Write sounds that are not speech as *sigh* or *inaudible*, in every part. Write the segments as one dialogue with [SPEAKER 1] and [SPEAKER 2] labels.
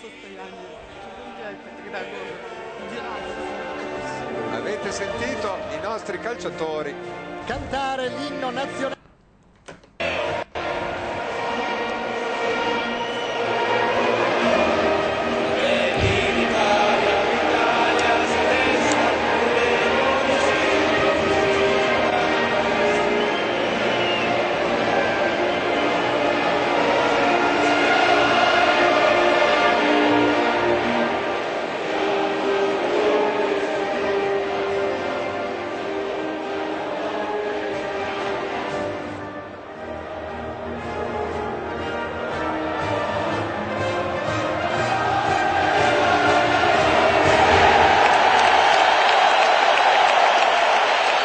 [SPEAKER 1] состоянии. Гуляйте тогда город. Удирайте.
[SPEAKER 2] Avete sentito i nostri calciatori?
[SPEAKER 3] cantare l'inno nazionale.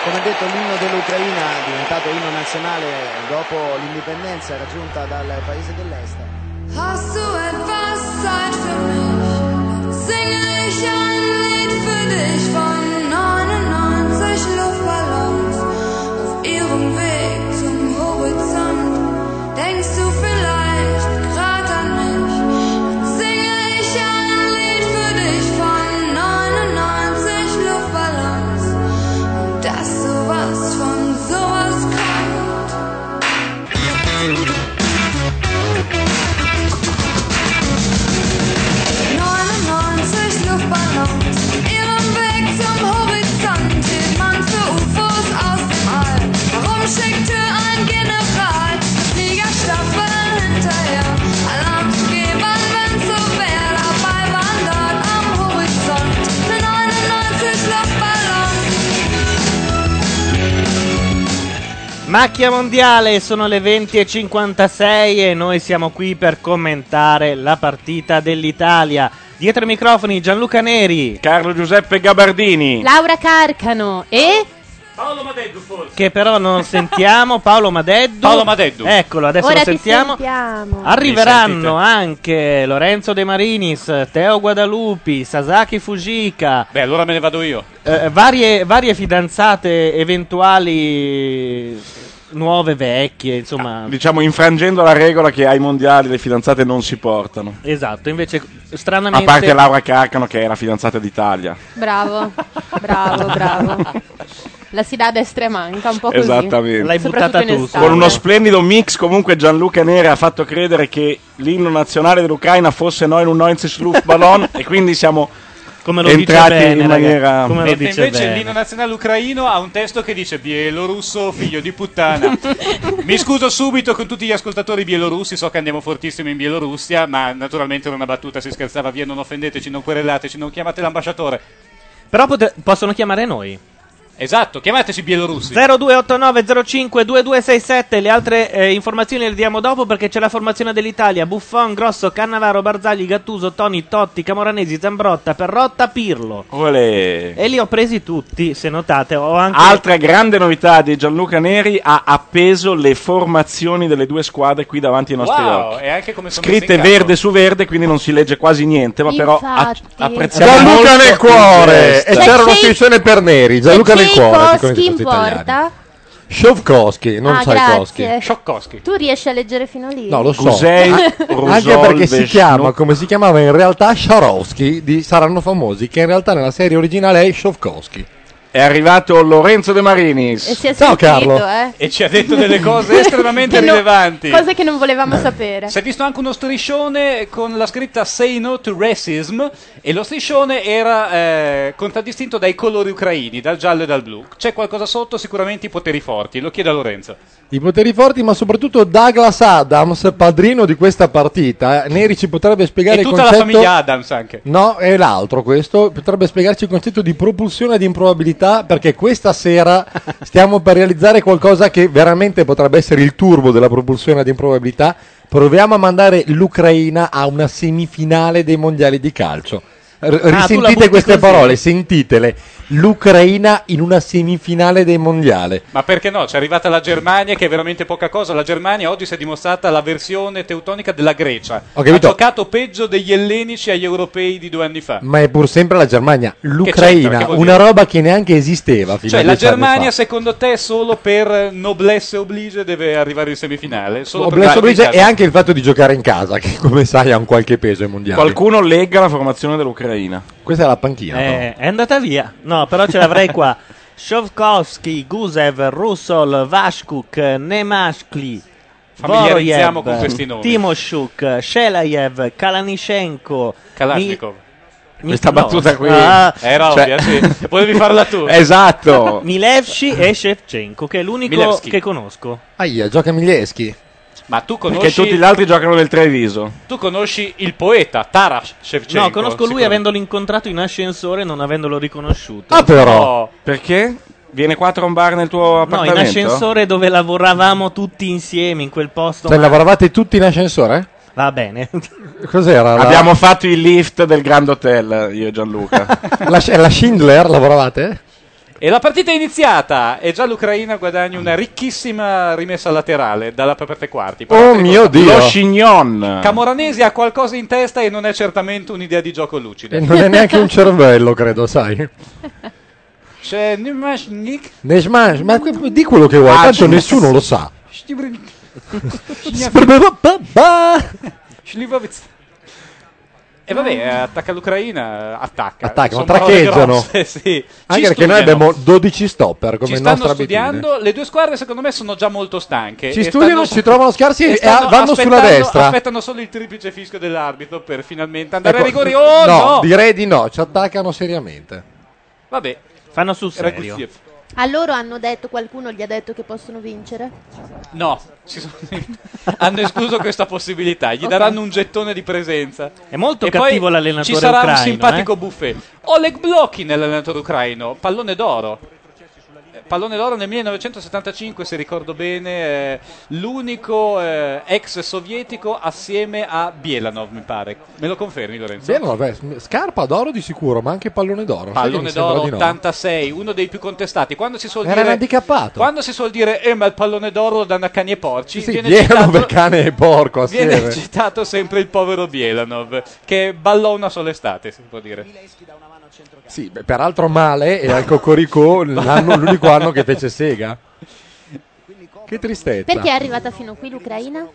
[SPEAKER 3] Come detto l'inno dell'Ucraina è diventato inno nazionale dopo l'indipendenza raggiunta dal paese dell'est.
[SPEAKER 4] Hast du etwas Zeit für mich? Singe ich ein Lied für dich von 99 Luftballons auf ihrem Weg zum Horizont. Denkst du vielleicht gerade an mich? Dann singe ich ein Lied für dich von 99 Luftballons und dass sowas von sowas kommt.
[SPEAKER 5] Macchia mondiale, sono le 20.56 e noi siamo qui per commentare la partita dell'Italia. Dietro i microfoni Gianluca Neri, Carlo Giuseppe Gabardini,
[SPEAKER 6] Laura Carcano e
[SPEAKER 7] Paolo Madeddu forse.
[SPEAKER 5] che
[SPEAKER 6] *laughs*
[SPEAKER 5] però non sentiamo, Paolo Madeddu.
[SPEAKER 7] Paolo Madeddu.
[SPEAKER 5] Eccolo, adesso
[SPEAKER 6] ora
[SPEAKER 5] lo
[SPEAKER 6] ti
[SPEAKER 5] sentiamo.
[SPEAKER 6] sentiamo.
[SPEAKER 5] Arriveranno anche Lorenzo De Marinis, Teo Guadalupi, Sasaki Fujika,
[SPEAKER 7] Beh, allora me ne vado io.
[SPEAKER 5] eh, varie, varie fidanzate eventuali nuove, vecchie,
[SPEAKER 7] Ah,
[SPEAKER 5] insomma.
[SPEAKER 8] Diciamo infrangendo la regola che ai mondiali le fidanzate non si portano.
[SPEAKER 5] Esatto, invece
[SPEAKER 8] A
[SPEAKER 5] stranamente
[SPEAKER 8] parte Laura Carcano che è la fidanzata d'Italia.
[SPEAKER 6] Bravo, bravo, bravo. La si dà a destra e manca, un po' così.
[SPEAKER 8] Esattamente. L'hai
[SPEAKER 6] Soprattutto
[SPEAKER 5] buttata
[SPEAKER 6] in
[SPEAKER 5] tu,
[SPEAKER 6] estate.
[SPEAKER 8] Con uno splendido mix comunque Gianluca Neri ha fatto credere che l'inno nazionale dell'Ucraina fosse Neun un
[SPEAKER 6] *laughs*
[SPEAKER 8] Luftballon e quindi siamo
[SPEAKER 5] come
[SPEAKER 8] entrati in maniera...
[SPEAKER 7] Mentre invece l'inno nazionale ucraino ha un testo che dice bielorusso figlio di puttana. Mi scuso subito con tutti gli ascoltatori bielorussi, so che andiamo fortissimo in Bielorussia, ma naturalmente era una battuta, si scherzava via, non offendeteci, non querelateci, non chiamate l'ambasciatore.
[SPEAKER 5] Però pote- possono chiamare noi.
[SPEAKER 7] Esatto, chiamateci bielorussi.
[SPEAKER 5] 0289052267 le altre eh, informazioni le diamo dopo perché c'è la formazione dell'Italia Buffon, Grosso, Cannavaro, Barzagli, Gattuso, Toni, Totti, Camoranesi, Zambrotta, Perrotta, Pirlo
[SPEAKER 8] Olè.
[SPEAKER 5] e li ho presi tutti se notate ho anche
[SPEAKER 8] Altra grande novità di Gianluca Neri ha appeso le formazioni delle due squadre qui davanti ai nostri
[SPEAKER 7] Wow,
[SPEAKER 8] occhi.
[SPEAKER 7] e anche come sono messe
[SPEAKER 8] Scritte
[SPEAKER 7] in campo.
[SPEAKER 8] verde su verde, quindi non si legge quasi niente, ma però a-
[SPEAKER 6] Infatti.
[SPEAKER 8] apprezziamo
[SPEAKER 9] Gianluca
[SPEAKER 8] molto
[SPEAKER 9] nel
[SPEAKER 8] il
[SPEAKER 9] cuore!
[SPEAKER 8] gesto.
[SPEAKER 9] E
[SPEAKER 6] Cioè,
[SPEAKER 9] c'era
[SPEAKER 6] c'è-
[SPEAKER 9] un'offensione per Neri. Gianluca nel cuore. dicono
[SPEAKER 6] Koschi
[SPEAKER 9] i
[SPEAKER 6] in
[SPEAKER 9] tifosi italiani.
[SPEAKER 6] porta.
[SPEAKER 9] Shovkowski, non
[SPEAKER 6] ah,
[SPEAKER 9] sai
[SPEAKER 6] grazie.
[SPEAKER 7] Scioccoski.
[SPEAKER 6] Tu riesci a leggere fino lì?
[SPEAKER 9] No, lo so.
[SPEAKER 8] Gusei,
[SPEAKER 9] Ah, *laughs* Anche
[SPEAKER 8] Rusol,
[SPEAKER 9] perché si
[SPEAKER 8] Vesnu.
[SPEAKER 9] chiama, come si chiamava in realtà, Sharowski di Saranno Famosi, che in realtà nella serie originale è Shovkowski.
[SPEAKER 8] È arrivato Lorenzo De
[SPEAKER 6] E
[SPEAKER 8] Marinis.
[SPEAKER 6] si è
[SPEAKER 9] Ciao,
[SPEAKER 6] sentito,
[SPEAKER 9] Carlo.
[SPEAKER 6] eh.
[SPEAKER 7] E ci ha detto delle
[SPEAKER 8] *laughs*
[SPEAKER 7] cose estremamente
[SPEAKER 6] Che non-
[SPEAKER 7] rilevanti.
[SPEAKER 6] Cose che non
[SPEAKER 9] Eh.
[SPEAKER 6] volevamo sapere.
[SPEAKER 7] Si è visto anche uno striscione con la scritta Say no to racism e lo striscione era eh, contraddistinto dai colori ucraini, dal giallo e dal blu. C'è qualcosa sotto, sicuramente i poteri forti, lo chiedo a Lorenzo.
[SPEAKER 9] I poteri forti, ma soprattutto Douglas Adams, padrino di questa partita. eh, Neri ci potrebbe spiegare
[SPEAKER 7] E
[SPEAKER 9] il
[SPEAKER 7] tutta
[SPEAKER 9] concetto...
[SPEAKER 7] la famiglia Adams anche.
[SPEAKER 9] No, è l'altro questo. Potrebbe spiegarci il concetto di propulsione ad improbabilità perché questa
[SPEAKER 7] *laughs*
[SPEAKER 9] sera stiamo per realizzare qualcosa che veramente potrebbe essere il turbo della propulsione ad improbabilità. Proviamo a mandare l'Ucraina a una semifinale dei mondiali di calcio. R-
[SPEAKER 5] Ah, tu la
[SPEAKER 9] risentite
[SPEAKER 5] butti
[SPEAKER 9] queste
[SPEAKER 5] così.
[SPEAKER 9] parole, sentitele. l'Ucraina in una semifinale dei mondiali.
[SPEAKER 7] Ma perché no? C'è arrivata la Germania che è veramente poca cosa. La Germania oggi si è dimostrata la versione teutonica della Grecia.
[SPEAKER 9] Ho
[SPEAKER 7] ha
[SPEAKER 9] capito.
[SPEAKER 7] giocato peggio degli ellenici agli europei di due anni fa.
[SPEAKER 9] Ma è pur sempre la Germania,
[SPEAKER 7] c'entra? Che
[SPEAKER 9] l'Ucraina,
[SPEAKER 7] vuol
[SPEAKER 9] una
[SPEAKER 7] dire?
[SPEAKER 9] roba che neanche esisteva. Fino
[SPEAKER 7] Cioè,
[SPEAKER 9] a
[SPEAKER 7] la
[SPEAKER 9] dieci anni fa.
[SPEAKER 7] Germania, secondo te, solo per noblesse oblige deve arrivare in semifinale? Solo per
[SPEAKER 9] Obbligato
[SPEAKER 7] guardi in
[SPEAKER 9] oblige e
[SPEAKER 7] casa.
[SPEAKER 9] anche il fatto di giocare in casa, *laughs* che come sai ha un qualche peso ai mondiali.
[SPEAKER 8] Qualcuno legga la formazione dell'Ucraina.
[SPEAKER 9] Questa è la panchina. però.
[SPEAKER 5] Eh, è andata via. No, però ce l'avrei
[SPEAKER 7] *laughs*
[SPEAKER 5] qua. Shovkovsky, Gusev, Russol, Vashkuk, Nemashkli,
[SPEAKER 7] Familiarizziamo
[SPEAKER 5] Voroyev,
[SPEAKER 7] con questi nomi.
[SPEAKER 5] Timoshuk, Shelayev, Kalanishenko,
[SPEAKER 7] Kalashnikov.
[SPEAKER 5] Mi-
[SPEAKER 8] Questa
[SPEAKER 5] no.
[SPEAKER 8] battuta qui
[SPEAKER 5] Ah.
[SPEAKER 7] Era
[SPEAKER 8] Cioè-
[SPEAKER 7] ovvia, sì. Potevi farla tu.
[SPEAKER 8] *laughs* Esatto.
[SPEAKER 5] Milevski e Shevchenko, che è l'unico
[SPEAKER 7] Milevski.
[SPEAKER 5] che conosco.
[SPEAKER 9] Aia, gioca Miglieschi.
[SPEAKER 7] Ma tu
[SPEAKER 8] Perché
[SPEAKER 7] conosci,
[SPEAKER 8] tutti gli altri giocano del Treviso.
[SPEAKER 7] tu conosci il poeta Taras Shevchenko?
[SPEAKER 5] no, conosco lui
[SPEAKER 7] sicuro.
[SPEAKER 5] avendolo incontrato in ascensore e non avendolo riconosciuto.
[SPEAKER 9] Ah, però.
[SPEAKER 7] No.
[SPEAKER 8] Perché? Viene qua a trombare nel tuo
[SPEAKER 5] No, in
[SPEAKER 8] appartamento?
[SPEAKER 5] ascensore dove lavoravamo tutti insieme in quel posto.
[SPEAKER 9] Cioè,
[SPEAKER 5] ma-
[SPEAKER 9] lavoravate tutti in ascensore?
[SPEAKER 7] *laughs*
[SPEAKER 5] Va
[SPEAKER 8] *laughs*
[SPEAKER 5] bene.
[SPEAKER 9] Cos'era? La,
[SPEAKER 8] Abbiamo fatto il lift del Grand Hotel, io e Gianluca.
[SPEAKER 9] *laughs* la, la Schindler lavoravate?
[SPEAKER 7] E la partita è iniziata e già l'Ucraina guadagna una ricchissima rimessa laterale dalla parte quarti.
[SPEAKER 9] Oh
[SPEAKER 7] Parte
[SPEAKER 9] mio
[SPEAKER 7] quarti.
[SPEAKER 8] Lo
[SPEAKER 9] Dio.
[SPEAKER 8] Scignon.
[SPEAKER 7] Camoranesi ha qualcosa in testa e non è certamente un'idea di gioco
[SPEAKER 9] E
[SPEAKER 7] lucida.
[SPEAKER 9] Eh, non è neanche un cervello, credo, sai.
[SPEAKER 7] *laughs* C'è Nimashnik,
[SPEAKER 9] Ne smash- ma que- di quello che vuoi,
[SPEAKER 8] Ah,
[SPEAKER 9] tanto
[SPEAKER 8] c'è-
[SPEAKER 9] nessuno lo sa.
[SPEAKER 7] Štibrin- Shlivovic. E vabbè, attacca l'Ucraina, attacca.
[SPEAKER 9] Attacca, ma
[SPEAKER 7] Sono parole
[SPEAKER 9] traccheggiano.
[SPEAKER 7] grosse, *laughs* sì. Ci
[SPEAKER 9] Anche perché
[SPEAKER 7] studiano.
[SPEAKER 9] noi abbiamo 12 stopper come
[SPEAKER 7] Ci
[SPEAKER 9] nostra
[SPEAKER 7] stanno studiando, le due squadre secondo me sono già molto stanche.
[SPEAKER 9] abitudine. Ci
[SPEAKER 7] e
[SPEAKER 9] studiano,
[SPEAKER 7] stanno-
[SPEAKER 9] si trovano scarsi e,
[SPEAKER 7] stanno
[SPEAKER 9] ah, vanno sulla
[SPEAKER 7] aspettando-
[SPEAKER 9] destra.
[SPEAKER 7] Aspettano solo il triplice fischio dell'arbitro per finalmente andare
[SPEAKER 9] Ecco,
[SPEAKER 7] ai rigori. Oh no!
[SPEAKER 9] no, direi di no, ci attaccano seriamente.
[SPEAKER 7] Vabbè,
[SPEAKER 5] Fanno sul
[SPEAKER 7] era
[SPEAKER 5] serio.
[SPEAKER 7] Guziev.
[SPEAKER 10] A loro hanno detto, qualcuno gli ha detto che possono vincere?
[SPEAKER 7] No, si sono- *laughs* hanno escluso questa possibilità. Gli daranno un gettone di presenza.
[SPEAKER 5] È molto
[SPEAKER 7] e
[SPEAKER 5] cattivo
[SPEAKER 7] poi
[SPEAKER 5] l'allenatore
[SPEAKER 7] Ci sarà
[SPEAKER 5] ucraino,
[SPEAKER 7] un simpatico
[SPEAKER 5] eh?
[SPEAKER 7] buffet. Oleg Blokin è l'allenatore ucraino, pallone d'oro. Eh, Pallone d'oro nel 1975, se ricordo bene, eh, l'unico eh, ex sovietico assieme a Bielanov, mi pare. Me lo confermi, Lorenzo?
[SPEAKER 9] Bene, vabbè, scarpa d'oro di sicuro, ma anche pallone d'oro. Sai che mi
[SPEAKER 7] Pallone
[SPEAKER 9] sembra
[SPEAKER 7] d'oro
[SPEAKER 9] di no?
[SPEAKER 7] 86, uno dei più contestati. Quando si suol
[SPEAKER 9] Era un
[SPEAKER 7] dire
[SPEAKER 9] handicappato.
[SPEAKER 7] Quando si suol dire "Eh, ma il pallone d'oro lo danno a cani e porci",
[SPEAKER 9] Sì,
[SPEAKER 7] viene
[SPEAKER 9] Piero
[SPEAKER 7] citato
[SPEAKER 9] per cane e porco
[SPEAKER 7] Viene
[SPEAKER 9] assieme.
[SPEAKER 7] citato sempre il povero Bielanov, che ballò una sola estate, si può dire.
[SPEAKER 9] Sì, beh, peraltro male e al Cocorico l'anno, l'unico anno che fece Sega. Che tristezza.
[SPEAKER 10] Perché è arrivata fino qui l'Ucraina?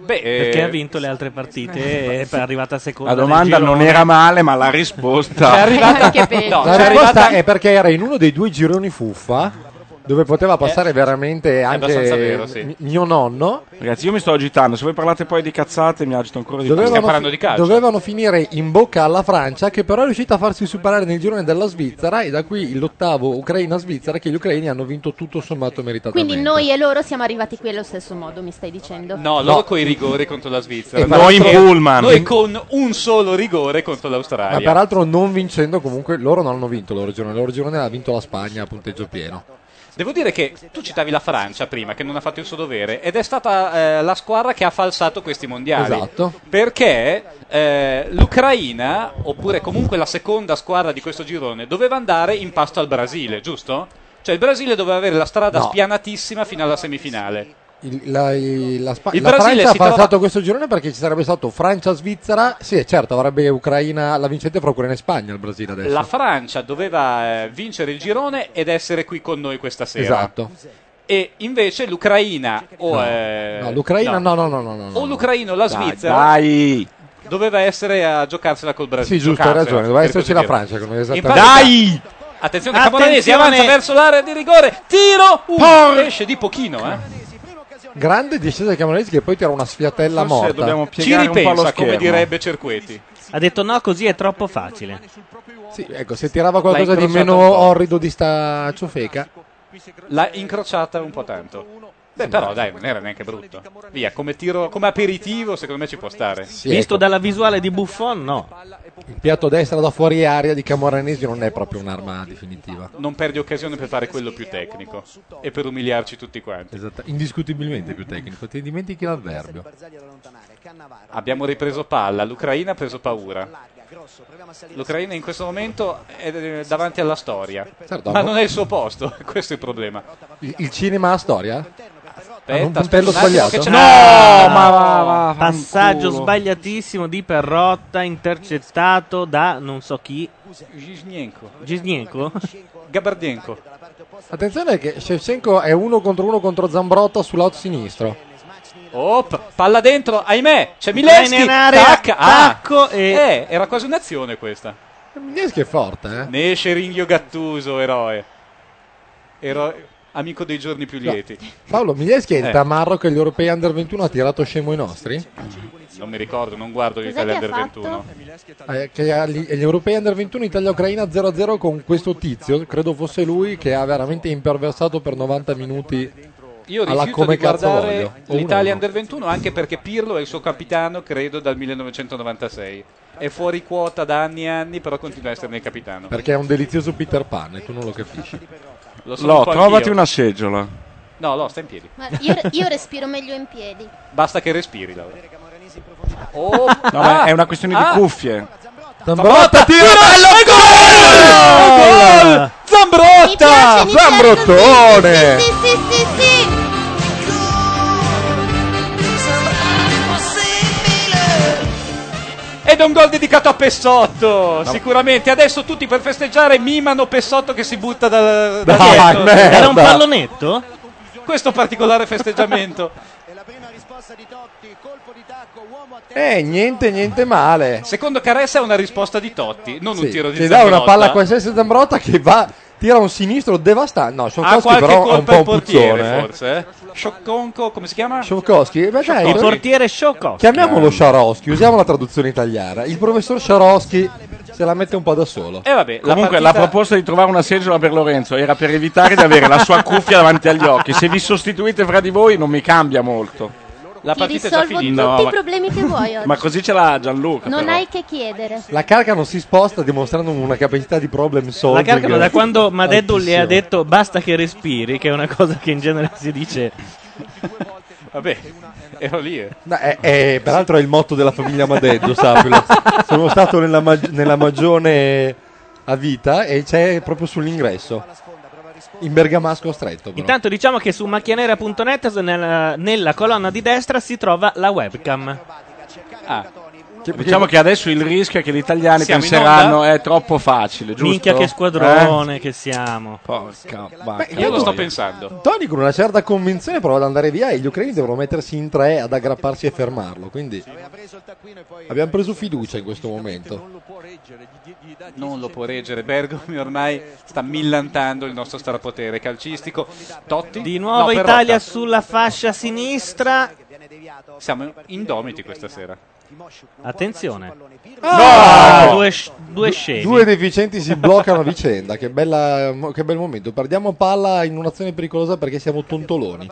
[SPEAKER 7] Beh,
[SPEAKER 5] Perché
[SPEAKER 7] eh,
[SPEAKER 5] ha vinto le altre partite e è arrivata seconda.
[SPEAKER 8] La domanda
[SPEAKER 5] nel
[SPEAKER 8] non
[SPEAKER 5] girone.
[SPEAKER 8] era male, ma la
[SPEAKER 7] È
[SPEAKER 8] risposta...
[SPEAKER 7] arrivata,
[SPEAKER 8] *laughs*
[SPEAKER 6] Che bello.
[SPEAKER 7] no,
[SPEAKER 9] La
[SPEAKER 7] c'è
[SPEAKER 9] risposta
[SPEAKER 7] arrivata
[SPEAKER 9] è perché era in uno dei due gironi fuffa dove poteva passare veramente
[SPEAKER 7] Eh, abbastanza
[SPEAKER 9] anche
[SPEAKER 7] vero, sì.
[SPEAKER 9] mi- mio nonno.
[SPEAKER 8] Ragazzi, io mi sto agitando. Se voi parlate poi di cazzate, mi agito ancora di più.
[SPEAKER 9] Dovevano,
[SPEAKER 7] Stiamo parlando di calcio.
[SPEAKER 9] dovevano finire in bocca alla Francia che però è riuscita a farsi superare nel girone della Svizzera e da qui l'ottavo Ucraina-Svizzera che gli ucraini hanno vinto tutto sommato meritatamente.
[SPEAKER 10] Quindi noi e loro siamo arrivati qui allo stesso modo, mi stai dicendo?
[SPEAKER 7] No, loro coi rigori contro la Svizzera.
[SPEAKER 9] E
[SPEAKER 8] Noi in
[SPEAKER 9] peraltro-
[SPEAKER 8] pullman.
[SPEAKER 7] Noi con un solo rigore contro
[SPEAKER 9] Ma
[SPEAKER 7] l'Australia.
[SPEAKER 9] peraltro non vincendo comunque loro non hanno vinto il loro girone, il loro girone l'ha vinto la Spagna a punteggio pieno.
[SPEAKER 7] Devo dire che tu citavi la Francia prima, che non ha fatto il suo dovere, ed è stata eh, la squadra che ha falsato questi mondiali.
[SPEAKER 9] Esatto.
[SPEAKER 7] Perché eh, l'Ucraina, oppure comunque la seconda squadra di questo girone, doveva andare in pasto al Brasile, giusto? Cioè il Brasile doveva avere la strada
[SPEAKER 9] No.
[SPEAKER 7] spianatissima fino alla semifinale.
[SPEAKER 9] Il- la, i- la Spa-
[SPEAKER 7] Il
[SPEAKER 9] la
[SPEAKER 7] Brasile
[SPEAKER 9] Francia ha
[SPEAKER 7] si trova-
[SPEAKER 9] passato questo girone perché ci sarebbe stato Francia-Svizzera. Sì, certo, avrebbe Ucraina la vincente fra Ucraina e Spagna il Brasile adesso.
[SPEAKER 7] La Francia doveva eh, vincere il girone ed essere qui con noi questa sera.
[SPEAKER 9] esatto.
[SPEAKER 7] E invece l'Ucraina o... eh,
[SPEAKER 9] No, l'Ucraina no, no, no, no. no, no.
[SPEAKER 7] O l'Ucraina o la
[SPEAKER 8] Dai,
[SPEAKER 7] Svizzera
[SPEAKER 8] dai,
[SPEAKER 7] doveva essere a giocarsela col Brasile.
[SPEAKER 9] Sì, giusto, hai
[SPEAKER 7] Giocarsela,
[SPEAKER 9] ragione, doveva
[SPEAKER 7] per
[SPEAKER 9] esserci
[SPEAKER 7] così
[SPEAKER 9] la
[SPEAKER 7] dire.
[SPEAKER 9] Francia che non è esattamente.
[SPEAKER 7] Infatti-
[SPEAKER 8] dai!
[SPEAKER 5] Attenzione!
[SPEAKER 7] Attenzione, Camoranesi avanza verso l'area di rigore. Tiro! Uh,
[SPEAKER 8] Por-
[SPEAKER 7] esce di pochino, eh.
[SPEAKER 9] Grande discesa di Camoranesi che poi tira una sfiatella
[SPEAKER 8] Forse
[SPEAKER 9] morta.
[SPEAKER 8] dobbiamo
[SPEAKER 7] Ci
[SPEAKER 8] piegare un po' lo
[SPEAKER 7] ripensa,
[SPEAKER 8] schermo.
[SPEAKER 7] come direbbe Cerqueti.
[SPEAKER 5] Ha detto no, così è troppo facile.
[SPEAKER 9] Sì, ecco, se tirava qualcosa
[SPEAKER 7] L'ha
[SPEAKER 9] di
[SPEAKER 7] incrociato
[SPEAKER 9] meno
[SPEAKER 7] un po'.
[SPEAKER 9] orrido di sta ciofeca.
[SPEAKER 7] L'ha incrociata un po' tanto. Beh, però dai, non era neanche brutto. Via, come tiro, come aperitivo, secondo me ci può stare.
[SPEAKER 5] Visto dalla visuale di Buffon, no.
[SPEAKER 9] Il piatto destro da fuori aria di Camoranesi non è proprio un'arma definitiva.
[SPEAKER 7] Non perdi occasione per fare quello più tecnico e per umiliarci tutti quanti.
[SPEAKER 9] Indiscutibilmente più tecnico, ti dimentichi l'avverbio. eh?
[SPEAKER 7] Abbiamo ripreso palla, l'Ucraina ha preso paura. L'Ucraina in questo momento è eh, davanti alla storia,
[SPEAKER 9] Certo.
[SPEAKER 7] ma non è il suo posto, *laughs* questo è il problema.
[SPEAKER 9] Il, il cinema ha storia? Hanno un
[SPEAKER 7] Aspetta,
[SPEAKER 9] puntello
[SPEAKER 7] aspetta un attimo
[SPEAKER 9] sbagliato?
[SPEAKER 7] che ce
[SPEAKER 9] No,
[SPEAKER 7] l'ha.
[SPEAKER 9] ma va, va,
[SPEAKER 5] Passaggio
[SPEAKER 7] fanculo.
[SPEAKER 5] sbagliatissimo di Perrotta, intercettato da non so chi.
[SPEAKER 7] Gisnienko.
[SPEAKER 5] Gisnienko?
[SPEAKER 7] Gabardienko.
[SPEAKER 9] Attenzione che Shevchenko è uno contro uno contro Zambrotta sul lato sinistro.
[SPEAKER 7] Op, palla dentro, ahimè, c'è
[SPEAKER 9] Ucraina
[SPEAKER 7] Milenski,
[SPEAKER 9] in area,
[SPEAKER 7] tac, ah.
[SPEAKER 9] tacco e-
[SPEAKER 7] Eh, era quasi un'azione questa.
[SPEAKER 9] Mineschi è forte, eh?
[SPEAKER 7] Ne esce Ringhio Gattuso, eroe. Eroe, amico dei giorni più lieti.
[SPEAKER 9] Paolo Miglieschi è il
[SPEAKER 7] Eh.
[SPEAKER 9] tamarro che gli europei under 21 ha tirato scemo i nostri?
[SPEAKER 7] Non mi ricordo, non guardo gli
[SPEAKER 10] Cos'è che ha
[SPEAKER 7] calendar 21.
[SPEAKER 9] Eh, che agli, agli europei under 21 Italia-Ucraina 0-0 con questo tizio, credo fosse lui che ha veramente imperversato per 90 minuti
[SPEAKER 7] Io
[SPEAKER 9] alla
[SPEAKER 7] rifiuto
[SPEAKER 9] come
[SPEAKER 7] di
[SPEAKER 9] cazzo
[SPEAKER 7] guardare
[SPEAKER 9] voglio. O
[SPEAKER 7] l'Italia
[SPEAKER 9] uno,
[SPEAKER 7] Under 21 anche perché Pirlo è il suo capitano, credo, dal 1996. È fuori quota da anni e anni, però continua a esserne il capitano.
[SPEAKER 9] perché è un delizioso Peter Pan e tu non lo capisci.
[SPEAKER 7] Lo sono
[SPEAKER 8] Lo,
[SPEAKER 7] un po'
[SPEAKER 8] trovati
[SPEAKER 7] anch'io.
[SPEAKER 8] una seggiola.
[SPEAKER 7] No, no, sta in piedi.
[SPEAKER 10] Ma io, io respiro meglio in piedi.
[SPEAKER 7] Basta che respiri, Laura.
[SPEAKER 10] Oh,
[SPEAKER 8] No, ma
[SPEAKER 7] Ah!
[SPEAKER 8] è una questione
[SPEAKER 7] Ah!
[SPEAKER 8] di cuffie.
[SPEAKER 9] Zambrotta
[SPEAKER 7] tira
[SPEAKER 8] bello gol!
[SPEAKER 7] Zambrotta!
[SPEAKER 9] Zambrottone!
[SPEAKER 4] Sì, sì, sì, sì. Sembra impossibile.
[SPEAKER 7] Ed è un gol dedicato a Pessotto, sicuramente. Adesso tutti per festeggiare mimano Pessotto che si butta da, da
[SPEAKER 5] Dai,
[SPEAKER 7] dietro.
[SPEAKER 5] merda. Era un pallonetto?
[SPEAKER 7] Questo particolare festeggiamento.
[SPEAKER 9] Eh, niente, niente male.
[SPEAKER 7] Secondo Caressa è una risposta di Totti, non un tiro di
[SPEAKER 9] Ti dà una
[SPEAKER 7] Zambrotta.
[SPEAKER 9] palla qualsiasi a Zambrotta che va, tira un sinistro devastante. No,
[SPEAKER 7] Ha
[SPEAKER 9] Sciolkowski
[SPEAKER 7] qualche
[SPEAKER 9] però è un
[SPEAKER 7] colpa
[SPEAKER 9] po'
[SPEAKER 7] il
[SPEAKER 9] un
[SPEAKER 7] portiere,
[SPEAKER 9] puzzone. eh.
[SPEAKER 7] forse. Eh? Sciocconco, come si chiama?
[SPEAKER 9] Sciolkowski? Beh, dai,
[SPEAKER 7] Il portiere
[SPEAKER 5] Sciocco.
[SPEAKER 9] Chiamiamolo
[SPEAKER 5] Eh.
[SPEAKER 9] Sciaroschi, usiamo la traduzione italiana. Il professor Sciaroschi se la mette un po' da solo.
[SPEAKER 5] Eh,
[SPEAKER 7] E vabbè,
[SPEAKER 8] Comunque Eh, la, proposta di trovare una seggiola per Lorenzo era per evitare di avere la sua cuffia davanti agli occhi. Se vi sostituite fra di voi non mi cambia molto.
[SPEAKER 7] La
[SPEAKER 10] Ti risolvo tutti i problemi che
[SPEAKER 8] *laughs*
[SPEAKER 10] vuoi oggi.
[SPEAKER 8] ma così ce l'ha Gianluca.
[SPEAKER 10] non
[SPEAKER 8] però.
[SPEAKER 10] hai che chiedere.
[SPEAKER 9] La carca non si sposta dimostrando una capacità di problem
[SPEAKER 5] La
[SPEAKER 9] solving.
[SPEAKER 5] carcano da quando Madeddu le ha
[SPEAKER 9] altissima.
[SPEAKER 5] detto basta che respiri, che è una cosa che in genere si dice.
[SPEAKER 7] Vabbè, ero lì. eh.
[SPEAKER 9] No, è- è- peraltro è il motto della famiglia Madeggio,
[SPEAKER 5] *laughs*
[SPEAKER 9] sappilo. Sono stato nella, mag- nella magione a vita e c'è proprio sull'ingresso. In bergamasco stretto. però.
[SPEAKER 5] Intanto diciamo che su macchianera.net s- nella, nella colonna di destra si trova la webcam.
[SPEAKER 9] Ah,
[SPEAKER 8] Diciamo che adesso il rischio è che gli italiani
[SPEAKER 5] Siamo in
[SPEAKER 8] penseranno è troppo facile, giusto? Eh?
[SPEAKER 5] Minchia che
[SPEAKER 7] Eh?
[SPEAKER 5] squadrone che siamo.
[SPEAKER 8] Porca
[SPEAKER 9] Beh,
[SPEAKER 5] vacca.
[SPEAKER 9] intanto- Toni con una certa convinzione prova ad andare via e gli ucraini devono mettersi in tre ad aggrapparsi e fermarlo. Quindi abbiamo preso fiducia in questo momento.
[SPEAKER 7] Non lo può reggere. Bergomi ormai sta millantando il nostro strapotere calcistico. Totti?
[SPEAKER 5] Di nuovo
[SPEAKER 7] No, Perotta.
[SPEAKER 5] Italia sulla fascia sinistra.
[SPEAKER 7] Siamo indomiti questa sera.
[SPEAKER 5] Attenzione.
[SPEAKER 9] Ah!
[SPEAKER 5] due, sc- due scemi.
[SPEAKER 9] Due deficienti si bloccano a vicenda. Che, bella- mo- che bel momento. Perdiamo palla in un'azione pericolosa perché siamo tontoloni.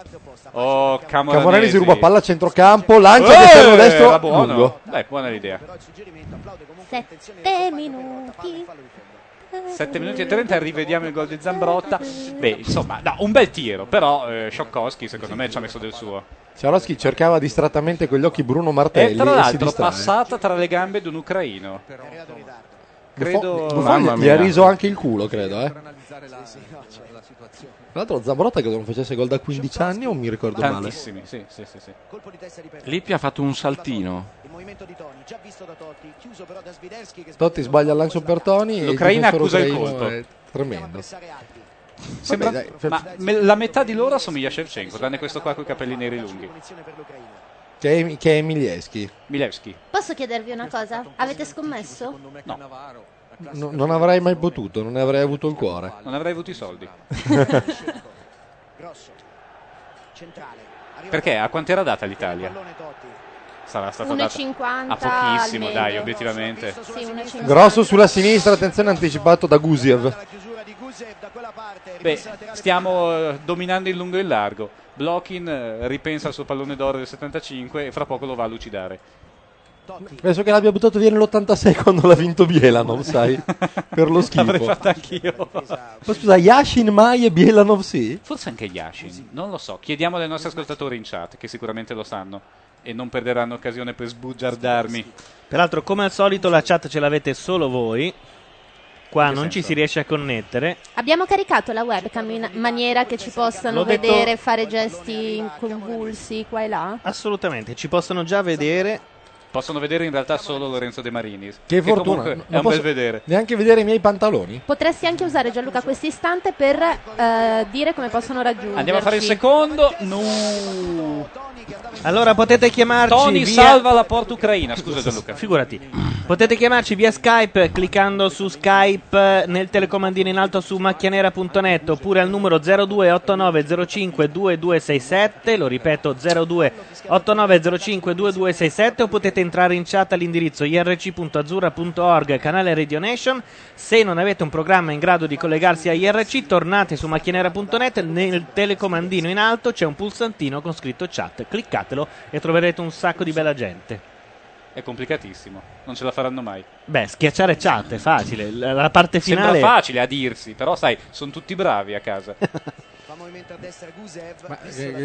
[SPEAKER 7] Oh, Camoranesi.
[SPEAKER 9] Camoranesi ruba palla a centrocampo, lancia
[SPEAKER 7] Eh,
[SPEAKER 9] all'esterno
[SPEAKER 7] era
[SPEAKER 9] destro.
[SPEAKER 7] buono.
[SPEAKER 9] Lungo.
[SPEAKER 7] Dai, buona l'idea.
[SPEAKER 10] Sette minuti.
[SPEAKER 7] 7 minuti e 30, rivediamo il gol di Zambrotta. Beh, insomma, no, un bel tiro, però eh, Scioccoski secondo me ci ha messo del suo.
[SPEAKER 9] Ciaroschi cercava distrattamente con gli occhi Bruno
[SPEAKER 7] E
[SPEAKER 9] Martelli
[SPEAKER 7] tra
[SPEAKER 9] e Eh, si
[SPEAKER 7] l'altro
[SPEAKER 9] distrae.
[SPEAKER 7] passata tra le gambe di un ucraino. Credo...
[SPEAKER 9] Buffon- Buffon gli ha riso anche il culo, credo. Eh. Tra l'altro Zambrotta credo non facesse gol da 15 anni o mi ricordo male.
[SPEAKER 7] Tantissimi, sì, sì, sì, sì.
[SPEAKER 8] Lippi ha fatto un saltino.
[SPEAKER 9] Totti sbaglia il lancio per Toni e il
[SPEAKER 7] L'Ucraina
[SPEAKER 9] difensore
[SPEAKER 7] accusa il
[SPEAKER 9] ucraino
[SPEAKER 7] colpo.
[SPEAKER 9] è Tremendo.
[SPEAKER 7] Sembra-
[SPEAKER 9] Vabbè, dai,
[SPEAKER 7] ma me- la metà di loro assomiglia a Shevchenko, tranne questo qua con i capelli neri lunghi.
[SPEAKER 9] Che è, che è Milieschi.
[SPEAKER 7] Milevski.
[SPEAKER 10] Posso chiedervi una cosa? Avete scommesso?
[SPEAKER 7] No,
[SPEAKER 9] No- non avrei mai potuto, non ne avrei avuto il cuore.
[SPEAKER 7] non avrei avuto i soldi.
[SPEAKER 11] Grosso. Centrale.
[SPEAKER 7] *laughs* Perché a quanto era data l'Italia? Sarà stata data
[SPEAKER 10] 1,50
[SPEAKER 7] a pochissimo,
[SPEAKER 10] al
[SPEAKER 7] dai,
[SPEAKER 10] meglio.
[SPEAKER 7] obiettivamente.
[SPEAKER 10] Sì, una cinquanta.
[SPEAKER 9] Grosso sulla sinistra, attenzione anticipato da Gusiev.
[SPEAKER 11] Rusev da quella parte.
[SPEAKER 7] Beh,
[SPEAKER 11] rimessa laterale
[SPEAKER 7] stiamo eh, dominando in lungo e in largo. Blockin eh, ripensa al suo pallone d'oro del 75 e fra poco lo va a lucidare.
[SPEAKER 9] Penso che l'abbia buttato via nell'86 quando l'ha vinto Bielanov,
[SPEAKER 7] *laughs*
[SPEAKER 9] sai? Per lo schifo.
[SPEAKER 7] L'avrei fatto anch'io.
[SPEAKER 9] Ma scusa, Yashin Mai e Bielanov sì?
[SPEAKER 7] Forse anche Yashin, non lo so. Chiediamo ai nostri ascoltatori in chat, che sicuramente lo sanno e non perderanno occasione per sbugiardarmi.
[SPEAKER 5] Peraltro, come al solito, la chat ce l'avete solo voi. Qua non ci si riesce a connettere.
[SPEAKER 10] Abbiamo caricato la webcam in maniera che ci possano
[SPEAKER 5] L'ho detto-
[SPEAKER 10] vedere fare gesti convulsi qua e là?
[SPEAKER 5] Assolutamente, ci possono già vedere.
[SPEAKER 7] Possono vedere in realtà solo Lorenzo De Marinis.
[SPEAKER 9] Che fortuna.
[SPEAKER 7] comunque
[SPEAKER 9] Non
[SPEAKER 7] è un
[SPEAKER 9] posso
[SPEAKER 7] bel vedere.
[SPEAKER 9] Neanche vedere i miei pantaloni.
[SPEAKER 10] Potresti anche usare Gianluca questo istante per eh, dire come possono raggiungerci.
[SPEAKER 7] Andiamo a fare il secondo. No.
[SPEAKER 5] Allora potete chiamarci.
[SPEAKER 7] Tony
[SPEAKER 5] via-
[SPEAKER 7] salva la porta ucraina.
[SPEAKER 5] *laughs*
[SPEAKER 7] Scusa Gianluca.
[SPEAKER 5] Figurati. Potete chiamarci via Skype cliccando su Skype eh, nel telecomandino in alto su macchianera.net oppure al numero 0289052267, lo ripeto 0289052267 o potete entrare in chat all'indirizzo irc.azzurra.org, canale Radio Nation. Se non avete un programma in grado di collegarsi a IRC, tornate su macchianera.net, nel telecomandino in alto c'è un pulsantino con scritto chat, cliccatelo e troverete un sacco di bella gente.
[SPEAKER 7] È complicatissimo. Non ce la faranno mai.
[SPEAKER 5] Beh, schiacciare chat è facile, la la parte finale
[SPEAKER 7] Sembra facile a dirsi, però sai, sono tutti bravi
[SPEAKER 9] *laughs*
[SPEAKER 7] a casa.
[SPEAKER 9] Eh,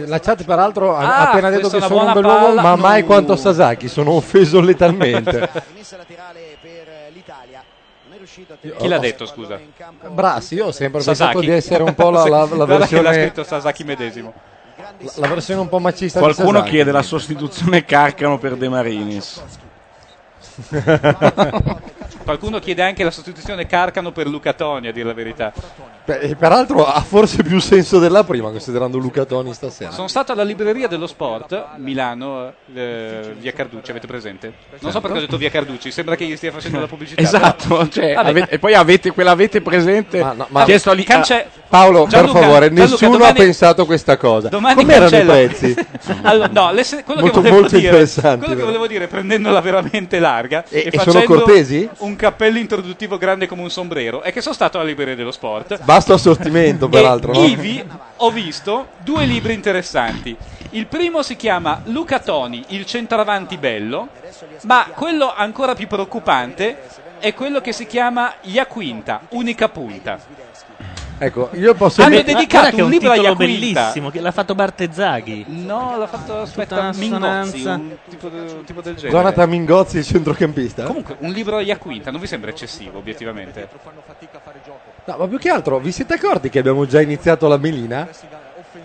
[SPEAKER 9] La chat, peraltro, ha
[SPEAKER 7] Ah,
[SPEAKER 9] appena detto
[SPEAKER 7] questa
[SPEAKER 9] che
[SPEAKER 7] è una
[SPEAKER 9] sono un
[SPEAKER 7] buona
[SPEAKER 9] bell'uomo, ma
[SPEAKER 7] palla.
[SPEAKER 9] mai
[SPEAKER 7] No.
[SPEAKER 9] quanto Sasaki. Sono offeso *laughs*
[SPEAKER 7] *laughs*
[SPEAKER 9] letalmente.
[SPEAKER 7] Chi l'ha detto, scusa?
[SPEAKER 9] Brassi, io ho sempre pensato
[SPEAKER 7] Sasaki.
[SPEAKER 9] di essere un po' la, la- la
[SPEAKER 7] *laughs* Guarda che l'ha
[SPEAKER 9] versione,
[SPEAKER 7] scritto Sasaki medesimo.
[SPEAKER 9] la- la versione un po' macista di
[SPEAKER 8] Qualcuno
[SPEAKER 9] Sasaki.
[SPEAKER 8] chiede la sostituzione Carcano per De Marinis.
[SPEAKER 7] Qualcuno chiede anche la sostituzione Carcano per Luca Toni, a dire la verità.
[SPEAKER 9] Beh, e peraltro ha forse più senso della prima, considerando Luca Toni stasera.
[SPEAKER 7] Sono stato alla libreria dello sport Milano, eh, via Carducci, avete presente? Non so perché ho detto via Carducci, sembra che gli stia facendo la pubblicità. però-
[SPEAKER 8] Esatto, cioè,
[SPEAKER 7] Vabbè.
[SPEAKER 8] avete- e poi avete quell'avete presente.
[SPEAKER 9] Ma no, ma- eh,
[SPEAKER 8] chiesto lì,
[SPEAKER 7] Cance-
[SPEAKER 9] Paolo,
[SPEAKER 7] Gianluca,
[SPEAKER 9] per favore,
[SPEAKER 7] Gianluca,
[SPEAKER 9] nessuno
[SPEAKER 7] domani-
[SPEAKER 9] ha pensato questa cosa.
[SPEAKER 7] Domani
[SPEAKER 9] Com'erano
[SPEAKER 7] cancella-
[SPEAKER 9] i prezzi?
[SPEAKER 7] Allora, no, le se- quello,
[SPEAKER 9] Molto-
[SPEAKER 7] che volevo
[SPEAKER 9] molto
[SPEAKER 7] dire,
[SPEAKER 9] interessanti,
[SPEAKER 7] quello che
[SPEAKER 9] però.
[SPEAKER 7] volevo dire, prendendola veramente larga e,
[SPEAKER 9] e sono
[SPEAKER 7] facendo
[SPEAKER 9] cortesi?
[SPEAKER 7] un cappello introduttivo grande come un sombrero, è che sono stato alla libreria dello sport.
[SPEAKER 9] Basta assortimento, peraltro. no?
[SPEAKER 7] E ivi ho visto due libri interessanti. Il primo si chiama Luca Toni, il centravanti bello, ma quello ancora più preoccupante è quello che si chiama Iaquinta, unica punta.
[SPEAKER 9] Ecco, io posso
[SPEAKER 7] Hanno
[SPEAKER 9] dire-
[SPEAKER 7] dedicato
[SPEAKER 5] che è
[SPEAKER 7] un
[SPEAKER 5] un
[SPEAKER 7] libro a
[SPEAKER 5] titolo
[SPEAKER 7] Iaquinta.
[SPEAKER 5] bellissimo che l'ha fatto Bartezzaghi.
[SPEAKER 7] No, l'ha fatto aspetta,
[SPEAKER 5] una
[SPEAKER 7] Mingozzi,
[SPEAKER 5] assonanza.
[SPEAKER 7] un tipo, de- un tipo del genere.
[SPEAKER 9] Jonathan Mingozzi, il centrocampista.
[SPEAKER 7] Comunque, un libro a Iaquinta non vi sembra eccessivo, obiettivamente.
[SPEAKER 9] No, ma più che altro, vi siete accorti che abbiamo già iniziato la melina?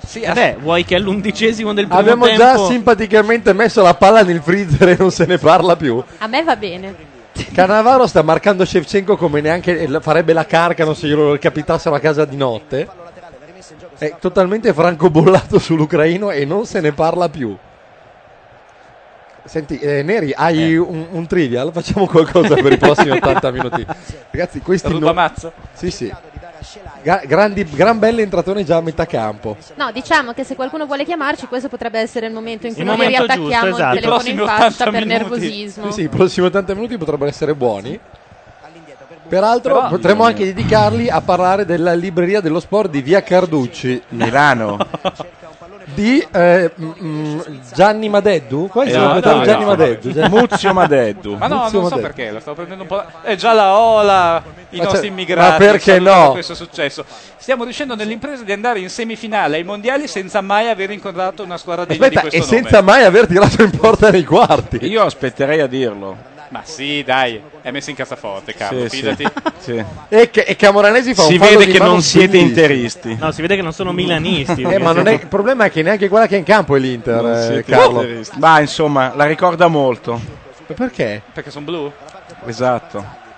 [SPEAKER 5] Sì, vabbè, vuoi che all'undicesimo del primo
[SPEAKER 9] Abbiamo
[SPEAKER 5] tempo
[SPEAKER 9] già simpaticamente messo la palla nel freezer e non se ne parla più.
[SPEAKER 6] A me va bene.
[SPEAKER 9] Cannavaro sta marcando Shevchenko come neanche la- farebbe la carcano se glielo capitassero a casa di notte. È totalmente francobollato sull'ucraino e non se ne parla più. Senti, eh, Neri, hai un, un trivial? Facciamo qualcosa per i prossimi 80 minuti. Ragazzi, questi
[SPEAKER 7] Ruba
[SPEAKER 9] no-
[SPEAKER 7] mazzo.
[SPEAKER 9] Sì, sì. *laughs* Ga- grandi- gran belle entratone già a metà campo.
[SPEAKER 10] No, diciamo che se qualcuno vuole chiamarci, questo potrebbe essere il momento in cui
[SPEAKER 9] Il
[SPEAKER 10] noi
[SPEAKER 9] momento
[SPEAKER 10] riattacchiamo
[SPEAKER 9] giusto, esatto.
[SPEAKER 10] il telefono in
[SPEAKER 9] I prossimi
[SPEAKER 10] faccia
[SPEAKER 9] 80
[SPEAKER 10] per
[SPEAKER 9] minuti.
[SPEAKER 10] nervosismo.
[SPEAKER 9] Sì, sì, i prossimi 80 minuti potrebbero essere buoni. Peraltro
[SPEAKER 10] Però-
[SPEAKER 9] potremmo anche dedicarli a parlare della libreria dello sport di Via Carducci,
[SPEAKER 8] Milano.
[SPEAKER 9] *laughs* di eh, m- m- Gianni Madeddu. Qua
[SPEAKER 7] Eh,
[SPEAKER 9] si chiama Gianni Madeddu.
[SPEAKER 7] *laughs*
[SPEAKER 9] Gianni-
[SPEAKER 8] Muzio Madeddu.
[SPEAKER 7] Ma no,
[SPEAKER 9] Muzio
[SPEAKER 7] non so
[SPEAKER 9] Madeddu.
[SPEAKER 7] perché, la stavo prendendo un po'. la- È già la Ola, i
[SPEAKER 9] Ma
[SPEAKER 7] nostri
[SPEAKER 9] cioè,
[SPEAKER 7] immigrati.
[SPEAKER 9] ma perché
[SPEAKER 7] salutano
[SPEAKER 9] no?
[SPEAKER 7] Questo successo. Stiamo riuscendo nell'impresa di andare in semifinale ai mondiali senza mai aver incontrato una squadra degna
[SPEAKER 9] Aspetta,
[SPEAKER 7] di
[SPEAKER 9] e
[SPEAKER 7] questo
[SPEAKER 9] senza mai aver tirato in porta nei quarti.
[SPEAKER 8] Io aspetterei a dirlo.
[SPEAKER 7] nome. Ma sì, dai, è messo in cassaforte, Carlo,
[SPEAKER 8] Sì, sì.
[SPEAKER 7] fidati.
[SPEAKER 8] Sì.
[SPEAKER 9] E, che, e Camoranesi fa
[SPEAKER 8] Si
[SPEAKER 9] un fallo
[SPEAKER 8] vede
[SPEAKER 9] di
[SPEAKER 8] che
[SPEAKER 9] mano
[SPEAKER 8] non siete
[SPEAKER 9] bellissimo.
[SPEAKER 8] interisti.
[SPEAKER 5] No, si vede che non sono milanisti.
[SPEAKER 9] Eh, ma non è- il problema è che neanche quella che è in campo è l'Inter,
[SPEAKER 8] Non
[SPEAKER 9] eh,
[SPEAKER 8] siete
[SPEAKER 9] Carlo.
[SPEAKER 8] interisti. Ma insomma, la ricorda molto.
[SPEAKER 9] Perché?
[SPEAKER 7] Perché sono blu?
[SPEAKER 8] Esatto.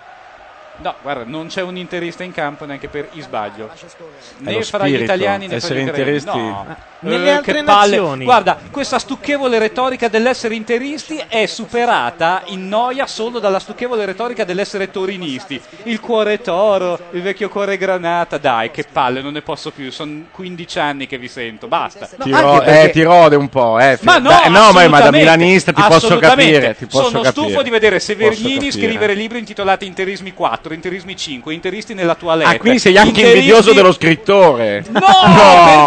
[SPEAKER 7] No, guarda, non c'è un interista in campo neanche per i sbaglio.
[SPEAKER 5] Ah,
[SPEAKER 8] È
[SPEAKER 7] Né
[SPEAKER 8] lo
[SPEAKER 7] fra gli
[SPEAKER 8] spirito,
[SPEAKER 7] italiani né fra
[SPEAKER 8] essere
[SPEAKER 7] gli ucraini.
[SPEAKER 8] interisti-
[SPEAKER 7] No.
[SPEAKER 5] Ah, Nelle
[SPEAKER 7] Eh,
[SPEAKER 5] altre
[SPEAKER 7] che palle.
[SPEAKER 5] nazioni.
[SPEAKER 7] Guarda, questa stucchevole retorica dell'essere interisti è superata in noia solo dalla stucchevole retorica dell'essere torinisti. Il cuore toro, il vecchio cuore granata. Dai, che palle, non ne posso più. Sono 15 anni che vi sento. Basta.
[SPEAKER 8] Ti, ro- eh, ti rode un po', eh.
[SPEAKER 7] Ma no,
[SPEAKER 8] Dai, ma, ma da
[SPEAKER 7] assolutamente,
[SPEAKER 8] milanista ti posso
[SPEAKER 7] assolutamente.
[SPEAKER 8] capire. Ti posso
[SPEAKER 7] Sono
[SPEAKER 8] capire.
[SPEAKER 7] stufo di vedere
[SPEAKER 8] Posso
[SPEAKER 7] Severgnini
[SPEAKER 8] capire.
[SPEAKER 7] scrivere libri intitolati Interismi 4. 4, interismi 5, interisti nella toilette.
[SPEAKER 8] Ah, quindi sei anche
[SPEAKER 7] Interisti-
[SPEAKER 8] invidioso dello scrittore. *laughs* No,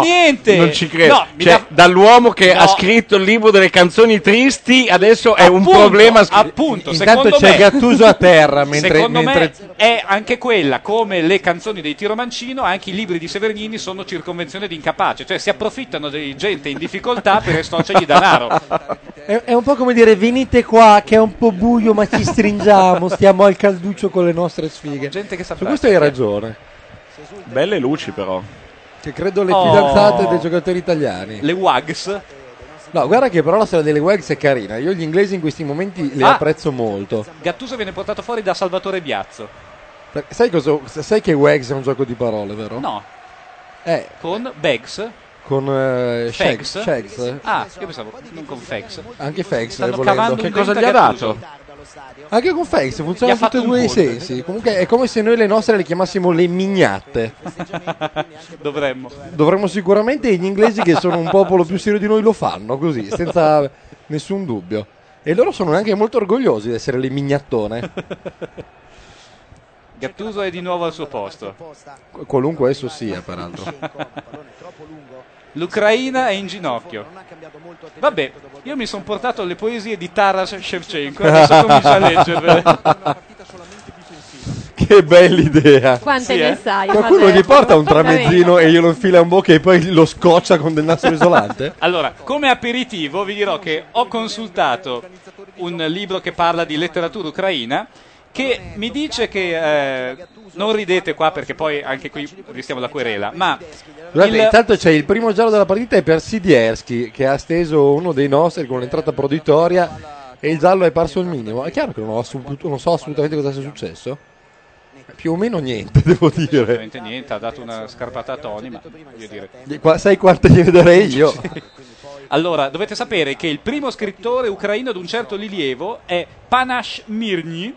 [SPEAKER 7] per niente.
[SPEAKER 8] Non ci credo.
[SPEAKER 7] No, mi
[SPEAKER 8] Cioè,
[SPEAKER 7] dà-
[SPEAKER 8] dall'uomo che
[SPEAKER 7] No.
[SPEAKER 8] ha scritto il libro delle canzoni tristi, adesso è un
[SPEAKER 7] Appunto,
[SPEAKER 8] problema. scri-
[SPEAKER 7] Appunto,
[SPEAKER 8] Intanto
[SPEAKER 7] secondo
[SPEAKER 8] c'è
[SPEAKER 7] me-
[SPEAKER 8] Gattuso
[SPEAKER 7] *laughs*
[SPEAKER 8] a terra, mentre-
[SPEAKER 7] secondo
[SPEAKER 8] mentre-
[SPEAKER 7] me è anche quella, come le canzoni dei Tiro Mancino, anche i libri di Severgnini sono circonvenzione di incapace, cioè si approfittano di gente in difficoltà per estorcergli denaro.
[SPEAKER 8] *laughs*
[SPEAKER 12] È, è un po' come dire venite qua che è un po' buio ma ci stringiamo, stiamo al calduccio con le nostre sfighe.
[SPEAKER 7] Gente che sa
[SPEAKER 9] Su questo hai ragione.
[SPEAKER 8] Belle luci, però.
[SPEAKER 9] Che credo le
[SPEAKER 7] Oh.
[SPEAKER 9] fidanzate dei giocatori italiani.
[SPEAKER 7] Le Wags?
[SPEAKER 9] No, guarda che però la storia delle Wags è carina. Io gli inglesi in questi momenti le
[SPEAKER 7] Ah.
[SPEAKER 9] apprezzo molto.
[SPEAKER 7] Gattuso viene portato fuori da Salvatore Biazzo.
[SPEAKER 9] Perché Sai, cosa, sai che Wags è un gioco di parole, vero?
[SPEAKER 7] No.
[SPEAKER 9] Eh.
[SPEAKER 7] Con Bags,
[SPEAKER 9] Con eh, Shags.
[SPEAKER 7] Fex.
[SPEAKER 9] Shags, eh?
[SPEAKER 7] Ah, io pensavo, non con Fex.
[SPEAKER 9] Anche Fex,
[SPEAKER 7] Stanno
[SPEAKER 9] volendo.
[SPEAKER 7] cavando
[SPEAKER 9] Che
[SPEAKER 7] un
[SPEAKER 9] cosa
[SPEAKER 7] dente
[SPEAKER 9] gli
[SPEAKER 7] a
[SPEAKER 9] ha
[SPEAKER 7] Gattuso.
[SPEAKER 9] Anche con Fex funzionano
[SPEAKER 7] Gli ha
[SPEAKER 9] tutti e
[SPEAKER 7] fatto
[SPEAKER 9] due
[SPEAKER 7] un
[SPEAKER 9] i
[SPEAKER 7] gol.
[SPEAKER 9] sensi. Comunque è come se noi le nostre le chiamassimo le mignatte.
[SPEAKER 7] *laughs* Dovremmo.
[SPEAKER 9] Dovremmo sicuramente gli inglesi che sono un popolo più serio di noi lo fanno così, senza nessun dubbio. E loro sono anche molto orgogliosi di essere le mignattone,
[SPEAKER 7] Gattuso è di nuovo al suo posto.
[SPEAKER 9] qualunque esso sia, peraltro.
[SPEAKER 7] L'Ucraina è in ginocchio. Vabbè, io mi sono portato le poesie di Taras Shevchenko, adesso comincio a leggervele.
[SPEAKER 9] *laughs* Che bella idea!
[SPEAKER 10] Quante
[SPEAKER 7] Sì,
[SPEAKER 10] ne
[SPEAKER 7] eh.
[SPEAKER 11] Ah,
[SPEAKER 10] sai?
[SPEAKER 9] Qualcuno
[SPEAKER 10] Vabbè.
[SPEAKER 9] gli porta un tramezzino e glielo infila in bocca e poi lo scoccia con del nastro *laughs* isolante?
[SPEAKER 7] Allora, come aperitivo vi dirò che ho consultato un libro che parla di letteratura ucraina che mi dice che eh, non ridete qua perché poi anche qui rischiamo la querela, ma
[SPEAKER 9] Guardate,
[SPEAKER 7] il-
[SPEAKER 9] intanto c'è il primo giallo della partita è per Sidierski che ha steso uno dei nostri con l'entrata proditoria e il giallo è parso il minimo. È chiaro che non, ho assolut- non so assolutamente cosa sia successo. Più o meno niente, *laughs* devo dire.
[SPEAKER 7] Assolutamente niente, ha dato una scarpata a Tony, ma voglio dire.
[SPEAKER 9] Di qua- sai quante gli vedrei io?
[SPEAKER 7] *laughs* Allora, dovete sapere che il primo scrittore ucraino ad un certo rilievo è Panash Mirny,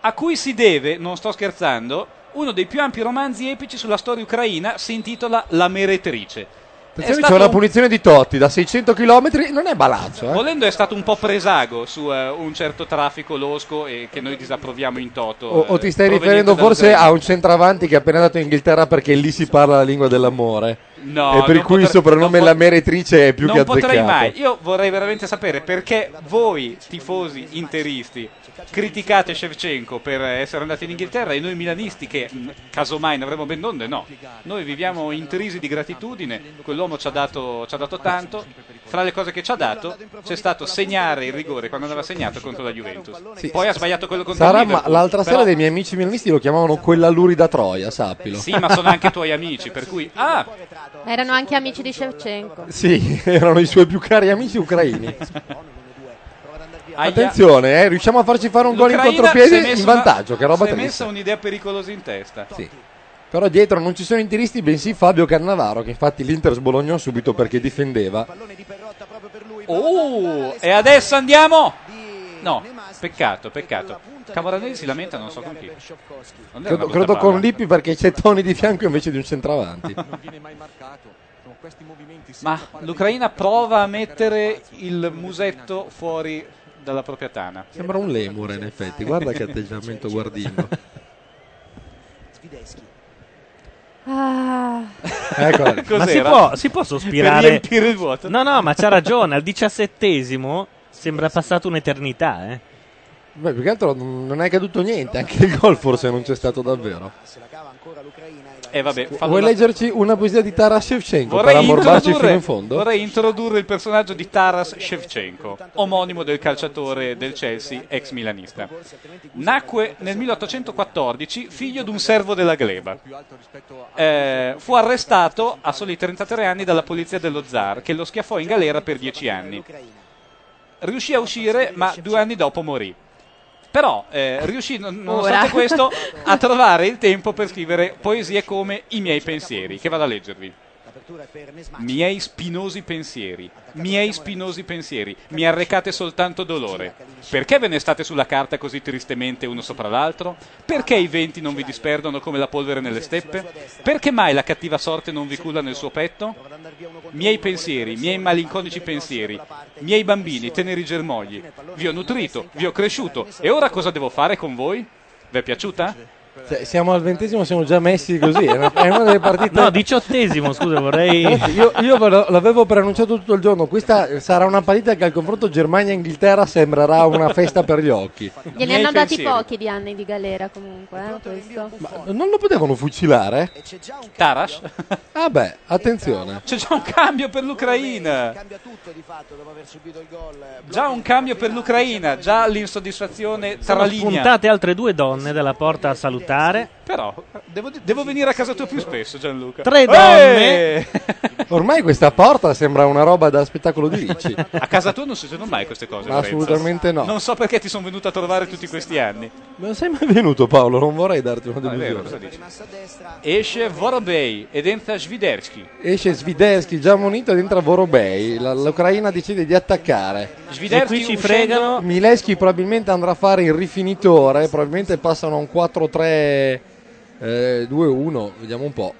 [SPEAKER 7] a cui si deve, non sto scherzando, uno dei più ampi romanzi epici sulla storia ucraina, si intitola La meretrice. È
[SPEAKER 9] Attenzione, c'è
[SPEAKER 7] stato
[SPEAKER 9] una
[SPEAKER 7] un-
[SPEAKER 9] punizione di Totti da 600 km, non è balazzo. Eh?
[SPEAKER 7] Volendo è stato un po' presago su eh, un certo traffico losco e che noi disapproviamo in toto.
[SPEAKER 9] O, o
[SPEAKER 7] eh,
[SPEAKER 9] ti stai
[SPEAKER 7] proveniente
[SPEAKER 9] riferendo
[SPEAKER 7] dalla
[SPEAKER 9] forse
[SPEAKER 7] Ucraina.
[SPEAKER 9] a un centravanti che è appena andato in Inghilterra perché lì si parla la lingua dell'amore?
[SPEAKER 7] No,
[SPEAKER 9] e per
[SPEAKER 7] non
[SPEAKER 9] cui il
[SPEAKER 7] potrei-
[SPEAKER 9] soprannome La Meretrice è più che
[SPEAKER 7] non
[SPEAKER 9] azzeccato.
[SPEAKER 7] potrei mai. Io vorrei veramente sapere perché voi, tifosi interisti, criticate Shevchenko per essere andati in Inghilterra e noi milanisti, che mh, casomai ne avremmo ben donde, no. Noi viviamo intrisi di gratitudine. Quell'uomo ci ha dato, ci ha dato tanto. Fra le cose che ci ha dato, c'è stato segnare il rigore quando andava segnato contro la Juventus. Poi ha sbagliato quello contro il
[SPEAKER 9] Sarà, ma
[SPEAKER 7] Liverpool,
[SPEAKER 9] l'altra
[SPEAKER 7] però-
[SPEAKER 9] sera dei miei amici milanisti lo chiamavano quella lurida Troia, sappilo.
[SPEAKER 7] Sì, ma sono anche tuoi amici, per cui. Ah,
[SPEAKER 10] Erano anche amici di Shevchenko.
[SPEAKER 9] *laughs* Sì, erano i suoi più cari amici ucraini.
[SPEAKER 7] aia.
[SPEAKER 9] Attenzione, eh, riusciamo a farci fare un gol in
[SPEAKER 7] L'Ucraina si è
[SPEAKER 9] contropiede
[SPEAKER 7] messa
[SPEAKER 9] in vantaggio,
[SPEAKER 7] una-
[SPEAKER 9] che roba
[SPEAKER 7] Si è
[SPEAKER 9] triste.
[SPEAKER 7] messa un'idea pericolosa in testa.
[SPEAKER 9] Però dietro non ci sono interisti, bensì Fabio Cannavaro, che infatti l'Inter sbolognò subito perché difendeva.
[SPEAKER 7] Oh, e adesso andiamo? No, peccato, peccato. Cavoranesi si lamenta, non so con chi. Non era una
[SPEAKER 9] Credo,
[SPEAKER 7] brutta
[SPEAKER 9] credo
[SPEAKER 7] palla.
[SPEAKER 9] con Lippi perché c'è Toni di fianco invece di un
[SPEAKER 7] *laughs*
[SPEAKER 9] centravanti.
[SPEAKER 7] Ma l'Ucraina prova a mettere il musetto fuori dalla propria tana.
[SPEAKER 9] *laughs* Sembra un lemure in effetti, guarda che atteggiamento
[SPEAKER 7] *laughs*
[SPEAKER 9] guardino. ecco.
[SPEAKER 5] *laughs*
[SPEAKER 7] *laughs*
[SPEAKER 5] Eccola lì. Ecco, Ma si può, si può sospirare.
[SPEAKER 7] Ah. Per riempire il vuoto.
[SPEAKER 5] No, no, ma c'ha ragione. Al diciassettesimo sembra passata un'eternità, eh.
[SPEAKER 9] Beh, più che altro non non è caduto niente, anche il gol forse non c'è stato davvero.
[SPEAKER 7] E Eh, vabbè, fallo
[SPEAKER 9] Vuoi
[SPEAKER 7] da-
[SPEAKER 9] leggerci una poesia di Taras Shevchenko per
[SPEAKER 7] Vorrei
[SPEAKER 9] ammorbarci
[SPEAKER 7] introdurre,
[SPEAKER 9] fino in fondo?
[SPEAKER 7] vorrei introdurre il personaggio di Taras Shevchenko, omonimo del calciatore del Chelsea, ex milanista. Nacque nel 1814, figlio di un servo della gleba. Eh, fu arrestato a soli 33 anni dalla polizia dello zar, che lo schiaffò in galera per 10 anni. Riuscì a uscire, ma due anni dopo morì. Però eh, riuscì, non- nonostante
[SPEAKER 13] Ora.
[SPEAKER 11] *laughs*
[SPEAKER 7] *laughs* questo, a trovare il tempo per scrivere poesie come I miei pensieri, che vado a leggervi. Miei spinosi pensieri, miei spinosi pensieri, mi arrecate soltanto dolore. Perché ve ne state sulla carta così tristemente uno sopra l'altro? Perché i venti non vi disperdono come la polvere nelle steppe? Perché mai la cattiva sorte non vi culla nel suo petto? Miei pensieri, miei malinconici pensieri, miei bambini, teneri germogli, vi ho nutrito, vi ho cresciuto, e ora cosa devo fare con voi? Vi è piaciuta?
[SPEAKER 9] Cioè, siamo al ventesimo, siamo già messi così. È una, è una delle partite.
[SPEAKER 5] No, diciottesimo, scusa,
[SPEAKER 9] *laughs*
[SPEAKER 7] *laughs*
[SPEAKER 5] vorrei.
[SPEAKER 9] Ragazzi, Io, io ve lo- l'avevo preannunciato tutto il giorno. Questa sarà una partita che al confronto Germania-Inghilterra sembrerà una festa per gli occhi.
[SPEAKER 10] Gliene hanno dati pochi di anni di galera comunque. Eh, questo.
[SPEAKER 9] Non lo potevano fucilare?
[SPEAKER 7] Taras?
[SPEAKER 9] *laughs* Ah, beh, attenzione.
[SPEAKER 7] C'è già un cambio per l'Ucraina. Già un cambio per l'Ucraina, già l'insoddisfazione tra
[SPEAKER 5] Sono
[SPEAKER 7] linea.
[SPEAKER 5] spuntate altre due donne dalla porta a salutare.
[SPEAKER 7] Però devo, devo venire a casa tua più spesso, Gianluca.
[SPEAKER 5] Tre
[SPEAKER 7] Eh!
[SPEAKER 5] donne.
[SPEAKER 9] Ormai questa porta sembra una roba da spettacolo di Ricci.
[SPEAKER 7] A casa tua non succedono mai queste cose.
[SPEAKER 9] Ma
[SPEAKER 7] Lorenzo.
[SPEAKER 9] assolutamente no.
[SPEAKER 7] Non so perché ti sono venuto a trovare tutti questi anni. Ah,
[SPEAKER 9] Non sei mai venuto, Paolo? Non vorrei darti una
[SPEAKER 7] È vero, cosa
[SPEAKER 9] delusione.
[SPEAKER 7] dici? Esce Vorobei ed entra Sviderski.
[SPEAKER 9] Esce Svidersky già munito ed entra Vorobei. La- L'Ucraina decide di attaccare.
[SPEAKER 7] Sviderski E qui ci uscendo- fregano.
[SPEAKER 9] Mileschi probabilmente andrà a fare il rifinitore. Probabilmente passano a un 4-3-2-1. Vediamo un po'.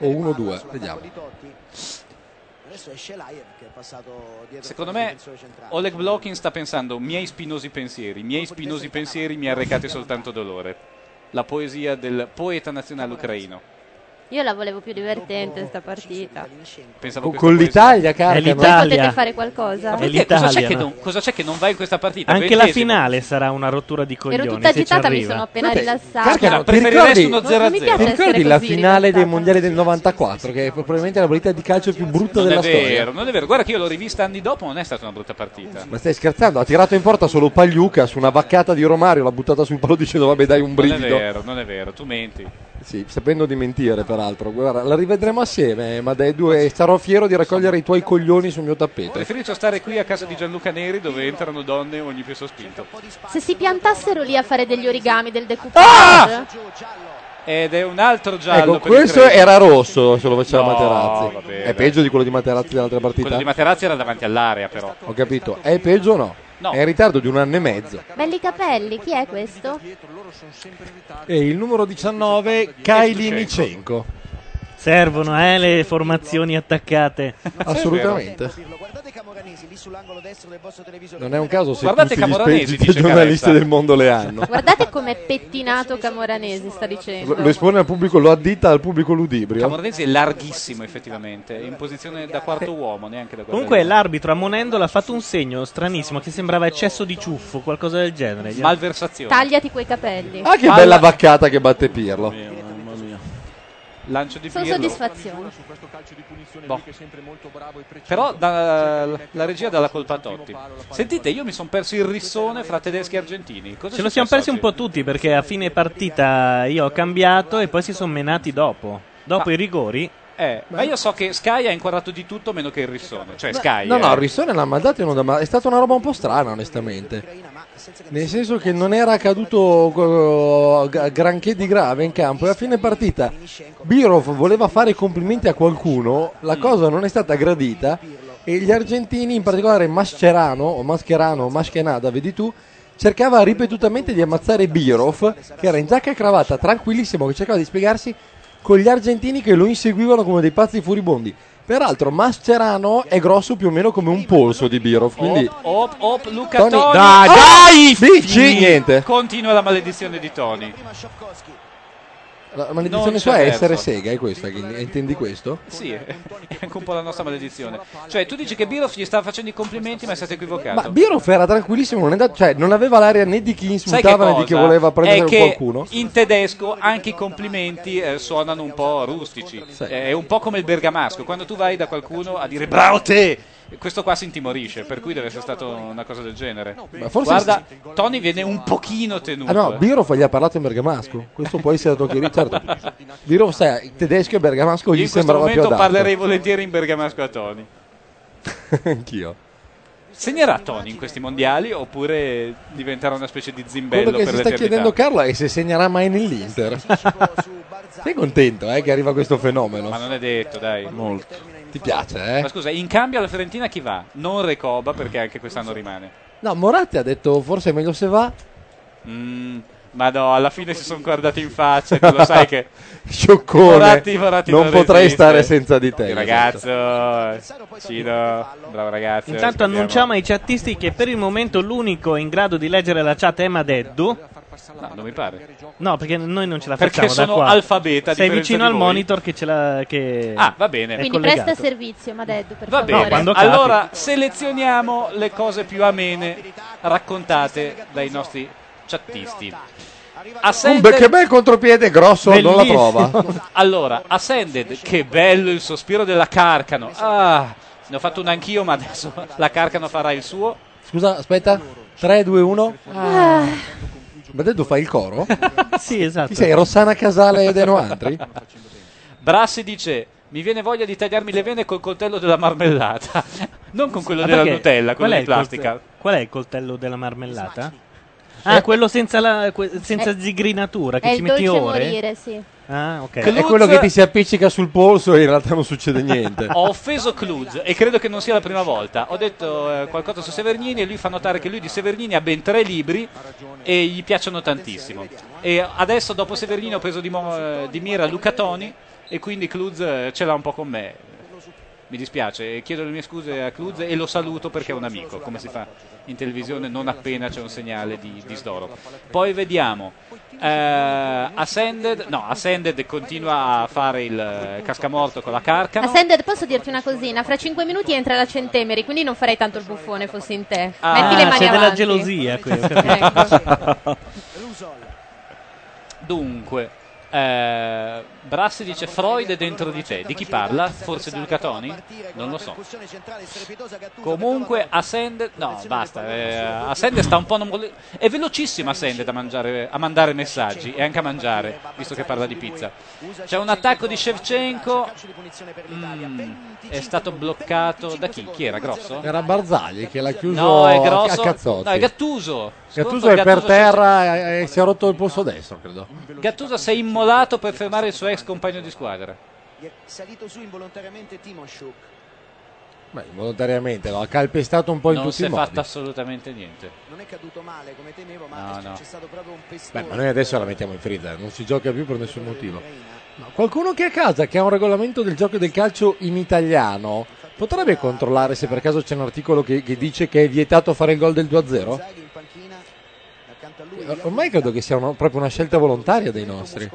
[SPEAKER 9] O 1-2. Vediamo.
[SPEAKER 11] Adesso esce Laiev che è passato dietro
[SPEAKER 7] Secondo
[SPEAKER 11] al
[SPEAKER 7] me
[SPEAKER 11] difensore
[SPEAKER 9] Oh,
[SPEAKER 11] centrale.
[SPEAKER 7] Oleg Blokin sta pensando miei spinosi pensieri, i miei spinosi pensieri mi ha recato soltanto dolore. La poesia del poeta nazionale ucraino.
[SPEAKER 10] Io la volevo più divertente sta partita.
[SPEAKER 7] Pensavo
[SPEAKER 9] Con,
[SPEAKER 7] questa
[SPEAKER 9] con
[SPEAKER 7] poesia-
[SPEAKER 9] l'Italia, Carta.
[SPEAKER 5] È
[SPEAKER 10] Potete
[SPEAKER 5] l'Italia.
[SPEAKER 10] fare qualcosa?
[SPEAKER 7] Ma perché? cosa, c'è che non, cosa c'è che non va in questa partita?
[SPEAKER 5] Anche la
[SPEAKER 7] Ventesimo.
[SPEAKER 5] finale sarà una rottura di coglioni.
[SPEAKER 10] tutta
[SPEAKER 5] se ci
[SPEAKER 10] agitata, mi
[SPEAKER 5] arriva.
[SPEAKER 10] sono appena Vabbè, rilassata.
[SPEAKER 9] Carcano, ti
[SPEAKER 7] Ah, Preferiresti
[SPEAKER 9] ricordi,
[SPEAKER 7] uno
[SPEAKER 10] Non mi piace
[SPEAKER 9] ti ricordi
[SPEAKER 10] essere
[SPEAKER 9] la
[SPEAKER 10] così
[SPEAKER 9] finale dei
[SPEAKER 10] rilassata.
[SPEAKER 9] mondiali del 94, che è probabilmente la partita di calcio più brutta
[SPEAKER 7] Non
[SPEAKER 9] della
[SPEAKER 7] è
[SPEAKER 9] storia?
[SPEAKER 7] vero, non è vero. Guarda che io l'ho rivista anni dopo, non è stata una brutta partita.
[SPEAKER 9] Ma stai scherzando? Ha tirato in porta solo Pagliuca su una vaccata di Romario, l'ha buttata sul palo dicendo vabbè dai un
[SPEAKER 7] Non è
[SPEAKER 9] brivido.
[SPEAKER 7] vero, non è vero, tu menti.
[SPEAKER 9] Sì, sapendo di mentire peraltro. Guarda, la rivedremo assieme, ma dai due sarò fiero di raccogliere i tuoi coglioni sul mio tappeto.
[SPEAKER 7] Preferisco stare qui a casa di Gianluca Neri dove entrano donne ogni più sospinto.
[SPEAKER 10] Se si piantassero lì a fare degli origami del decoupage.
[SPEAKER 9] Ah!
[SPEAKER 7] Ed è un altro giallo.
[SPEAKER 9] Ecco,
[SPEAKER 7] per il
[SPEAKER 9] questo
[SPEAKER 7] Crema.
[SPEAKER 9] era rosso se lo faceva
[SPEAKER 7] No,
[SPEAKER 9] Materazzi.
[SPEAKER 7] va bene.
[SPEAKER 9] È peggio di quello di Materazzi dell'altra partita?
[SPEAKER 7] Quello di Materazzi era davanti all'area, però.
[SPEAKER 9] Ho capito. È peggio o no? È in ritardo di un anno e mezzo.
[SPEAKER 10] Belli capelli, chi è questo?
[SPEAKER 9] E eh, il numero 19, Kailinicenko.
[SPEAKER 5] Servono eh, le formazioni attaccate.
[SPEAKER 9] Assolutamente. Non è un caso se
[SPEAKER 5] Guardate
[SPEAKER 9] tutti gli
[SPEAKER 5] Camoranesi,
[SPEAKER 9] spediti
[SPEAKER 5] dice
[SPEAKER 9] giornalisti
[SPEAKER 5] Carezza.
[SPEAKER 9] del mondo le hanno.
[SPEAKER 10] Guardate com'è pettinato Camoranesi, sta dicendo.
[SPEAKER 9] Lo lo espone al pubblico, lo addita al pubblico ludibrio.
[SPEAKER 7] Camoranesi è larghissimo, effettivamente. È in posizione da quarto uomo, neanche da quarto
[SPEAKER 5] Comunque l'arbitro ammonendolo ha fatto un segno stranissimo che sembrava eccesso di ciuffo, qualcosa del genere.
[SPEAKER 7] Malversazione.
[SPEAKER 10] Tagliati quei capelli.
[SPEAKER 9] Ah, che bella vaccata che batte Pirlo.
[SPEAKER 7] Lancio di
[SPEAKER 10] Sono
[SPEAKER 7] Pirlo.
[SPEAKER 10] soddisfazione.
[SPEAKER 7] Boh. Però da- la regia dà la colpa a Totti. Sentite, io mi sono perso il rissone fra tedeschi e argentini. Cosa
[SPEAKER 5] Ce
[SPEAKER 7] è
[SPEAKER 5] lo siamo persi
[SPEAKER 7] successo
[SPEAKER 5] un po' tutti perché a fine partita io ho cambiato e poi si sono menati dopo. Dopo
[SPEAKER 7] Ma-
[SPEAKER 5] i rigori.
[SPEAKER 7] Eh, ma io so che Sky ha inquadrato di tutto meno che il rissone. Cioè, Sky.
[SPEAKER 9] No,
[SPEAKER 7] eh.
[SPEAKER 9] no, il Rissone l'ha mandato in onda, ma è stata una roba un po' strana, onestamente. Nel senso che non era accaduto eh, g- granché di grave in campo e a fine partita Birov voleva fare i complimenti a qualcuno, la cosa non è stata gradita e gli argentini, in particolare Mascherano o Mascherano o Maschenada, vedi tu, cercava ripetutamente di ammazzare Birov, che era in giacca e cravatta, tranquillissimo, che cercava di spiegarsi con gli argentini che lo inseguivano come dei pazzi furibondi. Peraltro Mascherano è grosso più o meno come un polso di Birov, quindi...
[SPEAKER 7] Op, op, Luca
[SPEAKER 9] Tony-
[SPEAKER 7] Toni.
[SPEAKER 9] Dai,
[SPEAKER 7] Ah!
[SPEAKER 9] dai, Dici niente.
[SPEAKER 7] Continua la maledizione di Tony.
[SPEAKER 9] La
[SPEAKER 7] Non
[SPEAKER 9] maledizione
[SPEAKER 7] c'è
[SPEAKER 9] sua è essere
[SPEAKER 7] verso.
[SPEAKER 9] sega, è questa, che intendi questo?
[SPEAKER 7] Sì, è *laughs* è anche un po' la nostra maledizione. Cioè, tu dici che Birov gli sta facendo i complimenti, ma è stato
[SPEAKER 9] Ma
[SPEAKER 7] equivocato.
[SPEAKER 9] Birov era tranquillissimo, non, è andato- cioè, non aveva l'aria né di chi
[SPEAKER 7] Certo. Sai che
[SPEAKER 9] insultava né di chi
[SPEAKER 7] cosa?
[SPEAKER 9] voleva prendere
[SPEAKER 7] è che
[SPEAKER 9] qualcuno.
[SPEAKER 7] In tedesco anche i complimenti eh, suonano un po' rustici. È un po' come il bergamasco. Quando tu vai da qualcuno a dire bravo te, questo qua si intimorisce. Per cui deve essere stata una cosa del genere.
[SPEAKER 9] Ma forse-
[SPEAKER 7] Guarda, Tony viene un pochino tenuto.
[SPEAKER 9] Ah no,
[SPEAKER 7] eh.
[SPEAKER 9] Birov gli ha parlato in bergamasco, questo può essere dato che certo. Birov sai, il tedesco e il bergamasco
[SPEAKER 7] Io
[SPEAKER 9] gli
[SPEAKER 7] in questo
[SPEAKER 9] sembrava più
[SPEAKER 7] momento
[SPEAKER 9] adatto.
[SPEAKER 7] parlerei volentieri in bergamasco a Tony.
[SPEAKER 9] *laughs* Anch'io.
[SPEAKER 7] Segnerà Tony in questi mondiali oppure diventerà una specie di zimbello
[SPEAKER 9] Quello che
[SPEAKER 7] per
[SPEAKER 9] si sta
[SPEAKER 7] l'eternità?
[SPEAKER 9] chiedendo Carlo è se segnerà mai nell'Inter. Sei contento eh, che arriva questo fenomeno?
[SPEAKER 7] Ma non è detto, dai. Molto.
[SPEAKER 9] Ti piace, eh?
[SPEAKER 7] Ma scusa, in cambio alla Fiorentina chi va? Non Recoba perché anche quest'anno rimane.
[SPEAKER 9] No, Moratti ha detto forse è meglio se va.
[SPEAKER 7] Mm, ma no, alla fine si sono guardati in faccia, tu
[SPEAKER 9] *laughs*
[SPEAKER 7] lo sai che
[SPEAKER 9] Scioccone.
[SPEAKER 7] Moratti, Moratti
[SPEAKER 9] non, potrei
[SPEAKER 7] resiste.
[SPEAKER 9] stare senza di te. esatto.
[SPEAKER 7] Ragazzo, eh, Cino, bravo ragazzo.
[SPEAKER 5] Intanto
[SPEAKER 7] aspettiamo.
[SPEAKER 5] annunciamo ai chattisti che per il momento l'unico in grado di leggere la chat è Madeddu.
[SPEAKER 7] No, non mi pare.
[SPEAKER 5] No, perché noi non ce la
[SPEAKER 7] Perché
[SPEAKER 5] facciamo
[SPEAKER 7] sono
[SPEAKER 5] da qua.
[SPEAKER 7] alfabeta, a
[SPEAKER 5] Sei
[SPEAKER 7] differenza
[SPEAKER 5] vicino
[SPEAKER 7] di
[SPEAKER 5] al
[SPEAKER 7] voi.
[SPEAKER 5] monitor che ce la che
[SPEAKER 7] Ah, va bene.
[SPEAKER 5] è
[SPEAKER 10] Quindi
[SPEAKER 5] collegato.
[SPEAKER 10] presta servizio, Madeddu, per
[SPEAKER 7] Va
[SPEAKER 10] favore.
[SPEAKER 7] bene,
[SPEAKER 5] quando capita.
[SPEAKER 7] allora selezioniamo le cose più amene raccontate dai nostri chattisti.
[SPEAKER 9] Un
[SPEAKER 7] Ascended-
[SPEAKER 9] che bel contropiede grosso non la trova.
[SPEAKER 7] *laughs* Allora, Ascended, che bello il sospiro della Carcano. Ah, ne ho fatto un anch'io, ma adesso la Carcano farà il suo.
[SPEAKER 9] Scusa, aspetta. 3, 2, 1.
[SPEAKER 10] Ah.
[SPEAKER 9] Ma detto fai il coro?
[SPEAKER 5] sì, esatto.
[SPEAKER 9] Chi sei? Rossana Casale ed Eno Antri?
[SPEAKER 7] *laughs* Brassi dice: Mi viene voglia di tagliarmi le vene col coltello della marmellata. *laughs* Non con quello
[SPEAKER 5] Ma
[SPEAKER 7] della
[SPEAKER 5] Ah, perché?
[SPEAKER 7] Nutella, quello
[SPEAKER 5] Qual è
[SPEAKER 7] di
[SPEAKER 5] il colte-
[SPEAKER 7] plastica.
[SPEAKER 5] qual è il coltello della marmellata? Ah, quello senza, la, que- senza
[SPEAKER 10] Eh,
[SPEAKER 5] zigrinatura
[SPEAKER 10] È
[SPEAKER 5] che ci
[SPEAKER 10] il
[SPEAKER 5] metti
[SPEAKER 10] dolce
[SPEAKER 5] ore.
[SPEAKER 10] morire, sì.
[SPEAKER 5] Ah, ok.
[SPEAKER 9] È quello che ti si appiccica sul polso e in realtà non succede niente.
[SPEAKER 7] Ho offeso Cluz e credo che non sia la prima volta. Ho detto eh, qualcosa su Severnini e lui fa notare che lui di Severnini ha ben tre libri e gli piacciono tantissimo. E adesso dopo Severnini ho preso di, mo- eh, di mira Luca Toni e quindi Cluz eh, ce l'ha un po' con me. Mi dispiace, e chiedo le mie scuse a Cluz e lo saluto perché è un amico, come si fa in televisione non appena c'è un segnale di disdoro. Poi vediamo. eh, Ascended, no, Ascended continua a fare il eh, cascamorto con la carcano.
[SPEAKER 10] Ascended, posso dirti una cosina? Fra 5 minuti entra la Centemeri, quindi non farei tanto il buffone fossi in te.
[SPEAKER 7] Ah,
[SPEAKER 10] Metti le mani
[SPEAKER 5] c'è della
[SPEAKER 10] avanti.
[SPEAKER 5] gelosia qui, ho
[SPEAKER 7] Ecco.
[SPEAKER 5] capito.
[SPEAKER 7] Dunque, eh, Brassi dice Freud è dentro di te. Di chi parla? Forse di Luca Toni? Non lo so. Comunque, Ascend. No, basta. Eh, Ascend sta un po'. Non vole- È velocissima Ascend a, mangiare- a mandare messaggi e anche a mangiare, visto che parla di pizza. C'è un attacco di Shevchenko. Mm, è stato bloccato da chi? Chi era? Grosso?
[SPEAKER 9] Era Barzagli che l'ha chiuso
[SPEAKER 7] No, è
[SPEAKER 9] a-
[SPEAKER 7] grosso.
[SPEAKER 9] a cazzotti.
[SPEAKER 7] No, è Gattuso.
[SPEAKER 9] Gattuso
[SPEAKER 7] Sconto
[SPEAKER 9] è per
[SPEAKER 7] Gattuso
[SPEAKER 9] terra e, e si è rotto il polso destro, credo.
[SPEAKER 7] Gattuso si è immolato per fermare il suo ex compagno di squadra.
[SPEAKER 11] Gli è salito su involontariamente Timoshuk.
[SPEAKER 9] Beh, involontariamente, lo ha calpestato un po' in
[SPEAKER 7] non
[SPEAKER 9] tutti
[SPEAKER 7] si
[SPEAKER 9] i
[SPEAKER 7] è
[SPEAKER 9] modi.
[SPEAKER 7] fatto assolutamente niente.
[SPEAKER 11] Non è caduto male come temevo, ma
[SPEAKER 7] No, no.
[SPEAKER 11] c'è stato proprio un
[SPEAKER 9] Beh,
[SPEAKER 11] pestone.
[SPEAKER 9] ma noi adesso la mettiamo in freezer, non si gioca più per nessun motivo. Ma qualcuno che è a casa, che ha un regolamento del gioco del calcio in italiano, potrebbe controllare se per caso c'è un articolo che, che dice che è vietato fare il gol del 2-0?
[SPEAKER 11] Zaghi in panchina, accanto a lui
[SPEAKER 9] Eh, Ormai credo che sia una- proprio una scelta volontaria dei nostri.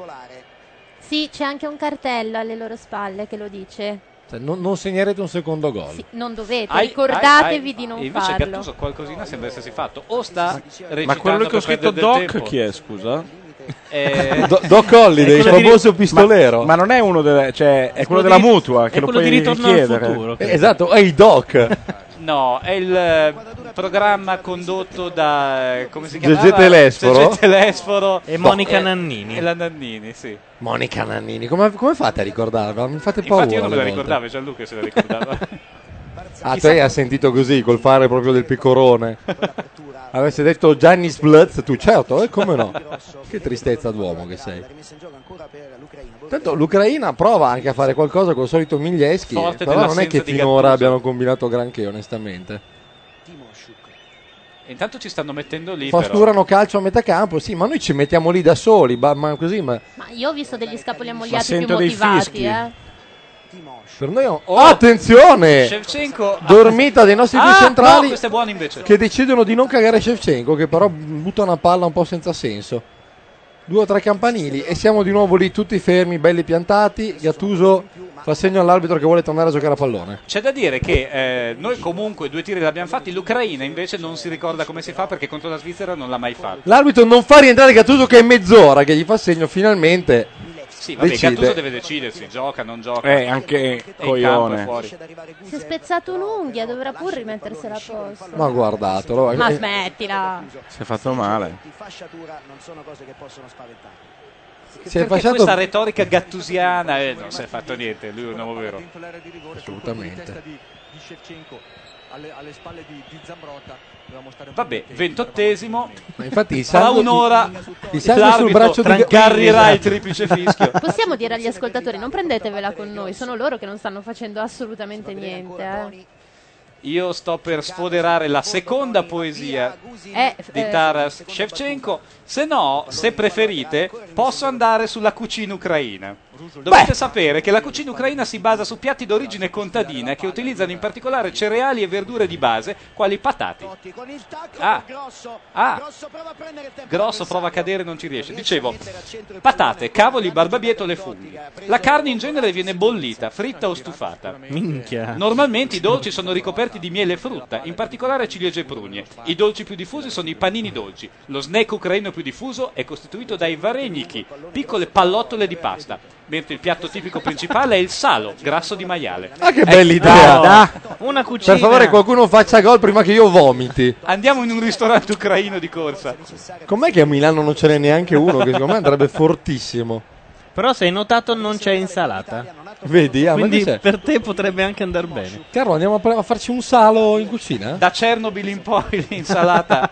[SPEAKER 10] Sì, c'è anche un cartello alle loro spalle che lo dice.
[SPEAKER 9] Cioè, non, non segnerete un secondo gol.
[SPEAKER 10] Sì, non dovete,
[SPEAKER 7] Ai-
[SPEAKER 10] ricordatevi
[SPEAKER 7] ai- ai-
[SPEAKER 10] di non
[SPEAKER 7] e invece
[SPEAKER 10] farlo.
[SPEAKER 7] Gattuso qualcosina sembra essersi fatto. O sta
[SPEAKER 8] Ma quello che ho scritto Doc chi
[SPEAKER 7] chi
[SPEAKER 8] è, scusa?
[SPEAKER 9] *laughs*
[SPEAKER 7] Eh,
[SPEAKER 8] Do-
[SPEAKER 9] Doc Holliday, il famoso pistolero.
[SPEAKER 8] Ma, ma non è uno delle, cioè, è quello
[SPEAKER 7] quello
[SPEAKER 8] della
[SPEAKER 7] di-
[SPEAKER 8] mutua
[SPEAKER 7] è
[SPEAKER 8] che lo
[SPEAKER 7] quello
[SPEAKER 8] puoi
[SPEAKER 7] di Ritorno al
[SPEAKER 8] richiedere.
[SPEAKER 7] futuro,
[SPEAKER 9] Eh, Esatto, ehi Doc!
[SPEAKER 7] No, è il eh, programma condotto da eh, come si
[SPEAKER 9] Gegè
[SPEAKER 7] chiama?
[SPEAKER 9] Telesforo.
[SPEAKER 7] Telesforo
[SPEAKER 5] E Monica
[SPEAKER 7] Eh,
[SPEAKER 5] Nannini.
[SPEAKER 7] E la Nannini, sì.
[SPEAKER 9] Monica Nannini, come, come fate a ricordarvela? Mi fate paura.
[SPEAKER 7] Infatti io non me la
[SPEAKER 9] alle volte.
[SPEAKER 7] ricordavo, cioè, Gianluca se la ricordava.
[SPEAKER 9] *laughs* Ah, te ha sentito così, col fare proprio del piccorone. Avesse detto Gianni Splutz, tu certo, e come no? Che tristezza d'uomo che sei. Tanto l'Ucraina prova anche a fare qualcosa con il solito Miglieschi,
[SPEAKER 7] Forte
[SPEAKER 9] però non è
[SPEAKER 7] dell'assenza
[SPEAKER 9] che
[SPEAKER 7] di
[SPEAKER 9] finora
[SPEAKER 7] Gattuso.
[SPEAKER 9] abbiano combinato granché, onestamente.
[SPEAKER 7] E Intanto ci stanno mettendo lì però.
[SPEAKER 9] Fasturano calcio a metà campo, sì, ma noi ci mettiamo lì da soli, ba- ma così, ma
[SPEAKER 10] Ma io ho visto degli scapoli
[SPEAKER 9] Ma
[SPEAKER 10] ammogliati
[SPEAKER 9] sento
[SPEAKER 10] più
[SPEAKER 9] dei
[SPEAKER 10] motivati,
[SPEAKER 9] fischi.
[SPEAKER 10] eh.
[SPEAKER 9] per noi è un... Oh! Attenzione!
[SPEAKER 7] Shevchenko
[SPEAKER 9] Dormita dei nostri due
[SPEAKER 7] Ah,
[SPEAKER 9] centrali.
[SPEAKER 7] no, questo è buono invece.
[SPEAKER 9] Che decidono di non cagare Shevchenko, che però butta una palla un po' senza senso. Due o tre campanili e siamo di nuovo lì tutti fermi, belli piantati. Gattuso fa segno all'arbitro che vuole tornare a giocare a pallone.
[SPEAKER 7] C'è da dire che eh, noi comunque due tiri li abbiamo fatti, l'Ucraina invece non si ricorda come si fa perché contro la Svizzera non l'ha mai fatto.
[SPEAKER 9] L'arbitro non fa rientrare Gattuso che è mezz'ora che gli fa segno finalmente.
[SPEAKER 7] Sì, vabbè,
[SPEAKER 9] Decide.
[SPEAKER 7] Gattuso deve decidersi, gioca, non gioca.
[SPEAKER 8] Eh, anche
[SPEAKER 7] è in campo, è fuori.
[SPEAKER 10] Si è spezzato un'unghia, dovrà pur rimettersela a posto.
[SPEAKER 9] Ma guardatelo.
[SPEAKER 10] Ma
[SPEAKER 9] eh,
[SPEAKER 10] smettila.
[SPEAKER 8] Si è fatto male.
[SPEAKER 9] Si è
[SPEAKER 7] Perché
[SPEAKER 9] fasciato-
[SPEAKER 7] questa retorica gattusiana eh, non si è fatto niente, lui è un uomo vero.
[SPEAKER 9] Assolutamente.
[SPEAKER 13] di, di Shevchenko alle, alle spalle di, di Zambrotta dovevamo stare un po'
[SPEAKER 7] Vabbè, ventottesimo.
[SPEAKER 9] Ma infatti il
[SPEAKER 7] Tra
[SPEAKER 9] saldo-
[SPEAKER 7] un'ora
[SPEAKER 9] il saldo sul
[SPEAKER 7] l'arbitro
[SPEAKER 9] braccio di-
[SPEAKER 7] trancarrirà il
[SPEAKER 9] Esatto.
[SPEAKER 7] triplice
[SPEAKER 9] *laughs*
[SPEAKER 7] fischio.
[SPEAKER 10] Possiamo dire agli ascoltatori, non prendetevela con noi, sono loro che non stanno facendo assolutamente niente. eh.
[SPEAKER 7] Io sto per sfoderare la seconda poesia
[SPEAKER 10] Eh,
[SPEAKER 7] di
[SPEAKER 10] eh,
[SPEAKER 7] Taras Shevchenko. Se no, se preferite, posso andare sulla cucina ucraina. Dovete sapere che la cucina ucraina si basa su piatti d'origine contadina che utilizzano in particolare cereali e verdure di base, quali patate. Ah, ah. Grosso prova a cadere non ci riesce. Dicevo, patate, cavoli, barbabietole e funghi. La carne in genere viene bollita, fritta o stufata.
[SPEAKER 5] Minchia.
[SPEAKER 7] Normalmente i dolci sono ricoperti di miele e frutta, in particolare ciliegie e prugne. I dolci più diffusi sono i panini dolci. Lo snack ucraino più diffuso è costituito dai vareniki, piccole pallottole di pasta, mentre il piatto tipico principale è il salo, grasso di maiale. Ecco,
[SPEAKER 9] Ah, che bella
[SPEAKER 7] Eh,
[SPEAKER 9] idea!
[SPEAKER 5] Una cucina.
[SPEAKER 9] Per favore, qualcuno faccia gol prima che io vomiti.
[SPEAKER 7] Andiamo in un ristorante ucraino di corsa.
[SPEAKER 9] Com'è che a Milano non ce n'è neanche uno? Che secondo me andrebbe fortissimo.
[SPEAKER 5] Però se hai notato non c'è insalata.
[SPEAKER 9] Vedi, ah, ma
[SPEAKER 5] Quindi
[SPEAKER 9] dice-
[SPEAKER 5] per te potrebbe anche andare bene.
[SPEAKER 9] Carlo, andiamo a, pre- a farci un salo in cucina?
[SPEAKER 7] Da Chernobyl in poi *laughs* l'insalata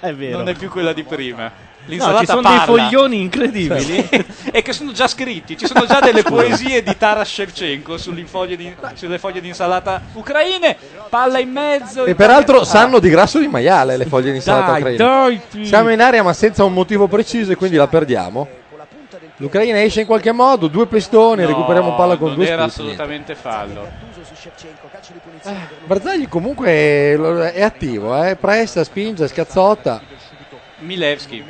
[SPEAKER 5] è vero.
[SPEAKER 7] non è più quella di prima.
[SPEAKER 5] No, ci
[SPEAKER 7] L'insalata
[SPEAKER 5] sono
[SPEAKER 7] parla.
[SPEAKER 5] dei foglioni incredibili.
[SPEAKER 7] e che sono già scritti, ci sono
[SPEAKER 5] *laughs*
[SPEAKER 7] già delle poesie di Taras Shevchenko sulle foglie di, sulle foglie di insalata ucraine, palla in mezzo.
[SPEAKER 9] E peraltro sanno di grasso di maiale le foglie di insalata
[SPEAKER 7] Dai,
[SPEAKER 9] ucraina.
[SPEAKER 7] dai, sì.
[SPEAKER 9] Siamo in aria ma senza un motivo preciso e quindi la perdiamo. L'Ucraina esce in qualche modo, due pestoni,
[SPEAKER 7] No,
[SPEAKER 9] recuperiamo palla con
[SPEAKER 7] non
[SPEAKER 9] due
[SPEAKER 7] era
[SPEAKER 9] sputi.
[SPEAKER 7] assolutamente fallo. Eh.
[SPEAKER 9] Barzagli comunque lo- è attivo, eh? pressa, spinge, scazzotta.
[SPEAKER 7] Milevski.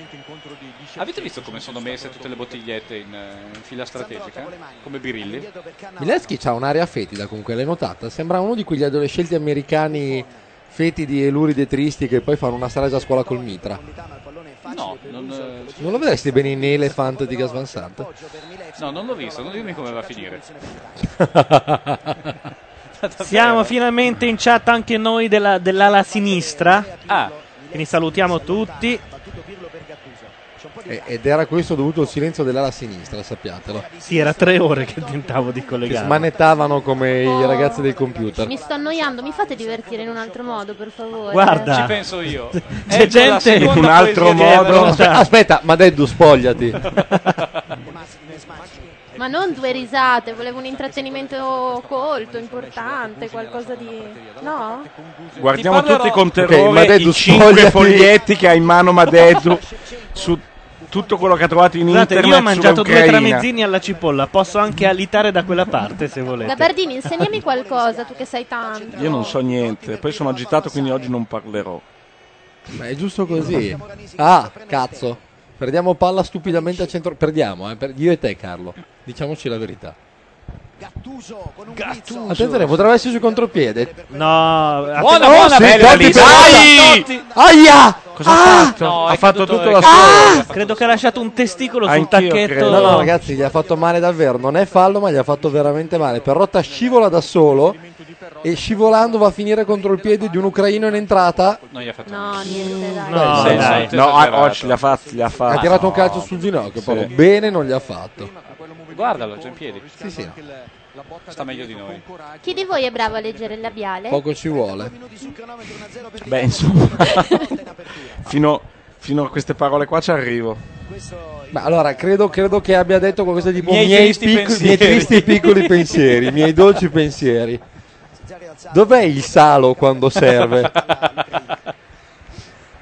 [SPEAKER 7] Avete visto come sono messe tutte le bottigliette in, eh, in fila strategica? Come birilli?
[SPEAKER 9] Mileschi ha un'area fetida comunque, l'hai notata? Sembra uno di quegli adolescenti americani fetidi e luridi e tristi che poi fanno una strage a scuola col mitra.
[SPEAKER 7] No, non, eh,
[SPEAKER 9] Non lo vedresti bene in Elephant di Gas Van Sant?
[SPEAKER 7] no, non l'ho visto, non dimmi come va a finire.
[SPEAKER 5] *laughs* Siamo finalmente in chat anche noi della- dell'ala sinistra.
[SPEAKER 7] Ah.
[SPEAKER 5] Quindi salutiamo tutti.
[SPEAKER 9] E- Ed era questo dovuto al silenzio dell'ala sinistra, sappiatelo.
[SPEAKER 5] Sì, era tre ore che tentavo di
[SPEAKER 9] Che
[SPEAKER 5] collegare.
[SPEAKER 9] smanettavano come i ragazzi del computer.
[SPEAKER 10] Mi sto annoiando, mi fate divertire in un altro modo, per favore.
[SPEAKER 9] Guarda.
[SPEAKER 7] Ci
[SPEAKER 5] *laughs*
[SPEAKER 7] penso io.
[SPEAKER 9] C'è
[SPEAKER 7] Ecco la
[SPEAKER 9] gente
[SPEAKER 7] seconda
[SPEAKER 9] in un altro
[SPEAKER 7] poesia di
[SPEAKER 9] modo.
[SPEAKER 7] Edoardo.
[SPEAKER 9] Aspetta, aspetta, ma Deddu, spogliati.
[SPEAKER 7] *laughs*
[SPEAKER 10] Ma non due risate, volevo un intrattenimento colto, importante, qualcosa di... No?
[SPEAKER 8] Guardiamo
[SPEAKER 10] Ti parlerò-
[SPEAKER 8] tutti con
[SPEAKER 9] Ok,
[SPEAKER 8] terrore
[SPEAKER 9] Madeddu,
[SPEAKER 8] i cinque
[SPEAKER 9] spogliati.
[SPEAKER 8] foglietti che ha in mano
[SPEAKER 5] *laughs*
[SPEAKER 8] Madeddu su tutto quello che ha trovato in
[SPEAKER 5] Scusate,
[SPEAKER 8] internet
[SPEAKER 5] io ho
[SPEAKER 8] sulla
[SPEAKER 5] mangiato due
[SPEAKER 8] Ucraina.
[SPEAKER 5] tramezzini alla cipolla. Posso anche alitare da quella parte se volete.
[SPEAKER 10] Gabardini, insegnami qualcosa, tu che sai tanto.
[SPEAKER 8] Io non so niente, poi sono agitato quindi oggi non parlerò.
[SPEAKER 9] Ma è giusto così. Ah, cazzo. Perdiamo palla stupidamente a centro. Perdiamo, eh, per- io e te, Carlo. Diciamoci la verità. Attenzione, potrebbe essere su contropiede.
[SPEAKER 5] No,
[SPEAKER 9] Buona, buona, bella lì. Dai! Aia!
[SPEAKER 5] Cosa
[SPEAKER 9] Ah!
[SPEAKER 5] ha fatto?
[SPEAKER 9] No,
[SPEAKER 5] ha
[SPEAKER 9] è
[SPEAKER 5] fatto
[SPEAKER 9] caduto-
[SPEAKER 5] tutto
[SPEAKER 9] è
[SPEAKER 5] la
[SPEAKER 9] caduto-
[SPEAKER 5] sua. Credo che ha lasciato un testicolo sul tacchetto.
[SPEAKER 9] No, no, ragazzi, gli ha fatto male davvero. Non è fallo, ma gli ha fatto veramente male. Perrotta scivola da solo e scivolando va a finire contro il piede di un ucraino in entrata.
[SPEAKER 7] Non gli ha fatto
[SPEAKER 10] No, niente, dai.
[SPEAKER 9] No,
[SPEAKER 8] Sì,
[SPEAKER 9] dai.
[SPEAKER 8] sì, no, ah, oggi l'ha fatto, l'ha fatto.
[SPEAKER 9] Ha tirato un calcio sul ginocchio, proprio bene non gli ha fatto.
[SPEAKER 7] Guardalo, c'è in piedi. Sì, sì. Sta meglio di noi.
[SPEAKER 10] Chi di voi è bravo a leggere il labiale?
[SPEAKER 9] Poco ci vuole.
[SPEAKER 8] Beh,
[SPEAKER 10] *laughs*
[SPEAKER 8] insomma, fino, fino a queste parole qua ci arrivo.
[SPEAKER 9] Ma allora, credo, credo che abbia detto qualcosa tipo
[SPEAKER 8] Miei
[SPEAKER 9] miei,
[SPEAKER 8] tristi
[SPEAKER 9] piccoli-
[SPEAKER 8] pensieri."
[SPEAKER 9] miei tristi piccoli pensieri, i miei dolci pensieri. Dov'è il salo quando serve?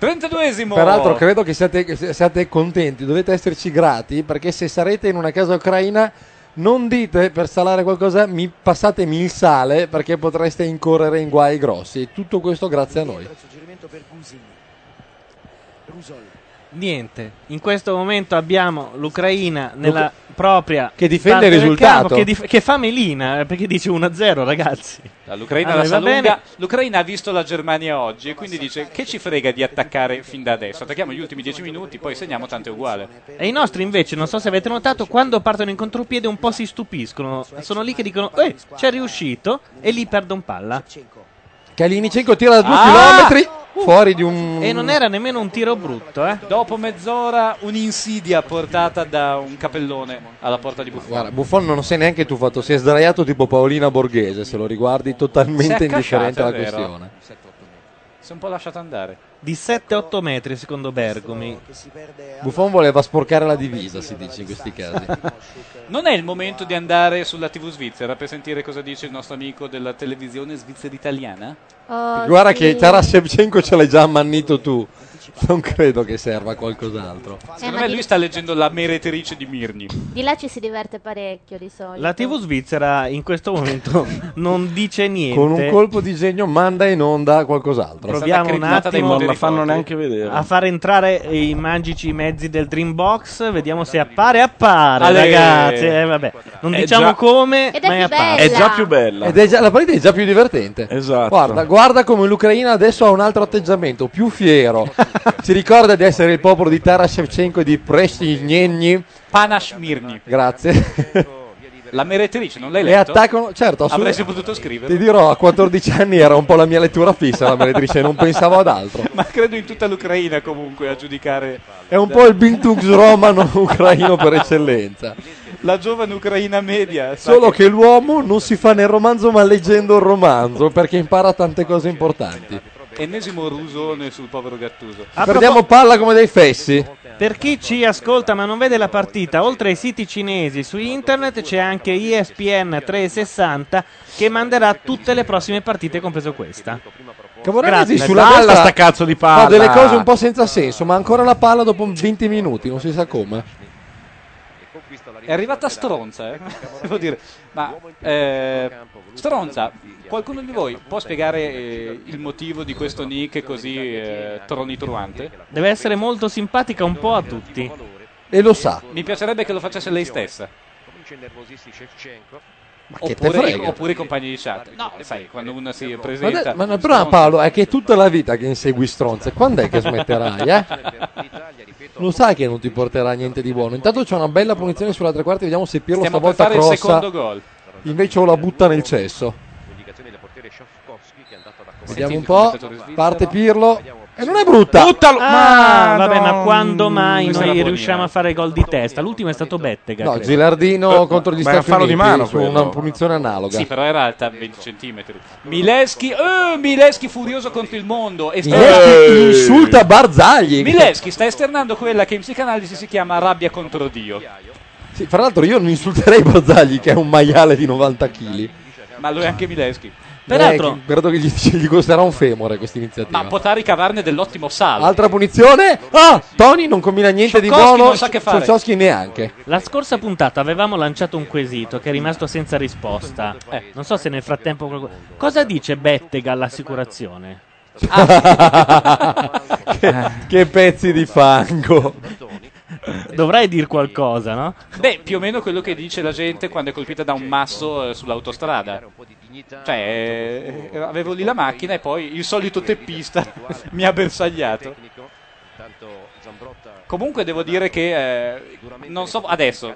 [SPEAKER 7] 32esimo.
[SPEAKER 9] Peraltro credo che siate, siate contenti, dovete esserci grati perché se sarete in una casa ucraina non dite per salare qualcosa mi, passatemi il sale perché potreste incorrere in guai grossi e tutto questo grazie a noi.
[SPEAKER 5] Niente, in questo momento abbiamo l'Ucraina nella propria
[SPEAKER 9] Che difende il
[SPEAKER 5] parte del
[SPEAKER 9] risultato.
[SPEAKER 5] campo, che, dif- che fa melina eh, perché dice 1-0 ragazzi.
[SPEAKER 7] L'Ucraina,
[SPEAKER 5] Ah,
[SPEAKER 7] la
[SPEAKER 5] va
[SPEAKER 7] sa lunga.
[SPEAKER 5] bene.
[SPEAKER 7] L'Ucraina ha visto la Germania oggi e quindi dice che ci frega di attaccare fin da adesso. Attacchiamo gli ultimi 10 minuti, poi segniamo tanto è uguale.
[SPEAKER 5] E i nostri invece, non so se avete notato, quando partono in contropiede un po' si stupiscono, sono lì che dicono "Eh, c'è riuscito" e lì perdono palla.
[SPEAKER 9] Kalinicenko tira da due
[SPEAKER 5] Ah!
[SPEAKER 9] chilometri fuori di un...
[SPEAKER 5] E non era nemmeno un tiro brutto, eh.
[SPEAKER 7] Dopo mezz'ora un'insidia portata da un capellone alla porta di Buffon.
[SPEAKER 9] Guarda, Buffon non si è neanche tuffato, si è sdraiato tipo Paolina Borghese, se lo riguardi
[SPEAKER 7] Si è
[SPEAKER 9] totalmente
[SPEAKER 7] accasciato,
[SPEAKER 9] indifferente alla
[SPEAKER 7] è vero.
[SPEAKER 9] questione.
[SPEAKER 7] Si è un po' lasciato andare.
[SPEAKER 5] Di 7-8 metri secondo Bergomi.
[SPEAKER 9] Buffon voleva sporcare la divisa, si dice in questi casi.
[SPEAKER 7] Non è il momento di andare sulla TV svizzera per sentire cosa dice il nostro amico della televisione svizzera italiana?
[SPEAKER 10] Oh,
[SPEAKER 9] Guarda
[SPEAKER 10] sì.
[SPEAKER 9] che Tara Shevchenko ce l'hai già ammannito tu. Non credo che serva a qualcos'altro.
[SPEAKER 7] Secondo
[SPEAKER 10] Eh, ma
[SPEAKER 7] me
[SPEAKER 10] di-
[SPEAKER 7] lui sta leggendo La meretrice di Mirni.
[SPEAKER 10] Di là ci si diverte parecchio di solito.
[SPEAKER 5] La TV svizzera in questo
[SPEAKER 9] *laughs*
[SPEAKER 5] momento non dice niente.
[SPEAKER 9] Con un colpo di genio manda in onda qualcos'altro.
[SPEAKER 5] Proviamo un attimo
[SPEAKER 8] non la fanno neanche vedere.
[SPEAKER 10] Ah,
[SPEAKER 5] a far entrare i magici mezzi del Dreambox. Vediamo se appare. Appare,
[SPEAKER 8] Ale.
[SPEAKER 5] ragazzi. Eh, vabbè. Non
[SPEAKER 8] È
[SPEAKER 5] diciamo
[SPEAKER 8] già-
[SPEAKER 5] come, ma è appare.
[SPEAKER 8] È già più bella.
[SPEAKER 9] Ed è già- la partita è già più divertente.
[SPEAKER 8] Esatto.
[SPEAKER 9] Guarda, guarda come l'Ucraina adesso ha un altro atteggiamento, più
[SPEAKER 7] *laughs*
[SPEAKER 9] fiero. Ci ricorda di essere il popolo di Taras Shevchenko e di Prescignegni.
[SPEAKER 7] Panash Mirni.
[SPEAKER 9] Grazie.
[SPEAKER 7] La meretrice, non l'hai
[SPEAKER 9] Le
[SPEAKER 7] letto?
[SPEAKER 9] attaccano- certo, assolut-
[SPEAKER 7] Avresti potuto scriverlo.
[SPEAKER 9] Ti dirò, a 14 anni era un po' la mia lettura fissa, la meretrice, non pensavo ad altro.
[SPEAKER 7] Ma credo in tutta l'Ucraina comunque a giudicare.
[SPEAKER 9] È un po' il Bintux romano *laughs* ucraino
[SPEAKER 7] *laughs*
[SPEAKER 9] per eccellenza.
[SPEAKER 7] La giovane Ucraina media. sa
[SPEAKER 9] Solo che l'uomo non si fa nel romanzo ma leggendo il romanzo perché impara tante cose importanti.
[SPEAKER 7] Ennesimo rusone sul povero Gattuso.
[SPEAKER 9] Perdiamo palla come dei fessi.
[SPEAKER 5] Per chi ci ascolta ma non vede la partita, oltre ai siti cinesi su internet c'è anche ESPN 360 che manderà tutte le prossime partite, compreso questa.
[SPEAKER 9] Camoranesi
[SPEAKER 5] Grazie.
[SPEAKER 9] sulla
[SPEAKER 5] Balla
[SPEAKER 9] palla
[SPEAKER 5] sta cazzo di palla.
[SPEAKER 9] Fa delle cose un po' senza senso, ma ancora la palla dopo 20 minuti, non si sa come.
[SPEAKER 7] È arrivata Stronza, eh? *laughs* devo dire. Ma eh, Stronza, qualcuno di voi può spiegare eh, il motivo di questo nick così eh, tronitruante?
[SPEAKER 5] Deve essere molto simpatica un po' a tutti.
[SPEAKER 9] E lo sa.
[SPEAKER 7] Mi piacerebbe che lo facesse lei stessa.
[SPEAKER 9] che te
[SPEAKER 7] Oppure,
[SPEAKER 9] frega?
[SPEAKER 7] oppure i compagni di chat. No, sai, quando uno si
[SPEAKER 9] Ma,
[SPEAKER 7] presenta...
[SPEAKER 9] de- ma il problema Paolo è che è tutta la vita che insegui stronze, quando è che smetterai? Eh? Lo sai che non ti porterà niente di buono. Intanto c'è una bella punizione sulla tre quarti, vediamo se Pirlo
[SPEAKER 7] Stiamo per
[SPEAKER 9] stavolta
[SPEAKER 7] fare il
[SPEAKER 9] crossa.
[SPEAKER 7] secondo gol.
[SPEAKER 9] Invece o la butta nel cesso. Vediamo un
[SPEAKER 7] Sentite
[SPEAKER 9] po',
[SPEAKER 7] il commentatore
[SPEAKER 9] parte
[SPEAKER 7] svizzero.
[SPEAKER 9] Pirlo e non è brutta.
[SPEAKER 5] Ah,
[SPEAKER 9] Ma
[SPEAKER 5] vabbè, ma
[SPEAKER 9] no.
[SPEAKER 5] quando mai
[SPEAKER 9] Questa
[SPEAKER 5] noi
[SPEAKER 9] era buonina.
[SPEAKER 5] riusciamo a fare gol di testa? L'ultimo è stato Bettega.
[SPEAKER 9] No,
[SPEAKER 5] credo.
[SPEAKER 9] Gilardino contro gli
[SPEAKER 5] ma era
[SPEAKER 9] Stati
[SPEAKER 5] fallo
[SPEAKER 9] Uniti
[SPEAKER 5] di mano
[SPEAKER 9] su
[SPEAKER 5] quello.
[SPEAKER 9] una punizione analoga.
[SPEAKER 7] Sì, però era alta 20 centimetri. Mileschi, eh, Mileschi furioso contro il mondo. E sta-
[SPEAKER 9] Mileschi insulta Barzagli.
[SPEAKER 7] Mileschi sta esternando quella che in psicanalisi si chiama rabbia contro Dio.
[SPEAKER 9] Sì, fra l'altro io non insulterei Barzagli che è un maiale di 90 kg.
[SPEAKER 7] Ma lo è anche Mileschi.
[SPEAKER 9] Eh, che- credo che gli, gli costerà un femore questa iniziativa.
[SPEAKER 7] ma potrà ricavarne dell'ottimo salto.
[SPEAKER 9] Altra punizione. Ah, Tony non combina niente di
[SPEAKER 5] Sciocoschi
[SPEAKER 9] buono.
[SPEAKER 5] non sa che fare.
[SPEAKER 9] Sciocoschi neanche.
[SPEAKER 5] La scorsa puntata avevamo lanciato un quesito che è rimasto senza risposta. Eh, Non so se nel frattempo qualcuno... Cosa dice Bettega
[SPEAKER 9] *laughs*
[SPEAKER 5] all'assicurazione?
[SPEAKER 9] che, che pezzi di fango.
[SPEAKER 5] Dovrai dir qualcosa, no?
[SPEAKER 7] Beh, più o meno quello che dice la gente quando è colpita da un masso eh, sull'autostrada. Cioè, eh, avevo lì la macchina e poi il solito teppista *laughs*
[SPEAKER 8] *laughs*
[SPEAKER 7] mi ha bersagliato. Comunque devo dire che eh, non so adesso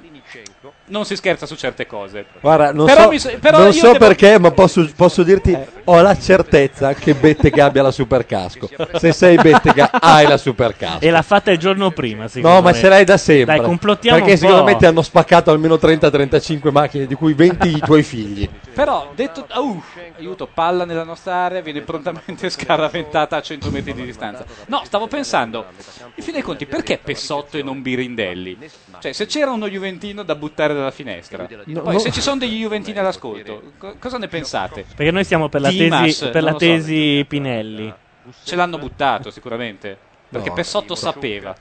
[SPEAKER 7] non si scherza su certe cose.
[SPEAKER 9] Guarda, non
[SPEAKER 7] Però
[SPEAKER 9] so,
[SPEAKER 7] mi s- però
[SPEAKER 9] non
[SPEAKER 7] io
[SPEAKER 9] so
[SPEAKER 7] devo-
[SPEAKER 9] perché, ma posso, posso dirti: ho la certezza che Bettega abbia la supercasco. Se sei Bettega, hai la supercasco.
[SPEAKER 5] E l'ha fatta il giorno prima, secondo
[SPEAKER 9] No, ma
[SPEAKER 5] me.
[SPEAKER 9] ce l'hai da sempre.
[SPEAKER 5] Dai, complottiamo
[SPEAKER 9] Perché
[SPEAKER 5] un po'.
[SPEAKER 9] sicuramente hanno spaccato almeno 30-35 macchine, di cui 20 i tuoi figli.
[SPEAKER 7] Però detto au, aiuto, palla nella nostra area viene prontamente *laughs* scaraventata a 100 metri di distanza. No, stavo pensando, in fin dei conti, perché Pessotto e non Birindelli? Cioè, se c'era uno Juventino da buttare dalla finestra,
[SPEAKER 5] No,
[SPEAKER 7] poi
[SPEAKER 5] no.
[SPEAKER 7] se ci sono degli Juventini all'ascolto, co- cosa ne pensate?
[SPEAKER 5] Perché noi siamo per la
[SPEAKER 7] Dimas,
[SPEAKER 5] tesi, per
[SPEAKER 7] non
[SPEAKER 5] la
[SPEAKER 7] lo so.
[SPEAKER 5] tesi Pinelli.
[SPEAKER 7] Ce l'hanno buttato sicuramente, perché
[SPEAKER 5] No. *laughs*
[SPEAKER 7] Pessotto sapeva.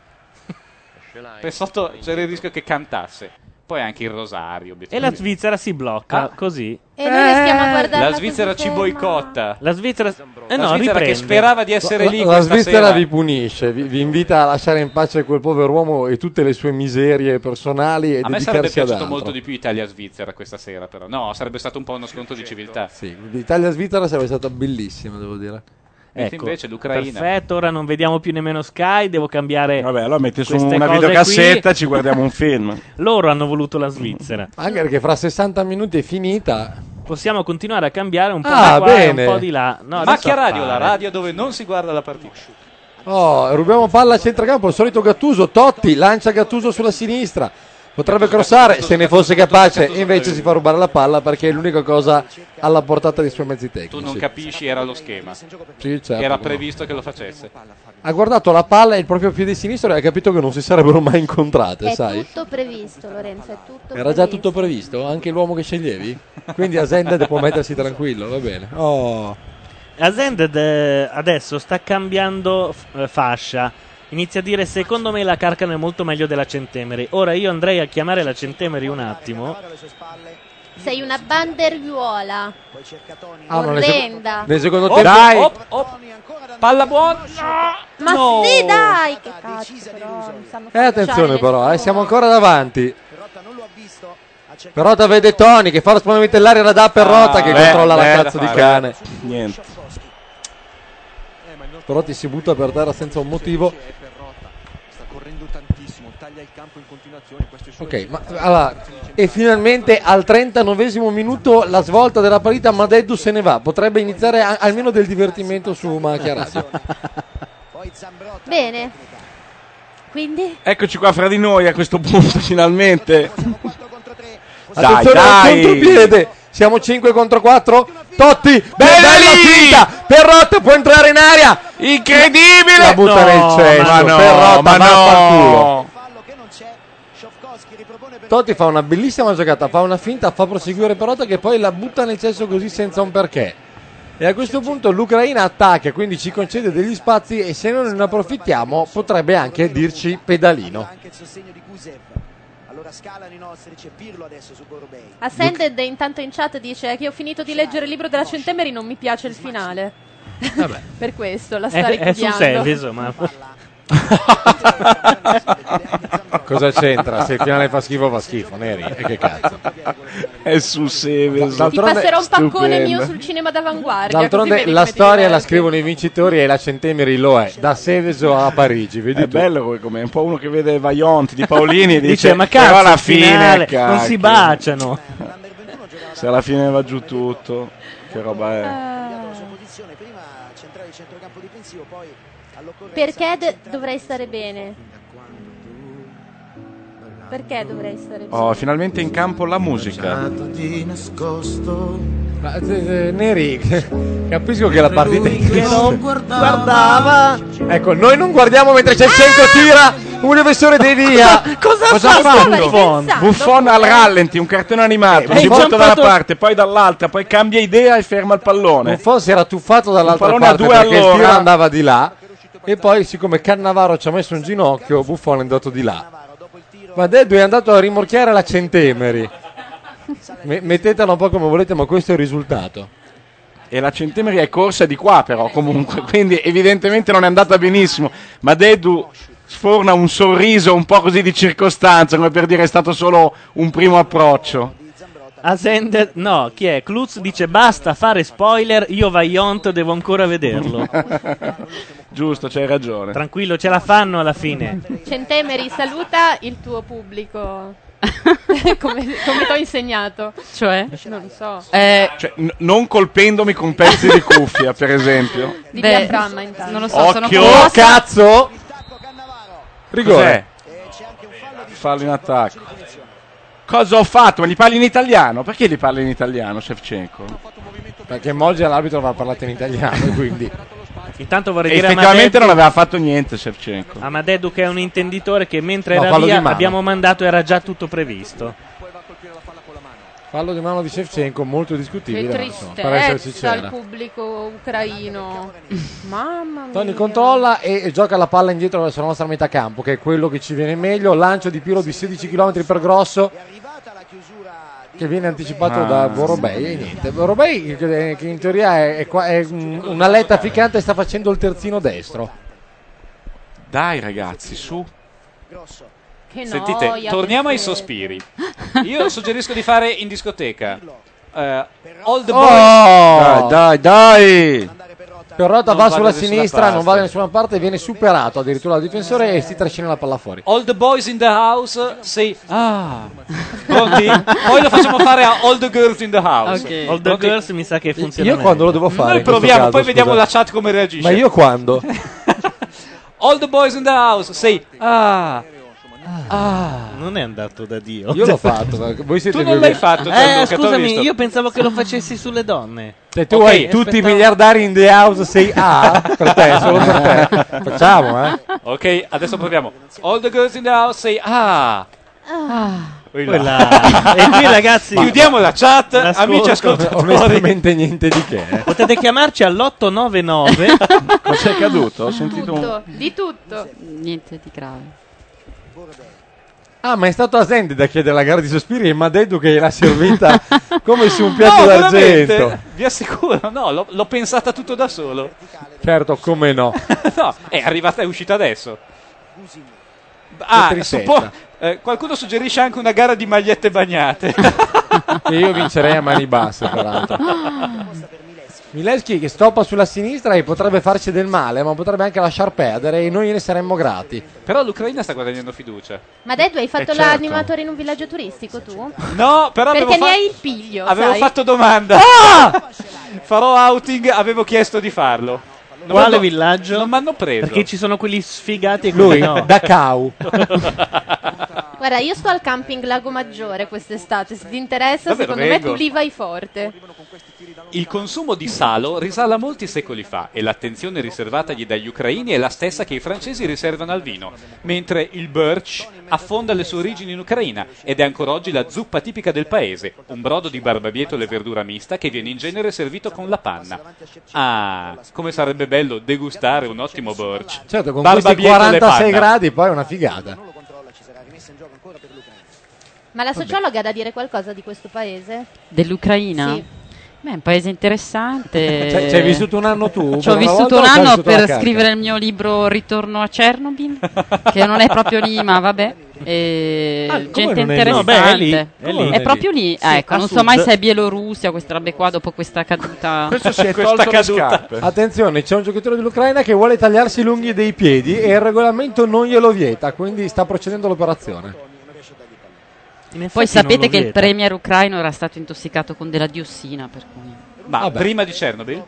[SPEAKER 7] Pessotto c'era il rischio che cantasse. Poi anche il Rosario.
[SPEAKER 5] E la Svizzera si blocca,
[SPEAKER 9] Ah.
[SPEAKER 5] così.
[SPEAKER 10] E noi restiamo a
[SPEAKER 9] Eh.
[SPEAKER 10] guardare
[SPEAKER 7] La Svizzera ci boicotta.
[SPEAKER 5] La Svizzera, eh
[SPEAKER 7] La
[SPEAKER 5] no,
[SPEAKER 7] Svizzera *laughs* che
[SPEAKER 5] riprende.
[SPEAKER 7] sperava di essere
[SPEAKER 9] La,
[SPEAKER 7] lì
[SPEAKER 9] la
[SPEAKER 7] questa
[SPEAKER 9] Svizzera
[SPEAKER 7] sera.
[SPEAKER 9] vi punisce, vi, vi invita a lasciare in pace quel povero uomo e tutte le sue miserie personali e
[SPEAKER 7] A me sarebbe
[SPEAKER 9] dedicarsi ad
[SPEAKER 7] piaciuto
[SPEAKER 9] altro.
[SPEAKER 7] molto di più Italia-Svizzera questa sera, però. No, sarebbe stato un po' uno scontro di civiltà.
[SPEAKER 9] L'Italia-Svizzera sarebbe stata bellissima, devo dire. Ecco.
[SPEAKER 7] Mentre invece l'Ucraina.
[SPEAKER 5] Perfetto, ora non vediamo più nemmeno Sky, devo cambiare. Vabbè,
[SPEAKER 8] allora metti su una videocassetta ci guardiamo un film.
[SPEAKER 5] Loro hanno voluto la Svizzera.
[SPEAKER 9] Anche perché fra 60 minuti è finita.
[SPEAKER 5] Possiamo continuare a cambiare un po'
[SPEAKER 9] Ah,
[SPEAKER 5] di qua e
[SPEAKER 9] bene.
[SPEAKER 5] un po' di là. No, adesso
[SPEAKER 7] Macchia Radio, la
[SPEAKER 5] appare.
[SPEAKER 7] radio dove non si guarda la partita.
[SPEAKER 9] Oh, rubiamo palla a centrocampo, il solito Gattuso, Totti lancia Gattuso sulla sinistra. Potrebbe crossare se ne fosse capace, invece si fa rubare la palla perché è l'unica cosa alla portata dei suoi mezzi
[SPEAKER 7] Tu non
[SPEAKER 9] tecnici.
[SPEAKER 7] capisci, era lo schema.
[SPEAKER 9] certo,
[SPEAKER 7] era
[SPEAKER 9] come no.
[SPEAKER 7] previsto che lo facesse.
[SPEAKER 9] Ha guardato la palla e il proprio piede sinistro e ha capito che non si sarebbero mai incontrate,
[SPEAKER 10] È
[SPEAKER 9] sai?
[SPEAKER 10] tutto previsto, Lorenzo, è tutto
[SPEAKER 9] Era già tutto previsto, anche l'uomo che sceglievi? Quindi Asended può mettersi tranquillo, va bene. Oh.
[SPEAKER 5] Azended eh, adesso sta cambiando f- eh, fascia. Inizia a dire: Secondo me la Carcano è molto meglio della Centemeri. Ora io andrei a chiamare la Centemeri un attimo.
[SPEAKER 10] Sei una banderviuola.
[SPEAKER 5] Ah, no, nel seco-
[SPEAKER 10] Orrenda.
[SPEAKER 5] nel secondo
[SPEAKER 10] Oh,
[SPEAKER 5] tempo- Dai!
[SPEAKER 10] oh,
[SPEAKER 14] oh. Palla buona.
[SPEAKER 10] Ma
[SPEAKER 14] No.
[SPEAKER 10] sì, dai, che cazzo. però, mi stanno
[SPEAKER 9] Eh, attenzione
[SPEAKER 10] facciando
[SPEAKER 9] però, eh, siamo ancora davanti.
[SPEAKER 11] cercato-
[SPEAKER 9] Però da vede Toni che fa lo spavalentellare la dà per Rota che
[SPEAKER 8] beh,
[SPEAKER 9] controlla la
[SPEAKER 8] beh, da
[SPEAKER 9] cazzo di
[SPEAKER 8] fare.
[SPEAKER 9] cane.
[SPEAKER 8] Eh, Niente.
[SPEAKER 9] Roti si butta per terra senza un motivo.
[SPEAKER 13] è per Rota. Sta correndo tantissimo, taglia il campo in continuazione. Questo è suo
[SPEAKER 9] Ok, ma
[SPEAKER 8] Eh,
[SPEAKER 9] allora, e finalmente al 39 minuto la svolta della partita, ma Deddu se ne va. Potrebbe iniziare a- almeno del divertimento su
[SPEAKER 8] *laughs*
[SPEAKER 9] Macchiarassi.
[SPEAKER 10] Bene. Quindi?
[SPEAKER 8] Eccoci qua fra di noi a questo punto, *laughs* finalmente. Dai,
[SPEAKER 9] Attenzione al
[SPEAKER 8] dai.
[SPEAKER 9] contropiede. Siamo 5 contro 4. Totti, bella finta. Perrotta può entrare in aria.
[SPEAKER 8] Incredibile.
[SPEAKER 9] La butta nel
[SPEAKER 8] No,
[SPEAKER 9] centro.
[SPEAKER 8] ma no,
[SPEAKER 9] Perrotta
[SPEAKER 8] ma
[SPEAKER 9] va a
[SPEAKER 8] no.
[SPEAKER 9] Totti fa una bellissima giocata, fa una finta, fa proseguire Perrotta che poi la butta nel cesso così senza un perché. E a questo punto l'Ucraina attacca, quindi ci concede degli spazi e se noi non ne approfittiamo potrebbe anche dirci pedalino.
[SPEAKER 8] *laughs*
[SPEAKER 11] Anche il sostegno di Gusev. Allora scalano i nostri, c'è Pirlo adesso su Gorbei.
[SPEAKER 6] Ascended intanto in chat dice che ho finito di leggere il libro della Centemeri, non mi piace il finale. *laughs* per questo
[SPEAKER 14] Eh,
[SPEAKER 6] la sta
[SPEAKER 5] È, è Eh, sul
[SPEAKER 6] richiudendo.
[SPEAKER 5] Seviso, ma.
[SPEAKER 9] Cosa c'entra? Se il finale fa schifo fa schifo, Neri. E che cazzo?
[SPEAKER 8] È su Seves.
[SPEAKER 6] Ti passerò un paccone mio
[SPEAKER 8] Stupendo.
[SPEAKER 6] sul cinema d'avanguardia.
[SPEAKER 9] D'altronde la storia la scrivono i vincitori e la Centemeri lo è, da Seveso a Parigi. Vedi
[SPEAKER 8] È bello come- come è un po' uno che vede Vaionti di Paolini e dice,
[SPEAKER 5] Dice, ma
[SPEAKER 8] "Però
[SPEAKER 5] cazzo,
[SPEAKER 8] alla
[SPEAKER 5] il
[SPEAKER 8] fine
[SPEAKER 5] finale,
[SPEAKER 8] cacchio,
[SPEAKER 5] non si baciano.
[SPEAKER 8] se alla fine va giù tutto che roba è
[SPEAKER 11] Cambiato la sua posizione, prima centrale di centrocampo difensivo, poi all'occorrenza
[SPEAKER 10] Perché d-
[SPEAKER 11] centrale
[SPEAKER 10] dovrei
[SPEAKER 11] destro.
[SPEAKER 10] stare bene? Perché dovrei stare bene?
[SPEAKER 8] oh finalmente in campo la musica
[SPEAKER 9] Ma, eh, eh, Neri, *laughs* capisco che la partita è in crisi.
[SPEAKER 3] guardava.
[SPEAKER 9] Ecco, noi non guardiamo mentre c'è il centro tira un difensore di via.
[SPEAKER 8] Ah! cosa,
[SPEAKER 9] ha fatto?
[SPEAKER 8] Buffon? Buffon al rallenti un cartone animato
[SPEAKER 9] Eh,
[SPEAKER 8] si
[SPEAKER 9] è
[SPEAKER 8] butta da una
[SPEAKER 9] inciampato-
[SPEAKER 8] parte poi dall'altra poi cambia idea e ferma il pallone
[SPEAKER 9] Buffon si era tuffato dall'altra
[SPEAKER 8] pallone a
[SPEAKER 9] parte
[SPEAKER 8] due
[SPEAKER 9] perché il
[SPEAKER 8] all'ora.
[SPEAKER 9] tiro andava di là e poi siccome Cannavaro ci ha messo un ginocchio, Buffon è andato di là. Ma Deddu è andato a rimorchiare la Centemeri. Me- mettetela un po' come volete, ma questo è il risultato.
[SPEAKER 8] e la centemeri è corsa di qua però comunque *laughs* quindi evidentemente non è andata benissimo ma Dedu sforna un sorriso un po' così di circostanza come per dire è stato solo un primo approccio
[SPEAKER 5] Ascended, no, chi è? Klutz dice basta fare spoiler, io Vaillant devo ancora vederlo.
[SPEAKER 8] *laughs* Giusto, c'hai ragione.
[SPEAKER 5] Tranquillo, ce la fanno alla fine.
[SPEAKER 6] Centemeri saluta il tuo pubblico.
[SPEAKER 14] *laughs*
[SPEAKER 6] come, come ti ho insegnato.
[SPEAKER 14] Cioè?
[SPEAKER 6] Non lo so.
[SPEAKER 14] Eh,
[SPEAKER 8] Cioè, n- non colpendomi con pezzi di cuffia per
[SPEAKER 14] *laughs*
[SPEAKER 8] esempio
[SPEAKER 6] Di
[SPEAKER 14] Beh,
[SPEAKER 6] diaframma intanto.
[SPEAKER 14] non lo so,
[SPEAKER 8] Occhio,
[SPEAKER 14] sono curiosa.
[SPEAKER 9] cazzo!
[SPEAKER 8] Rigore.
[SPEAKER 6] Eh,
[SPEAKER 8] Fallo in attacco. Cosa ho fatto? Ma gli parli in italiano? Perché gli parli in italiano, Shevchenko?
[SPEAKER 9] Perché Moggi all'arbitro va parlato in
[SPEAKER 8] *laughs*
[SPEAKER 9] italiano, quindi.
[SPEAKER 5] Intanto vorrei
[SPEAKER 8] E
[SPEAKER 5] dire a
[SPEAKER 8] effettivamente non
[SPEAKER 5] Madeddu,
[SPEAKER 8] aveva fatto niente Shevchenko.
[SPEAKER 5] a Madeddu che è un intenditore che mentre
[SPEAKER 8] No,
[SPEAKER 5] era
[SPEAKER 8] fallo di
[SPEAKER 5] via
[SPEAKER 8] mano.
[SPEAKER 5] abbiamo mandato era già tutto previsto.
[SPEAKER 9] Fallo di mano di Shevchenko, molto
[SPEAKER 6] Che
[SPEAKER 9] discutibile. ma insomma,
[SPEAKER 8] Eh,
[SPEAKER 9] per
[SPEAKER 10] eh,
[SPEAKER 9] essere
[SPEAKER 6] tristezza al
[SPEAKER 9] sincero.
[SPEAKER 6] pubblico ucraino. Mamma mia.
[SPEAKER 9] Tony controlla e, e gioca la palla indietro verso la nostra metà campo, che è quello che ci viene meglio. Lancio di Piro di 16 km per grosso. Che viene anticipato
[SPEAKER 8] Ah.
[SPEAKER 9] da Borobei e niente. Borobei, che, che in teoria è, è qua- è un- un'aletta ficcante, sta facendo il terzino destro.
[SPEAKER 8] Dai ragazzi, su.
[SPEAKER 6] Che
[SPEAKER 7] Sentite,
[SPEAKER 6] noia,
[SPEAKER 7] torniamo ai
[SPEAKER 6] che sera.
[SPEAKER 7] sospiri.
[SPEAKER 6] *laughs*
[SPEAKER 7] Io suggerisco di fare in discoteca. Eh, Old Boy.
[SPEAKER 9] Oh!
[SPEAKER 8] Dai, dai!
[SPEAKER 9] Perrotta
[SPEAKER 7] Non
[SPEAKER 9] va
[SPEAKER 7] va
[SPEAKER 9] sulla
[SPEAKER 7] da nessuna
[SPEAKER 9] sinistra, non va
[SPEAKER 7] parte.
[SPEAKER 9] da nessuna parte, viene superato addirittura dal difensore e si trascina la palla fuori.
[SPEAKER 7] Old Boys in the House, sei. Ah, pronti? Poi lo facciamo fare a Old Girls in the House.
[SPEAKER 5] Ok. Old Girls mi sa che funziona
[SPEAKER 9] Io quando lo devo fare?
[SPEAKER 7] Noi
[SPEAKER 9] in questo
[SPEAKER 7] proviamo,
[SPEAKER 9] caso,
[SPEAKER 7] poi vediamo
[SPEAKER 9] scusa?
[SPEAKER 7] la chat come reagisce.
[SPEAKER 9] Ma io quando?
[SPEAKER 7] Old Boys in the House, sei. Ah,
[SPEAKER 5] Ah. Non è andato da Dio.
[SPEAKER 9] Io l'ho fatto, ma voi siete
[SPEAKER 5] Tu non
[SPEAKER 9] voi-
[SPEAKER 5] l'hai fatto,
[SPEAKER 9] Eh,
[SPEAKER 5] Gianluca, t'ho
[SPEAKER 9] scusami,
[SPEAKER 5] visto. Eh,
[SPEAKER 9] io
[SPEAKER 5] pensavo che lo facessi sulle donne.
[SPEAKER 9] Se Cioè, tu hai tutti i miliardari in the house, sei A per te, solo per
[SPEAKER 7] *laughs*
[SPEAKER 9] te. Facciamo, eh.
[SPEAKER 7] Ok, adesso proviamo. All the girls in the house say ah.
[SPEAKER 10] Ah.
[SPEAKER 5] Quella- e qui, ragazzi,
[SPEAKER 7] Chiudiamo la chat,
[SPEAKER 5] l'ascolto.
[SPEAKER 7] amici ascoltatori.
[SPEAKER 9] Onestamente niente
[SPEAKER 8] *laughs*
[SPEAKER 9] di che. eh.
[SPEAKER 5] Potete chiamarci all'899. Cos'è caduto? Ho sentito
[SPEAKER 10] Tutto, di tutto.
[SPEAKER 15] Niente di grave.
[SPEAKER 9] Ah, ma è stato Asendida a chiedere la gara di sospiri e Madedu che l'ha *laughs* servita come su un piatto
[SPEAKER 7] No, veramente,
[SPEAKER 9] d'argento.
[SPEAKER 7] Vi assicuro, no, l'ho, l'ho pensata tutto da solo. *laughs*
[SPEAKER 9] Certo, come no.
[SPEAKER 7] no, è arrivata, è uscita adesso.
[SPEAKER 9] Che
[SPEAKER 7] Ah,
[SPEAKER 9] tristezza.
[SPEAKER 7] suppo- eh, qualcuno suggerisce anche una gara di magliette bagnate.
[SPEAKER 9] E *laughs* io vincerei a mani basse, peraltro. Mileschi che stoppa sulla sinistra e potrebbe farci del male, ma potrebbe anche lasciar perdere e noi ne saremmo grati.
[SPEAKER 7] Però l'Ucraina sta guadagnando fiducia.
[SPEAKER 10] Ma Dedu hai fatto
[SPEAKER 7] Eh, certo.
[SPEAKER 10] l'animatore in un villaggio turistico tu?
[SPEAKER 7] No,
[SPEAKER 10] Perché
[SPEAKER 7] però avevo,
[SPEAKER 10] ne
[SPEAKER 7] fa-
[SPEAKER 10] hai il piglio.
[SPEAKER 7] avevo
[SPEAKER 10] sai? Ah!
[SPEAKER 7] fatto domanda. *laughs* Farò outing, avevo chiesto di farlo. Non
[SPEAKER 5] Quale
[SPEAKER 7] m'hanno-
[SPEAKER 5] villaggio?
[SPEAKER 7] Non mi hanno preso.
[SPEAKER 5] Perché ci sono quelli sfigati e
[SPEAKER 9] Lui,
[SPEAKER 5] quelli no. *laughs*
[SPEAKER 9] Dachau.
[SPEAKER 10] Guarda, io sto al camping Lago Maggiore quest'estate. Se ti interessa,
[SPEAKER 7] Davvero,
[SPEAKER 10] secondo me
[SPEAKER 7] vengo.
[SPEAKER 10] tu lì vai forte.
[SPEAKER 7] Il consumo di salo risale a molti secoli fa e l'attenzione riservatagli dagli ucraini è la stessa che i francesi riservano al vino, mentre il birch affonda le sue origini in Ucraina ed è ancora oggi la zuppa tipica del paese, un brodo di barbabietole e verdura mista che viene in genere servito con la panna. Ah, come sarebbe bello degustare un ottimo birch.
[SPEAKER 9] Certo, con questi
[SPEAKER 7] Barbabietole e
[SPEAKER 9] 46
[SPEAKER 7] panna.
[SPEAKER 9] gradi poi è una figata.
[SPEAKER 10] Ma la sociologa ha da dire qualcosa di questo paese?
[SPEAKER 15] Dell'Ucraina?
[SPEAKER 10] Sì.
[SPEAKER 15] Beh, è un paese interessante.
[SPEAKER 9] Cioè, ci hai vissuto un anno tu?
[SPEAKER 15] Ci ho
[SPEAKER 9] Per una volta
[SPEAKER 15] vissuto
[SPEAKER 9] o
[SPEAKER 15] un
[SPEAKER 9] ci hai
[SPEAKER 15] anno
[SPEAKER 9] vissuto la
[SPEAKER 15] per
[SPEAKER 9] cacca?
[SPEAKER 15] scrivere il mio libro Ritorno a Chernobyl, che non è proprio lì, ma vabbè. E
[SPEAKER 5] Ah, come
[SPEAKER 15] gente
[SPEAKER 5] non è lì? No,
[SPEAKER 15] interessante.
[SPEAKER 5] beh, è lì, è
[SPEAKER 15] È
[SPEAKER 5] lì. Come
[SPEAKER 15] proprio
[SPEAKER 5] non è lì?
[SPEAKER 15] lì.
[SPEAKER 5] Sì,
[SPEAKER 15] ecco,
[SPEAKER 5] a
[SPEAKER 15] non so
[SPEAKER 5] sud.
[SPEAKER 15] mai se è Bielorussia, questa roba qua dopo questa caduta.
[SPEAKER 9] Questo *laughs* si è tolto le scarpe. Attenzione, c'è un giocatore dell'Ucraina che vuole tagliarsi i lunghi dei piedi e il regolamento non glielo vieta, quindi sta procedendo l'operazione.
[SPEAKER 15] Poi
[SPEAKER 9] non lo
[SPEAKER 15] sapete che il
[SPEAKER 9] vieta.
[SPEAKER 15] premier ucraino era stato intossicato con della diossina, per cui
[SPEAKER 7] Ma prima di Chernobyl?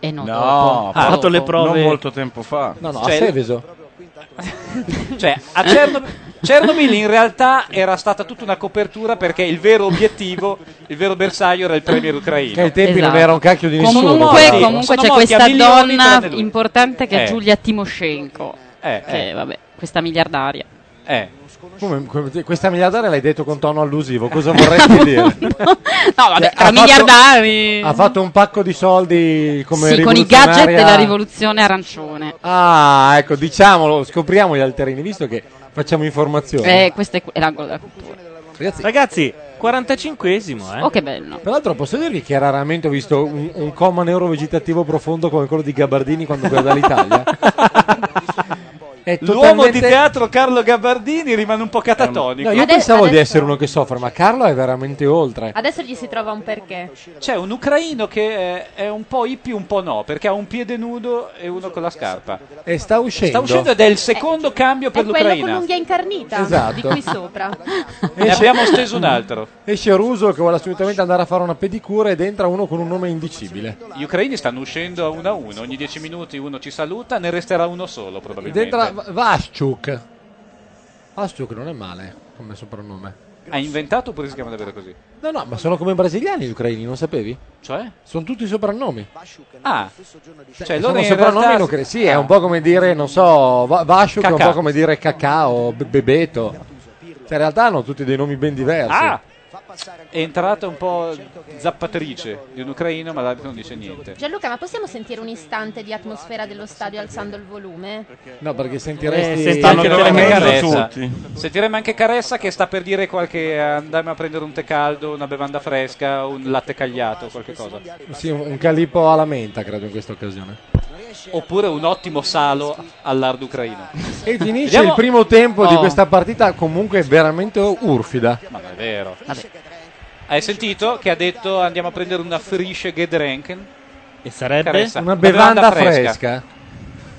[SPEAKER 15] E no,
[SPEAKER 7] dopo.
[SPEAKER 8] ha
[SPEAKER 7] Ah,
[SPEAKER 8] fatto le
[SPEAKER 7] dopo.
[SPEAKER 8] prove
[SPEAKER 7] Non
[SPEAKER 8] molto tempo fa.
[SPEAKER 7] No, no,
[SPEAKER 9] a Seveso.
[SPEAKER 7] Cioè, a Chernobyl, Chernobyl in realtà era stata tutta una copertura perché il vero obiettivo, il vero bersaglio era il premier ucraino.
[SPEAKER 9] Che ai tempi
[SPEAKER 15] Esatto.
[SPEAKER 9] non era un cacchio di nessuno.
[SPEAKER 15] Comunque,
[SPEAKER 9] tra l'altro.
[SPEAKER 15] comunque
[SPEAKER 7] Sono
[SPEAKER 15] c'è
[SPEAKER 7] morti a
[SPEAKER 15] questa
[SPEAKER 7] milioni
[SPEAKER 15] donna
[SPEAKER 7] tranne lui.
[SPEAKER 15] importante che è
[SPEAKER 7] Eh.
[SPEAKER 15] Giulia Timoshenko,
[SPEAKER 7] Eh,
[SPEAKER 15] che
[SPEAKER 7] eh.
[SPEAKER 15] vabbè, questa miliardaria.
[SPEAKER 9] Come- come- questa miliardaria l'hai detto con tono allusivo,
[SPEAKER 15] *laughs*
[SPEAKER 9] cosa vorresti dire?
[SPEAKER 15] No, vabbè,
[SPEAKER 9] Cioè,
[SPEAKER 15] tra
[SPEAKER 9] ha
[SPEAKER 15] miliardari.
[SPEAKER 9] fatto- Ha fatto un pacco di soldi come
[SPEAKER 15] sì, con i gadget
[SPEAKER 9] rivoluzionaria-
[SPEAKER 15] della rivoluzione arancione.
[SPEAKER 9] Ah, ecco, diciamolo, scopriamo gli alterini, visto che facciamo informazioni.
[SPEAKER 15] Eh, questo è, è l'angolo della cultura.
[SPEAKER 9] Ragazzi,
[SPEAKER 5] 45esimo, eh.
[SPEAKER 15] Oh, che bello.
[SPEAKER 9] Tra l'altro posso dirvi che raramente ho visto un, un coma neurovegetativo profondo come quello di Gabardini quando guarda
[SPEAKER 7] *laughs*
[SPEAKER 9] l'Italia. È
[SPEAKER 7] L'uomo
[SPEAKER 9] totalmente-
[SPEAKER 7] di teatro Carlo Gabbardini rimane un po' catatonico.
[SPEAKER 9] No, io pensavo di essere uno che soffre, ma Carlo è veramente oltre.
[SPEAKER 10] Adesso gli si trova un perché.
[SPEAKER 7] C'è un ucraino che eh, è, è un po' hippie, un po' no, perché ha un piede nudo e uno con la scarpa.
[SPEAKER 9] E sta uscendo.
[SPEAKER 7] Sta uscendo ed è il secondo cambio
[SPEAKER 10] Eh,
[SPEAKER 7] per
[SPEAKER 10] È quello con
[SPEAKER 7] l'Ucraina.
[SPEAKER 10] l'unghia incarnita
[SPEAKER 9] Esatto.
[SPEAKER 10] di qui
[SPEAKER 7] *laughs*
[SPEAKER 10] sopra.
[SPEAKER 7] Ne abbiamo steso un altro.
[SPEAKER 9] *laughs* Esce Ruso che vuole assolutamente andare a fare una pedicura ed entra uno con un nome indicibile.
[SPEAKER 7] Gli ucraini stanno uscendo a uno a uno, ogni 10 minuti uno ci saluta, ne resterà uno solo
[SPEAKER 9] Ed
[SPEAKER 7] probabilmente.
[SPEAKER 9] entra Va- Vaschuk. Vaschuk non è male come soprannome.
[SPEAKER 7] Ha inventato oppure si chiama davvero così?
[SPEAKER 9] No, no, ma sono come i brasiliani gli ucraini, non sapevi?
[SPEAKER 7] Cioè?
[SPEAKER 9] Sono tutti soprannomi.
[SPEAKER 7] Ah, cioè loro
[SPEAKER 9] sono
[SPEAKER 7] in
[SPEAKER 9] soprannomi
[SPEAKER 7] realtà... Ah.
[SPEAKER 9] ucraini. Sì, è un po' come dire, non so, Va- Vaschuk è un
[SPEAKER 7] Cacà.
[SPEAKER 9] po' come dire cacao, be- bebeto. Cioè, in realtà hanno tutti dei nomi ben diversi.
[SPEAKER 7] Ah! È entrata un po' zappatrice di un ucraino, ma l'arbitro non dice niente.
[SPEAKER 10] Gianluca, ma possiamo sentire un istante di atmosfera dello stadio alzando il volume?
[SPEAKER 9] No, perché sentiresti...
[SPEAKER 7] Eh, sentiamo
[SPEAKER 9] Stanno
[SPEAKER 7] anche
[SPEAKER 9] tremendo
[SPEAKER 7] Caressa.
[SPEAKER 9] tutti.
[SPEAKER 7] Sentiremo anche Caressa che sta per dire qualche andiamo a prendere un tè caldo, una bevanda fresca, un latte cagliato, qualche cosa.
[SPEAKER 9] Sì, un un calippo alla menta, credo, in questa occasione.
[SPEAKER 7] Oppure un ottimo salo all'ardo ucraino.
[SPEAKER 9] E finisce
[SPEAKER 7] Vediamo-
[SPEAKER 9] il primo tempo di
[SPEAKER 7] Oh.
[SPEAKER 9] questa partita comunque veramente urfida.
[SPEAKER 7] Ma non è vero. Hai sentito che ha detto andiamo a prendere una frische Gedrenken?
[SPEAKER 5] E sarebbe
[SPEAKER 9] Una bevanda fresca.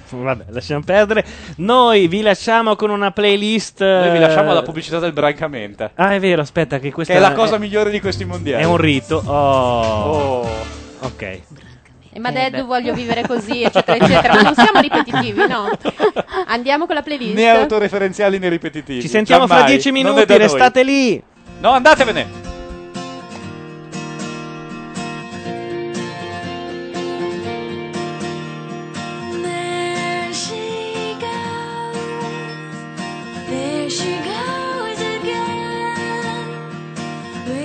[SPEAKER 5] Vabbè, lasciamo perdere. Noi vi lasciamo con una playlist.
[SPEAKER 7] Noi vi
[SPEAKER 5] eh,
[SPEAKER 7] lasciamo la pubblicità del Brancamenta.
[SPEAKER 5] Ah, è vero, aspetta, che questa
[SPEAKER 7] Che è la cosa migliore di questi mondiali.
[SPEAKER 5] È un rito. Oh. Ok.
[SPEAKER 10] E Madeddu Eh, voglio vivere così, eccetera, eccetera. Ma non siamo ripetitivi,
[SPEAKER 7] *laughs*
[SPEAKER 10] no? Andiamo con la playlist.
[SPEAKER 7] Né autoreferenziali né ripetitivi.
[SPEAKER 5] Ci sentiamo fra
[SPEAKER 7] Giammai.
[SPEAKER 5] 10
[SPEAKER 7] Non è
[SPEAKER 5] minuti,
[SPEAKER 7] da noi.
[SPEAKER 5] restate lì.
[SPEAKER 7] No, andatevene.
[SPEAKER 4] There she goes, there she goes again.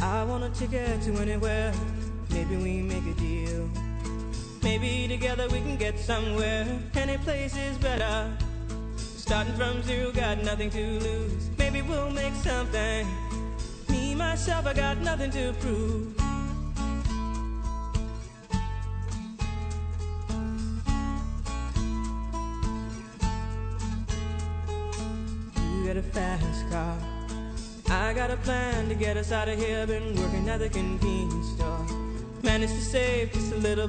[SPEAKER 16] I want a ticket to anywhere. Maybe we make a deal. Maybe together we can get somewhere. Any place is better. Starting from zero, got nothing to lose. Maybe we'll make something. Me, myself, I got nothing to prove. You got a fast car. I got a plan to get us out of here. Been working at the convenience store. Managed to save just a little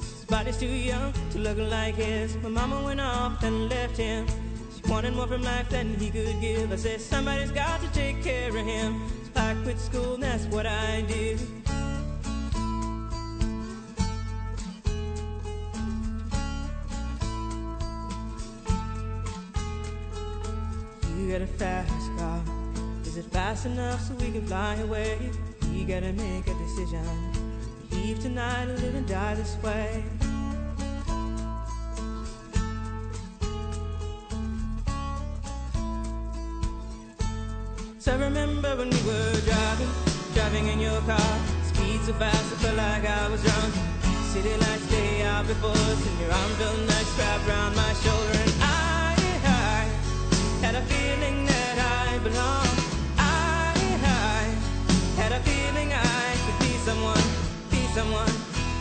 [SPEAKER 16] His body's too young to look like his. My mama went off and left him. She wanted more from life than he could give. I said, somebody's got to take care of him. So I quit school, and that's what I did. You got a fast car. Is it fast enough so we can fly away? We gotta make a decision. Leave tonight or live and die this way. So I remember when we were driving, driving in your car. Speed so fast, I felt like I was drunk. City lights day out before us, and your arm felt nice wrapped around my shoulder. And I, I had a feeling that I belonged. I, I had a feeling I could be someone, be someone,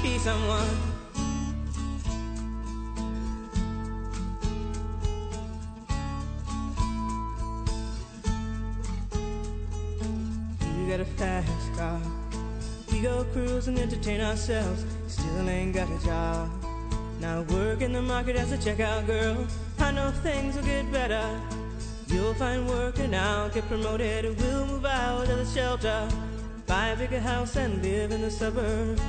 [SPEAKER 16] be someone. You got a fast car. We go cruise and entertain ourselves. Still ain't got a job. Now work in the market as a checkout girl. I know things will get better. You'll find work and I'll get promoted. and We'll move out of the shelter, buy a bigger house and live in the suburbs.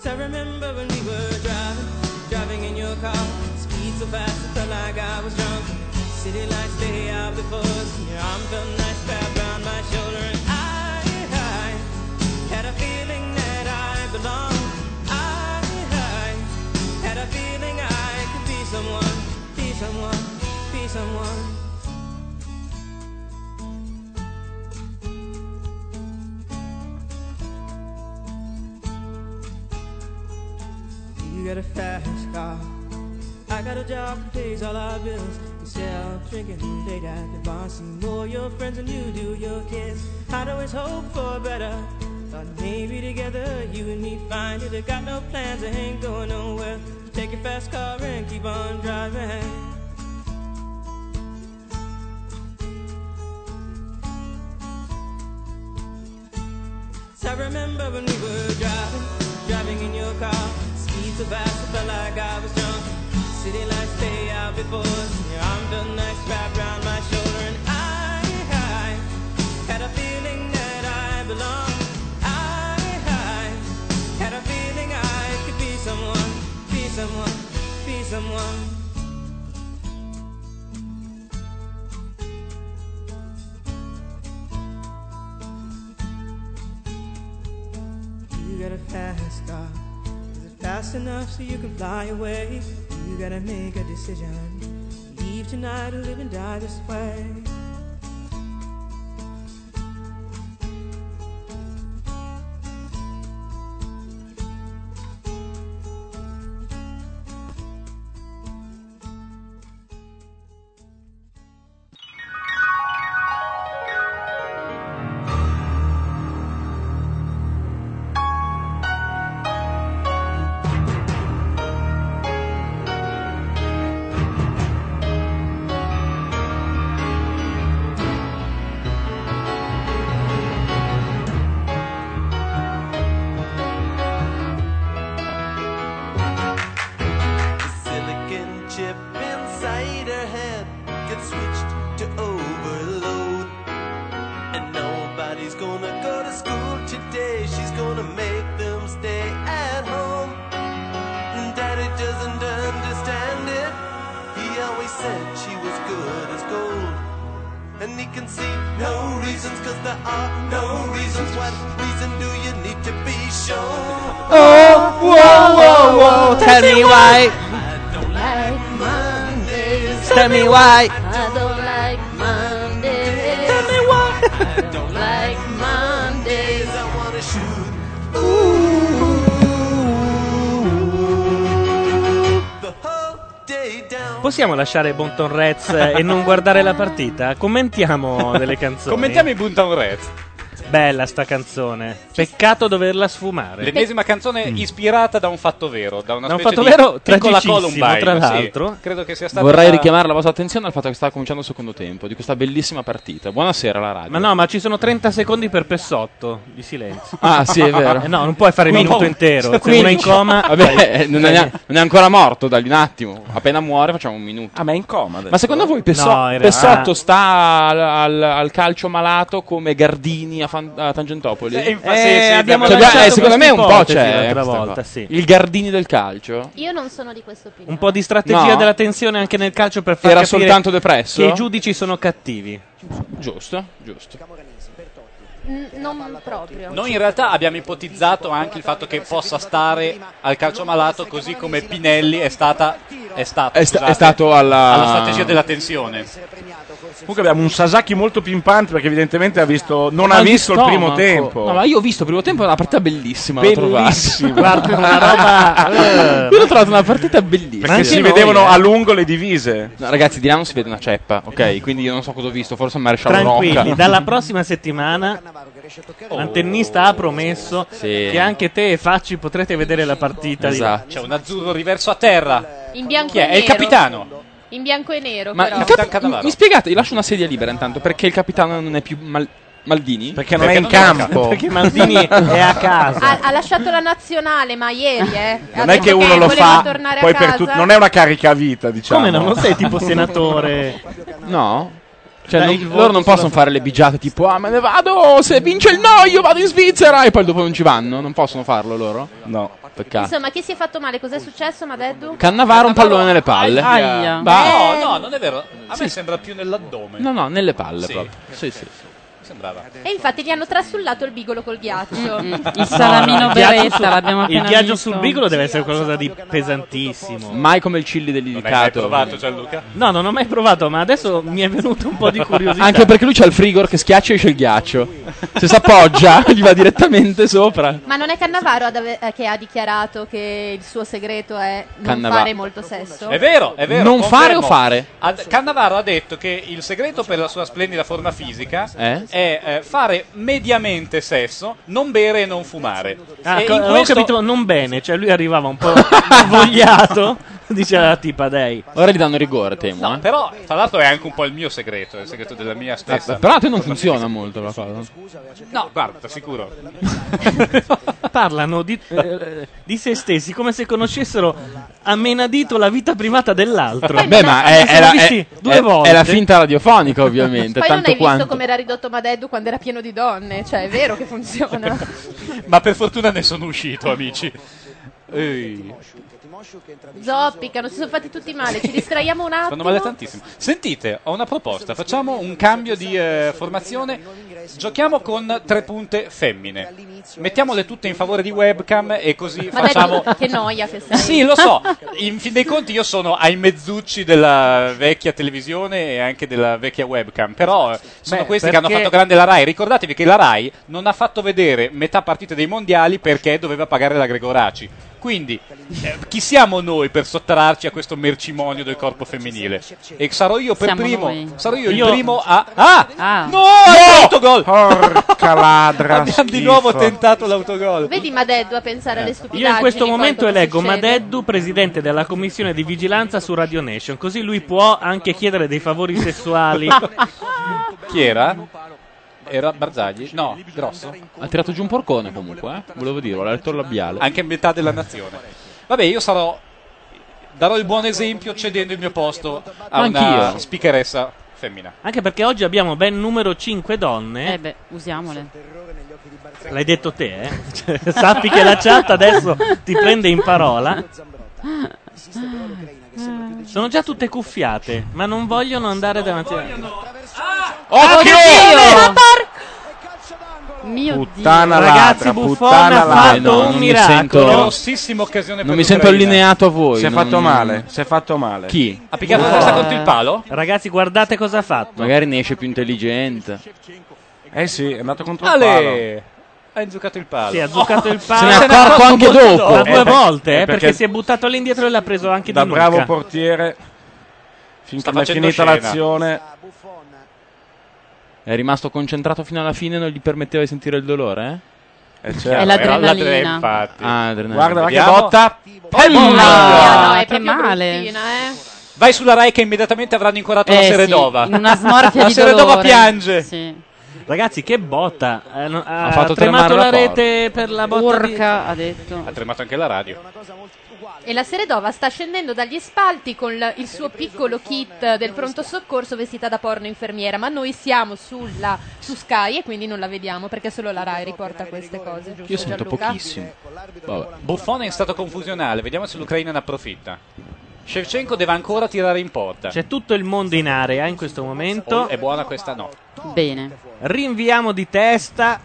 [SPEAKER 16] So I remember when we were driving, driving in your car. Speed so fast, it felt like I was drunk. City lights day out before us. and Your arm felt nice wrapped around my shoulder, and I, I had a feeling that I belonged. I, I had a feeling I could be someone, be someone, be someone. You got a fast car. I got a job that pays all our bills. You sell drinking late at the bar. See more your friends than you do your kids. I'd always hope for better. Thought maybe together you and me find it. I got no plans, I ain't going nowhere. Take your fast car and keep on driving. So I remember when we were driving, driving in your car. Speed so fast, I felt like I was drunk. City lights stay out before us. and Your arm felt nice wrapped around my shoulder, and I, I had a feeling that I belonged. I, I had a feeling I could be someone, be someone, be someone. You got a fast car. Is it fast enough so you can fly away? You gotta make a decision. Leave tonight or live and die this way.
[SPEAKER 17] gonna go to school today. She's gonna make them stay at home. And Daddy doesn't understand it. He always said she was good as gold. And he can see no reasons, cause there are no reasons. What reason do you need to be shown?
[SPEAKER 5] Oh, whoa, whoa, whoa, tell me why.
[SPEAKER 17] Mondays.
[SPEAKER 5] Tell me why.
[SPEAKER 17] I don't like Mondays. Tell me why. I don't like Mondays. I wanna shoot.
[SPEAKER 5] Possiamo lasciare Bonton Reds eh, e non guardare la partita? Commentiamo delle canzoni.
[SPEAKER 7] Commentiamo i Bonton Reds.
[SPEAKER 5] Bella sta canzone. Peccato doverla sfumare.
[SPEAKER 7] L'ennesima canzone ispirata da un fatto vero, da una
[SPEAKER 5] Mm. Da un
[SPEAKER 7] specie
[SPEAKER 5] fatto
[SPEAKER 7] di
[SPEAKER 5] vero
[SPEAKER 7] piccola
[SPEAKER 5] tragicissimo,
[SPEAKER 7] Columbine,
[SPEAKER 5] tra
[SPEAKER 7] sì.
[SPEAKER 5] l'altro.
[SPEAKER 7] Credo che sia stata
[SPEAKER 18] Vorrei richiamare la vostra attenzione al fatto che sta cominciando il secondo tempo di questa bellissima partita. Buonasera alla radio.
[SPEAKER 5] Ma no, ma ci sono 30 secondi per Pessotto di silenzio.
[SPEAKER 18] Ah, sì, è vero.
[SPEAKER 5] Eh *laughs* no, non puoi fare il
[SPEAKER 18] Quindi-
[SPEAKER 5] minuto intero. Se uno è in
[SPEAKER 18] 15.
[SPEAKER 5] coma.
[SPEAKER 18] *laughs* Vabbè,
[SPEAKER 5] fai- Eh.
[SPEAKER 18] non è, non è ancora morto, dagli un attimo. Appena muore facciamo un minuto. Ah, ma è in coma Ma secondo voi Pesso-
[SPEAKER 5] No, in realtà-
[SPEAKER 18] Pessotto sta al, al- al calcio malato come Gardini a, Fan- a Tangentopoli?
[SPEAKER 5] Eh, infatti, sì, sì, abbiamo
[SPEAKER 18] Cioè,
[SPEAKER 5] lanciato
[SPEAKER 18] eh, secondo me un
[SPEAKER 5] questa
[SPEAKER 18] po'
[SPEAKER 5] ipotesi
[SPEAKER 18] c'è.
[SPEAKER 5] l'altra
[SPEAKER 18] questa qua.
[SPEAKER 5] volta, sì.
[SPEAKER 18] Il Gardini del calcio?
[SPEAKER 10] Io non sono di questa opinione.
[SPEAKER 5] Un po' di strategia
[SPEAKER 18] No.
[SPEAKER 5] della tensione anche nel calcio per far
[SPEAKER 18] Era
[SPEAKER 5] capire
[SPEAKER 18] soltanto depresso?
[SPEAKER 5] Che i giudici sono cattivi.
[SPEAKER 18] Giusto, giusto.
[SPEAKER 10] N- non proprio.
[SPEAKER 7] Noi in realtà abbiamo ipotizzato anche il fatto che possa stare al calcio malato così come Pinelli è stata è stato,
[SPEAKER 18] È sta-
[SPEAKER 7] scusate,
[SPEAKER 18] è stato alla-
[SPEAKER 7] strategia della tensione.
[SPEAKER 8] Comunque abbiamo un Sasaki molto pimpante perché evidentemente ha visto, non
[SPEAKER 18] Ma
[SPEAKER 8] ha
[SPEAKER 18] di
[SPEAKER 8] visto il primo
[SPEAKER 18] stomaco.
[SPEAKER 8] tempo.
[SPEAKER 18] No, ma io ho visto il primo tempo, è una partita bellissima. l'ho trovata. *laughs*
[SPEAKER 5] *laughs*
[SPEAKER 8] Bellissima.
[SPEAKER 5] Guarda, una roba- Eh. *laughs*
[SPEAKER 18] Io l'ho trovata una partita bellissima.
[SPEAKER 8] Perché si vedevano a lungo le divise.
[SPEAKER 18] No, ragazzi, di là non si vede una ceppa, ok? Quindi io non so cosa ho visto, forse il maresciallo
[SPEAKER 5] Tranquilli,
[SPEAKER 18] Rocca. *laughs*
[SPEAKER 5] dalla prossima settimana
[SPEAKER 7] Oh.
[SPEAKER 5] l'antennista ha promesso
[SPEAKER 18] Sì.
[SPEAKER 5] che anche te e Facci potrete vedere la partita. di-
[SPEAKER 18] Esatto.
[SPEAKER 7] C'è un azzurro riverso a terra.
[SPEAKER 10] In bianco
[SPEAKER 7] Chi
[SPEAKER 10] e
[SPEAKER 7] è? È
[SPEAKER 10] nero.
[SPEAKER 7] il capitano.
[SPEAKER 10] In bianco e nero,
[SPEAKER 18] Ma
[SPEAKER 10] però.
[SPEAKER 18] il cap- mi- mi spiegate, io lascio una sedia libera intanto, perché il capitano non è più Mal- Maldini? Perché
[SPEAKER 5] non è in campo. Perché Maldini è a casa.
[SPEAKER 18] Ah.
[SPEAKER 10] ha, ha lasciato la nazionale, ma ieri, eh. Ha
[SPEAKER 8] Non è
[SPEAKER 10] detto
[SPEAKER 8] che uno lo
[SPEAKER 10] voleva
[SPEAKER 8] fa
[SPEAKER 10] tornare a
[SPEAKER 8] poi per
[SPEAKER 10] casa.
[SPEAKER 8] tutti. Non è una carica a vita, diciamo.
[SPEAKER 5] Come no? Non sei
[SPEAKER 8] *laughs*
[SPEAKER 5] tipo senatore.
[SPEAKER 18] No? Cioè,
[SPEAKER 5] Dai,
[SPEAKER 18] non-
[SPEAKER 5] il voto
[SPEAKER 18] loro non
[SPEAKER 5] sulla
[SPEAKER 18] possono fare le bigiate tipo, ah, ma ne vado, se vince il no, io vado in Svizzera, e poi dopo non ci vanno. Non possono farlo loro? No. Peccato.
[SPEAKER 10] Insomma, chi si è fatto male? Cos'è successo, Madeddu?
[SPEAKER 18] Cannavaro un pallone nelle palle.
[SPEAKER 10] Aia.
[SPEAKER 18] Bah.
[SPEAKER 7] No, no, non è vero. A me sembra più nell'addome.
[SPEAKER 18] No, no, nelle palle
[SPEAKER 7] Sì.
[SPEAKER 18] proprio. Sì, sì.
[SPEAKER 7] Sembrava.
[SPEAKER 10] E infatti gli hanno trasullato il bigolo col ghiaccio.
[SPEAKER 15] Mm,
[SPEAKER 10] *laughs*
[SPEAKER 15] Il salamino
[SPEAKER 5] il viaggio
[SPEAKER 15] beretta
[SPEAKER 5] sul-
[SPEAKER 15] l'abbiamo appena
[SPEAKER 5] Il viaggio
[SPEAKER 15] visto.
[SPEAKER 5] sul bigolo deve essere qualcosa di pesantissimo.
[SPEAKER 18] Mai come il chili
[SPEAKER 7] Beh, hai
[SPEAKER 18] dell'Ilicato.
[SPEAKER 7] provato Gianluca?
[SPEAKER 5] No, non ho mai provato, ma adesso mi è venuto un po' di curiosità.
[SPEAKER 18] *laughs* Anche perché lui c'ha il frigor che schiaccia e esce il ghiaccio. Se s'appoggia, *laughs* gli va direttamente sopra.
[SPEAKER 10] Ma non è Cannavaro ad ave- eh, che ha dichiarato che il suo segreto è non
[SPEAKER 18] Cannava-
[SPEAKER 10] fare molto sesso?
[SPEAKER 7] È vero, è vero.
[SPEAKER 18] Non
[SPEAKER 7] confermo.
[SPEAKER 18] fare o fare?
[SPEAKER 7] Ad- Cannavaro ha detto che il segreto per la sua splendida forma fisica
[SPEAKER 18] Eh?
[SPEAKER 7] è eh, fare mediamente sesso, non bere e non fumare.
[SPEAKER 5] Ah,
[SPEAKER 7] e
[SPEAKER 5] co-
[SPEAKER 7] in
[SPEAKER 5] avevo
[SPEAKER 7] questo-
[SPEAKER 5] capito non bene, cioè lui arrivava un
[SPEAKER 18] *laughs*
[SPEAKER 5] po' vogliato, diceva la tipa dei.
[SPEAKER 18] Ora gli danno rigore, temo. eh.
[SPEAKER 7] Però, tra l'altro, è anche un po' il mio segreto, il segreto della mia stessa.
[SPEAKER 18] Eh, Però a te non funziona molto la cosa.
[SPEAKER 7] No, guarda, sicuro.
[SPEAKER 5] Parlano di, eh, di se stessi come se conoscessero a menadito la vita privata dell'altro.
[SPEAKER 18] Beh, ma è,
[SPEAKER 5] Mi
[SPEAKER 18] è
[SPEAKER 5] sono
[SPEAKER 18] la,
[SPEAKER 5] visti
[SPEAKER 18] è-
[SPEAKER 5] due
[SPEAKER 18] è-
[SPEAKER 5] volte.
[SPEAKER 18] è la finta radiofonica, ovviamente.
[SPEAKER 10] Poi non
[SPEAKER 18] tanto
[SPEAKER 10] hai
[SPEAKER 18] quanto.
[SPEAKER 10] visto come era ridotto Madeddu quando era pieno di donne, cioè è vero che
[SPEAKER 8] *laughs*
[SPEAKER 10] funziona.
[SPEAKER 7] Ma per fortuna ne sono uscito, amici. Ehi.
[SPEAKER 10] Zoppicano, si sono fatti tutti male, ci distraiamo un attimo.
[SPEAKER 7] Fanno male tantissimo. Sentite, ho una proposta. Facciamo un cambio di eh, formazione. Giochiamo con tre punte femmine. Mettiamole tutte in favore di webcam e così
[SPEAKER 10] Ma
[SPEAKER 7] facciamo.
[SPEAKER 10] che noia che sei.
[SPEAKER 7] Sì, lo
[SPEAKER 10] *laughs*
[SPEAKER 7] so. In fin dei conti, io sono ai mezzucci della vecchia televisione e anche della vecchia webcam. Però eh, sono
[SPEAKER 18] Beh,
[SPEAKER 7] questi che hanno
[SPEAKER 18] perché-
[SPEAKER 7] fatto grande la Rai. Ricordatevi che la Rai non ha fatto vedere metà partite dei mondiali perché doveva pagare la Gregoraci. Quindi, eh, chi siamo noi per sottrarci a questo mercimonio del corpo femminile? E sarò io per
[SPEAKER 18] Siamo
[SPEAKER 7] primo.
[SPEAKER 18] noi.
[SPEAKER 7] Sarò io,
[SPEAKER 18] Io-
[SPEAKER 7] il primo a. Ah! No! Autogol!
[SPEAKER 8] Porca ladra!
[SPEAKER 7] Abbiamo *laughs* di nuovo tentato l'autogol.
[SPEAKER 10] Vedi Madeddu a pensare alle stupidaggini.
[SPEAKER 5] Io in questo
[SPEAKER 10] poi
[SPEAKER 5] momento
[SPEAKER 10] cosa
[SPEAKER 5] eleggo
[SPEAKER 10] succede.
[SPEAKER 5] Madeddu presidente della commissione di vigilanza su Radio Nation, così lui può anche chiedere dei favori sessuali.
[SPEAKER 7] *laughs* Chi era? Era Barzagli? No, grosso.
[SPEAKER 18] Ha tirato giù un porcone comunque, eh. volevo dirlo, l'ha letto il labiale.
[SPEAKER 7] Anche metà della nazione. Vabbè, io sarò. Darò il buon esempio cedendo il mio posto a
[SPEAKER 18] Ma
[SPEAKER 7] una
[SPEAKER 18] anch'io.
[SPEAKER 7] speakeressa femmina.
[SPEAKER 5] Anche perché oggi abbiamo ben numero 5 donne.
[SPEAKER 15] Eh beh, usiamole.
[SPEAKER 5] L'hai detto te, eh? Cioè, sappi che la chat adesso ti prende in parola. Sono già tutte cuffiate, ma non vogliono andare davanti a
[SPEAKER 18] Ah! Oh,
[SPEAKER 15] Occhio! Mio
[SPEAKER 8] Puttana
[SPEAKER 15] Dio.
[SPEAKER 8] ladra,
[SPEAKER 5] Ragazzi, Buffon
[SPEAKER 8] puttana
[SPEAKER 5] ha
[SPEAKER 8] ladra.
[SPEAKER 5] fatto un
[SPEAKER 8] mi
[SPEAKER 5] miracolo.
[SPEAKER 8] sento-
[SPEAKER 7] Grossissima occasione
[SPEAKER 8] Non
[SPEAKER 7] per
[SPEAKER 8] mi sento
[SPEAKER 7] l'Ucraina.
[SPEAKER 8] allineato a voi.
[SPEAKER 7] Si è
[SPEAKER 8] non-
[SPEAKER 7] fatto male.
[SPEAKER 8] Si è fatto male.
[SPEAKER 18] Chi?
[SPEAKER 7] Ha picchiato la testa contro il palo?
[SPEAKER 5] Ragazzi, guardate cosa ha fatto.
[SPEAKER 18] Magari ne esce più intelligente.
[SPEAKER 8] Eh sì, è andato contro
[SPEAKER 7] Ale! Ha inzuccato il palo. Oh.
[SPEAKER 5] Sì, ha giocato *laughs* il palo.
[SPEAKER 7] Se n'è accorto anche
[SPEAKER 5] molto
[SPEAKER 7] dopo.
[SPEAKER 5] Ma
[SPEAKER 7] Eh,
[SPEAKER 5] due
[SPEAKER 7] per-
[SPEAKER 5] volte, eh,
[SPEAKER 7] eh,
[SPEAKER 5] perché,
[SPEAKER 7] perché
[SPEAKER 5] si è buttato all'indietro e l'ha preso anche
[SPEAKER 8] Da
[SPEAKER 5] di
[SPEAKER 8] bravo
[SPEAKER 5] nuca.
[SPEAKER 8] portiere. Finché
[SPEAKER 5] Sta
[SPEAKER 8] non è
[SPEAKER 5] facendo
[SPEAKER 8] finita
[SPEAKER 5] scena.
[SPEAKER 8] l'azione.
[SPEAKER 18] È rimasto concentrato fino alla fine, non gli permetteva di sentire il dolore? Eh?
[SPEAKER 8] certo. È l'adrenalina. Era l'adrenalina, infatti.
[SPEAKER 18] Ah, adrenalina.
[SPEAKER 8] Guarda, va che
[SPEAKER 18] Vediamo.
[SPEAKER 8] botta.
[SPEAKER 18] Pella!
[SPEAKER 15] Ah, no,
[SPEAKER 7] Ah,
[SPEAKER 15] è che male. eh.
[SPEAKER 7] Vai sulla Rai che immediatamente avranno incorato la
[SPEAKER 5] Eh, sì,
[SPEAKER 7] Seredova.
[SPEAKER 5] in
[SPEAKER 7] *laughs*
[SPEAKER 5] una smorfia
[SPEAKER 7] la
[SPEAKER 5] di
[SPEAKER 7] Seredova
[SPEAKER 5] dolore.
[SPEAKER 7] piange.
[SPEAKER 5] Ragazzi, che botta. Eh, no- ha,
[SPEAKER 7] fatto
[SPEAKER 5] tremato
[SPEAKER 7] tremare
[SPEAKER 5] la,
[SPEAKER 7] la
[SPEAKER 5] rete per la botta.
[SPEAKER 15] Urca, ha detto.
[SPEAKER 7] Ha tremato anche la radio.
[SPEAKER 10] E la Seredova sta scendendo dagli spalti con l- il suo piccolo kit del pronto soccorso vestita da porno infermiera, ma noi siamo sulla, su Sky e quindi non la vediamo perché solo la Rai riporta queste cose, giusto
[SPEAKER 18] Io sento
[SPEAKER 10] Gianluca?
[SPEAKER 18] pochissimo. Vabbè.
[SPEAKER 7] Buffon è in stato confusionale. Vediamo se l'Ucraina ne approfitta. Shevchenko deve ancora tirare in porta.
[SPEAKER 5] C'è tutto il mondo in area eh, in questo momento.
[SPEAKER 7] Oh, è buona questa no.
[SPEAKER 15] Bene.
[SPEAKER 5] Rinviamo di testa.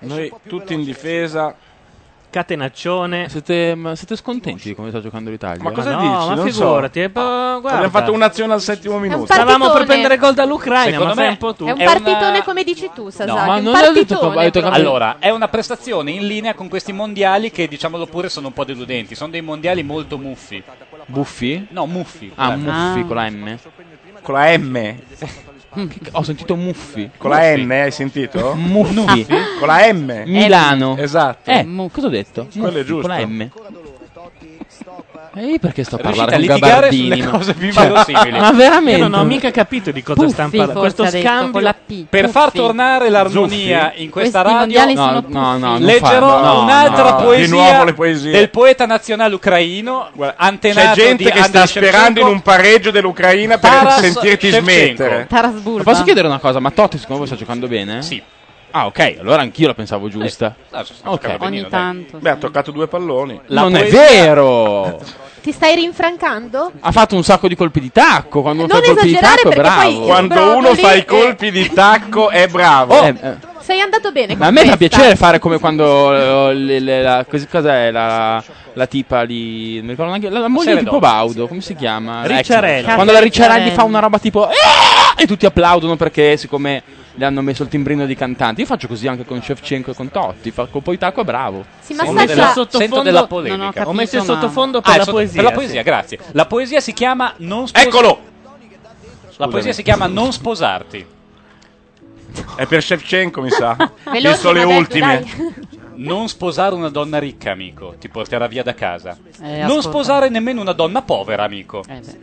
[SPEAKER 8] Noi tutti in difesa.
[SPEAKER 5] Catenaccione.
[SPEAKER 18] Siete, ma siete scontenti di come sta giocando l'Italia?
[SPEAKER 5] Ma cosa Ma no, dici? ma Non so. figurati, è po- guarda.
[SPEAKER 8] Abbiamo fatto un'azione al settimo minuto.
[SPEAKER 5] Stavamo per
[SPEAKER 10] partitone.
[SPEAKER 5] prendere gol dall'Ucraina,
[SPEAKER 7] Secondo
[SPEAKER 5] ma
[SPEAKER 7] me
[SPEAKER 5] sei un po' tu.
[SPEAKER 10] È un
[SPEAKER 7] È
[SPEAKER 10] partitone
[SPEAKER 7] una-
[SPEAKER 10] come dici tu, Sasaki,
[SPEAKER 7] No, ma
[SPEAKER 10] un
[SPEAKER 7] non ho detto
[SPEAKER 10] partitone. proprio.
[SPEAKER 7] Allora, è una prestazione in linea con questi mondiali che, diciamolo pure, sono un po' deludenti. Sono dei mondiali molto muffi.
[SPEAKER 18] Buffi?
[SPEAKER 7] No, muffi.
[SPEAKER 18] Ah,
[SPEAKER 7] Guarda.
[SPEAKER 18] muffi
[SPEAKER 7] Ah.
[SPEAKER 18] con la M.
[SPEAKER 8] Con la M.
[SPEAKER 18] Ho sentito muffi.
[SPEAKER 8] Con la M, hai sentito?
[SPEAKER 18] Muffi.
[SPEAKER 8] Con la M.
[SPEAKER 18] Milano.
[SPEAKER 8] Esatto.
[SPEAKER 18] Eh, cosa ho detto?
[SPEAKER 8] Quello è
[SPEAKER 18] Muffi,
[SPEAKER 8] giusto.
[SPEAKER 18] Con la M. E io perché sto a
[SPEAKER 5] Riuscite
[SPEAKER 18] parlare con
[SPEAKER 5] a litigare
[SPEAKER 18] Gabardini?
[SPEAKER 5] sulle cose più
[SPEAKER 18] Cioè,
[SPEAKER 5] inverosimili.
[SPEAKER 18] *laughs* Ma veramente?
[SPEAKER 5] Io non ho mica capito di cosa
[SPEAKER 18] Puffi,
[SPEAKER 5] stanno parlando.
[SPEAKER 18] forse
[SPEAKER 5] Questo
[SPEAKER 18] ha detto,
[SPEAKER 5] scambio
[SPEAKER 18] con la P.
[SPEAKER 7] Per far
[SPEAKER 18] Puffi.
[SPEAKER 7] tornare l'armonia
[SPEAKER 18] Zuffi.
[SPEAKER 7] in questa radio,
[SPEAKER 18] Questi mondiali No, sono no, puffi. no, non
[SPEAKER 7] leggerò
[SPEAKER 18] farlo. No,
[SPEAKER 7] un'altra
[SPEAKER 18] no, no.
[SPEAKER 7] poesia
[SPEAKER 18] Di nuovo le poesie.
[SPEAKER 7] del poeta nazionale ucraino, antenato
[SPEAKER 8] C'è gente
[SPEAKER 7] di
[SPEAKER 8] che sta
[SPEAKER 7] Andrei
[SPEAKER 8] sperando in
[SPEAKER 7] Shevchenko.
[SPEAKER 8] un pareggio dell'Ucraina per
[SPEAKER 7] Taras
[SPEAKER 8] sentirti
[SPEAKER 7] Shevchenko.
[SPEAKER 8] smettere.
[SPEAKER 18] Ma posso chiedere una cosa? Ma Totti, secondo voi sta giocando bene? Sì. Ah, ok, allora anch'io la pensavo giusta.
[SPEAKER 8] Eh,
[SPEAKER 18] ok,
[SPEAKER 10] tanto.
[SPEAKER 8] Beh, ha toccato due palloni.
[SPEAKER 18] non è
[SPEAKER 8] poesia-
[SPEAKER 18] vero!
[SPEAKER 10] Ti stai rinfrancando?
[SPEAKER 18] *laughs* Ha fatto un sacco di colpi di tacco. Quando uno
[SPEAKER 10] Non
[SPEAKER 18] fa i colpi di
[SPEAKER 10] esagerare
[SPEAKER 18] tacco è
[SPEAKER 10] perché poi
[SPEAKER 18] bravo.
[SPEAKER 10] il Quando uno Brodoli fa i è-
[SPEAKER 18] colpi
[SPEAKER 8] di tacco è bravo.
[SPEAKER 18] Eh,
[SPEAKER 10] Sei andato bene
[SPEAKER 18] Ma
[SPEAKER 10] con
[SPEAKER 18] a me fa
[SPEAKER 10] questa.
[SPEAKER 18] piacere fare come quando eh, le- le- la, così- cos'è la, la tipa lì, non mi ricordo neanche, la, la moglie di
[SPEAKER 5] Seredò.
[SPEAKER 18] Babaudo, come si chiama? La ex-
[SPEAKER 8] Ecco.
[SPEAKER 5] Ricciarelli.
[SPEAKER 18] Quando la Ricciarelli
[SPEAKER 5] Ricciarelli.
[SPEAKER 18] fa una roba tipo
[SPEAKER 5] "Eh!"
[SPEAKER 18] "Ah!" e tutti applaudono perché siccome le hanno messo il timbrino di cantante. Io faccio così anche con Shevchenko e con Totti, fa colpo di tacco è bravo.
[SPEAKER 10] Sì,
[SPEAKER 5] ma Ho sai messo cosa- il sottofondo-
[SPEAKER 7] Sento della polemica.
[SPEAKER 5] non ho capito, Ho messo il ma- sottofondo per
[SPEAKER 7] Ah,
[SPEAKER 5] la
[SPEAKER 7] sotto-
[SPEAKER 5] poesia,
[SPEAKER 7] Per la poesia,
[SPEAKER 5] sì.
[SPEAKER 7] grazie. La poesia si chiama Non sposarti.
[SPEAKER 8] Eccolo!
[SPEAKER 7] La poesia si chiama Non sposarti.
[SPEAKER 8] È per Shevchenko,
[SPEAKER 7] *laughs*
[SPEAKER 8] mi sa.
[SPEAKER 7] Veloci,
[SPEAKER 8] Visto le
[SPEAKER 7] ma dai,
[SPEAKER 8] ultime.
[SPEAKER 7] Non sposare una donna ricca, amico, ti porterà via da casa.
[SPEAKER 18] Eh,
[SPEAKER 7] non
[SPEAKER 18] ascolta. Eh,
[SPEAKER 7] sposare nemmeno una donna povera, amico.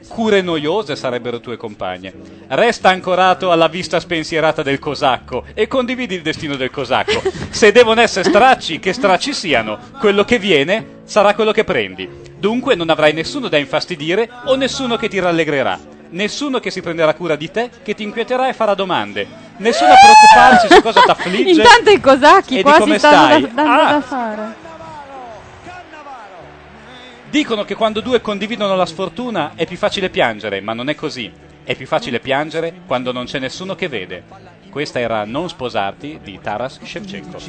[SPEAKER 7] Cure noiose sarebbero tue compagne. Resta ancorato alla vista spensierata del cosacco e condividi il destino del cosacco. Se devono essere stracci, che stracci siano. Quello che viene sarà quello che prendi. Dunque non avrai nessuno da infastidire o nessuno che ti rallegrerà. Nessuno che si prenderà cura di te, che ti inquieterà e farà domande. Nessuno a preoccuparsi su cosa
[SPEAKER 18] *laughs*
[SPEAKER 7] t'affligge.
[SPEAKER 10] Intanto i
[SPEAKER 7] e
[SPEAKER 10] cosacchi
[SPEAKER 7] di
[SPEAKER 10] qua
[SPEAKER 7] come
[SPEAKER 10] si stanno da-
[SPEAKER 7] stai.
[SPEAKER 10] dando
[SPEAKER 7] Ah.
[SPEAKER 10] da fare.
[SPEAKER 7] Dicono che quando due condividono la sfortuna è più facile piangere, ma non è così. È più facile piangere quando non c'è nessuno che vede. Questa era Non sposarti di Taras Shevchenko.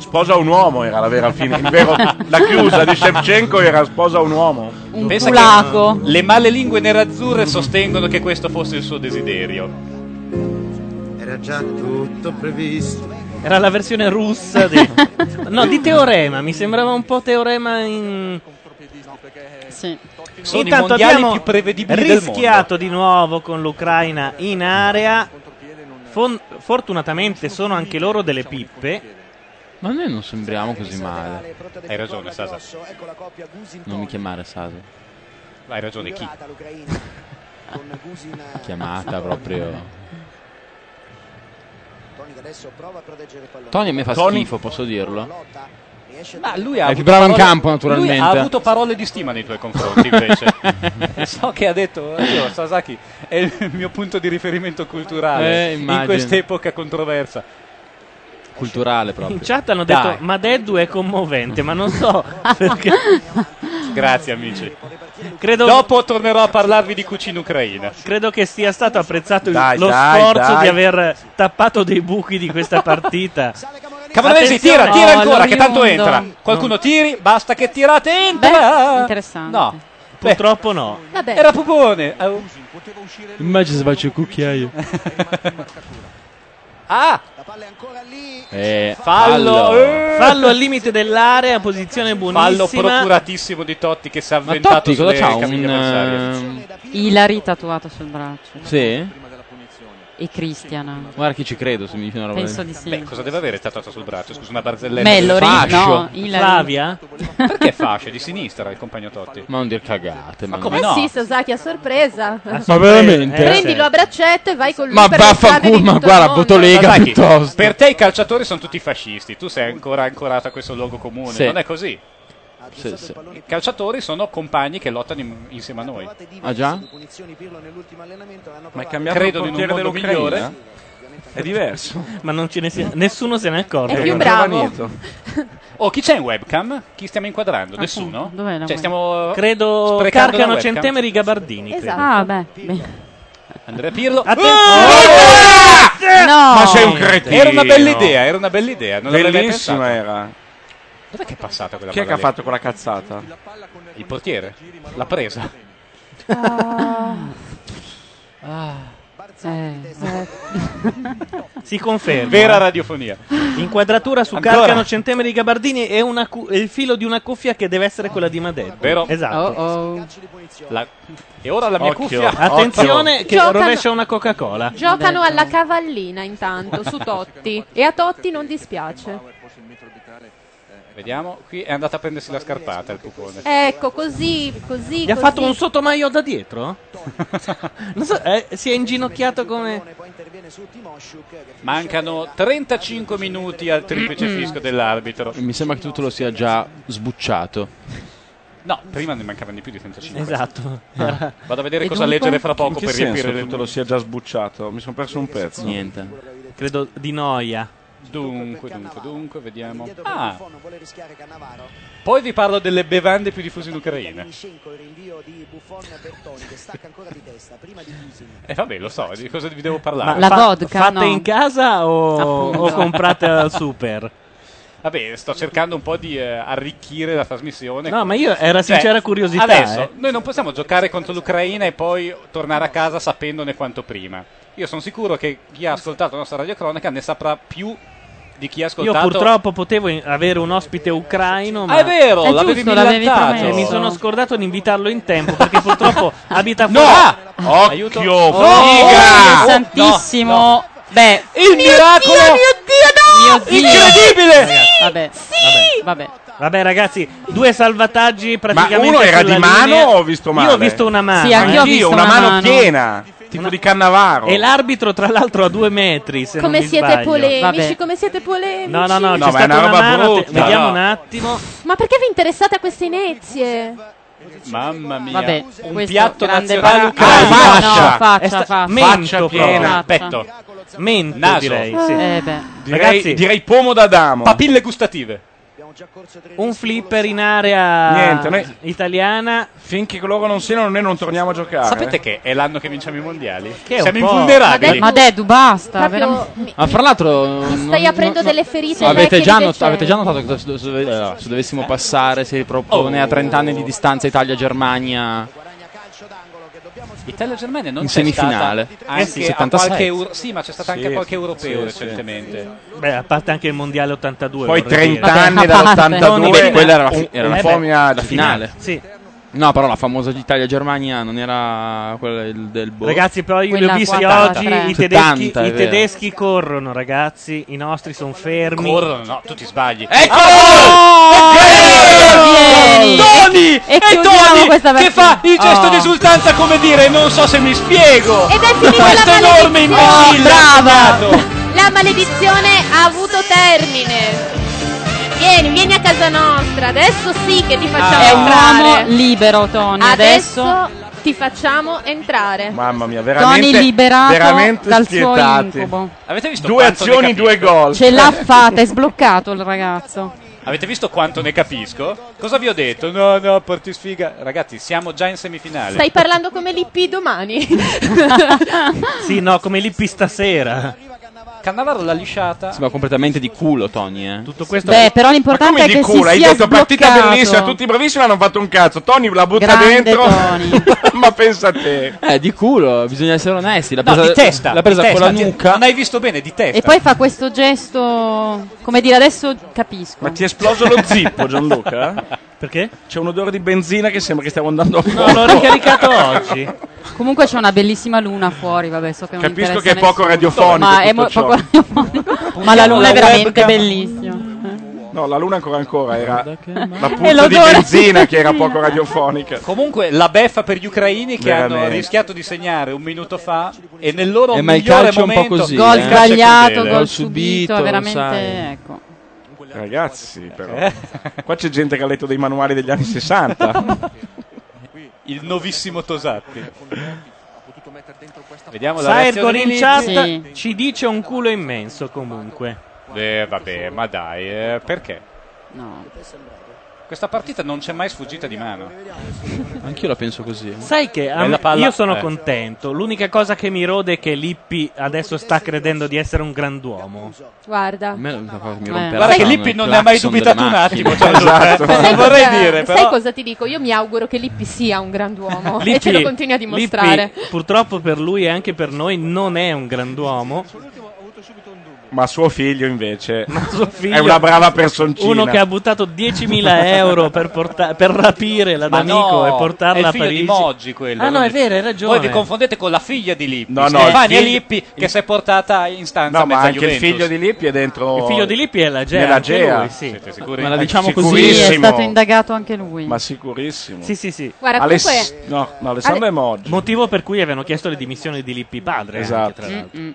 [SPEAKER 8] Sposa un uomo era la vera fine. il vero- la chiusa di Shevchenko era sposa un uomo.
[SPEAKER 7] Pensa che le male lingue nerazzurre sostengono che questo fosse il suo desiderio.
[SPEAKER 19] Era già tutto previsto.
[SPEAKER 5] Era la versione russa di... No, di Teorema, mi sembrava un po' Teorema in...
[SPEAKER 15] Sì.
[SPEAKER 7] Sono i mondiali più prevedibili del
[SPEAKER 5] rischiato di nuovo con l'Ucraina in area. Fon- fortunatamente sono anche loro delle pippe.
[SPEAKER 18] Ma noi non sembriamo così male.
[SPEAKER 7] Hai ragione, Sasa.
[SPEAKER 11] Ecco
[SPEAKER 18] Non mi chiamare Saso.
[SPEAKER 7] Hai ragione, chi?
[SPEAKER 18] *laughs*
[SPEAKER 11] eh,
[SPEAKER 18] Chiamata proprio.
[SPEAKER 11] Tonic adesso prova a proteggere il pallone.
[SPEAKER 18] Tony mi fa
[SPEAKER 7] Tony-
[SPEAKER 18] schifo, posso dirlo.
[SPEAKER 7] Ma lui ha
[SPEAKER 18] È
[SPEAKER 7] avuto
[SPEAKER 18] più bravo in
[SPEAKER 7] parole-
[SPEAKER 18] campo, naturalmente.
[SPEAKER 7] Lui ha avuto parole di stima nei tuoi confronti,
[SPEAKER 18] *laughs*
[SPEAKER 7] invece. *laughs* so che ha detto, io, Sasaki è il mio punto di riferimento culturale
[SPEAKER 18] Eh,
[SPEAKER 7] in
[SPEAKER 18] immagino.
[SPEAKER 7] quest'epoca controversa.
[SPEAKER 18] Culturale
[SPEAKER 5] In
[SPEAKER 18] proprio.
[SPEAKER 5] chat hanno
[SPEAKER 7] Dai.
[SPEAKER 5] detto ma Deddu è commovente, ma non
[SPEAKER 7] *laughs*
[SPEAKER 5] so perché.
[SPEAKER 7] Grazie, amici.
[SPEAKER 5] Credo-
[SPEAKER 7] Dopo tornerò a parlarvi di cucina ucraina.
[SPEAKER 5] Credo che sia stato apprezzato il-
[SPEAKER 7] Dai,
[SPEAKER 5] lo
[SPEAKER 7] dai,
[SPEAKER 5] sforzo
[SPEAKER 7] dai.
[SPEAKER 5] di aver tappato dei buchi di questa partita.
[SPEAKER 7] Camoranesi, tira,
[SPEAKER 5] Attenzione.
[SPEAKER 7] tira ancora, che tanto entra. Qualcuno tiri, basta che tirate, entra. interessante. No.
[SPEAKER 5] Purtroppo no.
[SPEAKER 7] Vabbè. Eh, Era Pupone. Au. Mm.
[SPEAKER 18] Immagino se faccio il cucchiaio. *laughs*
[SPEAKER 7] Ah!
[SPEAKER 18] eh,
[SPEAKER 7] Fallo. Eh.
[SPEAKER 5] Fallo al limite dell'area, posizione buonissima.
[SPEAKER 7] Fallo procuratissimo di Totti che si è
[SPEAKER 18] Ma
[SPEAKER 7] avventato
[SPEAKER 18] Totti cosa
[SPEAKER 7] sulle
[SPEAKER 18] c'ha?
[SPEAKER 7] caviglie
[SPEAKER 18] Un...
[SPEAKER 7] avversarie.
[SPEAKER 18] ehm,
[SPEAKER 15] Ilari tatuato sul braccio.
[SPEAKER 18] Sì?
[SPEAKER 15] E Cristiana.
[SPEAKER 18] Guarda che ci credo se mi dici una roba
[SPEAKER 15] Penso
[SPEAKER 5] eh.
[SPEAKER 18] del-
[SPEAKER 15] di sì.
[SPEAKER 7] Beh, cosa deve avere tatuato sul braccio? Scusa, una barzelletta.
[SPEAKER 15] Mellory? Fascio. No, Ilari. Flavia?
[SPEAKER 7] Perché fascia? Di sinistra il compagno Totti.
[SPEAKER 18] Ma non dir cagate.
[SPEAKER 7] Ma
[SPEAKER 18] ma-
[SPEAKER 7] come
[SPEAKER 15] eh
[SPEAKER 7] no?
[SPEAKER 10] sì, Sasaki a sorpresa. Eh,
[SPEAKER 18] Ma
[SPEAKER 5] Eh,
[SPEAKER 18] veramente?
[SPEAKER 10] Prendilo a braccetto e vai con lui
[SPEAKER 18] Ma
[SPEAKER 10] per le strade
[SPEAKER 18] vaffanculo,
[SPEAKER 10] di
[SPEAKER 18] ma
[SPEAKER 10] tutto
[SPEAKER 18] guarda,
[SPEAKER 10] il mondo.
[SPEAKER 18] butto Lega
[SPEAKER 7] Sasaki,
[SPEAKER 18] piuttosto.
[SPEAKER 7] Per te i calciatori sono tutti fascisti, tu sei ancora ancorato a questo logo comune,
[SPEAKER 18] Sì.
[SPEAKER 7] non è così?
[SPEAKER 18] Sì, sì.
[SPEAKER 7] I calciatori sono compagni che lottano in- insieme a noi.
[SPEAKER 18] Ah già?
[SPEAKER 7] Ma è
[SPEAKER 18] cambiato
[SPEAKER 7] Credo
[SPEAKER 18] il
[SPEAKER 7] in un
[SPEAKER 18] portiere
[SPEAKER 7] mondo
[SPEAKER 18] dell'Ucraina?
[SPEAKER 7] migliore.
[SPEAKER 5] È diverso. Ma non ce ne sia- nessuno se ne accorge.
[SPEAKER 7] È più bravo. Oh, chi c'è in webcam? Chi stiamo inquadrando?
[SPEAKER 5] Appunto,
[SPEAKER 7] Nessuno?
[SPEAKER 5] dov'è la webcam?
[SPEAKER 7] Cioè, stiamo
[SPEAKER 5] Credo
[SPEAKER 7] sprecando la
[SPEAKER 5] Carcano
[SPEAKER 7] webcam?
[SPEAKER 5] Centemeri Gabardini.
[SPEAKER 15] Esatto.
[SPEAKER 5] credo.
[SPEAKER 15] Ah, beh. beh.
[SPEAKER 7] Andrea Pirlo.
[SPEAKER 15] Attenzione!
[SPEAKER 18] *laughs*
[SPEAKER 15] No!
[SPEAKER 18] Ma sei un cretino.
[SPEAKER 7] Era una bella idea, era una bella idea. Non l'avrei mai
[SPEAKER 18] Bellissima
[SPEAKER 7] pensato.
[SPEAKER 18] era.
[SPEAKER 7] Dov'è che è passata quella
[SPEAKER 18] Chi è che
[SPEAKER 7] palla
[SPEAKER 18] ha
[SPEAKER 7] lì?
[SPEAKER 18] fatto quella cazzata?
[SPEAKER 7] Il portiere. L'ha presa.
[SPEAKER 18] Ah.
[SPEAKER 7] Eh,
[SPEAKER 5] Si conferma.
[SPEAKER 7] Vera radiofonia.
[SPEAKER 5] Inquadratura su
[SPEAKER 7] Ancora.
[SPEAKER 5] Carcano Centemeri Gabardini e una cu- e il filo di una cuffia che deve essere quella di Madeddu.
[SPEAKER 7] Vero?
[SPEAKER 10] Oh,
[SPEAKER 5] Esatto.
[SPEAKER 7] La- E ora la mia
[SPEAKER 5] Occhio.
[SPEAKER 7] cuffia.
[SPEAKER 5] Attenzione
[SPEAKER 7] Occhio.
[SPEAKER 5] che
[SPEAKER 10] Giocano-
[SPEAKER 5] rovescia una Coca-Cola.
[SPEAKER 10] Giocano alla cavallina intanto su Totti e a Totti non dispiace.
[SPEAKER 11] eh,
[SPEAKER 7] Vediamo, qui è andata a prendersi la scarpata il pupone.
[SPEAKER 10] Ecco, così, così.
[SPEAKER 5] Eh, Gli ha
[SPEAKER 10] così.
[SPEAKER 5] fatto un sottomaio da dietro? *laughs* Non so, eh, si è inginocchiato come...
[SPEAKER 7] Mancano 35 minuti al triplice
[SPEAKER 5] Mm.
[SPEAKER 7] fischio dell'arbitro.
[SPEAKER 18] Mi sembra che tutto lo sia già sbucciato.
[SPEAKER 7] No, prima ne mancavano di più di 35.
[SPEAKER 18] Esatto.
[SPEAKER 7] Ah. Vado a vedere cosa leggere fra poco per riempire
[SPEAKER 8] tutto lo sia già sbucciato. Mi sono perso un pezzo.
[SPEAKER 18] Niente.
[SPEAKER 5] Credo di noia.
[SPEAKER 7] Dunque, dunque, dunque, vediamo.
[SPEAKER 11] Ah.
[SPEAKER 7] Ah, poi vi parlo delle bevande più diffuse in Ucraina.
[SPEAKER 11] il rinvio di Buffon per Toni che stacca ancora di testa prima di Kusin.
[SPEAKER 7] E Eh, vabbè, lo so, di cosa vi devo parlare?
[SPEAKER 5] fa- Fatte in casa o,
[SPEAKER 7] Appunto.
[SPEAKER 5] o comprate *laughs* al super?
[SPEAKER 7] Vabbè, sto cercando un po' di eh, arricchire la trasmissione. Cioè,
[SPEAKER 5] No, ma io era sincera curiosità,
[SPEAKER 7] Adesso,
[SPEAKER 5] eh.
[SPEAKER 7] noi non possiamo giocare contro l'Ucraina e poi tornare a casa sapendone quanto prima. Io sono sicuro che chi ha ascoltato la nostra radiocronaca ne saprà più di chi ha
[SPEAKER 5] Io
[SPEAKER 7] ascoltato.
[SPEAKER 5] purtroppo potevo in- avere un ospite ucraino, ma...
[SPEAKER 7] Ah, è vero, È l'avevi giusto, l'avevi millantato. promesso.
[SPEAKER 5] E mi sono scordato di invitarlo in tempo, perché purtroppo abita
[SPEAKER 7] No!
[SPEAKER 5] fuori... Oh,
[SPEAKER 7] Occhio,
[SPEAKER 15] Dio santissimo. Beh,
[SPEAKER 7] il miracolo!
[SPEAKER 15] Mio Dio,
[SPEAKER 5] Incredibile! Sì,
[SPEAKER 15] Vabbè.
[SPEAKER 5] Vabbè. Vabbè, ragazzi, due salvataggi praticamente.
[SPEAKER 8] uno era
[SPEAKER 5] sulla
[SPEAKER 8] di mano
[SPEAKER 5] linea.
[SPEAKER 8] o ho visto male?
[SPEAKER 5] Io ho visto una mano.
[SPEAKER 8] Sì, anch'io ho Anch'io, visto una una mano mano. piena,
[SPEAKER 5] tipo di Cannavaro. E l'arbitro, tra l'altro, a due metri. Se
[SPEAKER 10] Come
[SPEAKER 5] non mi
[SPEAKER 10] siete
[SPEAKER 5] sbaglio.
[SPEAKER 10] polemici, come siete polemici.
[SPEAKER 5] No, no, no,
[SPEAKER 8] No,
[SPEAKER 5] c'è
[SPEAKER 8] ma è
[SPEAKER 5] stata
[SPEAKER 8] una
[SPEAKER 5] una,
[SPEAKER 8] roba
[SPEAKER 5] mano. te-
[SPEAKER 8] brutta.
[SPEAKER 5] Vediamo
[SPEAKER 8] No.
[SPEAKER 5] un attimo.
[SPEAKER 10] Ma perché vi interessate a queste inezie?
[SPEAKER 7] Mamma mia.
[SPEAKER 15] Vabbè,
[SPEAKER 7] un
[SPEAKER 15] questo
[SPEAKER 7] piatto
[SPEAKER 15] grande
[SPEAKER 7] nazionale
[SPEAKER 15] bar- Ah,
[SPEAKER 7] ucraino.
[SPEAKER 15] Fascia. no, faccia,
[SPEAKER 5] È sta-
[SPEAKER 15] faccia. Faccia
[SPEAKER 5] Mento
[SPEAKER 15] piena.
[SPEAKER 5] proprio.
[SPEAKER 7] Petto.
[SPEAKER 5] Mento,
[SPEAKER 7] Naso.
[SPEAKER 5] direi. Sì.
[SPEAKER 15] Eh, beh.
[SPEAKER 8] Direi,
[SPEAKER 5] Ragazzi,
[SPEAKER 8] direi pomo d'Adamo.
[SPEAKER 7] Papille gustative.
[SPEAKER 5] un flipper in area
[SPEAKER 8] Niente, noi-
[SPEAKER 5] italiana.
[SPEAKER 8] Eh, Finché loro non siano, noi non torniamo a giocare.
[SPEAKER 7] Sapete che è l'anno che vinciamo i mondiali?
[SPEAKER 8] è un
[SPEAKER 7] Siamo
[SPEAKER 8] po'.
[SPEAKER 7] invulnerabili.
[SPEAKER 15] Ma Dedu, basta.
[SPEAKER 10] Proprio
[SPEAKER 15] veramente.
[SPEAKER 10] mi-
[SPEAKER 18] Ma Ah, fra l'altro.
[SPEAKER 10] mi
[SPEAKER 18] non-
[SPEAKER 10] stai
[SPEAKER 18] non-
[SPEAKER 10] aprendo
[SPEAKER 18] non-
[SPEAKER 10] delle ferite.
[SPEAKER 18] Avete
[SPEAKER 10] vecchie
[SPEAKER 18] già,
[SPEAKER 10] di
[SPEAKER 18] not-
[SPEAKER 10] decenni.
[SPEAKER 18] avete già notato che se, dove- eh, se dovessimo passare, si ripropone a 30 anni di distanza Italia-Germania.
[SPEAKER 7] Italia-Germania non
[SPEAKER 18] In
[SPEAKER 7] c'è
[SPEAKER 18] semifinale.
[SPEAKER 7] stata anche
[SPEAKER 18] Eh sì,
[SPEAKER 7] a
[SPEAKER 18] 76.
[SPEAKER 7] qualche euro- sì, ma c'è stato anche
[SPEAKER 18] Sì,
[SPEAKER 7] qualche europeo
[SPEAKER 18] sì,
[SPEAKER 7] recentemente.
[SPEAKER 5] Beh, a parte anche il mondiale 82.
[SPEAKER 18] Poi
[SPEAKER 5] vorrei
[SPEAKER 18] 30
[SPEAKER 5] dire.
[SPEAKER 18] anni
[SPEAKER 5] Vabbè, a parte.
[SPEAKER 18] dall'82,
[SPEAKER 5] Non in-
[SPEAKER 18] quella era la fi-
[SPEAKER 5] un-
[SPEAKER 18] era la
[SPEAKER 5] eh beh,
[SPEAKER 18] fomia- la finale.
[SPEAKER 5] Sì.
[SPEAKER 18] No, però la famosa Italia-Germania non era quella del, del boh.
[SPEAKER 5] Ragazzi, però io li ho
[SPEAKER 18] Quella
[SPEAKER 5] visti
[SPEAKER 18] 43.
[SPEAKER 5] oggi. I tedeschi,
[SPEAKER 18] 70, è
[SPEAKER 5] i
[SPEAKER 18] vero.
[SPEAKER 5] tedeschi corrono, ragazzi. I nostri sono fermi. Ecco!
[SPEAKER 7] Corrono, no, tu ti sbagli.
[SPEAKER 18] Ah! Ecco!
[SPEAKER 5] Eccolo!
[SPEAKER 7] Tony!
[SPEAKER 5] E
[SPEAKER 7] E,
[SPEAKER 5] chiudiamo questa
[SPEAKER 7] Tony che
[SPEAKER 5] partita.
[SPEAKER 7] fa il gesto
[SPEAKER 5] Oh.
[SPEAKER 7] di esultanza come dire non so se mi spiego.
[SPEAKER 10] Ed è finita la
[SPEAKER 7] Questo enorme
[SPEAKER 10] maledizione.
[SPEAKER 7] imbecille.
[SPEAKER 10] Oh, brava.
[SPEAKER 7] assegnato.
[SPEAKER 10] La la maledizione ha avuto termine. Vieni, vieni a casa nostra. Adesso sì che ti facciamo
[SPEAKER 18] Ah,
[SPEAKER 15] È un
[SPEAKER 10] entrare.
[SPEAKER 15] uomo libero, Tony.
[SPEAKER 10] Adesso,
[SPEAKER 15] Adesso,
[SPEAKER 10] ti facciamo entrare.
[SPEAKER 8] Mamma mia, veramente.
[SPEAKER 15] Tony liberato
[SPEAKER 8] veramente
[SPEAKER 15] dal suo
[SPEAKER 8] spietati.
[SPEAKER 15] incubo.
[SPEAKER 7] Avete visto
[SPEAKER 8] due
[SPEAKER 7] quanto ne
[SPEAKER 8] azioni,
[SPEAKER 7] capisco?
[SPEAKER 8] due gol.
[SPEAKER 15] ce l'ha fatta, è sbloccato il ragazzo.
[SPEAKER 7] Avete visto quanto ne capisco? Cosa vi ho detto? No, no, porti sfiga. Ragazzi, siamo già in semifinale.
[SPEAKER 10] Stai parlando come l'IP domani.
[SPEAKER 5] Sì, no, come Lippi stasera.
[SPEAKER 7] Cannavaro l'ha lisciata.
[SPEAKER 18] Sembra completamente di culo, Tony. Eh.
[SPEAKER 5] Tutto
[SPEAKER 18] questo.
[SPEAKER 15] Beh, però l'importante
[SPEAKER 8] Come
[SPEAKER 15] è
[SPEAKER 8] di
[SPEAKER 15] che
[SPEAKER 8] culo,
[SPEAKER 15] si
[SPEAKER 8] hai
[SPEAKER 15] sia
[SPEAKER 8] detto partita
[SPEAKER 15] sbloccato.
[SPEAKER 8] bellissima, tutti bravissimi, non hanno fatto un cazzo. Tony la butta
[SPEAKER 15] Grande
[SPEAKER 8] dentro. *laughs* Ma pensa a te.
[SPEAKER 18] Eh, di culo, bisogna essere onesti. L'ha
[SPEAKER 7] No,
[SPEAKER 18] presa,
[SPEAKER 7] di testa,
[SPEAKER 18] L'ha presa
[SPEAKER 7] di
[SPEAKER 18] con
[SPEAKER 7] testa,
[SPEAKER 18] la
[SPEAKER 5] cioè,
[SPEAKER 7] ti-
[SPEAKER 18] nuca.
[SPEAKER 7] Non hai visto bene di testa.
[SPEAKER 15] E poi fa questo gesto, come dire, adesso capisco.
[SPEAKER 18] Ma ti è esploso lo zippo, Gianluca?
[SPEAKER 5] Perché?
[SPEAKER 18] C'è un odore di benzina che sembra che stiamo andando a fuoco.
[SPEAKER 5] No, l'ho ricaricato oggi.
[SPEAKER 15] Comunque c'è una bellissima luna fuori, vabbè, so che non
[SPEAKER 8] Capisco
[SPEAKER 15] interessa
[SPEAKER 8] che è poco
[SPEAKER 15] nessuno.
[SPEAKER 8] radiofonico
[SPEAKER 15] Ma è
[SPEAKER 8] tutto ciò.
[SPEAKER 15] poco *laughs* radiofonico. Ma la luna è
[SPEAKER 8] La
[SPEAKER 15] veramente
[SPEAKER 8] webcam.
[SPEAKER 15] bellissima.
[SPEAKER 8] No, la luna ancora ancora era la
[SPEAKER 15] E
[SPEAKER 8] puzza di
[SPEAKER 15] l'odore.
[SPEAKER 8] benzina che era poco radiofonica.
[SPEAKER 7] Comunque la beffa per gli ucraini che hanno
[SPEAKER 8] Veramente.
[SPEAKER 7] rischiato di segnare un minuto fa e nel loro
[SPEAKER 18] Eh, ma il
[SPEAKER 7] migliore
[SPEAKER 18] calcio è un po'
[SPEAKER 7] momento
[SPEAKER 18] così,
[SPEAKER 15] Gol
[SPEAKER 18] eh.
[SPEAKER 15] sbagliato,
[SPEAKER 18] crudele.
[SPEAKER 15] gol
[SPEAKER 18] Gol
[SPEAKER 15] subito,
[SPEAKER 18] subito, lo
[SPEAKER 15] veramente,
[SPEAKER 18] sai.
[SPEAKER 15] ecco.
[SPEAKER 8] Ragazzi, però.
[SPEAKER 7] Eh.
[SPEAKER 8] Qua c'è gente che ha letto dei manuali degli anni 60.
[SPEAKER 7] il novissimo Tosatti. Vediamo la
[SPEAKER 5] Saerco
[SPEAKER 7] reazione di
[SPEAKER 5] in
[SPEAKER 7] Lizzi.
[SPEAKER 5] chat ci dice un culo immenso comunque.
[SPEAKER 7] Eh, vabbè, ma dai, eh, perché?
[SPEAKER 15] No.
[SPEAKER 7] Questa partita non c'è mai sfuggita di mano.
[SPEAKER 18] Anch'io la penso così.
[SPEAKER 5] Sai che a
[SPEAKER 7] È la
[SPEAKER 5] me-
[SPEAKER 7] palla-
[SPEAKER 5] io sono
[SPEAKER 7] eh.
[SPEAKER 5] contento. L'unica cosa che mi rode è che Lippi adesso sta credendo di essere un granduomo.
[SPEAKER 10] Guarda. Eh.
[SPEAKER 5] Guarda che
[SPEAKER 7] Lippi non ne ha mai dubitato un attimo, cioè,
[SPEAKER 5] Esatto.
[SPEAKER 7] eh,
[SPEAKER 5] Sai
[SPEAKER 7] lo vorrei
[SPEAKER 10] Cosa-
[SPEAKER 7] dire,
[SPEAKER 10] Sai
[SPEAKER 7] però
[SPEAKER 10] cosa ti dico? Io mi auguro che Lippi sia un grand'uomo e
[SPEAKER 5] Lippi-
[SPEAKER 10] ce lo continui a dimostrare.
[SPEAKER 5] Lippi, purtroppo per lui e anche per noi non è un granduomo.
[SPEAKER 8] Ma suo figlio invece
[SPEAKER 5] Suo figlio-
[SPEAKER 8] è una brava personcina.
[SPEAKER 5] Uno che ha buttato 10.000 euro per, porta- per rapire la
[SPEAKER 7] Ma
[SPEAKER 5] D'Amico
[SPEAKER 7] no,
[SPEAKER 5] e portarla
[SPEAKER 7] è
[SPEAKER 5] a
[SPEAKER 7] il figlio
[SPEAKER 5] Parigi.
[SPEAKER 7] di Moggi quello.
[SPEAKER 5] Ah, no,
[SPEAKER 7] non
[SPEAKER 5] è vero, hai ragione.
[SPEAKER 7] Voi vi confondete con la figlia di Lippi,
[SPEAKER 8] No, no,
[SPEAKER 7] Stefania
[SPEAKER 8] il figlio-
[SPEAKER 7] Lippi che si è portata in stanza
[SPEAKER 8] No, ma
[SPEAKER 7] mezza
[SPEAKER 8] anche il
[SPEAKER 7] Juventus.
[SPEAKER 8] figlio di Lippi è dentro.
[SPEAKER 5] Il figlio di Lippi è la Gea,
[SPEAKER 8] nella
[SPEAKER 5] anche
[SPEAKER 8] Gea.
[SPEAKER 5] lui, sì.
[SPEAKER 7] Siete sicuri?
[SPEAKER 8] Ma
[SPEAKER 18] la diciamo
[SPEAKER 15] Così è stato indagato anche lui.
[SPEAKER 8] Ma sicurissimo.
[SPEAKER 5] Sì, sì, sì.
[SPEAKER 15] Guarda,
[SPEAKER 8] Aless-
[SPEAKER 15] comunque-
[SPEAKER 8] No, no, Alessandro
[SPEAKER 15] Ale-
[SPEAKER 8] è Moggi.
[SPEAKER 5] Motivo per cui avevano chiesto le dimissioni di Lippi padre. Anche,
[SPEAKER 8] Esatto.
[SPEAKER 5] tra l'altro.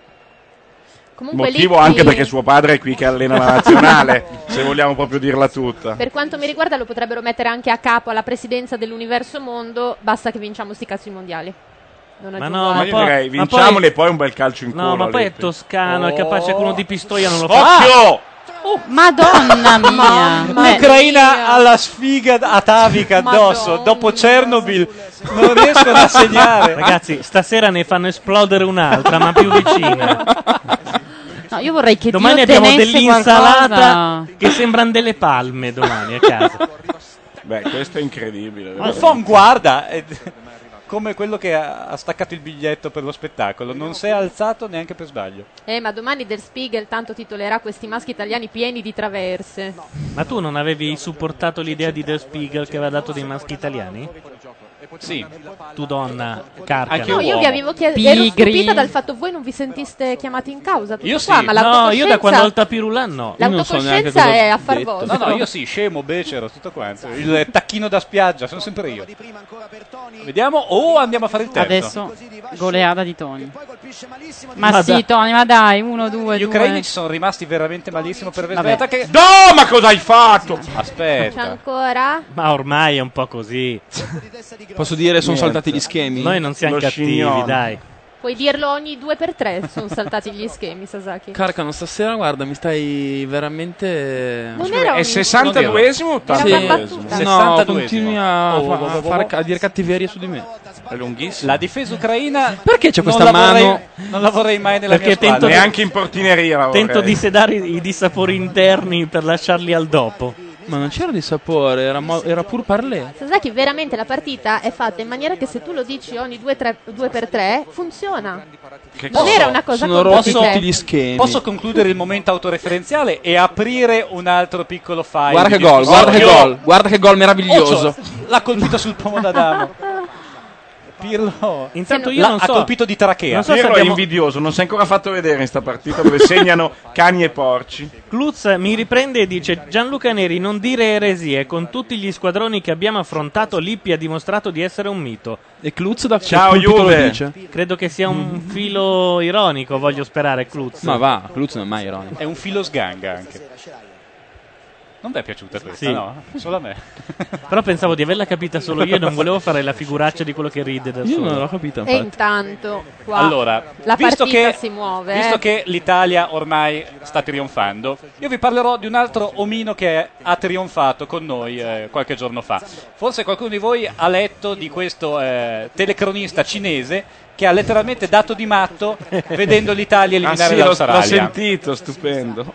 [SPEAKER 10] Comunque
[SPEAKER 8] Motivo
[SPEAKER 10] Lippi-
[SPEAKER 8] anche perché suo padre è qui che allena la nazionale, *laughs* se vogliamo proprio dirla tutta.
[SPEAKER 10] Per quanto mi riguarda lo potrebbero mettere anche a capo alla presidenza dell'universo mondo, basta che vinciamo sti cazzi mondiali. Non
[SPEAKER 5] Ma
[SPEAKER 10] aggiungo
[SPEAKER 5] no,
[SPEAKER 10] altro.
[SPEAKER 8] ma
[SPEAKER 5] ma
[SPEAKER 8] io
[SPEAKER 5] poi-
[SPEAKER 8] direi
[SPEAKER 5] ma poi-
[SPEAKER 8] vinciamoli e poi un bel calcio in culo.
[SPEAKER 5] No, ma poi è
[SPEAKER 8] Lippi.
[SPEAKER 5] toscano, è capace che uno di Pistoia non lo fa. Ah!
[SPEAKER 8] Occhio!
[SPEAKER 15] Oh,
[SPEAKER 5] *laughs*
[SPEAKER 15] Madonna mia.
[SPEAKER 7] L'Ucraina ha la sfiga atavica addosso dopo Chernobyl. Non riescono a segnare.
[SPEAKER 5] *laughs* Ragazzi, stasera ne fanno esplodere un'altra, ma più
[SPEAKER 15] *laughs*
[SPEAKER 5] vicina.
[SPEAKER 15] No, io vorrei che
[SPEAKER 5] Domani
[SPEAKER 15] Dio
[SPEAKER 5] abbiamo
[SPEAKER 15] tenesse
[SPEAKER 5] dell'insalata
[SPEAKER 15] qualcosa.
[SPEAKER 5] che sembrano delle palme domani a casa.
[SPEAKER 8] Beh, questo è incredibile. veramente.
[SPEAKER 7] Alfon guarda eh, *laughs* come quello che ha ha staccato il biglietto per lo spettacolo, non si è alzato neanche per sbaglio.
[SPEAKER 10] Eh, ma domani Der Spiegel tanto titolerà questi maschi italiani pieni di traverse.
[SPEAKER 5] Ma tu non avevi supportato l'idea di Der Spiegel che aveva dato dei maschi italiani?
[SPEAKER 7] Sì.
[SPEAKER 5] Tu donna, carca.
[SPEAKER 10] no, io vi avevo chiesto, ero stupita dal fatto voi non vi sentiste chiamati in causa. tutto
[SPEAKER 5] Io
[SPEAKER 10] qua, ma
[SPEAKER 5] no, io da quando ho il
[SPEAKER 10] l'autocoscienza-
[SPEAKER 5] tapirulan Ah, no. mm,
[SPEAKER 10] L'autocoscienza è a far vostro.
[SPEAKER 7] No, no, io sì, scemo, becero, tutto quanto. Il tacchino da spiaggia, sono sempre io. Vediamo, oh, andiamo a fare il terzo.
[SPEAKER 15] Adesso goleada di Tony. Ma,
[SPEAKER 7] Ma
[SPEAKER 15] sì,
[SPEAKER 7] dai.
[SPEAKER 15] Tony, ma dai, uno, due,
[SPEAKER 7] Gli ucraini
[SPEAKER 15] due.
[SPEAKER 7] ci sono rimasti veramente malissimo per
[SPEAKER 15] Vabbè.
[SPEAKER 7] Vesveta che...
[SPEAKER 8] No, ma cosa hai fatto?
[SPEAKER 10] C'è
[SPEAKER 5] Certo.
[SPEAKER 7] Aspetta.
[SPEAKER 10] ancora?
[SPEAKER 5] Ma ormai è un po' così.
[SPEAKER 18] Posso dire, sono saltati gli schemi?
[SPEAKER 5] Noi non siamo
[SPEAKER 18] Lo
[SPEAKER 5] cattivi,
[SPEAKER 18] scignone.
[SPEAKER 5] dai.
[SPEAKER 10] Puoi dirlo ogni due per tre, sono saltati gli schemi, Sasaki.
[SPEAKER 18] Carcano, stasera, guarda, mi stai veramente.
[SPEAKER 10] Non era un-
[SPEAKER 8] È 62esimo o
[SPEAKER 10] Era una
[SPEAKER 8] 82esimo?
[SPEAKER 10] battuta.
[SPEAKER 18] No,
[SPEAKER 7] 62esimo.
[SPEAKER 18] continui a,
[SPEAKER 7] Oh,
[SPEAKER 18] fa-
[SPEAKER 7] oh, oh,
[SPEAKER 18] a far- a dire cattiverie su di me.
[SPEAKER 8] È lunghissimo.
[SPEAKER 7] La difesa ucraina...
[SPEAKER 18] Perché c'è
[SPEAKER 7] non
[SPEAKER 18] questa
[SPEAKER 7] la vorrei-
[SPEAKER 18] mano?
[SPEAKER 7] non la vorrei mai nella
[SPEAKER 5] Perché
[SPEAKER 7] mia
[SPEAKER 5] tento-
[SPEAKER 7] squadra.
[SPEAKER 5] Neanche
[SPEAKER 8] in portineria la
[SPEAKER 5] Tento di sedare i i dissapori interni per lasciarli al dopo.
[SPEAKER 18] Ma non c'era di sapore, era, mo- era pur parlé.
[SPEAKER 10] Sasaki, veramente la partita è fatta in maniera che se tu lo dici ogni 2 per 3 funziona. non
[SPEAKER 7] cosa?
[SPEAKER 10] era una cosa
[SPEAKER 18] Sono
[SPEAKER 10] contro
[SPEAKER 18] rotti
[SPEAKER 10] di te.
[SPEAKER 18] tutti gli schemi.
[SPEAKER 7] Posso concludere il momento autoreferenziale e aprire un altro piccolo file?
[SPEAKER 18] Guarda che
[SPEAKER 7] di
[SPEAKER 18] gol, guarda che
[SPEAKER 7] discussione?
[SPEAKER 18] gol, guarda che gol meraviglioso.
[SPEAKER 7] Occio, L'ha colpita sul pomo d'Adamo.
[SPEAKER 8] Pirlo
[SPEAKER 5] Intanto io non
[SPEAKER 8] ha
[SPEAKER 5] so-
[SPEAKER 8] colpito di trachea.
[SPEAKER 5] non so se
[SPEAKER 8] Pirlo
[SPEAKER 5] abbiamo-
[SPEAKER 8] è invidioso, non si è ancora fatto vedere in sta partita dove segnano cani e porci.
[SPEAKER 5] Cluz mi riprende e dice Gianluca Neri non dire eresie con tutti gli squadroni che abbiamo affrontato Lippi ha dimostrato di essere un mito
[SPEAKER 8] e Cluz da
[SPEAKER 5] Ciao
[SPEAKER 8] che pulpito lo Juve! dice?
[SPEAKER 5] credo che sia un filo ironico voglio sperare Cluz
[SPEAKER 8] Ma va, Cluz non è mai ironico.
[SPEAKER 7] È un filo sganga anche. Non vi è piaciuta questa,
[SPEAKER 5] Sì.
[SPEAKER 7] no? Solo a me.
[SPEAKER 5] però pensavo di averla capita solo io e non volevo fare la figuraccia di quello che ride da
[SPEAKER 8] Io
[SPEAKER 5] solo
[SPEAKER 8] non l'ho capita
[SPEAKER 10] E intanto qua
[SPEAKER 7] Allora,
[SPEAKER 10] la
[SPEAKER 7] visto
[SPEAKER 10] partita
[SPEAKER 7] che-
[SPEAKER 10] si muove.
[SPEAKER 7] Visto
[SPEAKER 10] eh.
[SPEAKER 7] che l'Italia ormai sta trionfando, io vi parlerò di un altro omino che ha trionfato con noi eh, qualche giorno fa. Forse qualcuno di voi ha letto di questo eh, telecronista cinese che ha letteralmente dato di matto vedendo l'Italia
[SPEAKER 8] Ah,
[SPEAKER 7] eliminare
[SPEAKER 8] sì, l'ho, l'ho
[SPEAKER 7] l'Australia.
[SPEAKER 8] sentito, stupendo.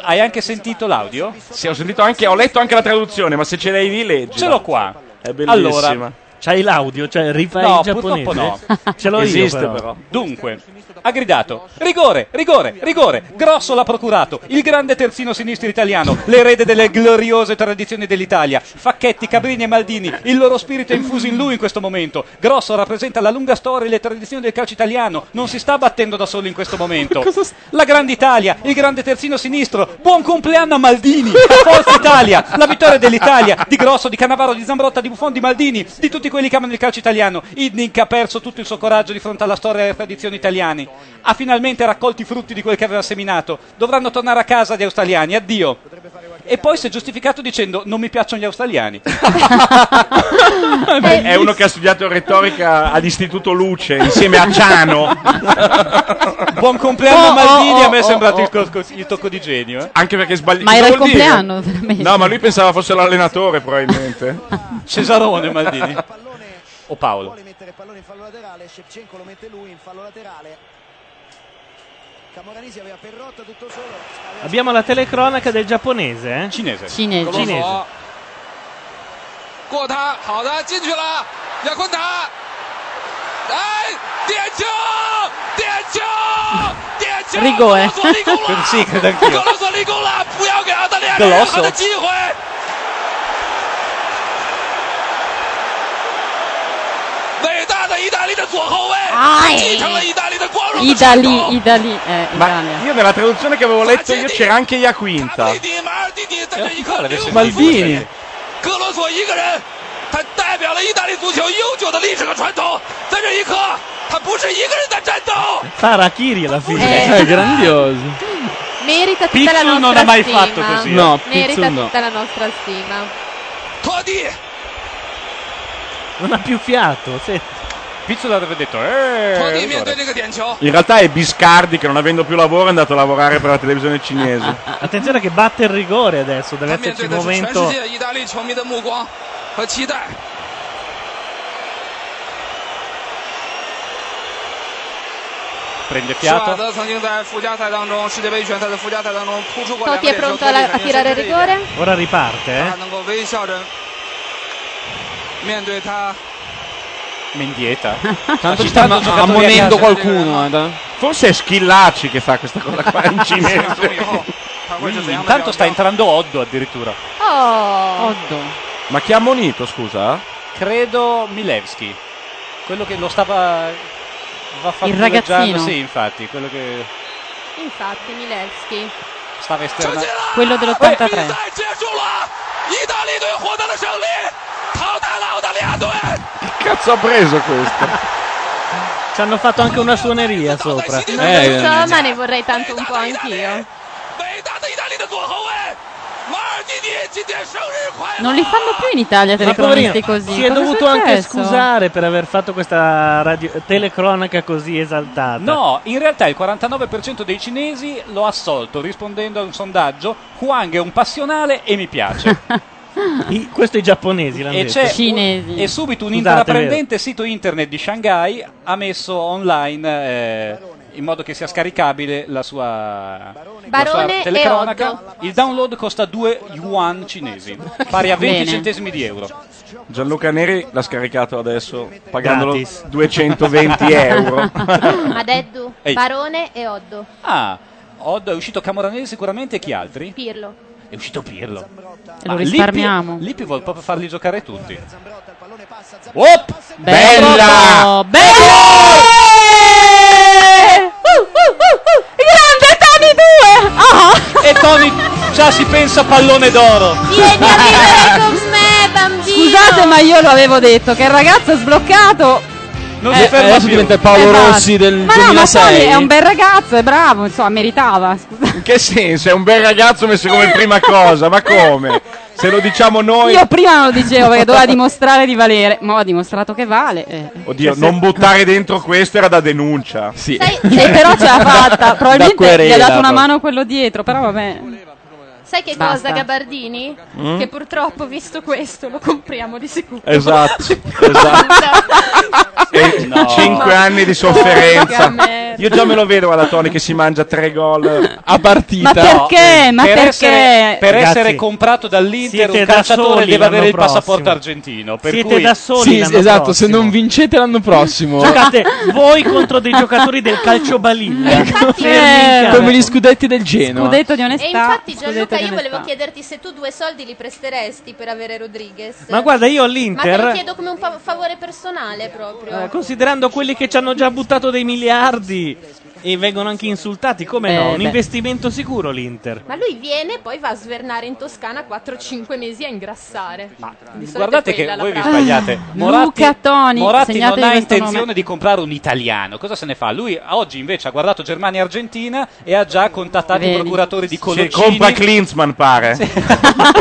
[SPEAKER 7] Hai anche sentito l'audio?
[SPEAKER 8] Sì, ho sentito anche, ho letto anche la traduzione, ma se ce l'hai lì leggi.
[SPEAKER 7] Ce l'ho qua.
[SPEAKER 8] È bellissima.
[SPEAKER 7] Allora,
[SPEAKER 5] c'hai l'audio cioè rifai
[SPEAKER 7] No,
[SPEAKER 5] in giapponese
[SPEAKER 7] purtroppo no.
[SPEAKER 5] ce l'ho
[SPEAKER 7] Esiste,
[SPEAKER 5] io
[SPEAKER 7] però. Dunque, ha gridato: rigore, rigore, rigore. Grosso l'ha procurato. Il grande terzino sinistro italiano, l'erede delle gloriose tradizioni dell'Italia. Facchetti, Cabrini e Maldini, il loro spirito è infuso in lui in questo momento. Grosso rappresenta la lunga storia e le tradizioni del calcio italiano. Non si sta battendo da solo in questo momento. La grande Italia, il grande terzino sinistro. Buon compleanno a Maldini. Forza Italia, la vittoria dell'Italia. Di Grosso, di Cannavaro, di Zambrotta, di Buffon, di Maldini, di tutti quelli che amano il calcio italiano. Idnik ha perso tutto il suo coraggio di fronte alla storia e alle tradizioni italiane. Ha finalmente raccolto i frutti di quel che aveva seminato. Dovranno tornare a casa gli australiani. Addio. E poi si è giustificato dicendo non mi piacciono gli *laughs* australiani.
[SPEAKER 8] È uno che ha studiato retorica all'Istituto Luce insieme a *laughs* Ciano.
[SPEAKER 7] Buon compleanno a Maldini, a me è
[SPEAKER 8] oh,
[SPEAKER 7] sembrato il, col- il tocco di genio. eh.
[SPEAKER 8] Anche perché sbagliato.
[SPEAKER 7] Ma era il
[SPEAKER 15] compleanno, veramente.
[SPEAKER 8] No, ma lui pensava fosse
[SPEAKER 7] *laughs*
[SPEAKER 8] l'allenatore, probabilmente.
[SPEAKER 7] Cesarone Maldini. O Paolo.
[SPEAKER 20] Vuole mettere il pallone in fallo laterale, Shevchenko lo mette lui in fallo laterale. Camoranesi aveva Perrotta tutto solo.
[SPEAKER 5] abbiamo la telecronaca del giapponese eh?
[SPEAKER 7] cinese
[SPEAKER 5] cinese, cinese.
[SPEAKER 11] 过他，好的，进去了，要坤达，来点球，点球，点球，
[SPEAKER 7] Rigore
[SPEAKER 11] 格罗
[SPEAKER 7] *laughs*
[SPEAKER 11] 索立功了，
[SPEAKER 7] sì, credo
[SPEAKER 11] 格
[SPEAKER 7] anch'io.
[SPEAKER 11] 罗索立功了，不要给澳大利亚
[SPEAKER 7] Golasso
[SPEAKER 11] 任何的机会。伟大的意大利的左后卫
[SPEAKER 15] 哎
[SPEAKER 11] 继承了意大利的光荣的传统。
[SPEAKER 15] Idali, Idali, eh,
[SPEAKER 8] Ma io nella traduzione che avevo letto io c'era anche Iaquinta. Maldini.
[SPEAKER 11] 格罗索一个人，他代表了意大利足球悠久的历史和传统。在这一刻，他不是一个人在战斗。
[SPEAKER 5] Sarakiri alla fine
[SPEAKER 15] Eh. È
[SPEAKER 8] grandioso
[SPEAKER 10] Merita tutta
[SPEAKER 5] Pizzo
[SPEAKER 10] la nostra
[SPEAKER 5] non ha mai
[SPEAKER 10] stima.
[SPEAKER 5] fatto così, eh.
[SPEAKER 8] No,
[SPEAKER 10] Merita
[SPEAKER 8] Pizzo no.
[SPEAKER 10] tutta la nostra stima.
[SPEAKER 5] non ha più fiato sì.
[SPEAKER 7] Pizzo l'aveva detto eh,
[SPEAKER 11] 面对这个点球，
[SPEAKER 8] In realtà è Biscardi che non avendo più lavoro è andato a lavorare per la televisione cinese.
[SPEAKER 5] attenzione che batte il rigore adesso deve
[SPEAKER 11] 他面
[SPEAKER 5] esserci
[SPEAKER 11] 对
[SPEAKER 5] un
[SPEAKER 11] 的是全世
[SPEAKER 5] momento
[SPEAKER 11] 界意大利球迷的目
[SPEAKER 5] eh.
[SPEAKER 11] 光和期待。
[SPEAKER 7] prende
[SPEAKER 11] 施瓦
[SPEAKER 7] fiato.
[SPEAKER 11] 德曾经在附加赛当中，世界杯预选赛的附加赛当中扑出过两
[SPEAKER 10] Totti
[SPEAKER 11] 个
[SPEAKER 10] è
[SPEAKER 11] 点球，
[SPEAKER 10] pronto
[SPEAKER 11] 托
[SPEAKER 10] alla- a
[SPEAKER 11] 蒂肯定是
[SPEAKER 10] tirare
[SPEAKER 11] 这
[SPEAKER 10] il
[SPEAKER 11] 一点。
[SPEAKER 10] rigore?
[SPEAKER 5] ora riparte
[SPEAKER 11] 他
[SPEAKER 5] eh?
[SPEAKER 11] 能够微笑着面对他
[SPEAKER 7] Mendieta.
[SPEAKER 8] Tanto
[SPEAKER 7] ci stanno ammonendo qualcuno,
[SPEAKER 8] Forse è Schillacci che fa questa cosa qua
[SPEAKER 7] *laughs*
[SPEAKER 8] in cinese.
[SPEAKER 7] Ui, intanto sta entrando Oddo addirittura.
[SPEAKER 10] Oh,
[SPEAKER 8] Ma chi ha ammonito,
[SPEAKER 7] eh.
[SPEAKER 8] scusa?
[SPEAKER 7] Credo Milevski. Quello che lo stava
[SPEAKER 10] Il
[SPEAKER 7] vaffanculeggiando,
[SPEAKER 10] ragazzino.
[SPEAKER 7] Sì, infatti, quello che
[SPEAKER 10] infatti Milevski.
[SPEAKER 7] stava Eh, esternando.
[SPEAKER 15] Quello dell'83.
[SPEAKER 11] 结束了，意大利队获得了胜利，淘汰了澳大利亚队。
[SPEAKER 8] Che cazzo ha preso questo?
[SPEAKER 5] *laughs* ci hanno fatto anche una suoneria sopra Eh,
[SPEAKER 10] Non lo so, ma ne vorrei tanto un po' anch'io.
[SPEAKER 11] 今天生
[SPEAKER 10] *laughs*
[SPEAKER 11] 日快
[SPEAKER 15] Non li fanno più in Italia
[SPEAKER 5] Ma poverino,
[SPEAKER 15] telecronisti così.
[SPEAKER 5] si è
[SPEAKER 15] Cosa
[SPEAKER 5] dovuto anche
[SPEAKER 15] successo?
[SPEAKER 5] scusare per aver fatto questa radio- telecronaca così esaltata.
[SPEAKER 7] No, in realtà il 49% dei cinesi lo ha assolto rispondendo a un sondaggio. Huang è un passionale e
[SPEAKER 10] *laughs*
[SPEAKER 7] mi piace.
[SPEAKER 5] I- questo i giapponesi l'hanno
[SPEAKER 7] e,
[SPEAKER 5] detto.
[SPEAKER 7] c'è un- e subito un
[SPEAKER 5] Scusate,
[SPEAKER 7] intraprendente sito internet di Shanghai ha messo online eh, in modo che sia scaricabile la sua, la sua
[SPEAKER 10] Barone e
[SPEAKER 7] telecronaca. Il download costa 2 yuan cinesi, pari a 20
[SPEAKER 8] Bene.
[SPEAKER 7] centesimi di euro.
[SPEAKER 8] Gianluca Neri l'ha scaricato adesso pagandolo
[SPEAKER 7] Gratis.
[SPEAKER 5] *laughs*
[SPEAKER 8] *laughs* 220 euro.
[SPEAKER 10] Adeddu,
[SPEAKER 7] Ehi.
[SPEAKER 10] Barone e Oddo.
[SPEAKER 7] Ah, Odd è uscito Camoranesi sicuramente, chi altri?
[SPEAKER 10] Pirlo.
[SPEAKER 7] è uscito Pirlo.
[SPEAKER 15] E lo risparmiamo.
[SPEAKER 7] Lippi, Lippi vuole proprio farli giocare tutti.
[SPEAKER 15] Op!
[SPEAKER 7] Bella!
[SPEAKER 11] 哎
[SPEAKER 15] Grande Tony 2!
[SPEAKER 7] E Tony già si pensa pallone d'oro.
[SPEAKER 15] Vieni a vivere
[SPEAKER 10] con me, bambino!
[SPEAKER 15] Scusate, ma io lo avevo detto che il ragazzo sbloccato.
[SPEAKER 7] Non
[SPEAKER 5] Eh,
[SPEAKER 18] si ferma adesso diventa
[SPEAKER 7] Eh,
[SPEAKER 18] il Paolo
[SPEAKER 15] Esatto.
[SPEAKER 18] Rossi del
[SPEAKER 15] Ma no, ma Tony
[SPEAKER 18] 2006.
[SPEAKER 15] è un bel ragazzo, è bravo, insomma, meritava. Scusa.
[SPEAKER 8] In che senso? È un bel ragazzo messo come prima cosa, ma come? Se lo diciamo noi.
[SPEAKER 15] Io prima non lo dicevo perché doveva dimostrare di valere, ma ho dimostrato che vale. eh.
[SPEAKER 8] Oddio, non buttare dentro questo era da denuncia. Sì.
[SPEAKER 15] E eh, però ce l'ha fatta, probabilmente gli
[SPEAKER 8] querela,
[SPEAKER 15] ha dato una
[SPEAKER 8] proprio.
[SPEAKER 15] mano quello dietro, però vabbè.
[SPEAKER 10] Sai che
[SPEAKER 15] Basta.
[SPEAKER 10] cosa, Gabardini?
[SPEAKER 15] Mm?
[SPEAKER 10] Che purtroppo, visto questo, lo compriamo di sicuro. *laughs*
[SPEAKER 8] Esatto, E
[SPEAKER 10] No.
[SPEAKER 8] 5 anni
[SPEAKER 10] Porca
[SPEAKER 8] di sofferenza.
[SPEAKER 10] merda.
[SPEAKER 8] Io già me lo vedo alla Tony che si mangia 3 gol Eh.
[SPEAKER 18] a
[SPEAKER 7] Ma
[SPEAKER 18] partita.
[SPEAKER 7] perché? Ma eh, Per perché? essere- per
[SPEAKER 8] Ragazzi,
[SPEAKER 7] essere comprato dall'Inter
[SPEAKER 8] siete
[SPEAKER 7] un
[SPEAKER 8] da
[SPEAKER 7] calciatore
[SPEAKER 8] soli
[SPEAKER 7] deve avere il
[SPEAKER 8] l'anno prossimo.
[SPEAKER 7] passaporto argentino. Per
[SPEAKER 5] Siete
[SPEAKER 7] cui...
[SPEAKER 5] da soli
[SPEAKER 18] Sì,
[SPEAKER 5] l'anno
[SPEAKER 18] esatto, se
[SPEAKER 5] prossimo.
[SPEAKER 18] non vincete l'anno prossimo.
[SPEAKER 5] Giocate voi contro dei giocatori del calcio
[SPEAKER 18] Eh,
[SPEAKER 5] balilla. eh,
[SPEAKER 18] come gli scudetti del Genoa.
[SPEAKER 5] Scudetto
[SPEAKER 15] di
[SPEAKER 10] E infatti, Gianluca, io volevo
[SPEAKER 5] onestà.
[SPEAKER 10] chiederti se tu due soldi li presteresti per avere Rodriguez.
[SPEAKER 5] Ma guarda, io
[SPEAKER 10] Ma te lo
[SPEAKER 5] all'Inter,
[SPEAKER 10] chiedo come un fa- favore personale proprio.
[SPEAKER 5] eh, considerando quelli che ci hanno già buttato dei miliardi e vengono anche insultati, come
[SPEAKER 15] Eh,
[SPEAKER 5] no? Un
[SPEAKER 15] beh.
[SPEAKER 5] investimento sicuro l'Inter.
[SPEAKER 10] Ma lui viene e poi va a svernare in Toscana 4-5 mesi a ingrassare. Di solito
[SPEAKER 7] Guardate
[SPEAKER 10] è
[SPEAKER 7] che
[SPEAKER 10] quella la
[SPEAKER 7] voi vi
[SPEAKER 10] frase.
[SPEAKER 7] sbagliate. Moratti,
[SPEAKER 15] Ah, Luca Toni,
[SPEAKER 7] Moratti
[SPEAKER 15] segnatevi
[SPEAKER 7] non ha
[SPEAKER 15] questo
[SPEAKER 7] intenzione
[SPEAKER 15] nome.
[SPEAKER 7] di comprare un italiano. Cosa se ne fa? Lui oggi invece ha guardato Germania e Argentina e ha già contattato i
[SPEAKER 15] Vedi.
[SPEAKER 7] procuratori di
[SPEAKER 8] si
[SPEAKER 7] Colocini.
[SPEAKER 8] compra Klinsman, pare.
[SPEAKER 15] *laughs*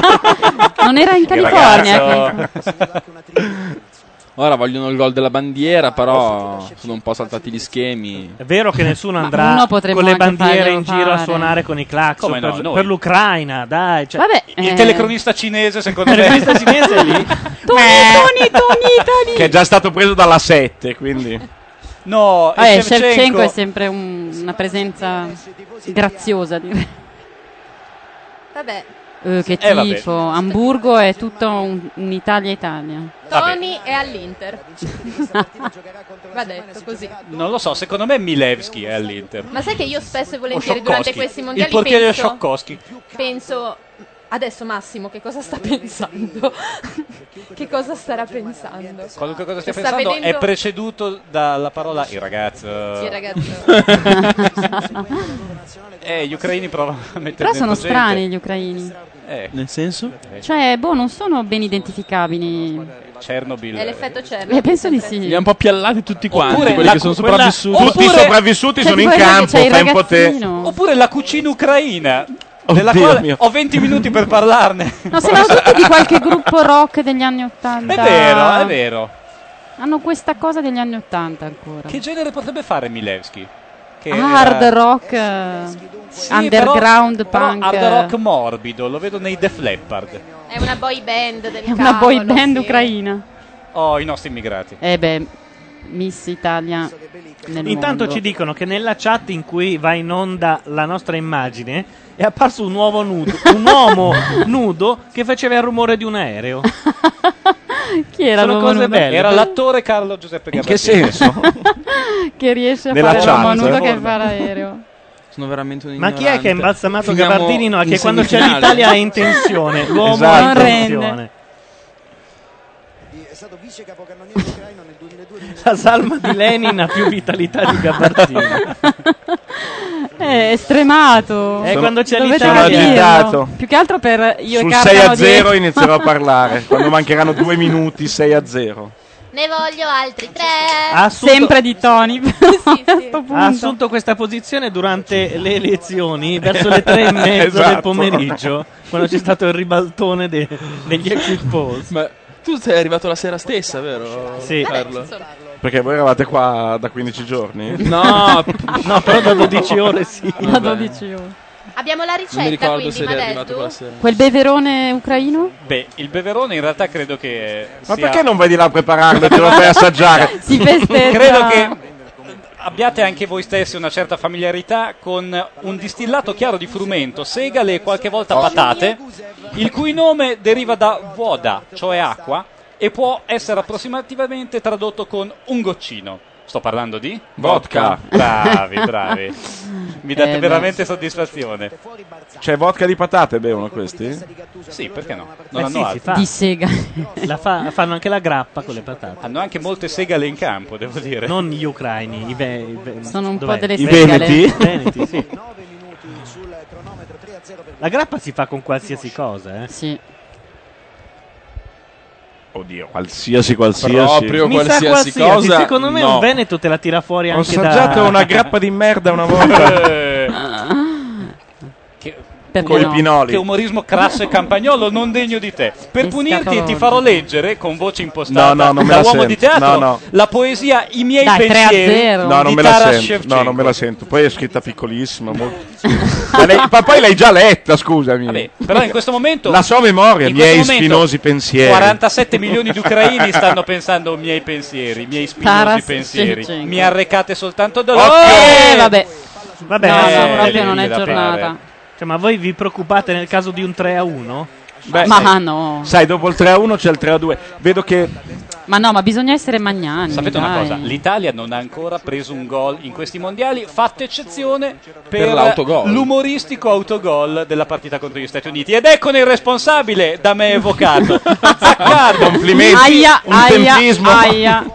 [SPEAKER 15] Non era in
[SPEAKER 7] Che
[SPEAKER 15] California. ecco.
[SPEAKER 7] *laughs*
[SPEAKER 18] *laughs* Ora vogliono il gol della
[SPEAKER 5] Ah,
[SPEAKER 18] bandiera, però sono un po' saltati gli schemi.
[SPEAKER 5] È vero che nessuno
[SPEAKER 18] *laughs* Eh, Ma
[SPEAKER 5] andrà
[SPEAKER 18] uno
[SPEAKER 5] con
[SPEAKER 18] potremmo
[SPEAKER 5] le
[SPEAKER 18] anche
[SPEAKER 5] bandiere in
[SPEAKER 18] farglielo
[SPEAKER 5] giro a
[SPEAKER 18] fare.
[SPEAKER 5] suonare con i clacson
[SPEAKER 18] Come no,
[SPEAKER 5] per,
[SPEAKER 18] noi.
[SPEAKER 5] per l'Ucraina, dai. Cioè.
[SPEAKER 15] Vabbè, eh.
[SPEAKER 7] Il telecronista
[SPEAKER 15] *laughs*
[SPEAKER 7] cinese, secondo me.
[SPEAKER 5] Il telecronista cinese è lì.
[SPEAKER 15] Tony, Tony, Tony.
[SPEAKER 8] Che è già stato preso dalla 7, quindi.
[SPEAKER 7] No, e
[SPEAKER 15] Vabbè,
[SPEAKER 7] Shevchenko-
[SPEAKER 15] Shevchenko è sempre un- una presenza graziosa. direi.
[SPEAKER 10] Vabbè,
[SPEAKER 15] Eh, che
[SPEAKER 10] Eh, vabbè.
[SPEAKER 15] tifo, Hamburgo è tutto un- un'Italia-Italia.
[SPEAKER 10] Tony è
[SPEAKER 7] *laughs*
[SPEAKER 10] all'Inter. Va detto così.
[SPEAKER 7] Non lo so, secondo me Milevski è all'Inter.
[SPEAKER 10] Ma sai che io spesso e
[SPEAKER 7] O
[SPEAKER 10] volentieri
[SPEAKER 7] Scioccoski.
[SPEAKER 10] durante questi mondiali
[SPEAKER 7] Il portiere
[SPEAKER 10] penso,
[SPEAKER 7] Scioccoski.
[SPEAKER 10] penso adesso Massimo che cosa sta pensando? *laughs* che cosa starà pensando?
[SPEAKER 7] Qualunque cosa stia
[SPEAKER 10] Sta
[SPEAKER 7] pensando
[SPEAKER 10] vedendo-
[SPEAKER 7] è preceduto dalla parola il ragazzo.
[SPEAKER 10] Sì, ragazzo.
[SPEAKER 7] *laughs*
[SPEAKER 15] *laughs*
[SPEAKER 7] eh, gli ucraini provano a mettere
[SPEAKER 15] Però sono
[SPEAKER 7] dentro gente.
[SPEAKER 15] strani gli ucraini.
[SPEAKER 7] Eh,
[SPEAKER 18] Nel senso?
[SPEAKER 15] Cioè, boh, non sono ben identificabili.
[SPEAKER 7] Chernobyl.
[SPEAKER 10] È l'effetto Cerno.
[SPEAKER 15] Eh, penso di sì.
[SPEAKER 18] Li ha un po' piallati tutti quanti,
[SPEAKER 7] Oppure
[SPEAKER 18] quelli
[SPEAKER 7] la-
[SPEAKER 18] che sono
[SPEAKER 7] quella-
[SPEAKER 18] sopravvissuti.
[SPEAKER 7] Tutti Oppure-
[SPEAKER 8] sopravvissuti
[SPEAKER 15] Cioè, sono in tipo quello che campo, c'è il fai un po' te. ragazzino.
[SPEAKER 7] Oppure la cucina ucraina. della quale
[SPEAKER 18] Oh, mio.
[SPEAKER 7] ho 20 minuti per parlarne.
[SPEAKER 15] No, sembrano tutti di qualche gruppo rock degli anni Ottanta.
[SPEAKER 7] *laughs* È vero, è vero.
[SPEAKER 15] Hanno questa cosa degli anni Ottanta ancora.
[SPEAKER 7] Che genere potrebbe fare Milevski? Che era-
[SPEAKER 15] Ah, Hard rock, eh,
[SPEAKER 7] Sì,
[SPEAKER 15] underground
[SPEAKER 7] però- però
[SPEAKER 15] punk.
[SPEAKER 7] hard rock morbido, lo vedo nei Def Leppard.
[SPEAKER 10] È una boy band del
[SPEAKER 15] È una
[SPEAKER 10] cavolo,
[SPEAKER 15] boy band
[SPEAKER 10] sì.
[SPEAKER 15] ucraina.
[SPEAKER 7] Oh, i nostri immigrati.
[SPEAKER 15] Eh beh, Miss Italia nel
[SPEAKER 5] Intanto
[SPEAKER 15] mondo.
[SPEAKER 5] ci dicono che nella chat in cui va in onda la nostra immagine è apparso un uomo nudo, un uomo nudo che faceva il rumore di un aereo.
[SPEAKER 15] Chi era
[SPEAKER 5] Sono
[SPEAKER 15] l'uomo
[SPEAKER 5] cose
[SPEAKER 15] nudo?
[SPEAKER 5] belle.
[SPEAKER 7] Era l'attore Carlo Giuseppe
[SPEAKER 5] In
[SPEAKER 7] Gabardini.
[SPEAKER 5] che *laughs* senso?
[SPEAKER 15] che riesce a
[SPEAKER 5] Nella
[SPEAKER 15] fare l'uomo
[SPEAKER 5] chat. eh.
[SPEAKER 15] nudo che
[SPEAKER 5] Forma. *laughs*
[SPEAKER 15] fa l'aereo.
[SPEAKER 18] Sono veramente un
[SPEAKER 5] Ma chi è che ha imbalsamato
[SPEAKER 18] Finiamo
[SPEAKER 5] Gabardini? No, è
[SPEAKER 18] in
[SPEAKER 5] che quando c'è
[SPEAKER 18] semifinale.
[SPEAKER 5] l'Italia è
[SPEAKER 18] *laughs*
[SPEAKER 5] in tensione. L'uomo
[SPEAKER 18] Esatto.
[SPEAKER 5] è in
[SPEAKER 18] Non rende.
[SPEAKER 5] tensione.
[SPEAKER 11] È stato vice capocannoniere ucraino nel 2002.
[SPEAKER 5] La salma di Lenin ha più vitalità di Gabardini.
[SPEAKER 7] *laughs*
[SPEAKER 15] Eh, È stremato.
[SPEAKER 5] Eh, Sono- quando c'è
[SPEAKER 15] Dovete
[SPEAKER 5] l'Italia.
[SPEAKER 15] capirlo.
[SPEAKER 8] Sono agitato.
[SPEAKER 15] Più che altro per io
[SPEAKER 8] Sul
[SPEAKER 15] e Carlo.
[SPEAKER 8] 6 a 0
[SPEAKER 15] dietro.
[SPEAKER 8] inizierò a parlare. Quando mancheranno due minuti, 6 a 0.
[SPEAKER 10] Ne voglio altri tre.
[SPEAKER 5] Ha assunto-
[SPEAKER 15] Sempre di Tony.
[SPEAKER 5] Ha assunto questa posizione durante le elezioni, verso le
[SPEAKER 7] *laughs*
[SPEAKER 18] *laughs*
[SPEAKER 5] tre e mezza del
[SPEAKER 18] Esatto.
[SPEAKER 5] pomeriggio, quando c'è stato il ribaltone de-
[SPEAKER 18] *laughs*
[SPEAKER 5] degli exit polls.
[SPEAKER 18] Ma tu sei arrivato la sera stessa, vero?
[SPEAKER 5] Sì.
[SPEAKER 18] Carlo?
[SPEAKER 8] Perché voi eravate qua da 15 giorni?
[SPEAKER 18] No,
[SPEAKER 5] No, però da 12 ore sì.
[SPEAKER 15] Da 12 ore.
[SPEAKER 10] Abbiamo la ricetta quindi, ma detto.
[SPEAKER 15] Quel beverone ucraino?
[SPEAKER 7] Beh, il beverone in realtà credo che
[SPEAKER 8] Ma
[SPEAKER 7] sia-
[SPEAKER 8] perché non vai di là a prepararlo e te lo
[SPEAKER 15] *laughs*
[SPEAKER 8] fai assaggiare?
[SPEAKER 15] Si festeggia.
[SPEAKER 7] Credo che abbiate anche voi stessi una certa familiarità con un distillato chiaro di frumento, segale e qualche volta patate, il cui nome deriva da voda, cioè acqua, e può essere approssimativamente tradotto con un goccino. Sto parlando di?
[SPEAKER 8] Vodka.
[SPEAKER 7] Bravi, bravi.
[SPEAKER 15] *laughs*
[SPEAKER 7] Mi date
[SPEAKER 8] Eh, beh.
[SPEAKER 7] veramente soddisfazione.
[SPEAKER 8] C'è vodka di patate bevono questi?
[SPEAKER 7] Sì, perché no?
[SPEAKER 5] Eh
[SPEAKER 7] Non
[SPEAKER 5] sì,
[SPEAKER 7] hanno
[SPEAKER 5] si
[SPEAKER 7] altro.
[SPEAKER 5] fa. La fa- fanno anche la grappa con le patate.
[SPEAKER 7] Hanno anche molte segale in campo, devo dire.
[SPEAKER 5] Non gli ucraini, i ve- i ve-
[SPEAKER 15] *laughs* Sono un
[SPEAKER 5] dov'è?
[SPEAKER 15] po' delle
[SPEAKER 5] I
[SPEAKER 15] segale. *laughs*
[SPEAKER 5] veneti? Veneti, sì. La grappa si fa con qualsiasi cosa, eh?
[SPEAKER 15] Sì.
[SPEAKER 8] Oddio, qualsiasi, qualsiasi.
[SPEAKER 5] Mi sa qualsiasi. Secondo me
[SPEAKER 8] no.
[SPEAKER 5] un Veneto te la tira fuori
[SPEAKER 8] Ho
[SPEAKER 5] anche da...
[SPEAKER 8] assaggiato una grappa di merda
[SPEAKER 5] *laughs*
[SPEAKER 8] una volta. Con i pinoli.
[SPEAKER 7] Che umorismo
[SPEAKER 15] *laughs*
[SPEAKER 7] crasso e campagnolo non degno di te. Per punirti
[SPEAKER 8] scappavano.
[SPEAKER 7] ti farò leggere con voce impostata
[SPEAKER 8] No, no, non me
[SPEAKER 7] da
[SPEAKER 8] la
[SPEAKER 7] uomo
[SPEAKER 8] sento.
[SPEAKER 7] di teatro
[SPEAKER 8] No, no.
[SPEAKER 7] la poesia I miei
[SPEAKER 15] Dai, 3 a
[SPEAKER 7] pensieri
[SPEAKER 15] 0.
[SPEAKER 8] No, non
[SPEAKER 7] di
[SPEAKER 8] me la
[SPEAKER 7] Taras
[SPEAKER 8] sento.
[SPEAKER 7] Shevchenko.
[SPEAKER 8] No, non me la sento. Poi è scritta piccolissima. molto- ma, lei- ma poi l'hai già letta, scusami.
[SPEAKER 7] Però in questo momento
[SPEAKER 8] La sua memoria, i
[SPEAKER 7] in questo
[SPEAKER 8] miei
[SPEAKER 7] momento
[SPEAKER 8] spinosi pensieri.
[SPEAKER 7] 47 milioni di ucraini stanno pensando ai miei pensieri, i miei spinosi
[SPEAKER 15] Taras
[SPEAKER 7] pensieri.
[SPEAKER 15] Shevchenko.
[SPEAKER 7] Mi arrecate soltanto dolore.
[SPEAKER 15] Eh, vabbè.
[SPEAKER 5] Vabbè,
[SPEAKER 15] no,
[SPEAKER 5] eh,
[SPEAKER 15] no, proprio non è
[SPEAKER 5] gliela
[SPEAKER 15] giornata.
[SPEAKER 5] pare. Cioè, ma voi vi preoccupate nel caso di un 3 a 1?
[SPEAKER 15] Ma
[SPEAKER 7] eh,
[SPEAKER 15] no.
[SPEAKER 8] Sai, dopo il 3-1 c'è il 3-2. Vedo che
[SPEAKER 15] Ma no, ma bisogna essere magnani.
[SPEAKER 7] Sapete una
[SPEAKER 15] dai.
[SPEAKER 7] cosa? L'Italia non ha ancora preso un gol in questi mondiali, fatta eccezione per,
[SPEAKER 18] l'autogol.
[SPEAKER 7] l'umoristico autogol della partita contro gli Stati Uniti. Ed eccone il responsabile da me
[SPEAKER 15] *laughs*
[SPEAKER 7] evocato. Zaccardo.
[SPEAKER 8] Complimenti.
[SPEAKER 15] Aia,
[SPEAKER 7] Un
[SPEAKER 15] aia,
[SPEAKER 7] tempismo.
[SPEAKER 15] aia.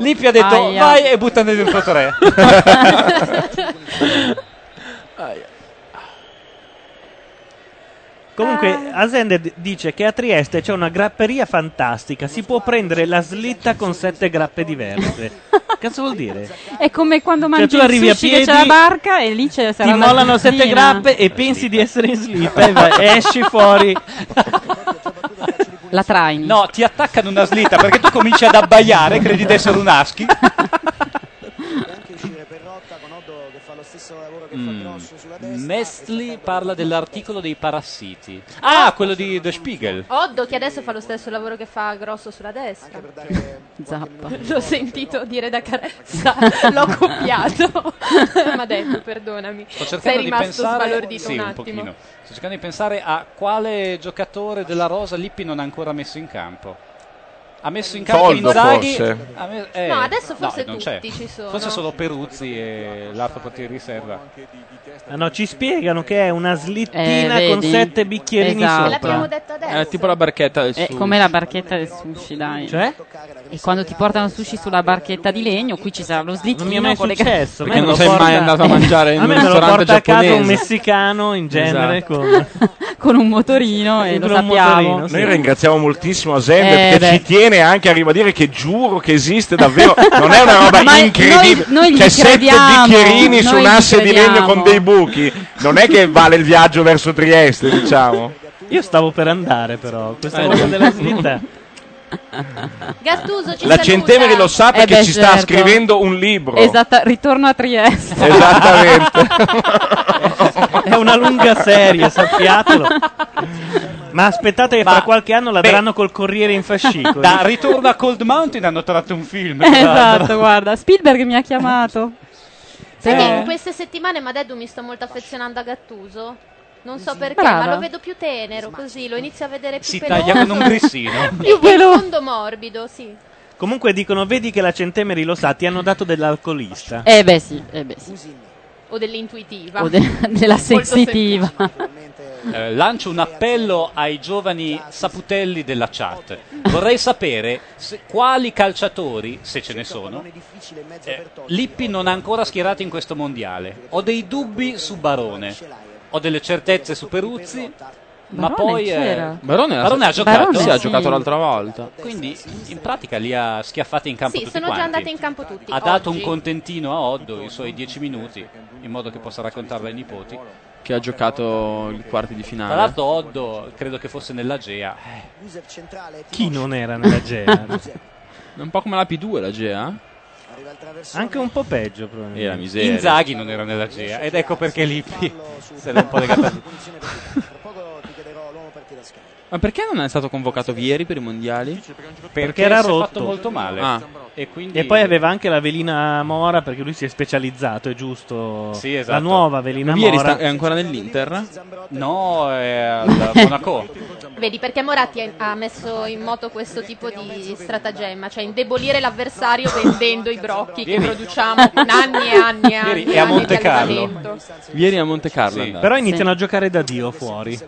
[SPEAKER 7] Lippi ha detto
[SPEAKER 15] Aia.
[SPEAKER 7] vai e buttane dentro tre.
[SPEAKER 5] *laughs* Comunque, Asende d- dice che a Trieste c'è una grapperia fantastica. Si può prendere la slitta con sette grappe diverse. Cazzo vuol dire?
[SPEAKER 15] È come quando mangi
[SPEAKER 5] Cioè, tu
[SPEAKER 15] il
[SPEAKER 5] arrivi a
[SPEAKER 15] sushi che c'è la
[SPEAKER 5] piedi,
[SPEAKER 15] barca e lì c'è sarà
[SPEAKER 5] Ti
[SPEAKER 15] la
[SPEAKER 5] mollano sette
[SPEAKER 15] zucchina.
[SPEAKER 5] grappe e pensi di essere in Eh, slip e
[SPEAKER 15] *laughs*
[SPEAKER 5] vai- esci
[SPEAKER 7] *laughs*
[SPEAKER 5] fuori.
[SPEAKER 15] La traini.
[SPEAKER 7] No, ti attaccano una slitta perché tu cominci ad abbaiare, credi di essere
[SPEAKER 15] *laughs*
[SPEAKER 7] un aschi.
[SPEAKER 8] Mm.
[SPEAKER 7] Mestli parla dell'articolo dei parassiti. Ah, quello di The Spiegel.
[SPEAKER 10] Oddo che adesso fa lo stesso lavoro che fa Grosso sulla destra.
[SPEAKER 15] *laughs* Zappa.
[SPEAKER 10] L'ho sentito dire da Carezza, *laughs* l'ho copiato. *laughs* Ma detto, perdonami.
[SPEAKER 7] Sto cercando
[SPEAKER 10] Sei
[SPEAKER 7] di
[SPEAKER 10] rimasto
[SPEAKER 7] pensare
[SPEAKER 10] sbalordito
[SPEAKER 7] Sì,
[SPEAKER 10] un
[SPEAKER 7] un
[SPEAKER 10] attimo.
[SPEAKER 7] pochino. Sto cercando di pensare a quale giocatore della Rosa Lippi non ha ancora messo in campo. Ha messo in campo
[SPEAKER 8] Toldo,
[SPEAKER 7] Inzaghi.
[SPEAKER 8] forse.
[SPEAKER 7] ha me- eh,
[SPEAKER 10] No, adesso forse
[SPEAKER 7] non c'è.
[SPEAKER 10] tutti ci sono.
[SPEAKER 7] Forse solo Peruzzi e l'altro portiere di riserva.
[SPEAKER 10] Eh,
[SPEAKER 5] Ah, no, ci spiegano che è una slittina
[SPEAKER 15] Eh,
[SPEAKER 5] con
[SPEAKER 15] vedi?
[SPEAKER 5] sette bicchierini
[SPEAKER 15] Esatto.
[SPEAKER 5] sopra.
[SPEAKER 15] L'abbiamo
[SPEAKER 10] detto
[SPEAKER 18] È Eh, tipo la barchetta del
[SPEAKER 15] È
[SPEAKER 18] sushi.
[SPEAKER 15] Eh, come la barchetta del sushi, dai.
[SPEAKER 5] Cioè?
[SPEAKER 15] E quando ti portano il sushi sulla barchetta di legno, qui ci sarà lo slittino
[SPEAKER 5] Non mi è mai
[SPEAKER 15] con le
[SPEAKER 5] successo. a me
[SPEAKER 18] Perché
[SPEAKER 5] me
[SPEAKER 18] non
[SPEAKER 5] lo
[SPEAKER 18] sei mai
[SPEAKER 5] porta-
[SPEAKER 18] andato a
[SPEAKER 5] *laughs*
[SPEAKER 18] mangiare in
[SPEAKER 5] A me
[SPEAKER 18] un
[SPEAKER 5] me lo
[SPEAKER 18] ristorante
[SPEAKER 5] porta a casa un
[SPEAKER 18] giapponese.
[SPEAKER 5] messicano in genere
[SPEAKER 18] Esatto.
[SPEAKER 5] con...
[SPEAKER 15] *laughs* con un motorino e lo
[SPEAKER 5] Con un
[SPEAKER 15] sappiamo.
[SPEAKER 8] Noi ringraziamo moltissimo Asende
[SPEAKER 15] Eh,
[SPEAKER 8] perché
[SPEAKER 15] beh.
[SPEAKER 8] ci tiene anche a ribadire che giuro che esiste davvero. Non è una
[SPEAKER 15] *laughs*
[SPEAKER 8] roba
[SPEAKER 15] Ma
[SPEAKER 8] incredibile.
[SPEAKER 15] noi- noi gli
[SPEAKER 8] C'è sette
[SPEAKER 15] crediamo,
[SPEAKER 8] bicchierini su
[SPEAKER 15] noi
[SPEAKER 8] un
[SPEAKER 15] gli
[SPEAKER 8] asse di legno
[SPEAKER 15] crediamo.
[SPEAKER 8] con dei buchi. Non è che vale il viaggio verso Trieste, diciamo.
[SPEAKER 5] Io stavo per andare però, questa
[SPEAKER 8] Eh,
[SPEAKER 5] cosa
[SPEAKER 8] no.
[SPEAKER 5] della slitta.
[SPEAKER 10] Gattuso ci
[SPEAKER 8] La
[SPEAKER 10] saluta.
[SPEAKER 8] Centemeri lo sa perché
[SPEAKER 15] beh,
[SPEAKER 8] ci sta
[SPEAKER 15] certo. Esatto.
[SPEAKER 8] scrivendo un libro.
[SPEAKER 15] Esatta- ritorno a Trieste.
[SPEAKER 18] Esatto.
[SPEAKER 8] Esattamente.
[SPEAKER 5] *laughs* È una lunga serie, sappiatelo. Ma aspettate che fra qualche anno la daranno col Corriere in fascicolo.
[SPEAKER 7] Da Ritorno a Cold Mountain hanno tratto un film. tra
[SPEAKER 15] *laughs*
[SPEAKER 7] l'altro.
[SPEAKER 15] esatto, guarda, Spielberg mi ha chiamato.
[SPEAKER 10] Sai che
[SPEAKER 15] Eh.
[SPEAKER 10] in queste settimane Madeddu mi sto molto affezionando a Gattuso? Non so perché,
[SPEAKER 15] Brava.
[SPEAKER 10] ma lo vedo più tenero così, lo inizio a vedere più
[SPEAKER 5] Si
[SPEAKER 10] peloso.
[SPEAKER 5] taglia
[SPEAKER 10] *laughs*
[SPEAKER 5] con un *laughs* grissino.
[SPEAKER 10] Più
[SPEAKER 5] Più veloce.
[SPEAKER 10] fondo morbido, sì.
[SPEAKER 5] Comunque dicono, vedi che la Centemeri lo sa, ti hanno dato dell'alcolista.
[SPEAKER 15] Eh beh sì, eh beh sì.
[SPEAKER 10] O dell'intuitiva.
[SPEAKER 15] O de- *laughs* della
[SPEAKER 10] Molto
[SPEAKER 15] sensitiva.
[SPEAKER 7] Eh, lancio un appello ai giovani saputelli della chat. Vorrei sapere se- quali calciatori, se ce ne sono, eh, Lippi non ha ancora schierato in questo mondiale. Ho dei dubbi su Barone, ho delle certezze su Peruzzi. Ma
[SPEAKER 18] Barone
[SPEAKER 7] poi eh,
[SPEAKER 18] c'era? Barone era-
[SPEAKER 7] Barone ha giocato,
[SPEAKER 18] Barone Sì, ha sì. giocato l'altra volta.
[SPEAKER 7] Quindi in pratica li ha schiaffati in campo
[SPEAKER 10] Sì,
[SPEAKER 7] tutti
[SPEAKER 10] sono
[SPEAKER 7] quanti.
[SPEAKER 10] già andate in campo tutti.
[SPEAKER 7] Ha dato
[SPEAKER 10] oggi.
[SPEAKER 7] un contentino a Oddo, i suoi dieci minuti, in modo che possa raccontarlo ai nipoti.
[SPEAKER 18] Che ha giocato i quarti di
[SPEAKER 7] Tra
[SPEAKER 18] finale.
[SPEAKER 7] l'altro Oddo credo che fosse nell'Agea.
[SPEAKER 5] Chi non era nella
[SPEAKER 15] *laughs*
[SPEAKER 5] Gea?
[SPEAKER 18] È un po' come la P2 la Gea.
[SPEAKER 5] Anche un po' peggio probabilmente.
[SPEAKER 18] Era miseria.
[SPEAKER 7] Inzaghi non era nell'Agea ed ecco perché Lippi *laughs* se l'è un
[SPEAKER 18] *laughs*
[SPEAKER 7] po' legata.
[SPEAKER 18] Ma perché non è stato convocato Vieri per i mondiali? Perché,
[SPEAKER 5] Perché era rotto.
[SPEAKER 18] Ah.
[SPEAKER 7] E, quindi-
[SPEAKER 5] E poi aveva anche la velina mora perché lui si è specializzato, è giusto?
[SPEAKER 7] Sì, esatto.
[SPEAKER 5] La nuova velina
[SPEAKER 18] Vieri
[SPEAKER 5] mora.
[SPEAKER 18] sta- è ancora nell'Inter?
[SPEAKER 7] No, è al Monaco.
[SPEAKER 10] Vedi, perché Moratti ha- ha messo in moto questo tipo di stratagemma, cioè indebolire l'avversario vendendo i brocchi che
[SPEAKER 18] Ieri-
[SPEAKER 10] produciamo con anni e anni e anni.
[SPEAKER 18] Ieri è a Monte Carlo. Ieri è a Monte Carlo.
[SPEAKER 7] Sì.
[SPEAKER 18] è
[SPEAKER 5] Però
[SPEAKER 18] andato.
[SPEAKER 5] iniziano a giocare da Dio fuori.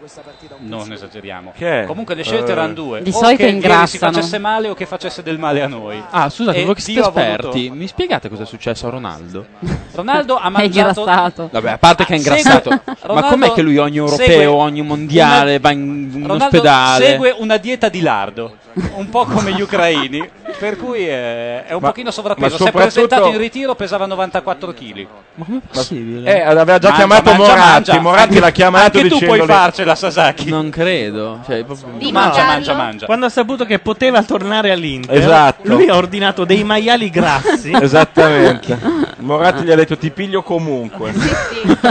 [SPEAKER 7] Non esageriamo.
[SPEAKER 18] Che è?
[SPEAKER 7] Comunque le scelte
[SPEAKER 18] Eh.
[SPEAKER 7] erano due.
[SPEAKER 18] Di
[SPEAKER 7] o
[SPEAKER 18] solito
[SPEAKER 7] che ieri si
[SPEAKER 18] ingrassano.
[SPEAKER 7] facesse male o che facesse del male a noi.
[SPEAKER 18] Ah, scusate,
[SPEAKER 7] E
[SPEAKER 18] voi che siete
[SPEAKER 7] Dio ha voluto-
[SPEAKER 18] esperti, mi spiegate cosa è successo
[SPEAKER 7] *laughs*
[SPEAKER 18] a Ronaldo?
[SPEAKER 7] Ronaldo ha
[SPEAKER 18] È
[SPEAKER 7] mangiato...
[SPEAKER 18] ingrassato. Vabbè, a parte che è ingrassato.
[SPEAKER 7] Segue-
[SPEAKER 18] Ma
[SPEAKER 7] Ah, Ronaldo
[SPEAKER 18] com'è che lui ogni europeo,
[SPEAKER 7] segue
[SPEAKER 18] ogni mondiale, va in un
[SPEAKER 7] Ronaldo
[SPEAKER 18] ospedale?
[SPEAKER 7] segue una dieta di lardo, un po' come gli ucraini, per cui è, è un
[SPEAKER 8] Ma-
[SPEAKER 7] pochino sovrappeso.
[SPEAKER 8] ma
[SPEAKER 7] Si è presentato
[SPEAKER 8] soprattutto-
[SPEAKER 7] in ritiro, pesava 94 kg.
[SPEAKER 18] Ma com'è possibile?
[SPEAKER 8] Eh, aveva già chiamato Moratti, Moratti l'ha chiamato
[SPEAKER 7] Anche tu puoi
[SPEAKER 8] dicendole-
[SPEAKER 7] farcela, Sasaki.
[SPEAKER 18] Non credo. Cioè,
[SPEAKER 7] Di Mangia, mangia, mangia, mangia.
[SPEAKER 5] Quando ha saputo che poteva tornare all'Inter,
[SPEAKER 8] Esatto.
[SPEAKER 5] lui ha ordinato dei maiali
[SPEAKER 7] *laughs*
[SPEAKER 5] grassi.
[SPEAKER 8] *laughs* Esattamente. Moratti gli ha detto ti piglio comunque.
[SPEAKER 5] Cioè,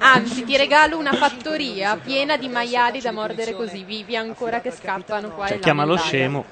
[SPEAKER 10] Anzi, ti regalo una fattoria piena di maiali da mordere così vivi ancora che scappano qua e là.
[SPEAKER 5] Cioè, Chiama lo scemo.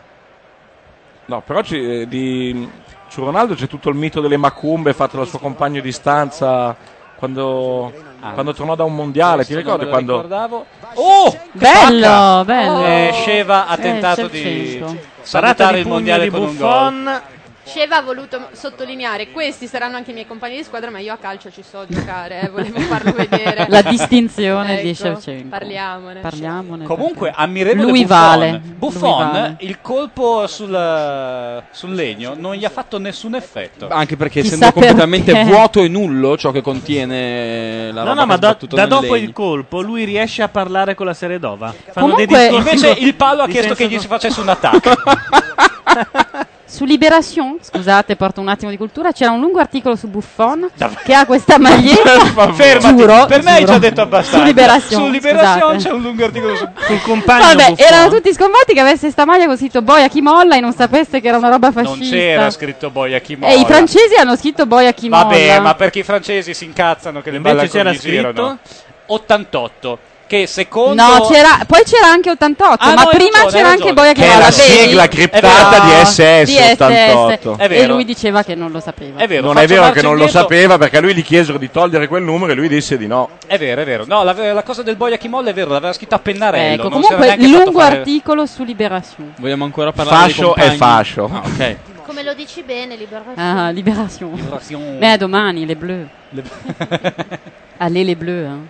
[SPEAKER 8] No, però ci- eh, di- su Ronaldo c'è tutto il mito delle macumbe fatto dal suo compagno di stanza quando, quando tornò da un mondiale. Ti
[SPEAKER 7] Questo non me
[SPEAKER 8] ricordi
[SPEAKER 7] lo
[SPEAKER 8] quando...
[SPEAKER 7] ricordavo. Oh!
[SPEAKER 18] Bello,
[SPEAKER 7] Cacca!
[SPEAKER 18] bello.
[SPEAKER 7] Eh, Sheva ha
[SPEAKER 18] Eh,
[SPEAKER 7] tentato
[SPEAKER 18] Shevchenko.
[SPEAKER 7] di
[SPEAKER 5] Parata
[SPEAKER 7] salutare
[SPEAKER 5] di
[SPEAKER 7] il
[SPEAKER 5] pugno
[SPEAKER 7] mondiale
[SPEAKER 5] di
[SPEAKER 7] con un
[SPEAKER 5] Buffon.
[SPEAKER 7] gol.
[SPEAKER 10] Sceva ha voluto sottolineare, questi saranno anche i miei compagni di squadra, ma io a calcio ci so giocare, eh, volevo farlo vedere.
[SPEAKER 15] La distinzione di
[SPEAKER 10] Ecco,
[SPEAKER 15] Shevchenko.
[SPEAKER 10] Parliamone.
[SPEAKER 15] Parliamone.
[SPEAKER 7] Comunque, ammirevole
[SPEAKER 15] Lui
[SPEAKER 7] Buffon.
[SPEAKER 15] vale.
[SPEAKER 7] Buffon,
[SPEAKER 15] Lui vale.
[SPEAKER 7] il colpo sul, sul legno non gli ha fatto nessun effetto.
[SPEAKER 18] Anche perché
[SPEAKER 7] Chissà
[SPEAKER 18] essendo completamente
[SPEAKER 7] perché.
[SPEAKER 18] vuoto e nullo ciò che contiene la
[SPEAKER 5] No,
[SPEAKER 18] roba
[SPEAKER 5] no,
[SPEAKER 18] che
[SPEAKER 5] ma
[SPEAKER 18] ha
[SPEAKER 5] da,
[SPEAKER 18] sbattuto
[SPEAKER 5] da
[SPEAKER 18] nel
[SPEAKER 5] dopo
[SPEAKER 18] legno.
[SPEAKER 5] il colpo lui riesce a parlare con la Seredova. Fanno dei
[SPEAKER 15] Comunque-
[SPEAKER 5] discorsi
[SPEAKER 7] Invece
[SPEAKER 5] con-
[SPEAKER 7] il palo ha
[SPEAKER 5] di
[SPEAKER 7] chiesto che
[SPEAKER 5] senso-
[SPEAKER 7] gli si facesse un attacco.
[SPEAKER 15] *laughs* Su Liberation, scusate, porto un attimo di cultura, c'era un lungo articolo su
[SPEAKER 7] *laughs*
[SPEAKER 15] Buffon che ha questa maglietta.
[SPEAKER 7] Fermati,
[SPEAKER 15] Giuro,
[SPEAKER 7] per me hai
[SPEAKER 15] giuro.
[SPEAKER 7] già detto abbastanza.
[SPEAKER 15] Su Liberation,
[SPEAKER 7] Su Liberation
[SPEAKER 15] scusate.
[SPEAKER 7] c'è un lungo articolo su-
[SPEAKER 5] sul
[SPEAKER 15] *laughs* Vabbè, erano tutti sconvolti che avesse sta maglia con scritto Boia chi molla e non sapesse che era una roba fascista.
[SPEAKER 7] Non c'era scritto Boia chi molla.
[SPEAKER 15] E Eh, i francesi hanno scritto Boia chi
[SPEAKER 7] Vabbè,
[SPEAKER 15] molla.
[SPEAKER 7] ma perché i francesi si incazzano che le
[SPEAKER 5] Invece
[SPEAKER 7] balle
[SPEAKER 5] c'era
[SPEAKER 7] gli girano? 88 che secondo
[SPEAKER 15] No, c'era, poi c'era anche 88,
[SPEAKER 7] Ah,
[SPEAKER 15] ma
[SPEAKER 7] no, hai
[SPEAKER 15] prima
[SPEAKER 7] ragione,
[SPEAKER 15] c'era
[SPEAKER 7] hai
[SPEAKER 15] anche
[SPEAKER 7] ragione.
[SPEAKER 15] Boia chi
[SPEAKER 7] Che è
[SPEAKER 15] molla.
[SPEAKER 7] la
[SPEAKER 15] vedi?
[SPEAKER 7] sigla criptata
[SPEAKER 15] È vero.
[SPEAKER 8] di SS,
[SPEAKER 15] Di SS.
[SPEAKER 8] 88. È
[SPEAKER 15] E
[SPEAKER 8] vero.
[SPEAKER 15] lui diceva che non lo sapeva.
[SPEAKER 7] È vero,
[SPEAKER 8] non è
[SPEAKER 7] faccio
[SPEAKER 8] vero che
[SPEAKER 7] marcia
[SPEAKER 8] non lo
[SPEAKER 7] indietro.
[SPEAKER 8] sapeva perché a lui gli chiesero di togliere quel numero e lui disse di no.
[SPEAKER 7] È vero, è vero. No, la, la cosa del Boia chi molla è vero, l'aveva scritta a pennarello.
[SPEAKER 15] Ecco,
[SPEAKER 7] non si era
[SPEAKER 15] comunque
[SPEAKER 7] neanche fatto
[SPEAKER 15] lungo
[SPEAKER 7] fare-
[SPEAKER 15] articolo su Liberation.
[SPEAKER 18] Vogliamo ancora parlare
[SPEAKER 8] Fascio
[SPEAKER 18] dei compagni?
[SPEAKER 8] è fascio.
[SPEAKER 18] Ah, ok.
[SPEAKER 10] Come lo dici bene, Liberazione.
[SPEAKER 15] Ah, Liberation.
[SPEAKER 7] Liberation.
[SPEAKER 15] Beh, a domani, le bleu. *laughs* Allez, les bleus. hein.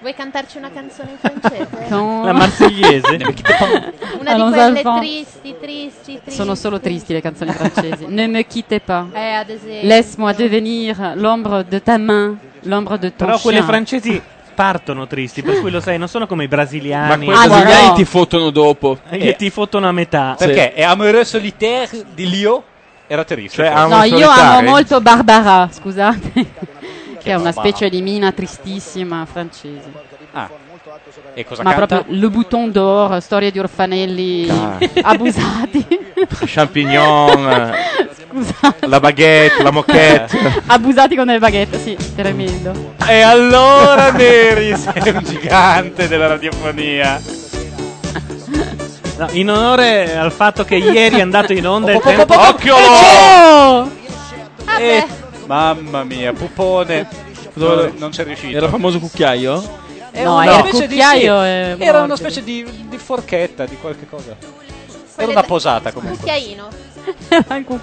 [SPEAKER 10] Vuoi cantarci una canzone in francese?
[SPEAKER 15] Quand- *laughs*
[SPEAKER 10] Una di
[SPEAKER 15] Allons
[SPEAKER 10] quelle
[SPEAKER 15] enfants.
[SPEAKER 10] tristi, tristi, tristi.
[SPEAKER 15] Sono solo tristi le canzoni francesi. ne me quitte pas.
[SPEAKER 10] Eh, ad esempio.
[SPEAKER 15] Laisse-moi devenir l'ombre de ta main, l'ombre de ton
[SPEAKER 5] Però quelle
[SPEAKER 15] chien.
[SPEAKER 5] francesi partono tristi, per cui lo sai, non sono come i brasiliani.
[SPEAKER 18] Ma quelli brasiliani ti fottono dopo. Eh.
[SPEAKER 5] E che ti fottono a metà.
[SPEAKER 7] Eh. Perché è Amoureux Solitaire di Lio era
[SPEAKER 8] Cioè,
[SPEAKER 7] terribile.
[SPEAKER 15] No, io
[SPEAKER 8] eh.
[SPEAKER 15] amo
[SPEAKER 7] eh.
[SPEAKER 15] molto Barbara, scusate. *laughs* che è una specie di mina tristissima francese.
[SPEAKER 7] Ah. E cosa
[SPEAKER 15] Ma
[SPEAKER 7] canta?
[SPEAKER 15] proprio Le Bouton d'Or, storia di orfanelli
[SPEAKER 8] Ah.
[SPEAKER 15] *laughs* abusati.
[SPEAKER 8] Champignon, eh, la baguette, la moquette.
[SPEAKER 15] *laughs* abusati con le baguette, sì, tremendo. *laughs*
[SPEAKER 7] E allora Neri sei un gigante della radiofonia.
[SPEAKER 5] No, in onore al fatto che ieri è andato in onda il tempo.
[SPEAKER 7] Eh, mamma mia, pupone. Non, non c'è riuscito. Eh, oh,
[SPEAKER 18] Era il famoso cucchiaio?
[SPEAKER 7] Era
[SPEAKER 15] No,
[SPEAKER 7] una
[SPEAKER 15] era
[SPEAKER 7] specie di-
[SPEAKER 15] cucchiaio
[SPEAKER 7] sì,
[SPEAKER 15] e Eh,
[SPEAKER 7] Era
[SPEAKER 15] mordere.
[SPEAKER 7] una specie di, di forchetta, di qualche cosa. Era
[SPEAKER 10] Quelle
[SPEAKER 7] una
[SPEAKER 10] da-
[SPEAKER 7] posata
[SPEAKER 15] *laughs*
[SPEAKER 7] comunque.
[SPEAKER 10] Cucchiaino.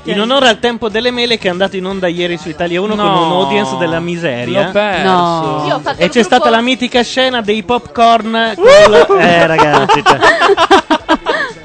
[SPEAKER 5] In onore al tempo delle mele che è andato in onda ieri su Italia 1 con
[SPEAKER 18] No.
[SPEAKER 5] un audience della miseria.
[SPEAKER 18] L'ho perso. No. Io ho fatto
[SPEAKER 5] E
[SPEAKER 18] il
[SPEAKER 5] c'è
[SPEAKER 18] gruppo-
[SPEAKER 5] stata la mitica scena dei popcorn. col- Eh, ragazzi. cioè.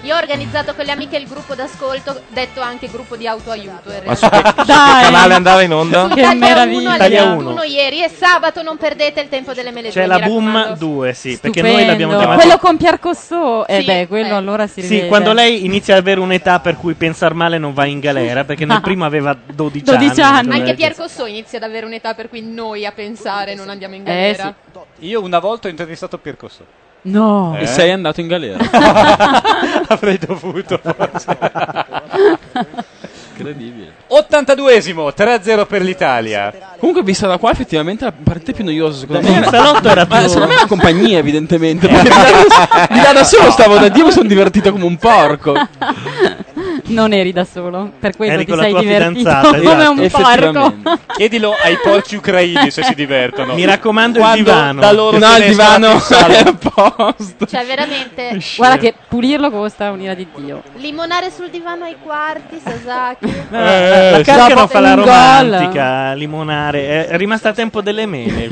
[SPEAKER 10] Io ho organizzato con le amiche il gruppo d'ascolto, detto anche gruppo di autoaiuto. in
[SPEAKER 8] *laughs* Ma
[SPEAKER 10] realtà.
[SPEAKER 8] su che, su che canale andava in onda?
[SPEAKER 10] Su Italia 1 alle 21 ieri e sabato non perdete il tempo delle mele.
[SPEAKER 5] C'è
[SPEAKER 10] due,
[SPEAKER 5] la
[SPEAKER 10] mi raccomando.
[SPEAKER 5] Boom 2, sì, perché noi l'abbiamo
[SPEAKER 15] Stupendo.
[SPEAKER 5] chiamata.
[SPEAKER 15] Quello con Pier Cosso, eh
[SPEAKER 10] Sì,
[SPEAKER 15] beh, quello allora si rivede.
[SPEAKER 5] Sì, quando lei inizia ad avere un'età per cui pensar male non va in galera, perché
[SPEAKER 15] *laughs*
[SPEAKER 5] nel primo aveva 12,
[SPEAKER 15] 12 anni.
[SPEAKER 5] cioè-
[SPEAKER 10] Anche Pier Cosso inizia ad avere un'età per cui noi a pensare non andiamo
[SPEAKER 15] Eh,
[SPEAKER 10] in galera.
[SPEAKER 7] Io una volta ho intervistato Pircosso.
[SPEAKER 15] No.
[SPEAKER 7] Eh?
[SPEAKER 18] E sei andato in galera.
[SPEAKER 7] *laughs* Avrei dovuto, forse.
[SPEAKER 18] Incredibile.
[SPEAKER 7] *laughs*
[SPEAKER 18] *laughs*
[SPEAKER 7] 82esimo, 3-0 per l'Italia.
[SPEAKER 18] Comunque, vista da qua, effettivamente la parte più noiosa, secondo
[SPEAKER 7] Dai,
[SPEAKER 18] me.
[SPEAKER 7] il salotto era
[SPEAKER 18] Ma
[SPEAKER 7] più-
[SPEAKER 18] secondo me la compagnia,
[SPEAKER 8] *laughs*
[SPEAKER 18] evidentemente. perché di là da- di là da solo stavo da Dio, mi sono divertito come un porco.
[SPEAKER 15] *laughs* Non eri da solo, per quello
[SPEAKER 7] Eri
[SPEAKER 15] ti
[SPEAKER 7] con la
[SPEAKER 15] sei
[SPEAKER 7] tua
[SPEAKER 15] divertito *laughs*
[SPEAKER 7] fidanzata,
[SPEAKER 15] come
[SPEAKER 7] esatto.
[SPEAKER 15] un
[SPEAKER 7] Effettivamente.
[SPEAKER 15] *laughs* porco.
[SPEAKER 7] Chiedilo ai porci ucraini se si divertono.
[SPEAKER 5] Mi raccomando il
[SPEAKER 7] Quando
[SPEAKER 5] divano.
[SPEAKER 7] Da loro
[SPEAKER 5] No,
[SPEAKER 7] si
[SPEAKER 5] il
[SPEAKER 7] resta la
[SPEAKER 5] divano
[SPEAKER 7] pistola.
[SPEAKER 5] è a
[SPEAKER 10] Cioè,
[SPEAKER 5] *laughs*
[SPEAKER 10] veramente.
[SPEAKER 15] Guarda che pulirlo costa un'ira di Dio.
[SPEAKER 10] Limonare sul divano ai quarti, *laughs* Sasaki.
[SPEAKER 5] Eh, la Carcano
[SPEAKER 15] dopo
[SPEAKER 5] fa la
[SPEAKER 15] un gol.
[SPEAKER 5] romantica, limonare. È rimasta a tempo delle
[SPEAKER 15] *laughs*
[SPEAKER 5] mele.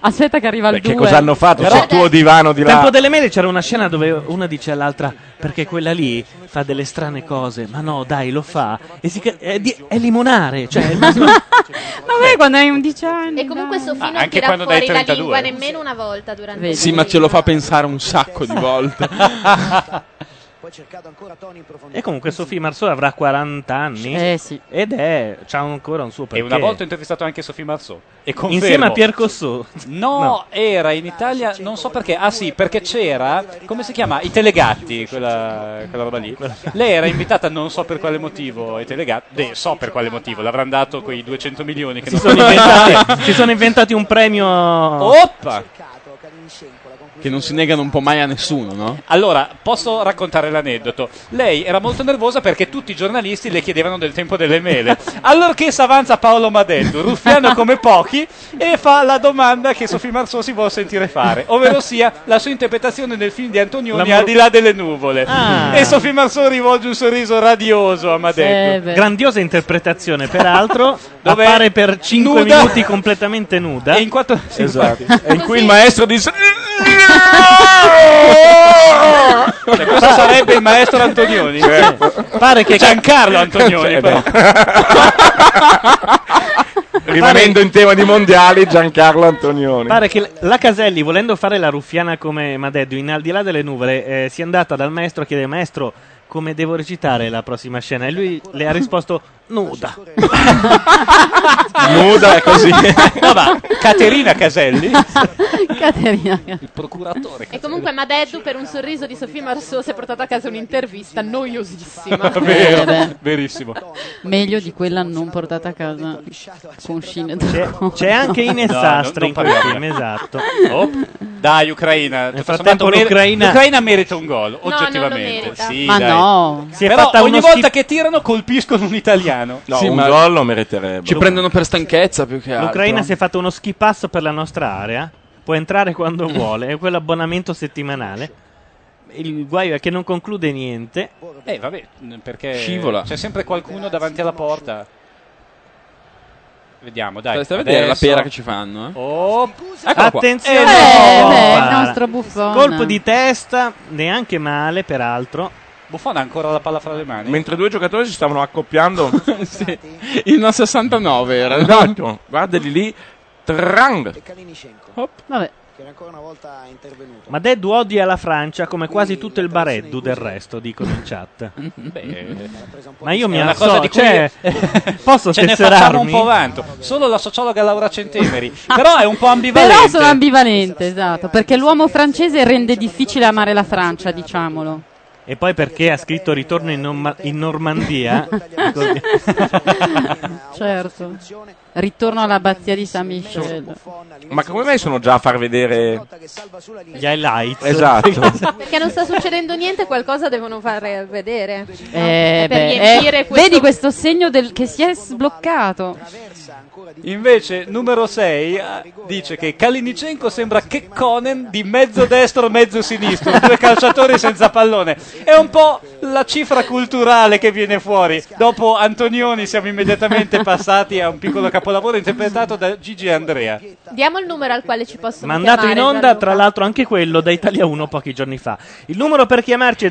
[SPEAKER 15] Aspetta che arriva il
[SPEAKER 5] Perché
[SPEAKER 15] due.
[SPEAKER 5] cosa hanno fatto?
[SPEAKER 8] Però
[SPEAKER 7] Cioè,
[SPEAKER 5] Sul
[SPEAKER 8] tuo divano di
[SPEAKER 5] Al
[SPEAKER 8] là.
[SPEAKER 5] tempo delle mele c'era una scena dove una dice all'altra perché quella lì fa delle strane cose, ma no, dai, lo fa. E si ca- è, di- è limonare, cioè è il massimo-
[SPEAKER 15] Vabbè, quando hai 11 anni.
[SPEAKER 10] E comunque Sofino
[SPEAKER 5] Ah,
[SPEAKER 10] non
[SPEAKER 5] anche
[SPEAKER 10] tira
[SPEAKER 5] quando dai
[SPEAKER 10] fuori
[SPEAKER 5] eh.
[SPEAKER 10] la lingua
[SPEAKER 5] 32.
[SPEAKER 10] nemmeno una volta durante il
[SPEAKER 18] Sì, ma ce lo fa pensare un sacco di volte.
[SPEAKER 5] *laughs* E *laughs* comunque Sofì Marceau avrà 40 anni.
[SPEAKER 7] Eh, sì.
[SPEAKER 5] Ed è c'ha ancora un suo
[SPEAKER 7] E
[SPEAKER 5] perché.
[SPEAKER 7] una volta ho intervistato anche Sofì Marceau. E confermo-
[SPEAKER 5] insieme a Pier Cossù.
[SPEAKER 7] No, era in Italia, non so perché. Ah sì, perché c'era, come si chiama? I Telegatti, quella, quella roba lì. Lei era invitata, non so per quale motivo, ai Telegatti. Beh, so per quale motivo, l'avranno dato quei 200 milioni che
[SPEAKER 5] Si
[SPEAKER 7] non
[SPEAKER 5] sono,
[SPEAKER 7] *laughs*
[SPEAKER 5] inventati, si sono inventati un premio.
[SPEAKER 7] Oppa!
[SPEAKER 18] Che non si negano un po' mai a nessuno, no?
[SPEAKER 7] Allora, posso raccontare l'aneddoto. Lei era molto nervosa perché tutti i giornalisti le chiedevano del tempo delle mele. Allorché s'avanza Paolo Madeddu, ruffiano come pochi, e fa la domanda che Sofì Marceau si vuole sentire fare, ovvero sia la sua interpretazione del film di Antonioni
[SPEAKER 5] L'amor-
[SPEAKER 7] al di là delle nuvole.
[SPEAKER 5] Ah.
[SPEAKER 7] E Sofì Marceau rivolge un sorriso radioso a Madeddu.
[SPEAKER 5] Grandiosa interpretazione, peraltro.
[SPEAKER 7] *laughs* Dove-
[SPEAKER 5] appare per 5
[SPEAKER 7] Nuda.
[SPEAKER 5] minuti completamente nuda. E in *laughs*
[SPEAKER 7] quattro...
[SPEAKER 5] Esatto.
[SPEAKER 18] E in cui il maestro dice...
[SPEAKER 7] Cioè, questo sarebbe il maestro Antonioni.
[SPEAKER 5] Pare che
[SPEAKER 18] Eh,
[SPEAKER 7] Giancarlo Antonioni.
[SPEAKER 8] *laughs* Cioè,
[SPEAKER 7] però.
[SPEAKER 8] Rimanendo in tema di mondiali, Giancarlo Antonioni.
[SPEAKER 5] Pare che la Caselli, volendo fare la ruffiana come Madeddu, in al di là delle nuvole, eh, sia andata dal maestro a chiedere: Maestro, come devo recitare la prossima scena? E lui le ha risposto:
[SPEAKER 7] *laughs*
[SPEAKER 5] Nuda.
[SPEAKER 7] Nuda così. No, ma Caterina Caselli,
[SPEAKER 15] Caterina.
[SPEAKER 7] il
[SPEAKER 10] *laughs*
[SPEAKER 7] procuratore.
[SPEAKER 10] E comunque Madeddu per un sorriso di Sofì Marceau si è portato a casa un'intervista noiosissima.
[SPEAKER 5] *laughs*
[SPEAKER 7] Vero,
[SPEAKER 15] beh.
[SPEAKER 7] verissimo.
[SPEAKER 15] Meglio di quella non portata a casa con Shin
[SPEAKER 5] C'è, c'è anche Ines
[SPEAKER 7] *laughs* No,
[SPEAKER 5] Sastre
[SPEAKER 7] non-
[SPEAKER 5] in
[SPEAKER 7] non
[SPEAKER 5] quel film,
[SPEAKER 7] parliamo. *laughs*
[SPEAKER 5] esatto.
[SPEAKER 7] Oh, dai, Ucraina.
[SPEAKER 5] Nel
[SPEAKER 7] Tutto
[SPEAKER 5] frattempo
[SPEAKER 7] sommato mere-
[SPEAKER 5] l'Ucraina-
[SPEAKER 7] l'Ucraina merita un gol,
[SPEAKER 5] non lo
[SPEAKER 7] oggettivamente.
[SPEAKER 5] merita.
[SPEAKER 7] Sì,
[SPEAKER 5] Ma
[SPEAKER 7] dai.
[SPEAKER 5] no. Si è
[SPEAKER 7] Però
[SPEAKER 5] fatta
[SPEAKER 7] ogni
[SPEAKER 5] uno
[SPEAKER 7] volta
[SPEAKER 5] schif-
[SPEAKER 7] che tirano colpiscono un italiano.
[SPEAKER 18] Sì, ma- Ci prendono per stanchezza più che altro.
[SPEAKER 5] L'Ucraina si è fatta uno ski pass per la nostra area. Può entrare
[SPEAKER 7] Mm.
[SPEAKER 5] quando vuole, è quell'abbonamento settimanale. Il guaio è che non conclude niente.
[SPEAKER 7] Eh, vabbè, n- perché
[SPEAKER 5] Scivola.
[SPEAKER 7] c'è sempre qualcuno davanti alla porta. Vediamo, dai.
[SPEAKER 18] Stai a vedere la
[SPEAKER 7] Adesso-
[SPEAKER 18] pera che ci fanno, eh?
[SPEAKER 7] Oh,
[SPEAKER 18] Eccola qua.
[SPEAKER 5] Attenzione,
[SPEAKER 18] Eh,
[SPEAKER 5] Buffon.
[SPEAKER 18] beh, il
[SPEAKER 15] nostro Buffon.
[SPEAKER 5] Colpo di testa, neanche male, peraltro.
[SPEAKER 7] Buffon ha ancora la palla fra le mani.
[SPEAKER 18] Mentre due giocatori si stavano accoppiando *laughs* sì. in una 69 era. Esatto. Guardali lì. Trang.
[SPEAKER 15] Vabbè.
[SPEAKER 11] Che era ancora una volta intervenuto.
[SPEAKER 5] Ma Deddu odia la Francia come quasi tutto il Bareddu del resto, dicono in
[SPEAKER 7] *laughs*
[SPEAKER 5] chat. *laughs* Ma io mi
[SPEAKER 7] È una
[SPEAKER 5] associo,
[SPEAKER 7] cosa di cui- *laughs*
[SPEAKER 5] cioè, *laughs* posso
[SPEAKER 7] Ce ne facciamo un
[SPEAKER 5] tesserarmi?
[SPEAKER 7] po' vanto. Solo la sociologa Laura Centemeri. Però è un
[SPEAKER 5] *laughs*
[SPEAKER 7] po' ambivalente.
[SPEAKER 15] Però sono ambivalente, esatto, perché l'uomo francese rende difficile amare la Francia, diciamolo.
[SPEAKER 5] *laughs* E poi perché ha scritto ritorno in, Norma- in
[SPEAKER 7] *laughs*
[SPEAKER 5] Normandia? Così.
[SPEAKER 15] certo. Ritorno all'abbazia di San Michel.
[SPEAKER 8] Ma come mai sono già a far vedere
[SPEAKER 5] gli highlights?
[SPEAKER 8] Esatto.
[SPEAKER 10] Perché non sta succedendo niente, qualcosa devono far vedere.
[SPEAKER 15] Eh,
[SPEAKER 10] È per
[SPEAKER 15] beh,
[SPEAKER 10] riempire
[SPEAKER 15] eh,
[SPEAKER 10] questo-
[SPEAKER 15] Vedi questo segno del- che si è sbloccato.
[SPEAKER 7] Invece, numero 6 dice che Kalinicenko sembra che Conan di mezzo destro, mezzo sinistro. Due calciatori senza pallone. È un po' la cifra culturale che viene fuori. Dopo Antonioni siamo immediatamente passati a un piccolo capolavoro interpretato da Gigi Andrea.
[SPEAKER 10] Diamo il numero al quale ci possono
[SPEAKER 5] Mandato in
[SPEAKER 10] chiamare,
[SPEAKER 5] onda,
[SPEAKER 10] Gianluca.
[SPEAKER 5] tra l'altro, anche quello da Italia 1 pochi giorni fa. Il numero per chiamarci è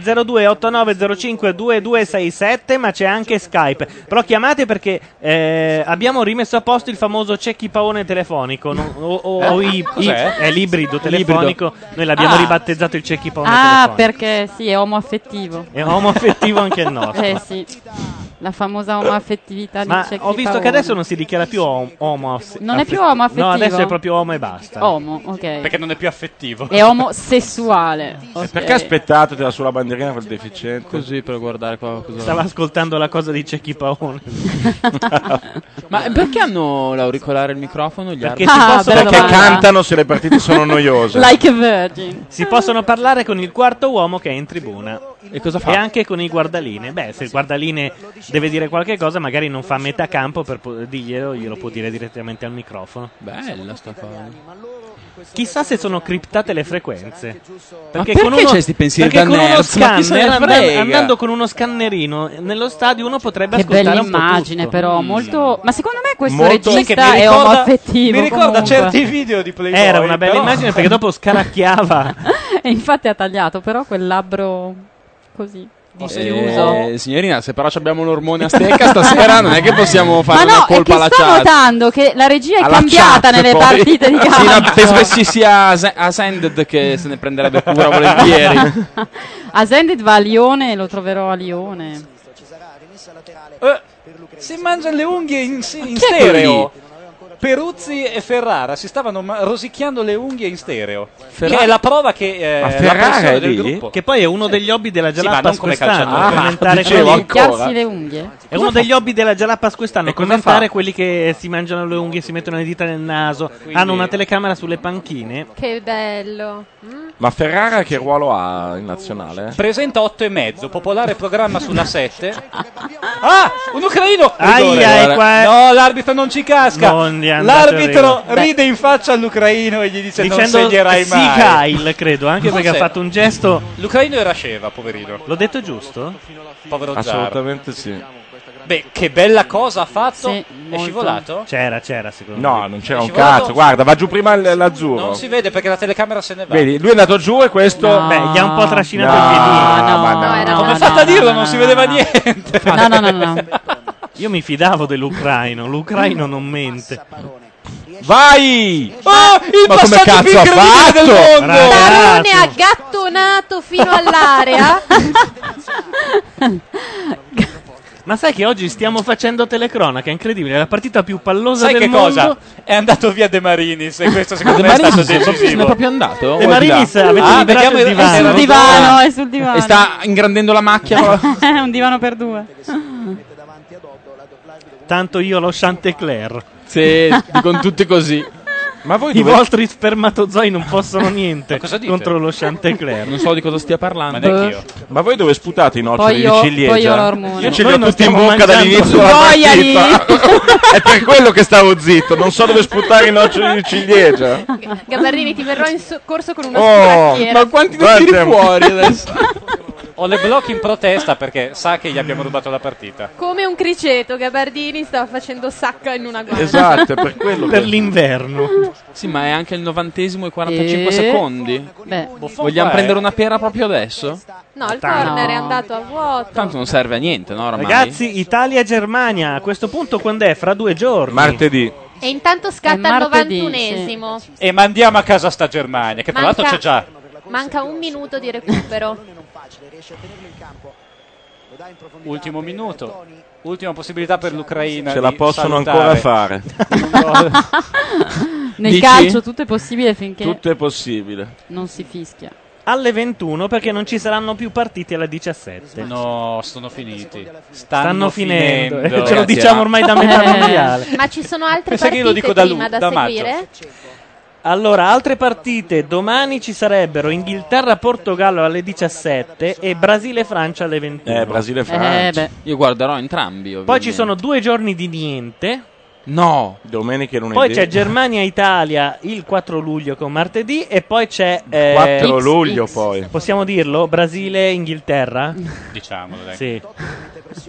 [SPEAKER 5] 0289052267, ma c'è anche Skype. Però chiamate perché eh, abbiamo rimesso a posto il famoso cecchi paone telefonico. no? o, o-
[SPEAKER 7] Eh?
[SPEAKER 5] o i- i-
[SPEAKER 18] Cos'è?
[SPEAKER 5] è l'ibrido telefonico. Noi l'abbiamo
[SPEAKER 15] Ah.
[SPEAKER 5] ribattezzato il cecchi paone
[SPEAKER 15] Ah,
[SPEAKER 5] telefonico.
[SPEAKER 15] perché sì, è omoaffettivo.
[SPEAKER 5] È omoaffettivo anche il nostro.
[SPEAKER 15] Eh sì. La famosa omoaffettività
[SPEAKER 5] Ma
[SPEAKER 15] di Cecchi
[SPEAKER 5] ho visto che
[SPEAKER 15] Paolo.
[SPEAKER 5] adesso non si dichiara più om- homo.
[SPEAKER 15] Non è più
[SPEAKER 5] No,
[SPEAKER 15] omoaffettivo?
[SPEAKER 5] adesso è proprio homo e basta.
[SPEAKER 15] Omo, ok.
[SPEAKER 7] Perché non è più affettivo.
[SPEAKER 5] *laughs*
[SPEAKER 15] È omosessuale. ok.
[SPEAKER 8] Perché ha aspettato della sulla bandierina quel deficiente?
[SPEAKER 18] Così per guardare qua cosa...
[SPEAKER 5] Stava ascoltando la cosa di Cecchi
[SPEAKER 15] *laughs*
[SPEAKER 5] Paone.
[SPEAKER 18] Ma perché hanno l'auricolare e il microfono? Gli
[SPEAKER 5] Cioè, Perché
[SPEAKER 18] arbitri?
[SPEAKER 5] si Ah, possono- bella
[SPEAKER 8] Perché
[SPEAKER 5] domanda.
[SPEAKER 8] cantano
[SPEAKER 15] *laughs*
[SPEAKER 8] se le partite sono noiose.
[SPEAKER 15] Like a virgin.
[SPEAKER 5] Si possono parlare con il quarto uomo che è in tribuna.
[SPEAKER 18] E cosa fa?
[SPEAKER 5] E anche con i guardaline. Beh, se il guardaline deve dire qualche cosa, magari non fa metà campo per po- dirglielo, glielo può dire direttamente al microfono.
[SPEAKER 18] Bella sta cosa.
[SPEAKER 5] Chissà se sono criptate le frequenze.
[SPEAKER 18] perché c'hai sti pensieri
[SPEAKER 5] perché
[SPEAKER 18] da
[SPEAKER 5] con uno
[SPEAKER 18] nerds? Ma chi se ne
[SPEAKER 5] scanner, andan-
[SPEAKER 18] frega?
[SPEAKER 5] andando con uno scannerino eh, nello stadio, uno potrebbe
[SPEAKER 15] Che
[SPEAKER 5] ascoltare
[SPEAKER 15] bella
[SPEAKER 5] un po'
[SPEAKER 15] immagine,
[SPEAKER 5] tutto.
[SPEAKER 15] però. Molto. Ma secondo me questo
[SPEAKER 5] Molto-
[SPEAKER 15] regista
[SPEAKER 5] Sai che mi
[SPEAKER 15] è
[SPEAKER 5] ricorda-
[SPEAKER 15] omoaffettivo.
[SPEAKER 5] mi ricorda
[SPEAKER 15] comunque.
[SPEAKER 5] certi video di Playboy, Era una bella
[SPEAKER 15] però-
[SPEAKER 5] immagine perché dopo
[SPEAKER 7] *laughs*
[SPEAKER 5] scaracchiava.
[SPEAKER 15] E *laughs* infatti ha tagliato, però, quel labbro così. Dischiuso.
[SPEAKER 18] Eh, signorina, se però abbiamo l'ormone a stecca stasera non è che possiamo fare
[SPEAKER 15] Ma no,
[SPEAKER 18] una
[SPEAKER 15] è
[SPEAKER 18] colpa
[SPEAKER 15] che
[SPEAKER 18] alla
[SPEAKER 15] sto
[SPEAKER 18] chat.
[SPEAKER 15] notando che la regia è
[SPEAKER 18] Alla
[SPEAKER 15] cambiata
[SPEAKER 18] chat,
[SPEAKER 15] nelle
[SPEAKER 18] poi.
[SPEAKER 15] partite di *laughs*
[SPEAKER 18] Sì, no,
[SPEAKER 15] calcio.
[SPEAKER 18] penso che ci sia Sa- Ascended che se ne prenderebbe cura volentieri.
[SPEAKER 15] Ascended va a Lione e lo troverò a Lione.
[SPEAKER 7] Eh,
[SPEAKER 21] Si mangia le unghie in, in stereo.
[SPEAKER 7] In stereo. Peruzzi e Ferrara si stavano ma- rosicchiando le unghie in stereo.
[SPEAKER 5] Ferrara-
[SPEAKER 7] Che è la prova che eh,
[SPEAKER 5] Ma
[SPEAKER 7] la
[SPEAKER 5] Ferrara
[SPEAKER 7] pressione
[SPEAKER 5] è
[SPEAKER 7] del
[SPEAKER 5] lì?
[SPEAKER 7] gruppo.
[SPEAKER 5] Che poi è uno degli hobby della
[SPEAKER 7] Sì, ma
[SPEAKER 5] Jalapas
[SPEAKER 7] non come
[SPEAKER 5] quest'anno,
[SPEAKER 7] calciatore. Ah,
[SPEAKER 5] commentare
[SPEAKER 7] dicevo
[SPEAKER 5] quelli-
[SPEAKER 15] Picchiarsi le unghie.
[SPEAKER 5] È uno degli hobby della Jalapas quest'anno, commentare quelli che si mangiano le unghie, si mettono le dita nel naso, hanno una telecamera sulle panchine.
[SPEAKER 10] Che bello. Mm?
[SPEAKER 18] Ma Ferrara che ruolo ha in nazionale?
[SPEAKER 7] Presenta 8 e mezzo, popolare programma sulla 7. Ah, un ucraino!
[SPEAKER 18] Aia,
[SPEAKER 7] Rigore.
[SPEAKER 18] e qua-
[SPEAKER 7] No, l'arbitro non ci casca.
[SPEAKER 5] Non gli andate
[SPEAKER 7] L'arbitro
[SPEAKER 5] a rigore.
[SPEAKER 7] ride in faccia all'ucraino e gli dice
[SPEAKER 5] Dicendo
[SPEAKER 7] non segnerai
[SPEAKER 5] sì,
[SPEAKER 7] mai.
[SPEAKER 5] Kyle, credo, anche perché ha
[SPEAKER 7] Forse
[SPEAKER 5] fatto un gesto.
[SPEAKER 7] L'ucraino era sceva, poverino.
[SPEAKER 5] L'ho detto giusto?
[SPEAKER 7] Povero Zar.
[SPEAKER 18] Assolutamente sì.
[SPEAKER 7] Beh, che bella cosa ha fatto.
[SPEAKER 5] Sì,
[SPEAKER 7] è
[SPEAKER 5] molto.
[SPEAKER 7] scivolato?
[SPEAKER 5] C'era, c'era, secondo me.
[SPEAKER 18] No, non c'era un
[SPEAKER 7] scivolato?
[SPEAKER 18] cazzo. Guarda, va giù prima l- l'azzurro.
[SPEAKER 7] Non si vede perché la telecamera se ne va.
[SPEAKER 18] Vedi, lui è andato giù e questo.
[SPEAKER 7] No. Beh, gli ha un po' trascinato il piedino.
[SPEAKER 18] No, ma no.
[SPEAKER 7] Come fate a dirlo? non si vedeva niente.
[SPEAKER 15] No, no, no, no.
[SPEAKER 5] *laughs* Io mi fidavo dell'ucraino, l'ucraino non mente.
[SPEAKER 18] Vai!
[SPEAKER 7] Oh, il
[SPEAKER 5] Ma come
[SPEAKER 7] passaggio
[SPEAKER 5] cazzo
[SPEAKER 7] più
[SPEAKER 5] ha
[SPEAKER 7] incredibile del
[SPEAKER 5] fatto?
[SPEAKER 7] mondo!
[SPEAKER 10] Tarone ha gattonato fino all'area.
[SPEAKER 5] Ma sai che oggi stiamo facendo telecronaca, è incredibile, è la partita più pallosa
[SPEAKER 7] Sai
[SPEAKER 5] del
[SPEAKER 7] che
[SPEAKER 5] mondo.
[SPEAKER 7] cosa? È andato via De Marinis e questo secondo
[SPEAKER 5] De
[SPEAKER 7] me è stato
[SPEAKER 5] Marinis è proprio-
[SPEAKER 7] decisivo.
[SPEAKER 5] se n'è proprio
[SPEAKER 18] andato?
[SPEAKER 5] De Marinis, avete
[SPEAKER 7] ah,
[SPEAKER 5] liberato
[SPEAKER 7] vediamo
[SPEAKER 5] il divano.
[SPEAKER 7] eh,
[SPEAKER 5] Sul
[SPEAKER 7] era-
[SPEAKER 15] divano, Ah, è sul divano.
[SPEAKER 18] E sta ingrandendo la macchia.
[SPEAKER 15] *laughs* È un divano per due.
[SPEAKER 18] *laughs*
[SPEAKER 5] Tanto io lo Chantecler.
[SPEAKER 18] Sì, dicono tutti così. Ma voi
[SPEAKER 5] I
[SPEAKER 18] dove-
[SPEAKER 5] vostri spermatozoi non possono niente
[SPEAKER 18] cosa dite?
[SPEAKER 5] contro lo Chantecler.
[SPEAKER 18] Non so di cosa stia parlando.
[SPEAKER 5] Ma neanche io.
[SPEAKER 8] Ma voi dove sputate i noccioli
[SPEAKER 5] Poi io-
[SPEAKER 8] di eh. ciliegia?
[SPEAKER 5] poi io l'ormone.
[SPEAKER 8] Io ce li
[SPEAKER 5] Noi
[SPEAKER 8] ho
[SPEAKER 5] non
[SPEAKER 8] tutti in
[SPEAKER 5] stiamo
[SPEAKER 8] bocca
[SPEAKER 5] mangiando.
[SPEAKER 8] dall'inizio della
[SPEAKER 5] Boiali!
[SPEAKER 8] partita. È per quello che stavo zitto, non so dove sputare i noccioli di ciliegia.
[SPEAKER 10] Gabarrini, ti verrò in soccorso con una
[SPEAKER 8] Oh,
[SPEAKER 10] scuracchiera.
[SPEAKER 8] ma quanti ne tiri fuori
[SPEAKER 7] *laughs*
[SPEAKER 8] adesso?
[SPEAKER 7] Ho le blocchi in protesta perché sa che gli abbiamo rubato la partita.
[SPEAKER 10] Come un criceto, Gabardini stava facendo sacca in una
[SPEAKER 18] *laughs*
[SPEAKER 10] guardia. *laughs*
[SPEAKER 18] Esatto, è per quello.
[SPEAKER 5] Per
[SPEAKER 18] che-
[SPEAKER 5] l'inverno.
[SPEAKER 18] Sì, ma è anche il novantesimo e 45
[SPEAKER 10] Eh.
[SPEAKER 18] secondi.
[SPEAKER 10] Beh.
[SPEAKER 18] Vogliamo
[SPEAKER 7] eh.
[SPEAKER 18] prendere una pera proprio adesso?
[SPEAKER 10] No, il corner è andato a vuoto.
[SPEAKER 18] Tanto non serve a niente, no? Oramai.
[SPEAKER 5] Ragazzi, Italia-Germania, a questo punto quando è? Fra due giorni.
[SPEAKER 18] Martedì.
[SPEAKER 10] E intanto scatta
[SPEAKER 15] È
[SPEAKER 10] il
[SPEAKER 15] martedì,
[SPEAKER 10] 91esimo.
[SPEAKER 7] E mandiamo a casa sta Germania, che tra l'altro c'è già.
[SPEAKER 10] Manca un minuto di recupero.
[SPEAKER 7] Ultimo minuto. Ultima possibilità per l'Ucraina.
[SPEAKER 8] Ce la
[SPEAKER 7] di
[SPEAKER 8] possono
[SPEAKER 7] salutare.
[SPEAKER 8] ancora fare.
[SPEAKER 15] Nel
[SPEAKER 8] Dici?
[SPEAKER 15] calcio tutto è possibile finché
[SPEAKER 8] Tutto è possibile.
[SPEAKER 15] non si fischia.
[SPEAKER 5] Alle 21 perché non ci saranno più partite alle 17.
[SPEAKER 7] No, sono finiti. Stanno,
[SPEAKER 5] Stanno finendo. *laughs*
[SPEAKER 7] finendo.
[SPEAKER 5] Ce lo
[SPEAKER 7] Ragazzi,
[SPEAKER 5] diciamo
[SPEAKER 7] era-
[SPEAKER 5] ormai da
[SPEAKER 10] *laughs*
[SPEAKER 5] metà mondiale.
[SPEAKER 10] Eh. Ma ci sono altre
[SPEAKER 7] Pensa
[SPEAKER 10] partite
[SPEAKER 7] che io lo dico da lu-
[SPEAKER 10] prima da,
[SPEAKER 7] da maggio.
[SPEAKER 10] seguire?
[SPEAKER 5] Allora, altre partite. Domani ci sarebbero Inghilterra-Portogallo alle 17 e Brasile-Francia alle 21.
[SPEAKER 18] Eh, Brasile-Francia. Io guarderò entrambi.
[SPEAKER 5] Poi ci sono due giorni di niente.
[SPEAKER 18] No.
[SPEAKER 8] Domenica e lunedì.
[SPEAKER 5] Poi c'è Germania-Italia il 4 luglio con martedì e poi c'è... eh,
[SPEAKER 8] 4 luglio poi.
[SPEAKER 5] Possiamo dirlo? Brasile-Inghilterra?
[SPEAKER 7] *laughs* Diciamolo, dai.
[SPEAKER 5] Sì.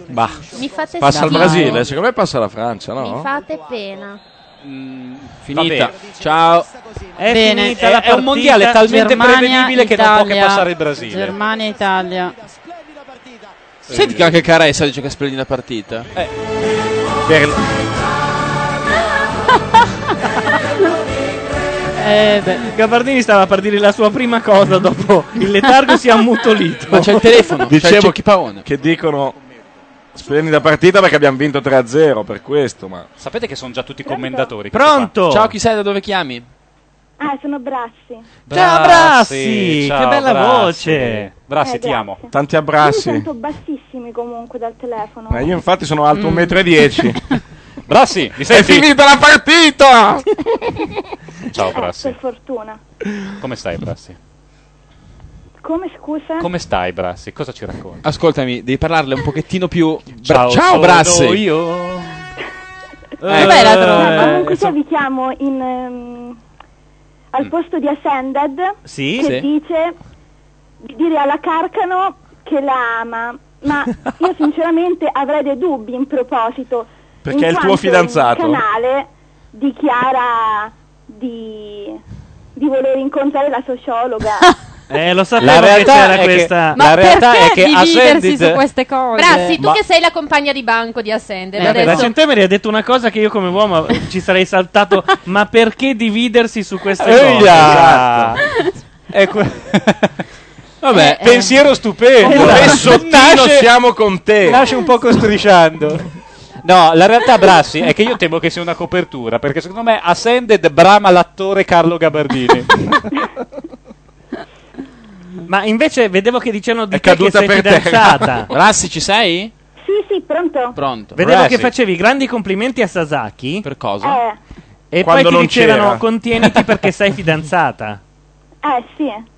[SPEAKER 8] Bah.
[SPEAKER 10] Mi fate
[SPEAKER 8] Passa il
[SPEAKER 10] schifo.
[SPEAKER 8] Brasile, secondo me passa la Francia,
[SPEAKER 10] Mi
[SPEAKER 8] no?
[SPEAKER 10] fate pena.
[SPEAKER 5] Mm.
[SPEAKER 18] Finita.
[SPEAKER 8] Vabbè.
[SPEAKER 18] Ciao.
[SPEAKER 5] È
[SPEAKER 15] Bene.
[SPEAKER 5] finita la
[SPEAKER 7] È- è un
[SPEAKER 5] partita.
[SPEAKER 7] mondiale talmente
[SPEAKER 15] Germania,
[SPEAKER 7] prevedibile che non può che
[SPEAKER 15] Italia.
[SPEAKER 7] passare il Brasile.
[SPEAKER 15] Germania,
[SPEAKER 18] *laughs*
[SPEAKER 15] Italia.
[SPEAKER 18] Senti che anche Caressa dice che è splendida partita.
[SPEAKER 7] Eh.
[SPEAKER 15] Eh, beh.
[SPEAKER 5] Gabardini stava per dire la sua prima cosa dopo il letargo si è ammutolito.
[SPEAKER 8] Boh. Dicevo che dicono splendida partita perché abbiamo vinto 3-0 per questo, ma
[SPEAKER 7] *laughs* Sapete che sono già tutti commendatori.
[SPEAKER 5] Pronto?
[SPEAKER 18] Ciao, chi sei? Da dove chiami?
[SPEAKER 22] Ah, sono Brassi.
[SPEAKER 5] Ciao, Brassi,
[SPEAKER 7] ciao,
[SPEAKER 5] che bella
[SPEAKER 7] Brassi.
[SPEAKER 5] voce.
[SPEAKER 7] Brassi,
[SPEAKER 22] Eh,
[SPEAKER 7] ti
[SPEAKER 22] grazie.
[SPEAKER 7] amo.
[SPEAKER 8] tanti
[SPEAKER 22] Io
[SPEAKER 8] abbracci.
[SPEAKER 22] *laughs* sento bassissimi comunque dal telefono.
[SPEAKER 8] Ma io infatti sono
[SPEAKER 5] Mm.
[SPEAKER 8] alto 1,10 m.
[SPEAKER 7] *laughs* Brassi, mi
[SPEAKER 8] È
[SPEAKER 7] senti?
[SPEAKER 8] finita la partita!
[SPEAKER 7] Ciao,
[SPEAKER 22] Eh,
[SPEAKER 7] Brassi.
[SPEAKER 22] per fortuna.
[SPEAKER 7] Come stai, Brassi?
[SPEAKER 22] Come scusa?
[SPEAKER 7] Come stai, Brassi? Cosa ci racconti?
[SPEAKER 18] Ascoltami, devi parlarle un pochettino più.
[SPEAKER 7] Ciao,
[SPEAKER 18] Bra- ciao
[SPEAKER 7] sono
[SPEAKER 18] Brassi!
[SPEAKER 7] io.
[SPEAKER 18] Ecco.
[SPEAKER 22] Ma comunque sia vi chiamo in, ehm, al posto di Ascended
[SPEAKER 5] Sì?
[SPEAKER 22] che
[SPEAKER 5] Sì.
[SPEAKER 22] dice di dire alla Carcano che la ama, ma io sinceramente avrei dei dubbi in proposito.
[SPEAKER 8] Perché
[SPEAKER 22] in
[SPEAKER 8] è il tuo
[SPEAKER 22] quanto
[SPEAKER 8] fidanzato.
[SPEAKER 22] Il canale dichiara di, di voler incontrare la sociologa.
[SPEAKER 5] Eh, lo
[SPEAKER 8] La
[SPEAKER 5] sapevo che
[SPEAKER 8] realtà
[SPEAKER 5] c'era
[SPEAKER 8] è che-
[SPEAKER 5] questa.
[SPEAKER 8] Ma la realtà è che
[SPEAKER 10] dividersi su queste cose. Brassi, tu
[SPEAKER 5] Ma-
[SPEAKER 10] che sei la compagna di banco di Ascender,
[SPEAKER 5] Eh,
[SPEAKER 10] adesso
[SPEAKER 5] la Centemeri ha detto una cosa che io come uomo ci sarei saltato,
[SPEAKER 22] *laughs*
[SPEAKER 5] ma perché dividersi su queste cose? Esatto.
[SPEAKER 7] Eia! *laughs* Ecco.
[SPEAKER 5] È que-
[SPEAKER 7] esatto. Vabbè, pensiero stupendo.
[SPEAKER 5] Esatto.
[SPEAKER 7] Nasce-
[SPEAKER 8] con te.
[SPEAKER 7] Nasce un po' costrisciando. No, la realtà, Brassi, è che io temo che sia una copertura, perché secondo me Ascended brama l'attore Carlo *laughs* Gabardini.
[SPEAKER 5] Ma invece vedevo che dicevano di
[SPEAKER 7] È
[SPEAKER 5] te che
[SPEAKER 7] caduta
[SPEAKER 5] sei
[SPEAKER 7] per terra.
[SPEAKER 5] fidanzata.
[SPEAKER 18] Brassi, ci sei?
[SPEAKER 22] Sì, sì, pronto.
[SPEAKER 18] Pronto.
[SPEAKER 5] Vedevo
[SPEAKER 18] Brassi.
[SPEAKER 5] che facevi grandi complimenti a Sasaki.
[SPEAKER 18] Per cosa?
[SPEAKER 22] Eh,
[SPEAKER 5] E
[SPEAKER 18] Quando
[SPEAKER 5] poi ti
[SPEAKER 18] non
[SPEAKER 5] dicevano
[SPEAKER 18] c'era.
[SPEAKER 5] contieniti perché sei fidanzata.
[SPEAKER 22] eh, sì.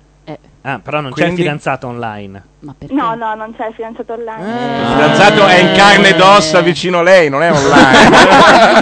[SPEAKER 5] Ah, però non c'è
[SPEAKER 18] Quindi?
[SPEAKER 5] il fidanzato online.
[SPEAKER 22] No, no, non c'è il fidanzato online.
[SPEAKER 8] Il fidanzato è in carne ed ossa vicino a lei, non è online.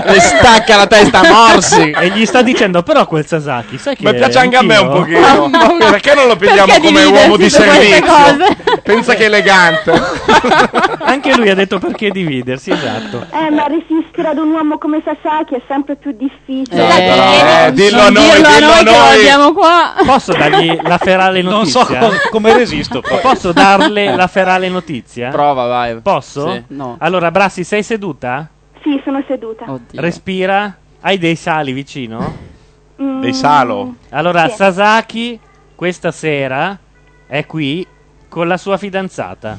[SPEAKER 18] Le stacca la testa a morsi.
[SPEAKER 5] E gli sta dicendo, però quel Sasaki, sai che.
[SPEAKER 8] Ma piace anche a me un
[SPEAKER 5] anch'io-
[SPEAKER 8] pochino. Perché non lo pigliamo
[SPEAKER 5] Perché
[SPEAKER 8] come
[SPEAKER 5] dividersi
[SPEAKER 8] uomo di
[SPEAKER 5] su queste
[SPEAKER 8] servizio? Pensa che è elegante.
[SPEAKER 5] *laughs* anche lui ha detto perché dividersi, esatto.
[SPEAKER 22] *laughs* Eh, ma resistere ad un uomo come Sasaki è sempre più difficile.
[SPEAKER 5] Eh, dillo a noi,
[SPEAKER 22] dirlo a
[SPEAKER 5] dillo
[SPEAKER 22] noi
[SPEAKER 5] a
[SPEAKER 22] che lo
[SPEAKER 5] noi.
[SPEAKER 22] abbiamo
[SPEAKER 10] qua.
[SPEAKER 5] Posso dargli la ferale
[SPEAKER 7] Non
[SPEAKER 5] notizia?
[SPEAKER 7] so co- come resisto, poi.
[SPEAKER 5] Posso darle
[SPEAKER 8] Eh.
[SPEAKER 5] la ferale notizia? Prova, vai. Posso?
[SPEAKER 7] Sì. No.
[SPEAKER 5] Allora, Brassi, sei seduta?
[SPEAKER 22] Sì, sono seduta.
[SPEAKER 5] Oh. Respira? Hai dei sali vicino?
[SPEAKER 22] Mm,
[SPEAKER 5] Allora,
[SPEAKER 22] sì.
[SPEAKER 5] Sasaki questa sera è qui con la sua fidanzata.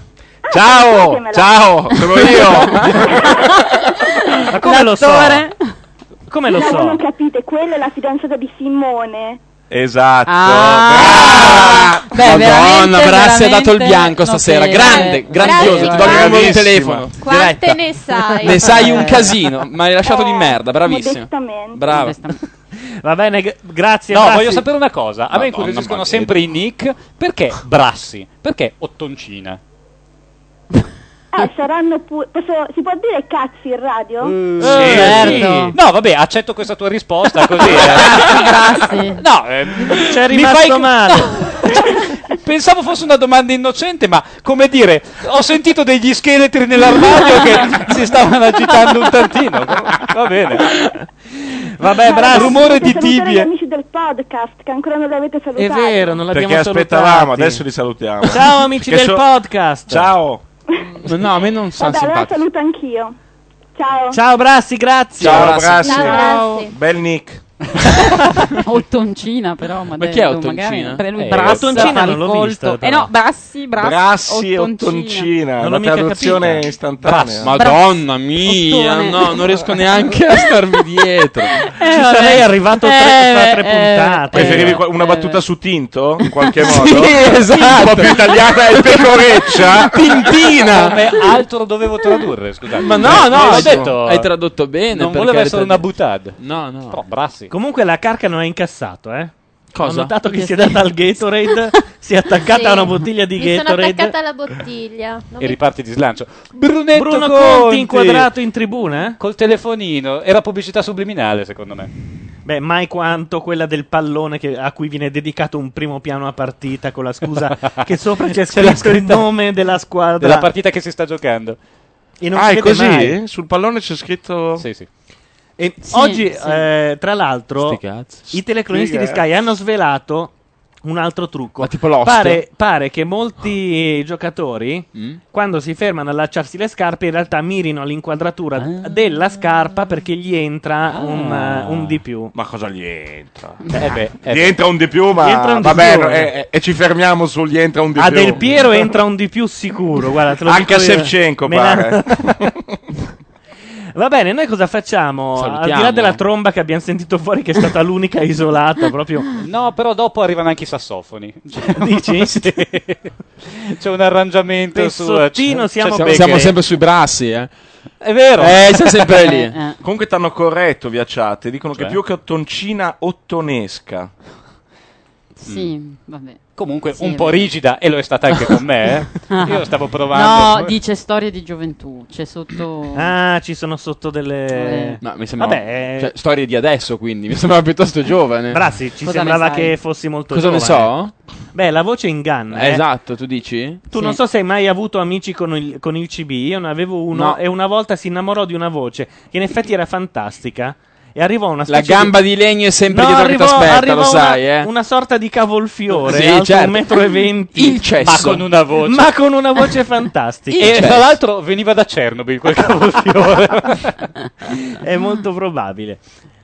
[SPEAKER 22] Ciao, ciao,
[SPEAKER 5] sono io. Ma come lo so?
[SPEAKER 22] L'attore?
[SPEAKER 5] Come lo
[SPEAKER 22] No, Cioè, voi
[SPEAKER 5] so?
[SPEAKER 22] non capite, quella è la fidanzata di Simone.
[SPEAKER 8] Esatto.
[SPEAKER 18] Madonna,
[SPEAKER 22] veramente,
[SPEAKER 18] Brassi ha dato il
[SPEAKER 22] veramente
[SPEAKER 18] bianco
[SPEAKER 22] non
[SPEAKER 18] stasera.
[SPEAKER 22] credo.
[SPEAKER 18] Grande,
[SPEAKER 22] Eh,
[SPEAKER 18] grandioso.
[SPEAKER 22] bravo.
[SPEAKER 18] Ti do il numero di
[SPEAKER 8] Bravissima.
[SPEAKER 18] telefono.
[SPEAKER 10] quante
[SPEAKER 18] Diretta.
[SPEAKER 10] ne sai?
[SPEAKER 18] Ne sai
[SPEAKER 5] Eh.
[SPEAKER 18] un casino, ma hai lasciato di merda, bravissimo.
[SPEAKER 22] Modestamente.
[SPEAKER 18] Brava.
[SPEAKER 5] Va bene, g- grazie.
[SPEAKER 7] No,
[SPEAKER 5] Brassi.
[SPEAKER 7] voglio sapere una cosa. A me
[SPEAKER 5] Madonna,
[SPEAKER 7] incuriosiscono
[SPEAKER 5] ma che-
[SPEAKER 7] sempre i nick. Perché Brassi? Perché Ottoncina?
[SPEAKER 22] Eh, saranno pu- posso- si può dire cazzi in radio?
[SPEAKER 8] Eh,
[SPEAKER 5] Eh,
[SPEAKER 7] Sì,
[SPEAKER 8] certo.
[SPEAKER 7] sì. No, vabbè, accetto questa tua risposta così. eh.
[SPEAKER 8] *laughs*
[SPEAKER 7] No,
[SPEAKER 5] C'è rimasto male.
[SPEAKER 7] *laughs* Pensavo fosse una domanda innocente, ma come dire, ho sentito degli scheletri nell'armadio che si stavano agitando un tantino. Va bene.
[SPEAKER 5] Vabbè,
[SPEAKER 7] bravo. Rumore di
[SPEAKER 22] Salutare gli
[SPEAKER 7] tibie.
[SPEAKER 22] amici del podcast che ancora non li avete salutati.
[SPEAKER 8] Perché aspettavamo, adesso li salutiamo. *laughs*
[SPEAKER 22] Ciao,
[SPEAKER 18] *laughs*
[SPEAKER 22] amici
[SPEAKER 8] Perché
[SPEAKER 22] del
[SPEAKER 5] podcast.
[SPEAKER 8] Ciao.
[SPEAKER 18] No, a me non sono
[SPEAKER 22] Vabbè, allora
[SPEAKER 8] simpatici.
[SPEAKER 22] saluto anch'io. Ciao.
[SPEAKER 5] Ciao Brassi, grazie.
[SPEAKER 8] Ciao, Brassi.
[SPEAKER 22] Ciao, Brassi.
[SPEAKER 8] Bel Nick.
[SPEAKER 15] *laughs* Ottoncina, però. Ma,
[SPEAKER 8] Ma
[SPEAKER 15] detto,
[SPEAKER 8] chi è
[SPEAKER 15] magari-
[SPEAKER 8] Ottoncina?
[SPEAKER 15] per lui
[SPEAKER 8] Eh,
[SPEAKER 15] Brassa
[SPEAKER 8] Ottoncina
[SPEAKER 15] fa il
[SPEAKER 8] non l'ho
[SPEAKER 15] colto.
[SPEAKER 8] vista,
[SPEAKER 15] Eh no, Brassi, Brassi.
[SPEAKER 8] Brassi Mm. e Ottoncina, la traduzione istantanea.
[SPEAKER 18] Brass- Madonna mia,
[SPEAKER 8] Ottone.
[SPEAKER 18] no, non riesco neanche a starvi dietro.
[SPEAKER 5] Ci
[SPEAKER 18] vabbè.
[SPEAKER 5] sarei arrivato tre,
[SPEAKER 18] Eh,
[SPEAKER 5] fra tre
[SPEAKER 18] eh,
[SPEAKER 5] puntate.
[SPEAKER 8] Preferivi qua- una battuta su Tinto? In
[SPEAKER 7] *laughs*
[SPEAKER 8] qualche modo?
[SPEAKER 18] esatto.
[SPEAKER 8] Un po' più italiana e
[SPEAKER 18] *laughs*
[SPEAKER 8] pecoreccia.
[SPEAKER 18] Tintina.
[SPEAKER 7] Come altro dovevo tradurre, scusate.
[SPEAKER 18] Ma no, no,
[SPEAKER 7] ho
[SPEAKER 18] hai
[SPEAKER 7] detto.
[SPEAKER 18] hai tradotto bene.
[SPEAKER 7] Non
[SPEAKER 18] per
[SPEAKER 7] voleva
[SPEAKER 18] carità
[SPEAKER 7] essere
[SPEAKER 18] di-
[SPEAKER 7] una butade.
[SPEAKER 18] No, no.
[SPEAKER 7] Però Brassi.
[SPEAKER 5] Comunque la carca non ha incassato, eh.
[SPEAKER 18] Cosa?
[SPEAKER 5] Ho notato che
[SPEAKER 18] Che
[SPEAKER 5] si è
[SPEAKER 18] sei-
[SPEAKER 5] data al Gatorade, si è attaccata
[SPEAKER 6] Sì.
[SPEAKER 5] a una bottiglia di
[SPEAKER 6] Mi sono
[SPEAKER 5] Gatorade.
[SPEAKER 6] attaccata alla bottiglia. Non
[SPEAKER 7] E
[SPEAKER 6] mi-
[SPEAKER 7] riparti di slancio. Brunetto
[SPEAKER 5] Bruno
[SPEAKER 7] Conti,
[SPEAKER 5] Conti, inquadrato in tribuna? eh?
[SPEAKER 7] Col telefonino. Era pubblicità subliminale, secondo me.
[SPEAKER 5] Beh, mai quanto quella del pallone che- a cui viene dedicato un primo piano a partita con la scusa che sopra c'è
[SPEAKER 7] C'è la
[SPEAKER 5] scritto il nome della squadra.
[SPEAKER 7] Della partita che si sta giocando.
[SPEAKER 5] E non
[SPEAKER 8] ah,
[SPEAKER 5] si vede
[SPEAKER 8] è così?
[SPEAKER 5] mai.
[SPEAKER 8] Sul pallone c'è scritto.
[SPEAKER 7] Sì, sì.
[SPEAKER 5] E
[SPEAKER 8] Sì,
[SPEAKER 5] oggi,
[SPEAKER 8] sì.
[SPEAKER 5] eh, tra l'altro,
[SPEAKER 8] Sti cazzi.
[SPEAKER 5] i telecronisti
[SPEAKER 8] Sti
[SPEAKER 5] di Sky
[SPEAKER 8] cazzi.
[SPEAKER 5] hanno svelato un altro trucco.
[SPEAKER 18] l'host?
[SPEAKER 5] pare, pare che molti giocatori,
[SPEAKER 18] Mm?
[SPEAKER 5] quando si fermano ad allacciarsi le scarpe, in realtà mirino all'inquadratura della scarpa perché gli entra un, eh, un di più.
[SPEAKER 8] Ma cosa gli entra?
[SPEAKER 5] Eh beh, eh
[SPEAKER 8] Gli
[SPEAKER 5] beh.
[SPEAKER 8] entra un di più,
[SPEAKER 5] Gli entra
[SPEAKER 8] ma
[SPEAKER 5] un di
[SPEAKER 8] vabbè,
[SPEAKER 5] più.
[SPEAKER 8] no, eh, eh, e ci fermiamo sugli entra un di
[SPEAKER 5] A
[SPEAKER 8] più.
[SPEAKER 5] Del Piero entra un di più sicuro, guarda, te lo
[SPEAKER 8] Anche
[SPEAKER 5] dico
[SPEAKER 8] a
[SPEAKER 5] io.
[SPEAKER 8] Shevchenko,
[SPEAKER 5] Me la- *laughs*
[SPEAKER 8] pare.
[SPEAKER 5] Va bene, noi cosa facciamo? Al di là
[SPEAKER 7] Salutiamo.
[SPEAKER 5] della tromba che abbiamo sentito fuori, che è stata l'unica isolata, proprio Cioè,
[SPEAKER 7] No, però dopo arrivano anche i sassofoni.
[SPEAKER 5] Dici?
[SPEAKER 7] *laughs* Sì. C'è un arrangiamento
[SPEAKER 5] Pezzottino,
[SPEAKER 7] su.
[SPEAKER 5] siamo
[SPEAKER 18] Cioè, Siamo, siamo sempre sui brassi, eh.
[SPEAKER 7] È vero.
[SPEAKER 18] Eh, siamo
[SPEAKER 5] *laughs*
[SPEAKER 18] sempre lì.
[SPEAKER 8] Comunque t'hanno corretto, Viacciate. Dicono
[SPEAKER 7] Cioè?
[SPEAKER 8] che più che ottoncina, ottonesca.
[SPEAKER 15] Sì, vabbè.
[SPEAKER 7] Comunque
[SPEAKER 15] Sì,
[SPEAKER 7] un
[SPEAKER 15] è
[SPEAKER 7] po'
[SPEAKER 15] vero.
[SPEAKER 7] rigida, e lo è stata anche con me.
[SPEAKER 8] *laughs*
[SPEAKER 7] eh. Io stavo provando.
[SPEAKER 15] No, dice storie di gioventù. C'è sotto.
[SPEAKER 5] Ah, ci sono sotto delle.
[SPEAKER 15] Eh.
[SPEAKER 18] Ma mi sembra.
[SPEAKER 5] Vabbè, eh,
[SPEAKER 18] Cioè, storie di adesso, quindi. Mi sembrava piuttosto giovane. Eh,
[SPEAKER 5] Brazzi, ci
[SPEAKER 18] Cosa ne
[SPEAKER 5] sembrava
[SPEAKER 18] sai?
[SPEAKER 5] che fossi molto
[SPEAKER 18] Cosa ne
[SPEAKER 5] giovane. Beh, la voce inganna.
[SPEAKER 18] Eh,
[SPEAKER 5] eh.
[SPEAKER 18] Esatto, tu dici?
[SPEAKER 5] Tu non so se hai mai avuto amici con il, con il CB, io ne avevo uno
[SPEAKER 18] No.
[SPEAKER 5] e una volta si innamorò di una voce che in effetti era fantastica e arrivò una
[SPEAKER 18] La
[SPEAKER 5] specie
[SPEAKER 18] gamba di legno è sempre
[SPEAKER 5] No,
[SPEAKER 18] dietro
[SPEAKER 5] arrivò,
[SPEAKER 18] che ti aspetta,
[SPEAKER 5] arrivò
[SPEAKER 18] lo
[SPEAKER 5] una,
[SPEAKER 18] sai, eh.
[SPEAKER 5] una sorta di cavolfiore,
[SPEAKER 18] Sì,
[SPEAKER 5] alto
[SPEAKER 18] certo.
[SPEAKER 5] 1,20 m.
[SPEAKER 18] Il cesso. Ma con una voce.
[SPEAKER 5] Ma con una *laughs* voce fantastica.
[SPEAKER 7] E tra l'altro veniva da Chernobyl quel
[SPEAKER 18] *laughs*
[SPEAKER 7] cavolfiore.
[SPEAKER 5] È molto probabile.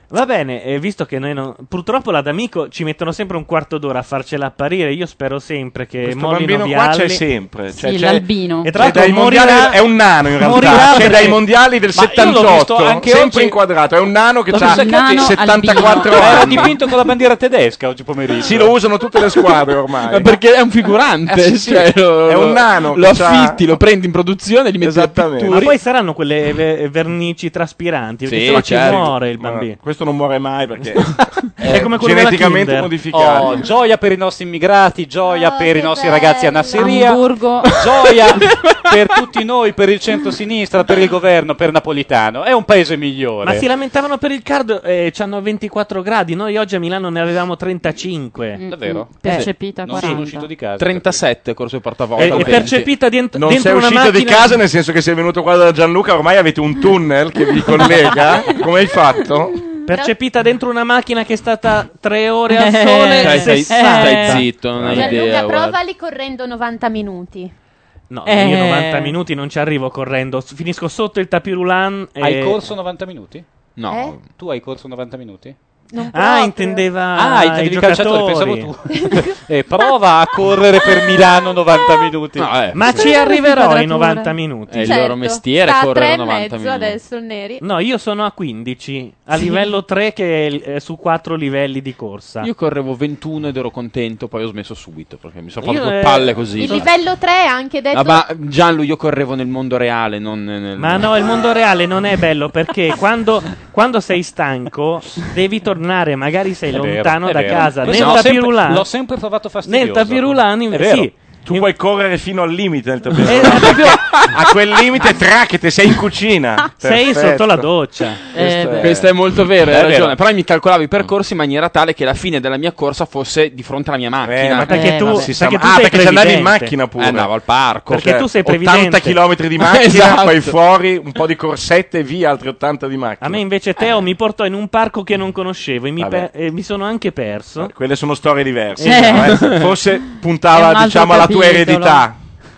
[SPEAKER 5] Va bene, eh, visto che noi non... purtroppo la D'Amico ci mettono sempre un quarto d'ora a farcela apparire, io spero sempre che
[SPEAKER 8] Questo
[SPEAKER 5] Molino
[SPEAKER 8] bambino qua
[SPEAKER 5] Vialli-
[SPEAKER 8] c'è sempre, cioè Sì, c'è- l'albino.
[SPEAKER 5] E tra
[SPEAKER 8] C'è dai
[SPEAKER 5] l'altro
[SPEAKER 8] mondiali-
[SPEAKER 5] morirà...
[SPEAKER 8] è un nano in realtà,
[SPEAKER 5] morirà
[SPEAKER 8] c'è
[SPEAKER 5] perché-
[SPEAKER 8] Cioè, dai mondiali del
[SPEAKER 5] Ma io l'ho
[SPEAKER 8] 78,
[SPEAKER 5] visto
[SPEAKER 8] anche sempre inquadrato, è un nano che
[SPEAKER 7] L'ho
[SPEAKER 8] c'ha
[SPEAKER 7] visto anche oggi.
[SPEAKER 8] 74
[SPEAKER 7] Era
[SPEAKER 8] anni.
[SPEAKER 7] dipinto con la bandiera tedesca oggi pomeriggio.
[SPEAKER 8] Sì, lo usano tutte le squadre
[SPEAKER 18] Ma
[SPEAKER 8] ormai.
[SPEAKER 18] perché è un figurante,
[SPEAKER 8] Eh, sì,
[SPEAKER 18] cioè,
[SPEAKER 8] sì.
[SPEAKER 18] lo-
[SPEAKER 8] È un nano
[SPEAKER 18] Lo
[SPEAKER 8] che c'ha-
[SPEAKER 18] affitti, lo prendi in produzione, gli metti la
[SPEAKER 5] Ma
[SPEAKER 18] pittura.
[SPEAKER 5] poi saranno quelle ve- vernici traspiranti, perché
[SPEAKER 18] Sì,
[SPEAKER 5] sennò
[SPEAKER 18] certo. Eh,
[SPEAKER 5] ci muore il
[SPEAKER 18] Ma
[SPEAKER 5] bambino.
[SPEAKER 8] questo non muore mai perché
[SPEAKER 7] *laughs* Eh,
[SPEAKER 5] è come quello della
[SPEAKER 8] geneticamente
[SPEAKER 5] Kinder.
[SPEAKER 8] modificato.
[SPEAKER 7] Oh, gioia per i nostri immigrati, gioia
[SPEAKER 10] Oh,
[SPEAKER 7] per i nostri ragazzi a Nasseria,
[SPEAKER 15] Hamburgo.
[SPEAKER 7] gioia per tutti noi, per il centro-sinistra, per il governo, per Napolitano. È un paese migliore.
[SPEAKER 5] Ma si lamentavano per il caldo e c'hanno 24 gradi, noi oggi a Milano ne avevamo 35.
[SPEAKER 7] Davvero?
[SPEAKER 5] mm,
[SPEAKER 15] Percepita
[SPEAKER 5] Eh,
[SPEAKER 7] non sono uscito di casa.
[SPEAKER 18] 37 corso portavoce.
[SPEAKER 5] È- è percepita dient-
[SPEAKER 8] non
[SPEAKER 5] dentro
[SPEAKER 8] sei
[SPEAKER 5] una
[SPEAKER 8] uscito di
[SPEAKER 5] macchina-
[SPEAKER 8] casa nel senso che sei venuto qua da Gianluca ormai avete un tunnel che vi
[SPEAKER 5] *laughs*
[SPEAKER 8] collega come hai fatto?
[SPEAKER 5] Percepita dentro una macchina che è stata 3 ore al
[SPEAKER 10] Eh,
[SPEAKER 5] sole. Cioè,
[SPEAKER 18] Stai- stai-
[SPEAKER 5] 60.
[SPEAKER 18] stai zitto, non hai
[SPEAKER 10] Gianluca,
[SPEAKER 18] idea. guarda.
[SPEAKER 10] Cioè, provali correndo 90 minuti.
[SPEAKER 5] No,
[SPEAKER 10] Eh.
[SPEAKER 5] io 90 minuti non ci arrivo correndo. S- Finisco sotto il eh, tapirulan. E...
[SPEAKER 7] Hai corso 90 minuti?
[SPEAKER 5] No.
[SPEAKER 10] Eh?
[SPEAKER 7] Tu hai corso 90 minuti?
[SPEAKER 10] Non
[SPEAKER 5] Ah,
[SPEAKER 10] proprio.
[SPEAKER 5] intendeva
[SPEAKER 7] Ah, i,
[SPEAKER 5] i
[SPEAKER 7] calciatori, pensavo
[SPEAKER 5] giocatori.
[SPEAKER 7] tu. *laughs* Eh, prova a correre per Milano 90 minuti.
[SPEAKER 5] Ma
[SPEAKER 7] Sì.
[SPEAKER 5] ci arriverò in
[SPEAKER 7] Quadratura.
[SPEAKER 5] 90 minuti.
[SPEAKER 7] È il Certo. loro mestiere
[SPEAKER 10] Sta a
[SPEAKER 7] correre
[SPEAKER 10] tre e
[SPEAKER 7] 90
[SPEAKER 10] mezzo
[SPEAKER 7] minuti.
[SPEAKER 10] adesso il Neri.
[SPEAKER 5] No, io sono a 15, a
[SPEAKER 10] Sì.
[SPEAKER 5] livello 3 che è il- eh, su 4 livelli di corsa.
[SPEAKER 18] Io correvo 21 ed ero contento, poi ho smesso subito perché mi sono
[SPEAKER 5] Io,
[SPEAKER 18] fatto due
[SPEAKER 5] eh,
[SPEAKER 18] palle così.
[SPEAKER 10] Il livello 3 è anche detto...
[SPEAKER 18] Ah, ma Gianlu, io correvo nel mondo reale, non nel...
[SPEAKER 5] Ma no, il mondo reale non è bello *laughs* perché quando, quando sei stanco devi tornare, magari sei
[SPEAKER 7] È vero,
[SPEAKER 5] lontano
[SPEAKER 7] è
[SPEAKER 5] da
[SPEAKER 7] vero.
[SPEAKER 5] casa.
[SPEAKER 7] Questo
[SPEAKER 5] Nel
[SPEAKER 7] l'ho sempre-
[SPEAKER 5] tapirulan.
[SPEAKER 7] l'ho sempre trovato fastidioso.
[SPEAKER 5] Nel tapirulan,
[SPEAKER 8] È
[SPEAKER 5] invece.
[SPEAKER 8] vero.
[SPEAKER 5] Sì. Eh,
[SPEAKER 8] Tu puoi correre fino al limite del tappeto. a quel limite tracchete, sei in cucina.
[SPEAKER 5] *laughs*
[SPEAKER 18] Sei
[SPEAKER 8] Perfetto. Eh,
[SPEAKER 18] sotto la
[SPEAKER 5] doccia.
[SPEAKER 8] Questo è-
[SPEAKER 18] Questo è molto vero,
[SPEAKER 8] È
[SPEAKER 18] hai ragione.
[SPEAKER 8] vero.
[SPEAKER 18] Però mi calcolavo i percorsi in maniera tale che la fine della mia corsa fosse di fronte alla mia macchina.
[SPEAKER 8] ma perché Eh, tu- vabbè. si sa-
[SPEAKER 18] perché
[SPEAKER 8] ah, perché ci andavi in macchina pure.
[SPEAKER 18] Eh, andavo al parco. cioè,
[SPEAKER 8] Perché tu sei previdente. 80 chilometri
[SPEAKER 5] *laughs*
[SPEAKER 8] di macchina,
[SPEAKER 5] Esatto.
[SPEAKER 8] poi fuori un po' di corsette e via altri 80 di macchina.
[SPEAKER 5] A me invece Teo mi portò in un parco che non conoscevo e mi,
[SPEAKER 8] Vabbè.
[SPEAKER 5] per- e mi sono anche perso.
[SPEAKER 8] Quelle sono storie diverse.
[SPEAKER 5] Eh.
[SPEAKER 8] però, eh. Forse
[SPEAKER 5] *laughs*
[SPEAKER 8] puntava diciamo alla tua eredità.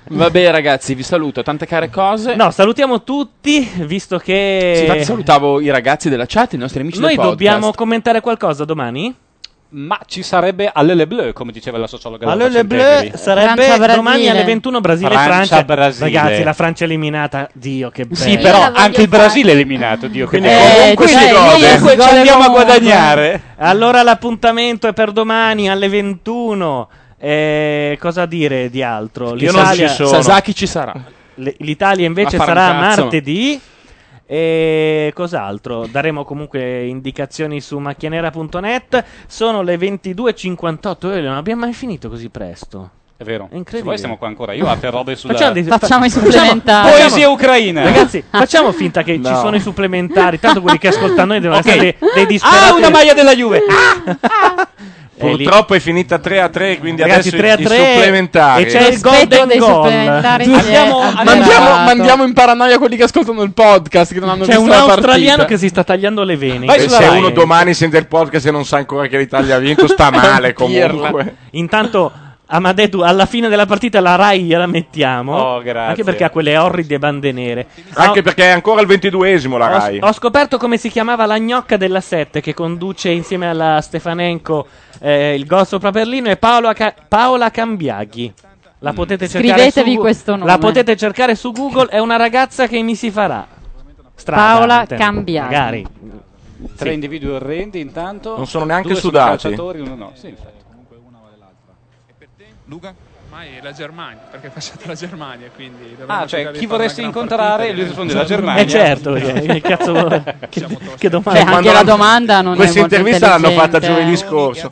[SPEAKER 18] Vabbè, ragazzi, vi saluto. Tante care cose.
[SPEAKER 5] No, salutiamo tutti, visto che...
[SPEAKER 18] Sì, infatti salutavo i ragazzi della chat, i nostri amici
[SPEAKER 5] Noi
[SPEAKER 18] del podcast.
[SPEAKER 5] dobbiamo commentare qualcosa domani?
[SPEAKER 7] Ma ci sarebbe Allele Bleu, come diceva la sociologa.
[SPEAKER 5] Allora
[SPEAKER 7] Laura
[SPEAKER 5] le bleu
[SPEAKER 7] Centelli.
[SPEAKER 5] sarebbe domani alle 21 Brasile-Francia.
[SPEAKER 7] Brasile.
[SPEAKER 5] Ragazzi, la Francia è eliminata. Dio, che bello.
[SPEAKER 7] Sì, però anche il Brasile è eliminato, Dio che
[SPEAKER 5] Quindi
[SPEAKER 7] bello.
[SPEAKER 5] Eh, comunque si gode.
[SPEAKER 7] Comunque ci andiamo a guadagnare.
[SPEAKER 5] Allora l'appuntamento è per domani alle 21. Eh, cosa dire di altro?
[SPEAKER 18] Io non ci sono. Sasaki ci sarà.
[SPEAKER 5] Le- L'Italia invece
[SPEAKER 18] Ma fa un
[SPEAKER 5] sarà
[SPEAKER 18] cazzo.
[SPEAKER 5] martedì. E cos'altro? Daremo comunque indicazioni su macchianera.net. Sono le 22.58. Eh, Non abbiamo mai finito così presto.
[SPEAKER 7] È vero.
[SPEAKER 5] incredibile.
[SPEAKER 7] Se poi siamo qua ancora. Io ho altre robe sulla...
[SPEAKER 5] Facciamo dei-
[SPEAKER 15] Facciamo i
[SPEAKER 5] facciamo-
[SPEAKER 15] supplementari.
[SPEAKER 5] facciamo-
[SPEAKER 7] Poesia ucraina. *laughs*
[SPEAKER 5] Ragazzi, facciamo finta che ci
[SPEAKER 7] No.
[SPEAKER 5] sono i supplementari. Tanto quelli che ascoltano noi devono
[SPEAKER 7] Ok.
[SPEAKER 5] essere dei, dei disperati.
[SPEAKER 7] Ah, una maglia della Juve.
[SPEAKER 8] Purtroppo è finita 3 a 3, quindi
[SPEAKER 5] Ragazzi,
[SPEAKER 8] adesso
[SPEAKER 5] 3 a
[SPEAKER 8] i
[SPEAKER 5] 3
[SPEAKER 8] supplementari.
[SPEAKER 5] e c'è il golden goal. Andiamo-
[SPEAKER 18] mandiamo, mandiamo in paranoia quelli che ascoltano il podcast che non hanno
[SPEAKER 5] C'è
[SPEAKER 18] visto
[SPEAKER 5] un
[SPEAKER 18] la partita.
[SPEAKER 5] australiano che si sta tagliando le vene.
[SPEAKER 8] E se uno domani sente il podcast e non sa ancora che l'Italia ha vinto, *laughs* sta male comunque.
[SPEAKER 5] Intanto Amadedu alla fine della partita la Rai gliela mettiamo. Anche perché ha quelle orride bande nere.
[SPEAKER 8] Oh, Anche perché è ancora il 22esimo la
[SPEAKER 5] Ho-
[SPEAKER 8] Rai.
[SPEAKER 5] Ho, scoperto come si chiamava la gnocca della 7 che conduce insieme alla Stefanenko eh, il gol sopra Berlino e Paola, Ca- Paola Cambiaghi. La
[SPEAKER 8] Mm.
[SPEAKER 5] potete cercare
[SPEAKER 15] Scrivetevi
[SPEAKER 5] su, Gu-
[SPEAKER 15] questo nome.
[SPEAKER 5] La potete cercare su Google, è una ragazza che mi si farà. Strada,
[SPEAKER 15] Paola
[SPEAKER 5] te-
[SPEAKER 15] Cambiaghi.
[SPEAKER 5] Magari.
[SPEAKER 7] Tre
[SPEAKER 5] Sì.
[SPEAKER 7] individui orrendi intanto.
[SPEAKER 8] Non sono neanche
[SPEAKER 7] Due
[SPEAKER 8] sudati.
[SPEAKER 7] Sono calciatori, uno no. Sì, infatti.
[SPEAKER 23] Luca
[SPEAKER 2] Ormai è la Germania, perché è passata la Germania, quindi dovremmo
[SPEAKER 24] Ah,
[SPEAKER 2] cercare cioè, di chi fare una vorresti gran incontrare? partita. Lui risponde la Germania.
[SPEAKER 5] Eh certo,
[SPEAKER 7] *laughs*
[SPEAKER 5] perché che cazzo vuole- che, che domanda.
[SPEAKER 15] Cioè, anche la domanda non è
[SPEAKER 8] Questa
[SPEAKER 15] molto
[SPEAKER 8] intervista l'hanno fatta
[SPEAKER 15] intelligente.
[SPEAKER 8] giovedì scorso.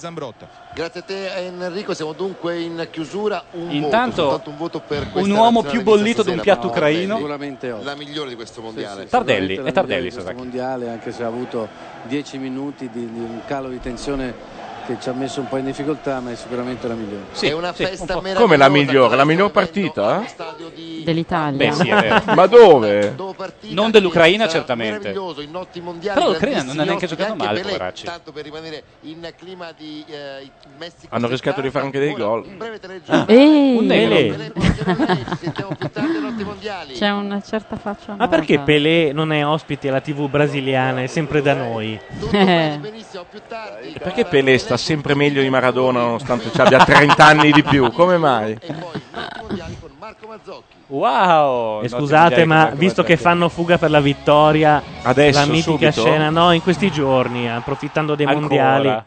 [SPEAKER 19] Grazie a te Enrico, siamo dunque in chiusura un
[SPEAKER 7] Intanto,
[SPEAKER 19] voto, soltanto un voto per
[SPEAKER 7] un
[SPEAKER 19] questa
[SPEAKER 7] uomo
[SPEAKER 19] nazionale
[SPEAKER 7] più
[SPEAKER 19] di
[SPEAKER 7] bollito di un
[SPEAKER 19] stasera,
[SPEAKER 7] piatto
[SPEAKER 19] no?
[SPEAKER 7] ucraino.
[SPEAKER 19] Sicuramente oh. oggi. la migliore di questo mondiale.
[SPEAKER 7] Tardelli,
[SPEAKER 25] Sicuramente
[SPEAKER 7] è Tardelli,
[SPEAKER 25] la migliore di questo
[SPEAKER 7] Sasaki.
[SPEAKER 25] mondiale, anche se ha avuto 10 minuti di, di un calo di tensione che ci ha messo un po' in difficoltà, ma è sicuramente la migliore.
[SPEAKER 19] Sì, È una sì, festa un po'. meravigliosa.
[SPEAKER 8] Come la migliore? La miglior partita?
[SPEAKER 15] Dell'Italia.
[SPEAKER 8] Beh, sì, è
[SPEAKER 19] *laughs*
[SPEAKER 8] vero. Ma dove?
[SPEAKER 7] Non dell'Ucraina, certamente.
[SPEAKER 19] Meraviglioso, in notti mondiali.
[SPEAKER 7] Però l'Ucraina non ha
[SPEAKER 19] grandissimi
[SPEAKER 7] neanche
[SPEAKER 19] ospiti,
[SPEAKER 7] giocato
[SPEAKER 19] anche
[SPEAKER 7] male,
[SPEAKER 19] Pelé,
[SPEAKER 7] poveracci.
[SPEAKER 19] Tanto per rimanere in clima di eh, Messico.
[SPEAKER 8] Hanno rischiato di fare anche dei gol.
[SPEAKER 15] Ah. Ehi.
[SPEAKER 8] Ah, Un
[SPEAKER 5] Pelé.
[SPEAKER 15] C'è una certa faccia.
[SPEAKER 5] Ma perché Pelé non è ospite alla TV brasiliana? È sempre da
[SPEAKER 15] *laughs*
[SPEAKER 5] noi.
[SPEAKER 15] Eh.
[SPEAKER 8] Perché Pelé sta sempre meglio di Maradona nonostante ci abbia 30 anni di più? Come mai?
[SPEAKER 7] Wow!
[SPEAKER 5] E scusate, ma visto che fanno fuga per la vittoria,
[SPEAKER 8] Adesso,
[SPEAKER 5] la mitica
[SPEAKER 8] subito?
[SPEAKER 5] scena, no, in questi giorni, approfittando dei
[SPEAKER 7] Ancora?
[SPEAKER 5] mondiali,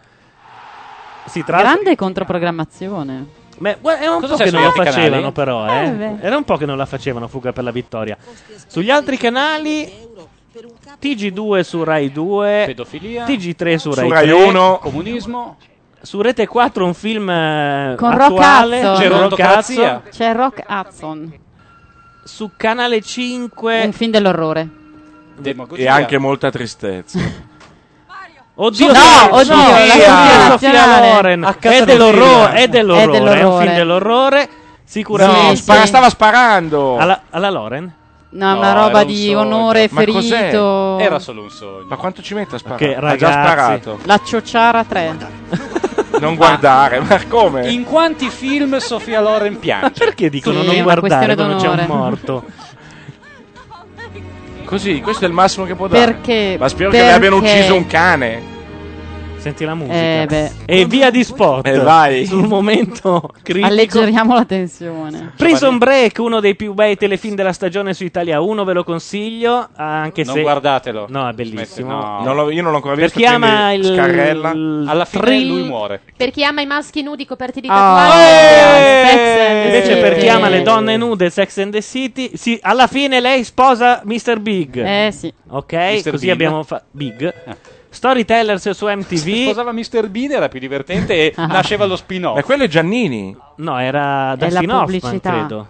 [SPEAKER 5] si tratta.
[SPEAKER 15] Grande controprogrammazione.
[SPEAKER 5] Beh, guarda, è un
[SPEAKER 15] Cosa
[SPEAKER 5] po'
[SPEAKER 15] c'è
[SPEAKER 5] che
[SPEAKER 15] su
[SPEAKER 5] non la
[SPEAKER 15] altri canali?
[SPEAKER 5] facevano, però,
[SPEAKER 15] Eh,
[SPEAKER 5] eh.
[SPEAKER 15] beh.
[SPEAKER 5] Era un po' che non la facevano fuga per la vittoria. Sugli altri canali. TG2 su Rai 2,
[SPEAKER 7] Pedofilia.
[SPEAKER 5] TG3 su
[SPEAKER 7] Su
[SPEAKER 5] Rai,
[SPEAKER 7] Rai
[SPEAKER 5] 3,
[SPEAKER 7] uno. Comunismo.
[SPEAKER 5] su Rete 4 un film eh,
[SPEAKER 15] Con Rock
[SPEAKER 5] attuale,
[SPEAKER 15] Hudson.
[SPEAKER 5] Gerontocrazia.
[SPEAKER 7] eh.
[SPEAKER 15] C'è Rock Hudson.
[SPEAKER 5] Su Canale 5.
[SPEAKER 15] Un film dell'orrore.
[SPEAKER 8] E anche molta tristezza.
[SPEAKER 5] Oddio,
[SPEAKER 15] No,
[SPEAKER 5] Sofia-
[SPEAKER 15] oddio,
[SPEAKER 5] Sofia,
[SPEAKER 15] la Sofia
[SPEAKER 5] Sofia
[SPEAKER 15] nazionale.
[SPEAKER 5] Loren.
[SPEAKER 15] A casa
[SPEAKER 5] È dell'orrore,
[SPEAKER 15] Lucina.
[SPEAKER 5] è dell'orrore,
[SPEAKER 15] È dell'orrore.
[SPEAKER 5] è un film dell'orrore. Sicuramente.
[SPEAKER 8] No, spara- stava sparando.
[SPEAKER 5] Alla, alla Loren?
[SPEAKER 15] No, una
[SPEAKER 7] Ah,
[SPEAKER 15] roba di onore
[SPEAKER 8] Ma cos'è?
[SPEAKER 15] ferito.
[SPEAKER 8] Era
[SPEAKER 7] solo un sogno.
[SPEAKER 8] Ma quanto ci mette a sparare?
[SPEAKER 5] Che
[SPEAKER 8] ha già
[SPEAKER 5] ragazzi.
[SPEAKER 8] sparato.
[SPEAKER 15] La ciociara 3.
[SPEAKER 8] Non guardare, ma come?
[SPEAKER 7] In quanti film Sofia Loren piange?
[SPEAKER 5] Perché dicono
[SPEAKER 8] Sì,
[SPEAKER 5] non
[SPEAKER 8] è una
[SPEAKER 5] guardare
[SPEAKER 8] questione
[SPEAKER 5] quando c'è
[SPEAKER 8] d'onore.
[SPEAKER 5] un morto?
[SPEAKER 8] Così, questo è il massimo che può dare.
[SPEAKER 15] Perché?
[SPEAKER 8] Ma spero che
[SPEAKER 15] Perché?
[SPEAKER 8] le abbiano ucciso un cane.
[SPEAKER 5] Senti la musica.
[SPEAKER 15] Eh, beh.
[SPEAKER 5] E via di spot.
[SPEAKER 8] Eh, vai.
[SPEAKER 5] Sul
[SPEAKER 15] *laughs*
[SPEAKER 5] momento critico.
[SPEAKER 15] Alleggeriamo la tensione.
[SPEAKER 5] Prison Break, uno dei più bei telefilm della stagione su Italia 1, ve lo consiglio, anche
[SPEAKER 7] Non
[SPEAKER 5] se...
[SPEAKER 7] guardatelo.
[SPEAKER 5] No, è bellissimo.
[SPEAKER 7] No.
[SPEAKER 8] Non l'ho- io non l'ho ancora
[SPEAKER 5] Per
[SPEAKER 8] visto.
[SPEAKER 5] chi ama
[SPEAKER 8] quindi
[SPEAKER 5] il-
[SPEAKER 8] Scarrella.
[SPEAKER 7] Alla fine
[SPEAKER 5] thrill-
[SPEAKER 7] lui muore.
[SPEAKER 10] Per chi ama i maschi nudi coperti di
[SPEAKER 15] Ah.
[SPEAKER 10] tatuaggi,
[SPEAKER 5] Eh! Invece per chi ama le donne nude, Sex and the City, sì, alla fine lei sposa Mr. Big.
[SPEAKER 15] Eh, sì.
[SPEAKER 5] Ok,
[SPEAKER 7] Mr.
[SPEAKER 5] così
[SPEAKER 7] Bean.
[SPEAKER 5] abbiamo fatto... Big. Storytellers su MTV.
[SPEAKER 7] Sposava Mr. Bean, era più divertente e nasceva lo spin-off.
[SPEAKER 8] Ma quello è Giannini.
[SPEAKER 5] No, era
[SPEAKER 7] È la
[SPEAKER 5] Dustin Hoffman,
[SPEAKER 7] pubblicità.
[SPEAKER 5] credo.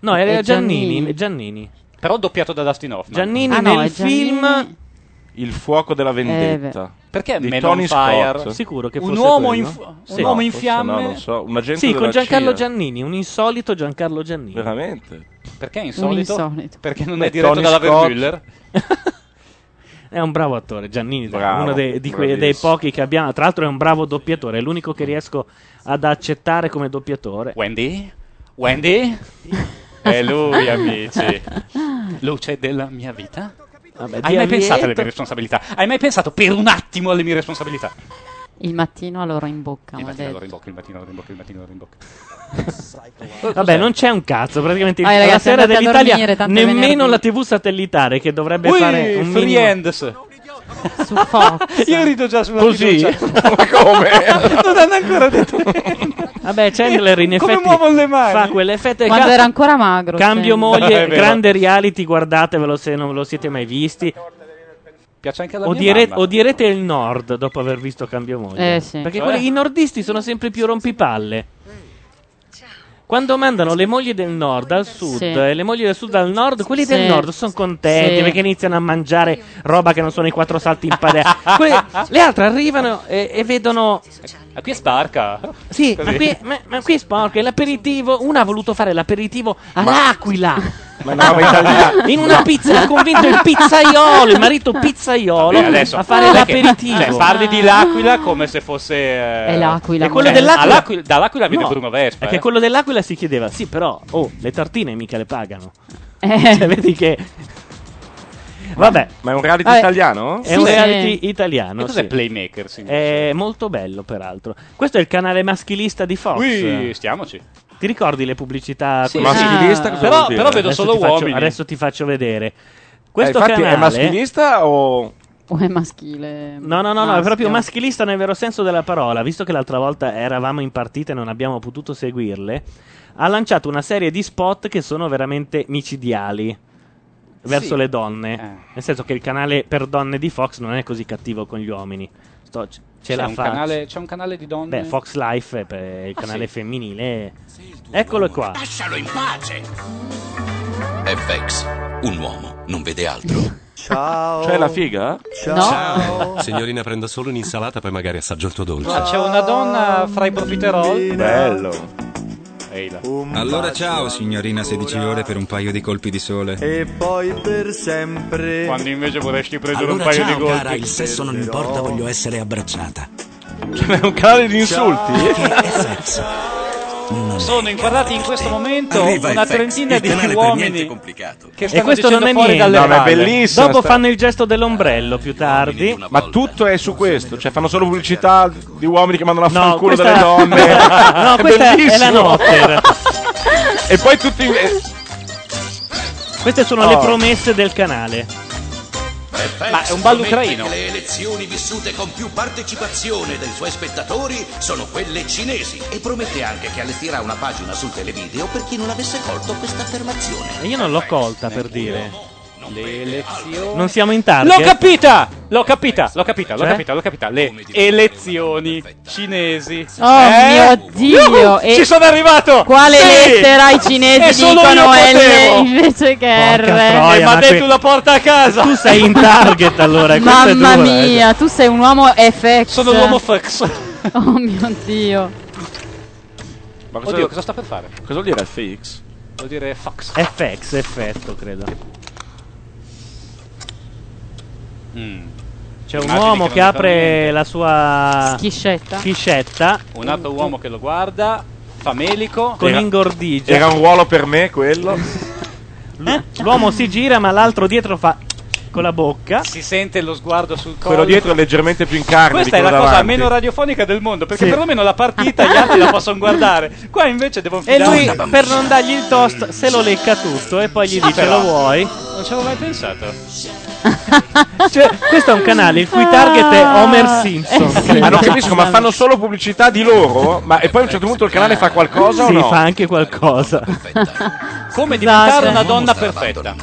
[SPEAKER 5] No, era
[SPEAKER 7] È
[SPEAKER 5] Giannini.
[SPEAKER 7] Giannini.
[SPEAKER 5] Giannini.
[SPEAKER 7] Però doppiato da Dustin Hoffman.
[SPEAKER 5] Giannini nel film...
[SPEAKER 8] Il fuoco della
[SPEAKER 7] Eh,
[SPEAKER 8] vendetta.
[SPEAKER 7] Perché
[SPEAKER 8] di
[SPEAKER 7] Man
[SPEAKER 8] Tony
[SPEAKER 7] on Fire?
[SPEAKER 8] Scott.
[SPEAKER 5] Sicuro che
[SPEAKER 7] Un
[SPEAKER 5] fosse
[SPEAKER 7] uomo
[SPEAKER 5] quello?
[SPEAKER 7] in fu- un
[SPEAKER 5] Sì.
[SPEAKER 7] uomo in
[SPEAKER 8] forse
[SPEAKER 7] fiamme?
[SPEAKER 8] No, non so, un agente
[SPEAKER 5] Sì, con
[SPEAKER 8] della
[SPEAKER 5] Giancarlo
[SPEAKER 8] CIA.
[SPEAKER 5] Giannini, un insolito Giancarlo Giannini.
[SPEAKER 8] Veramente?
[SPEAKER 7] Perché è
[SPEAKER 5] insolito?
[SPEAKER 7] insolito?
[SPEAKER 5] insolito.
[SPEAKER 7] Perché non
[SPEAKER 5] Beh,
[SPEAKER 7] è diretto
[SPEAKER 5] Tony
[SPEAKER 7] dalla
[SPEAKER 5] Scott.
[SPEAKER 7] Vermüller?
[SPEAKER 5] *laughs* È un bravo attore, Giannini,
[SPEAKER 7] Bravo,
[SPEAKER 5] uno dei, di quei- dei
[SPEAKER 7] bravissimo.
[SPEAKER 5] pochi che abbiamo. Tra l'altro è un bravo doppiatore, è l'unico che riesco ad accettare come doppiatore.
[SPEAKER 7] Wendy?
[SPEAKER 5] *laughs*
[SPEAKER 7] Wendy? È lui, amici. Luce della mia vita? Hai
[SPEAKER 5] Dio
[SPEAKER 7] mai
[SPEAKER 5] lieto.
[SPEAKER 7] pensato alle mie responsabilità? Hai mai pensato per un attimo alle mie responsabilità?
[SPEAKER 15] Il mattino allora in bocca.
[SPEAKER 7] Il
[SPEAKER 15] m'ha
[SPEAKER 7] mattino
[SPEAKER 15] detto.
[SPEAKER 7] allora in bocca, il mattino allora in bocca, il mattino allora in bocca.
[SPEAKER 5] Vabbè, non c'è un cazzo, praticamente
[SPEAKER 15] Dai,
[SPEAKER 5] la
[SPEAKER 15] ragazzi,
[SPEAKER 5] sera
[SPEAKER 15] andate a
[SPEAKER 5] dell'Italia
[SPEAKER 15] dormire, tanto è
[SPEAKER 5] nemmeno
[SPEAKER 15] venerdì.
[SPEAKER 5] la TV satellitare che dovrebbe
[SPEAKER 7] Ui,
[SPEAKER 5] fare un
[SPEAKER 7] Free
[SPEAKER 5] minimo-
[SPEAKER 7] Hands.
[SPEAKER 15] *laughs* Su Fox.
[SPEAKER 7] Io rido già sulla
[SPEAKER 5] Così? *laughs*
[SPEAKER 7] Ma come? non hanno ancora detto
[SPEAKER 5] Vabbè, Chandler in
[SPEAKER 7] Come
[SPEAKER 5] effetti
[SPEAKER 7] muovono le mani?
[SPEAKER 5] fa quell'effetto
[SPEAKER 15] Quando
[SPEAKER 5] ca-
[SPEAKER 15] era ancora magro.
[SPEAKER 5] Cambio
[SPEAKER 15] Chandler.
[SPEAKER 5] *laughs* moglie,
[SPEAKER 7] È vero.
[SPEAKER 5] grande reality, guardatevelo se non lo siete mai visti.
[SPEAKER 7] Piace anche alla
[SPEAKER 5] O
[SPEAKER 7] mia mamma.
[SPEAKER 5] odierete il nord dopo aver visto Cambio moglie.
[SPEAKER 15] Eh, sì.
[SPEAKER 5] Perché
[SPEAKER 15] Cioè?
[SPEAKER 5] quelli- i nordisti sono sempre più rompipalle. Quando mandano le mogli del nord al sud
[SPEAKER 15] Sì.
[SPEAKER 5] e le mogli del sud al nord, quelli
[SPEAKER 15] Sì.
[SPEAKER 5] del nord sono contenti
[SPEAKER 15] Sì.
[SPEAKER 5] perché iniziano a mangiare roba che non sono i quattro salti in
[SPEAKER 15] *laughs*
[SPEAKER 5] padella.
[SPEAKER 7] Ah,
[SPEAKER 5] Quelle- le altre arrivano e, e vedono.
[SPEAKER 7] Ma qui è sparca.
[SPEAKER 5] Sì,
[SPEAKER 7] Così.
[SPEAKER 5] ma qui, ma, ma qui è sporco, è l'aperitivo. Una ha voluto fare l'aperitivo all'Aquila.
[SPEAKER 8] Ma no, ma
[SPEAKER 5] *laughs*
[SPEAKER 8] italiano.
[SPEAKER 5] In una
[SPEAKER 8] No.
[SPEAKER 5] pizza ha convinto
[SPEAKER 7] *laughs*
[SPEAKER 5] il pizzaiolo, il marito pizzaiolo,
[SPEAKER 7] Vabbè, Eh, adesso,
[SPEAKER 5] a fare
[SPEAKER 7] non è che-
[SPEAKER 5] l'aperitivo.
[SPEAKER 7] cioè, parli di L'Aquila come se fosse. eh,
[SPEAKER 5] È l'Aquila. È quello
[SPEAKER 7] Eh,
[SPEAKER 5] dell'Aquila.
[SPEAKER 7] all'Aquila- Dall'Aquila viene
[SPEAKER 5] No,
[SPEAKER 7] Bruno Vespa.
[SPEAKER 5] È che
[SPEAKER 7] eh.
[SPEAKER 5] quello dell'Aquila si chiedeva, sì, però, oh, le tartine mica le pagano.
[SPEAKER 7] Eh.
[SPEAKER 5] *laughs* Cioè, vedi che. Vabbè.
[SPEAKER 8] Ma è un reality
[SPEAKER 5] Vabbè.
[SPEAKER 8] italiano?
[SPEAKER 5] È un reality italiano.
[SPEAKER 7] E cos'è
[SPEAKER 5] sì.
[SPEAKER 7] Playmaker? sì?
[SPEAKER 5] È molto bello, peraltro. Questo è il canale maschilista di Fox.
[SPEAKER 7] Ui, stiamoci.
[SPEAKER 5] Ti ricordi le pubblicità?
[SPEAKER 7] Sì,
[SPEAKER 5] con-
[SPEAKER 7] maschilista, Ah. cosa
[SPEAKER 5] però,
[SPEAKER 7] vuol dire? Eh,
[SPEAKER 5] però vedo
[SPEAKER 7] Adesso
[SPEAKER 5] solo
[SPEAKER 7] ti faccio-
[SPEAKER 5] uomini. adesso ti faccio vedere. Questo
[SPEAKER 8] Eh, infatti,
[SPEAKER 5] canale
[SPEAKER 8] è maschilista o
[SPEAKER 15] O è maschile?
[SPEAKER 5] No, no, no, no, è
[SPEAKER 15] Maschio.
[SPEAKER 5] proprio maschilista nel vero senso della parola, visto che l'altra volta eravamo in partita e non abbiamo potuto seguirle, ha lanciato una serie di spot che sono veramente micidiali verso
[SPEAKER 26] Sì.
[SPEAKER 5] le donne,
[SPEAKER 7] Eh.
[SPEAKER 5] nel senso che il canale per donne di Fox non è così cattivo con gli uomini. Sto- ce la
[SPEAKER 7] un
[SPEAKER 5] faccio.
[SPEAKER 7] canale- c'è un canale di donne.
[SPEAKER 5] Beh, Fox Life è per il
[SPEAKER 7] Ah,
[SPEAKER 5] canale
[SPEAKER 7] sì.
[SPEAKER 5] femminile. Eccolo qua.
[SPEAKER 11] Lascialo in pace! FX, un uomo non vede altro.
[SPEAKER 8] Ciao. C'è la figa?
[SPEAKER 11] Ciao.
[SPEAKER 8] Ciao.
[SPEAKER 11] Signorina, prenda solo un'insalata, poi magari assaggio il tuo dolce.
[SPEAKER 7] Ah, c'è una donna fra i profiterol.
[SPEAKER 9] Allora ciao signorina 16 ore per un paio di colpi di sole.
[SPEAKER 27] E poi per sempre.
[SPEAKER 28] Quando invece vorresti prendere
[SPEAKER 9] Allora
[SPEAKER 28] un paio
[SPEAKER 9] ciao,
[SPEAKER 28] di gol.
[SPEAKER 9] cara, il sesso non importa,
[SPEAKER 11] voglio essere abbracciata.
[SPEAKER 8] È un canale di insulti.
[SPEAKER 7] *laughs* Sono inquadrati in questo momento
[SPEAKER 11] Arriva
[SPEAKER 7] una
[SPEAKER 11] il fax,
[SPEAKER 7] trentina
[SPEAKER 11] il
[SPEAKER 7] di
[SPEAKER 11] canale per niente
[SPEAKER 7] uomini che
[SPEAKER 5] E
[SPEAKER 7] stanno
[SPEAKER 5] questo non
[SPEAKER 7] dicendo
[SPEAKER 5] è
[SPEAKER 7] fuori
[SPEAKER 5] niente.
[SPEAKER 7] dalle palle.
[SPEAKER 5] Dopo fanno il gesto dell'ombrello più tardi.
[SPEAKER 8] Ma tutto è su questo, cioè fanno solo pubblicità di uomini che mandano a
[SPEAKER 5] No,
[SPEAKER 8] fanculo
[SPEAKER 5] questa-
[SPEAKER 8] delle donne.
[SPEAKER 5] *laughs* No, questa è
[SPEAKER 8] bellissimo.
[SPEAKER 5] la notte.
[SPEAKER 8] e poi tutti eh,
[SPEAKER 5] Queste sono
[SPEAKER 8] Oh.
[SPEAKER 5] le promesse del canale.
[SPEAKER 11] Ma
[SPEAKER 5] è un ballo ucraino.
[SPEAKER 11] Le elezioni vissute con più partecipazione dai suoi spettatori sono quelle cinesi e promette anche che allestirà una pagina sul televideo per chi non avesse colto questa affermazione.
[SPEAKER 5] E Io non l'ho colta per dire. Non siamo in
[SPEAKER 7] L'ho
[SPEAKER 5] target.
[SPEAKER 7] capita! L'ho capita, l'ho capita, l'ho
[SPEAKER 5] Cioè?
[SPEAKER 7] capita, l'ho capita. Le elezioni cinesi.
[SPEAKER 15] Oh
[SPEAKER 7] Eh?
[SPEAKER 15] mio dio!
[SPEAKER 7] Yuhu,
[SPEAKER 15] e-
[SPEAKER 7] Ci sono arrivato!
[SPEAKER 15] Quale
[SPEAKER 7] Sì!
[SPEAKER 15] lettera i
[SPEAKER 7] E
[SPEAKER 15] cinesi
[SPEAKER 7] solo
[SPEAKER 15] dicono
[SPEAKER 7] io potevo!
[SPEAKER 15] L invece che R?
[SPEAKER 7] Eh, ma te tu la porta a casa!
[SPEAKER 5] Tu sei in target allora. e questa è
[SPEAKER 15] Ah, Mamma
[SPEAKER 5] dura, eh.
[SPEAKER 15] mia, tu sei un uomo FX.
[SPEAKER 7] Sono l'uomo Fox.
[SPEAKER 15] *laughs* Oh mio dio.
[SPEAKER 8] Ma
[SPEAKER 7] Oddio, cosa sta per fare?
[SPEAKER 8] Cosa vuol dire FX?
[SPEAKER 7] Vuol dire Fox.
[SPEAKER 5] FX, effetto, credo.
[SPEAKER 7] Mm.
[SPEAKER 5] C'è un
[SPEAKER 7] Immagini
[SPEAKER 5] uomo
[SPEAKER 7] che
[SPEAKER 5] che
[SPEAKER 7] non fanno
[SPEAKER 5] apre
[SPEAKER 7] niente.
[SPEAKER 5] la sua
[SPEAKER 15] Schiscetta.
[SPEAKER 5] schiscetta
[SPEAKER 7] Un altro uomo che lo guarda, famelico.
[SPEAKER 5] con ingordigia.
[SPEAKER 7] era un
[SPEAKER 5] ruolo per me quello. L'uomo si gira, ma l'altro dietro fa con la bocca.
[SPEAKER 7] Si sente lo sguardo sul collo.
[SPEAKER 8] quello dietro è leggermente più in carne
[SPEAKER 7] Questa è
[SPEAKER 8] di
[SPEAKER 7] la
[SPEAKER 8] quello
[SPEAKER 7] cosa
[SPEAKER 8] davanti.
[SPEAKER 7] meno radiofonica del mondo, perché
[SPEAKER 8] Sì.
[SPEAKER 7] perlomeno la partita gli altri la possono guardare. Qua invece devo
[SPEAKER 5] E lui,
[SPEAKER 7] fidarmi.
[SPEAKER 5] per non dargli il toast, se lo lecca tutto e poi gli
[SPEAKER 7] Sì,
[SPEAKER 5] dice:
[SPEAKER 7] Ah, però.
[SPEAKER 5] Lo
[SPEAKER 7] *laughs*
[SPEAKER 5] vuoi?
[SPEAKER 7] Non ci avevo mai pensato.
[SPEAKER 5] Cioè, questo è un canale il cui target è Homer Simpson.
[SPEAKER 8] Ma Ah, non capisco, ma fanno solo pubblicità di loro? Ma e poi a un certo punto il canale fa qualcosa
[SPEAKER 5] Sì,
[SPEAKER 8] o no?
[SPEAKER 5] fa anche qualcosa.
[SPEAKER 7] Come
[SPEAKER 5] diventare
[SPEAKER 11] una
[SPEAKER 5] donna
[SPEAKER 11] perfetta.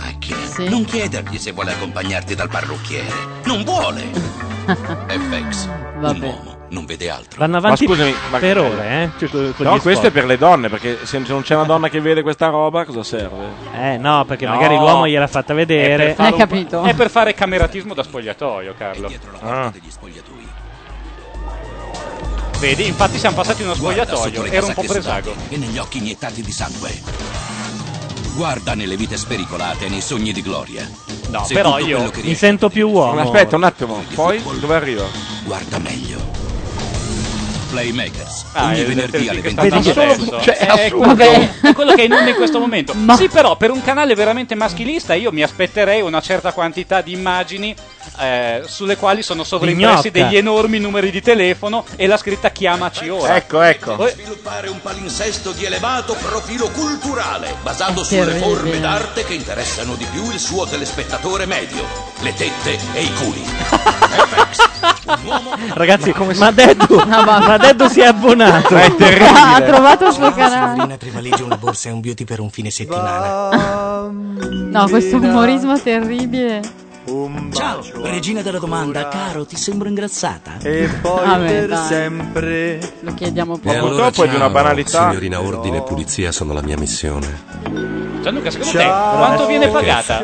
[SPEAKER 11] Non chiedergli se vuole accompagnarti dal parrucchiere. Non
[SPEAKER 7] *laughs*
[SPEAKER 11] vuole. FX, un uomo non vede altro.
[SPEAKER 5] Vanno avanti
[SPEAKER 8] ma scusami, ma-
[SPEAKER 5] per ore, eh? cioè, con- con
[SPEAKER 8] No,
[SPEAKER 5] gli
[SPEAKER 8] questo è
[SPEAKER 5] spot.
[SPEAKER 8] per le donne, perché se non c'è una donna che vede questa roba, cosa serve?
[SPEAKER 5] Eh, no, perché
[SPEAKER 8] No.
[SPEAKER 5] magari l'uomo gliel'ha fatta vedere.
[SPEAKER 15] Eh,
[SPEAKER 7] fare un- Eh, È per fare cameratismo da spogliatoio, Carlo. Vedi, infatti siamo passati in uno spogliatoio. Era un po' presago.
[SPEAKER 11] E negli occhi iniettati di sangue. Guarda nelle vite spericolate e nei sogni di gloria.
[SPEAKER 7] No,
[SPEAKER 11] Se
[SPEAKER 7] però
[SPEAKER 11] tutto
[SPEAKER 7] io-
[SPEAKER 11] quello che
[SPEAKER 5] Mi sento più uomo.
[SPEAKER 8] Aspetta un attimo, poi dove arriva?
[SPEAKER 11] Guarda meglio. Playmakers.
[SPEAKER 7] Ah,
[SPEAKER 11] ogni
[SPEAKER 7] è il
[SPEAKER 11] venerdì
[SPEAKER 7] terzo
[SPEAKER 11] alle
[SPEAKER 7] che sta
[SPEAKER 11] 23.
[SPEAKER 7] andando adesso. Eh, è, quello, è quello che è in onda in questo momento. Sì, però, per un canale veramente maschilista, io mi aspetterei una certa quantità di immagini eh, sulle quali sono sovraimpressi
[SPEAKER 11] Gnocca.
[SPEAKER 7] degli enormi numeri di telefono e la scritta chiamaci ora.
[SPEAKER 11] Ecco,
[SPEAKER 7] ecco.
[SPEAKER 11] Per sviluppare un palinsesto di elevato profilo culturale, basato
[SPEAKER 7] È
[SPEAKER 11] sulle
[SPEAKER 7] terribile.
[SPEAKER 11] forme d'arte che interessano di più il suo telespettatore medio, le tette e i culi.
[SPEAKER 5] Ragazzi, ma, Deddu, ma Deddu si è abbonato.
[SPEAKER 11] Ma è terribile.
[SPEAKER 15] *laughs* Ha trovato il suo
[SPEAKER 29] Una
[SPEAKER 15] canale.
[SPEAKER 29] trivaleggia, una borsa e un beauty per un fine settimana.
[SPEAKER 15] No, questo umorismo è terribile.
[SPEAKER 29] Ciao, regina della domanda, caro, ti sembro ingrassata?
[SPEAKER 9] E
[SPEAKER 29] poi
[SPEAKER 15] Vabbè,
[SPEAKER 29] per
[SPEAKER 15] dai.
[SPEAKER 29] sempre.
[SPEAKER 15] Lo chiediamo
[SPEAKER 11] E
[SPEAKER 15] poco.
[SPEAKER 11] allora
[SPEAKER 8] purtroppo è di una
[SPEAKER 11] ciao,
[SPEAKER 8] banalità.
[SPEAKER 11] Signorina, ordine e pulizia sono la mia missione.
[SPEAKER 7] Gianluca, secondo te quanto viene pagata?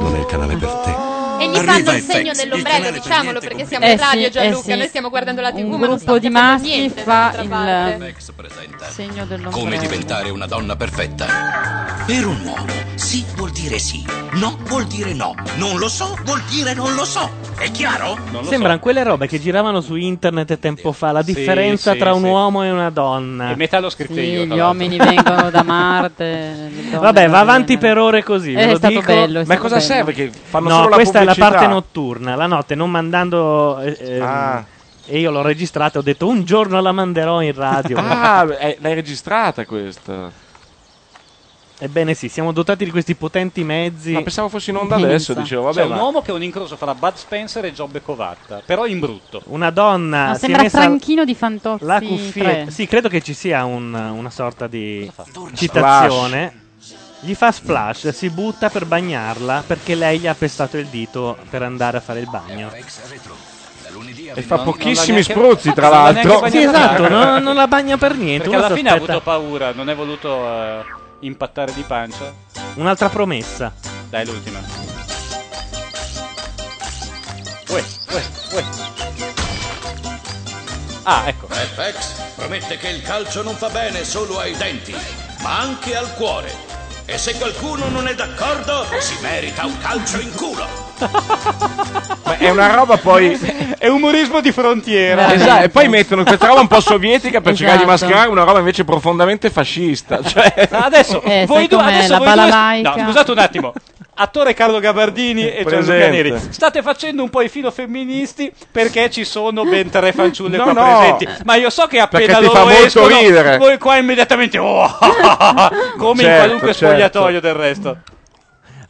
[SPEAKER 11] Non è il canale per te.
[SPEAKER 10] E gli
[SPEAKER 11] Arriva
[SPEAKER 10] fanno il
[SPEAKER 11] FX,
[SPEAKER 10] segno
[SPEAKER 11] il
[SPEAKER 10] dell'ombrello, diciamolo, perché siamo
[SPEAKER 15] Eh
[SPEAKER 10] in radio,
[SPEAKER 15] sì,
[SPEAKER 10] Gianluca.
[SPEAKER 15] eh sì.
[SPEAKER 10] Noi stiamo guardando la TV, ma
[SPEAKER 15] Un
[SPEAKER 10] non
[SPEAKER 15] gruppo
[SPEAKER 10] stiamo
[SPEAKER 15] di
[SPEAKER 10] capendo
[SPEAKER 15] maschi
[SPEAKER 10] niente
[SPEAKER 15] fa
[SPEAKER 10] dall'altra
[SPEAKER 15] il
[SPEAKER 10] parte.
[SPEAKER 15] segno
[SPEAKER 11] Come
[SPEAKER 15] dell'ombrello.
[SPEAKER 11] diventare una donna perfetta? Per un uomo, sì vuol dire sì, no vuol dire no, non lo so vuol dire non lo so. È chiaro?
[SPEAKER 5] Sembrano quelle robe che giravano su internet tempo fa. La
[SPEAKER 11] Sì,
[SPEAKER 5] differenza
[SPEAKER 11] sì,
[SPEAKER 5] tra un
[SPEAKER 11] sì.
[SPEAKER 5] uomo e una donna.
[SPEAKER 7] E metà l'ho scritta
[SPEAKER 15] Sì,
[SPEAKER 7] io. tra
[SPEAKER 15] gli
[SPEAKER 7] l'altro.
[SPEAKER 15] uomini vengono
[SPEAKER 5] *laughs*
[SPEAKER 15] da Marte. le
[SPEAKER 5] Vabbè,
[SPEAKER 15] donne da
[SPEAKER 5] va
[SPEAKER 15] Venere.
[SPEAKER 5] avanti per ore così. ve
[SPEAKER 15] Eh, È
[SPEAKER 5] lo
[SPEAKER 15] stato
[SPEAKER 5] dico.
[SPEAKER 15] bello. è stato bello.
[SPEAKER 5] no,
[SPEAKER 8] solo la
[SPEAKER 5] questa è la
[SPEAKER 8] pubblicità?
[SPEAKER 5] parte notturna. La notte non mandando. eh, ehm,
[SPEAKER 8] Ah.
[SPEAKER 5] E io l'ho registrata. Ho detto un
[SPEAKER 8] *laughs* eh,
[SPEAKER 5] giorno la manderò in radio.
[SPEAKER 8] Ah, è- l'hai registrata questa.
[SPEAKER 5] Ebbene sì, siamo dotati di questi potenti mezzi.
[SPEAKER 8] Ma pensavo fosse in onda adesso, dicevo, vabbè,
[SPEAKER 7] C'è un
[SPEAKER 8] ma-
[SPEAKER 7] uomo che è un incrocio fra Bud Spencer e Giobbe Covatta, però in brutto.
[SPEAKER 5] Una donna
[SPEAKER 15] No,
[SPEAKER 5] Ah, si è
[SPEAKER 15] sembra
[SPEAKER 5] messa
[SPEAKER 15] Franchino di Fantozzi.
[SPEAKER 5] la cuffia.
[SPEAKER 15] tre.
[SPEAKER 5] Sì, credo che ci sia un- una sorta di citazione. Gli fa splash, si butta per bagnarla perché lei gli ha pestato il dito per andare a fare il bagno.
[SPEAKER 8] E fa pochissimi spruzzi, tra l'altro.
[SPEAKER 5] Sì, esatto, non, non la bagna per niente.
[SPEAKER 7] Perché
[SPEAKER 5] uno
[SPEAKER 7] alla
[SPEAKER 5] si
[SPEAKER 7] fine ha
[SPEAKER 5] aspetta
[SPEAKER 7] avuto paura, non è voluto eh, impattare di pancia.
[SPEAKER 5] Un'altra promessa.
[SPEAKER 7] Dai, l'ultima. Uè, uè, uè. Ah, ecco.
[SPEAKER 30] FX promette che il calcio non fa bene solo ai denti, ma anche al cuore. E se qualcuno non è d'accordo, si merita un calcio in culo.
[SPEAKER 8] Ma è una roba poi.
[SPEAKER 7] *laughs* è umorismo di frontiera.
[SPEAKER 8] Esatto, e poi mettono questa roba
[SPEAKER 11] *laughs*
[SPEAKER 8] un po' sovietica per cercare di
[SPEAKER 7] Esatto.
[SPEAKER 8] mascherare una roba invece profondamente fascista. Cioè...
[SPEAKER 7] Adesso,
[SPEAKER 5] Eh,
[SPEAKER 7] voi due, adesso voi due,
[SPEAKER 8] No,
[SPEAKER 7] no, scusate un attimo. Attore Carlo Gabardini e Gianluca
[SPEAKER 8] Presente.
[SPEAKER 7] Neri. State facendo un po' i filo femministi perché ci sono ben tre fanciulle
[SPEAKER 8] No,
[SPEAKER 7] qua
[SPEAKER 8] no.
[SPEAKER 7] presenti. Ma io so che appena
[SPEAKER 8] Perché ti
[SPEAKER 7] loro
[SPEAKER 8] fa molto
[SPEAKER 7] escono,
[SPEAKER 8] ridere.
[SPEAKER 7] voi qua immediatamente oh, come in
[SPEAKER 5] Certo,
[SPEAKER 7] qualunque
[SPEAKER 5] certo.
[SPEAKER 7] spogliatoio del resto.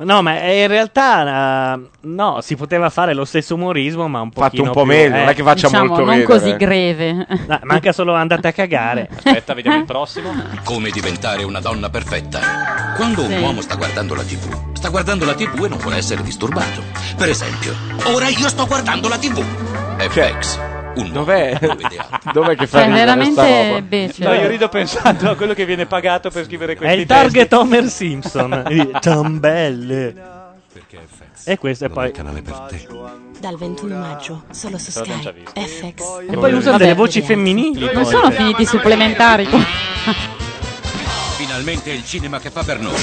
[SPEAKER 5] No, ma eh, in realtà eh, no, si poteva fare lo stesso umorismo, ma un po'
[SPEAKER 8] Fatto un po' meglio, non è che faccia Diciamo, molto non ridere. così
[SPEAKER 15] greve.
[SPEAKER 5] manca solo andate a cagare.
[SPEAKER 7] Aspetta, vediamo il prossimo.
[SPEAKER 30] Come diventare una donna perfetta? Quando un
[SPEAKER 5] Sì.
[SPEAKER 30] uomo sta guardando la TV, sta guardando la TV e non vuole essere disturbato. Per esempio, ora io sto guardando la TV. FX, un
[SPEAKER 8] Dov'è? *laughs* Dov'è
[SPEAKER 30] Cioè,
[SPEAKER 8] che fa ridere
[SPEAKER 30] veramente
[SPEAKER 8] sta roba?
[SPEAKER 15] becero.
[SPEAKER 7] No, io rido pensando a quello che viene pagato per scrivere
[SPEAKER 5] È
[SPEAKER 7] questi
[SPEAKER 5] il target
[SPEAKER 7] testi.
[SPEAKER 5] Homer
[SPEAKER 7] *laughs*
[SPEAKER 8] *laughs*
[SPEAKER 5] Simpson. Di ciambelle. E questo è poi.
[SPEAKER 11] Dal 21 maggio, solo su Sky, FX.
[SPEAKER 5] E poi usano delle voci femminili.
[SPEAKER 15] Non sono finiti i supplementari.
[SPEAKER 30] Finalmente è il cinema che fa per noi.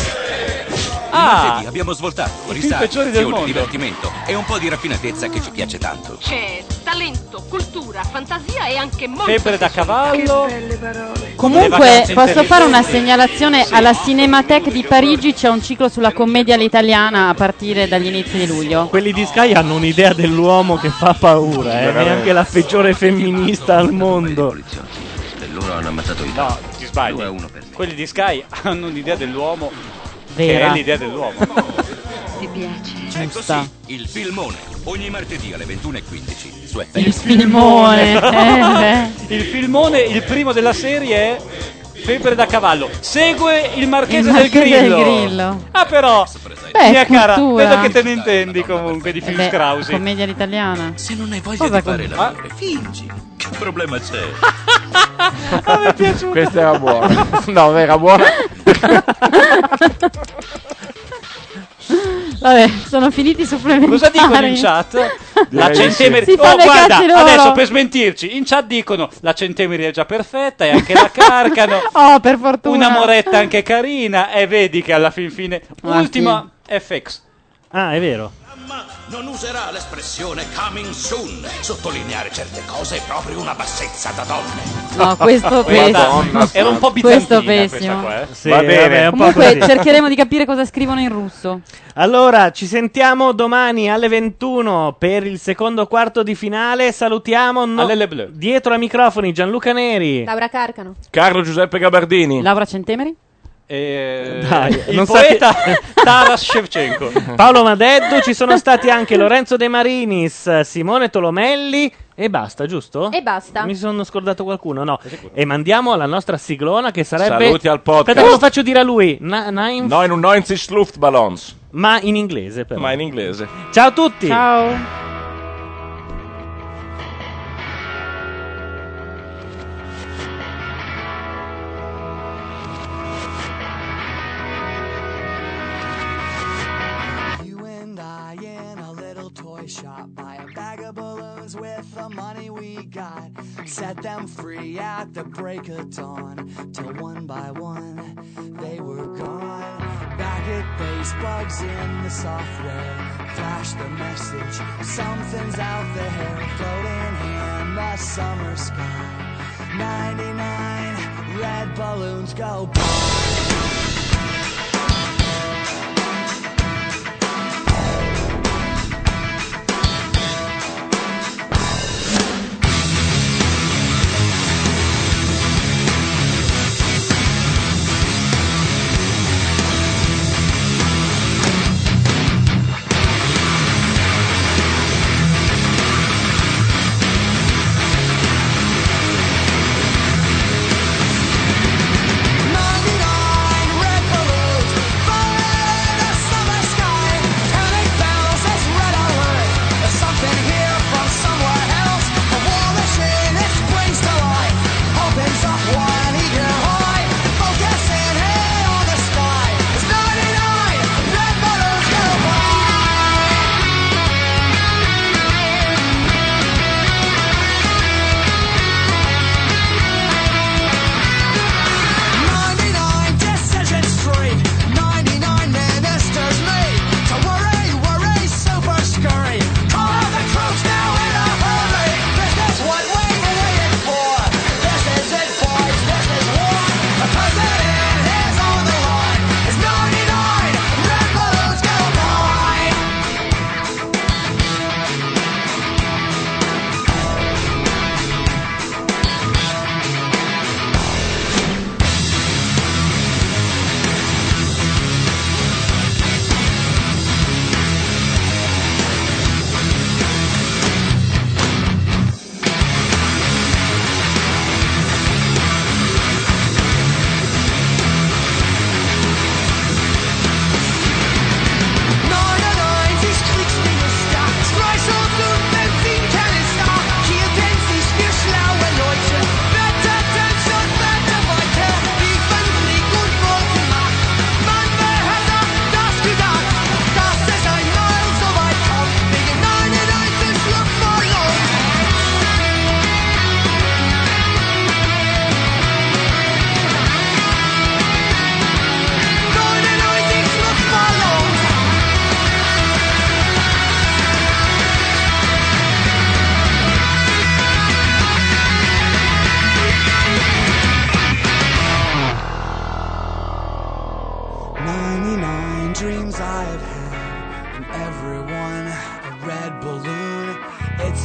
[SPEAKER 7] Ah!
[SPEAKER 30] Martedì abbiamo svoltato
[SPEAKER 7] film peggiori
[SPEAKER 30] risate,
[SPEAKER 7] del
[SPEAKER 30] azione,
[SPEAKER 7] mondo.
[SPEAKER 30] divertimento e un po' di raffinatezza che ci piace tanto.
[SPEAKER 22] C'è talento, cultura, fantasia e anche molto
[SPEAKER 7] Sempre da cavallo.
[SPEAKER 15] *laughs* Comunque, posso fare una segnalazione alla Cinémathèque di Parigi? C'è un ciclo sulla commedia all'italiana a partire dagli inizi di luglio.
[SPEAKER 5] Quelli di Sky hanno un'idea dell'uomo che fa paura, eh.
[SPEAKER 30] Veramente.
[SPEAKER 5] Neanche la peggiore femminista al mondo.
[SPEAKER 30] E loro hanno ammazzato i
[SPEAKER 7] No, ti sbagli. Quelli di Sky *laughs* hanno un'idea dell'uomo.
[SPEAKER 30] Vera.
[SPEAKER 7] Che è l'idea dell'uomo.
[SPEAKER 11] *laughs* Ti piace?
[SPEAKER 30] Giusta. il filmone, ogni martedì alle 21.15 su FX.
[SPEAKER 7] Il
[SPEAKER 30] *laughs*
[SPEAKER 15] filmone.
[SPEAKER 7] il filmone, il primo della serie è Febbre da cavallo. Segue il marchese,
[SPEAKER 15] Il Marchese
[SPEAKER 7] del, grillo.
[SPEAKER 15] del Grillo.
[SPEAKER 7] Ah, però,
[SPEAKER 30] eh.
[SPEAKER 15] Beh,
[SPEAKER 7] mia cara,
[SPEAKER 15] cultura.
[SPEAKER 7] vedo che te ne intendi comunque di film
[SPEAKER 15] Beh,
[SPEAKER 7] Krausi.
[SPEAKER 15] commedia all'italiana. Se non hai
[SPEAKER 30] Voglia di fare l'amore, fingi. Che problema c'è? *laughs* Ah,
[SPEAKER 8] Questa era buona. *laughs*
[SPEAKER 18] *laughs*
[SPEAKER 8] No, non era
[SPEAKER 2] *laughs*
[SPEAKER 8] buona.
[SPEAKER 15] Vabbè, sono finiti i supplementari.
[SPEAKER 7] Cosa dicono in chat? La Centemeri.
[SPEAKER 15] Si
[SPEAKER 7] oh,
[SPEAKER 15] fanno i
[SPEAKER 7] guarda,
[SPEAKER 15] cazzi loro.
[SPEAKER 7] adesso per smentirci, in chat dicono la Centemeri è già perfetta e anche la Carcano.
[SPEAKER 11] *laughs*
[SPEAKER 15] Oh, per fortuna.
[SPEAKER 7] Una moretta anche carina, e vedi che alla fin fine.
[SPEAKER 5] Ah,
[SPEAKER 7] Ultima FX.
[SPEAKER 5] Ah, è vero.
[SPEAKER 30] Non userà l'espressione coming soon. Sottolineare certe cose è proprio una bassezza da donne.
[SPEAKER 15] *laughs*
[SPEAKER 30] *laughs*
[SPEAKER 15] No,
[SPEAKER 7] *laughs*
[SPEAKER 15] questo pessimo.
[SPEAKER 7] Era un po'
[SPEAKER 15] Questo
[SPEAKER 7] bizantina questa
[SPEAKER 15] pessimo.
[SPEAKER 7] qua, eh.
[SPEAKER 5] Sì, Va bene. vabbè, è un po'
[SPEAKER 15] Comunque
[SPEAKER 5] così.
[SPEAKER 15] cercheremo di capire cosa scrivono in russo.
[SPEAKER 5] Allora, ci sentiamo domani alle 21 per il secondo quarto di finale. Salutiamo no- dietro ai microfoni Gianluca Neri.
[SPEAKER 10] Laura Carcano.
[SPEAKER 8] Carlo Giuseppe Gabardini.
[SPEAKER 15] Laura Centemeri.
[SPEAKER 7] E...
[SPEAKER 5] Dai,
[SPEAKER 7] il
[SPEAKER 5] non
[SPEAKER 7] poeta Taras Shevchenko.
[SPEAKER 5] Paolo Madeddu, ci sono stati anche Lorenzo De Marinis, Simone Tolomelli e basta, giusto?
[SPEAKER 10] E basta.
[SPEAKER 5] Mi sono scordato qualcuno, no. E mandiamo alla nostra siglona che sarebbe...
[SPEAKER 8] Saluti al podcast.
[SPEAKER 5] Aspetta, lo faccio dire a lui. Na- nein-
[SPEAKER 8] No, in un 90 Luftballons.
[SPEAKER 5] Ma in inglese, però.
[SPEAKER 8] Ma in inglese.
[SPEAKER 5] Ciao a tutti!
[SPEAKER 15] Ciao!
[SPEAKER 11] You and I in a little toy shop buy a bag of balloons with the money we got. Set them free at the break of dawn. Till one by one they were gone. Back at base, bugs in the software. Flash the message, something's out there floating in the summer sky. 99 red balloons go boom.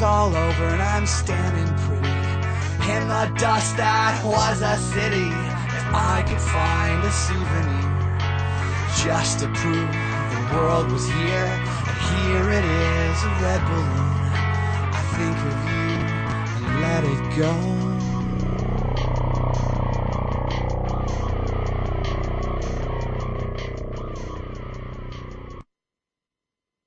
[SPEAKER 17] all over and I'm standing pretty in the dust that was a city. If I could find a souvenir just to prove the world was here, and here it is, a red balloon. I think of you and let it go.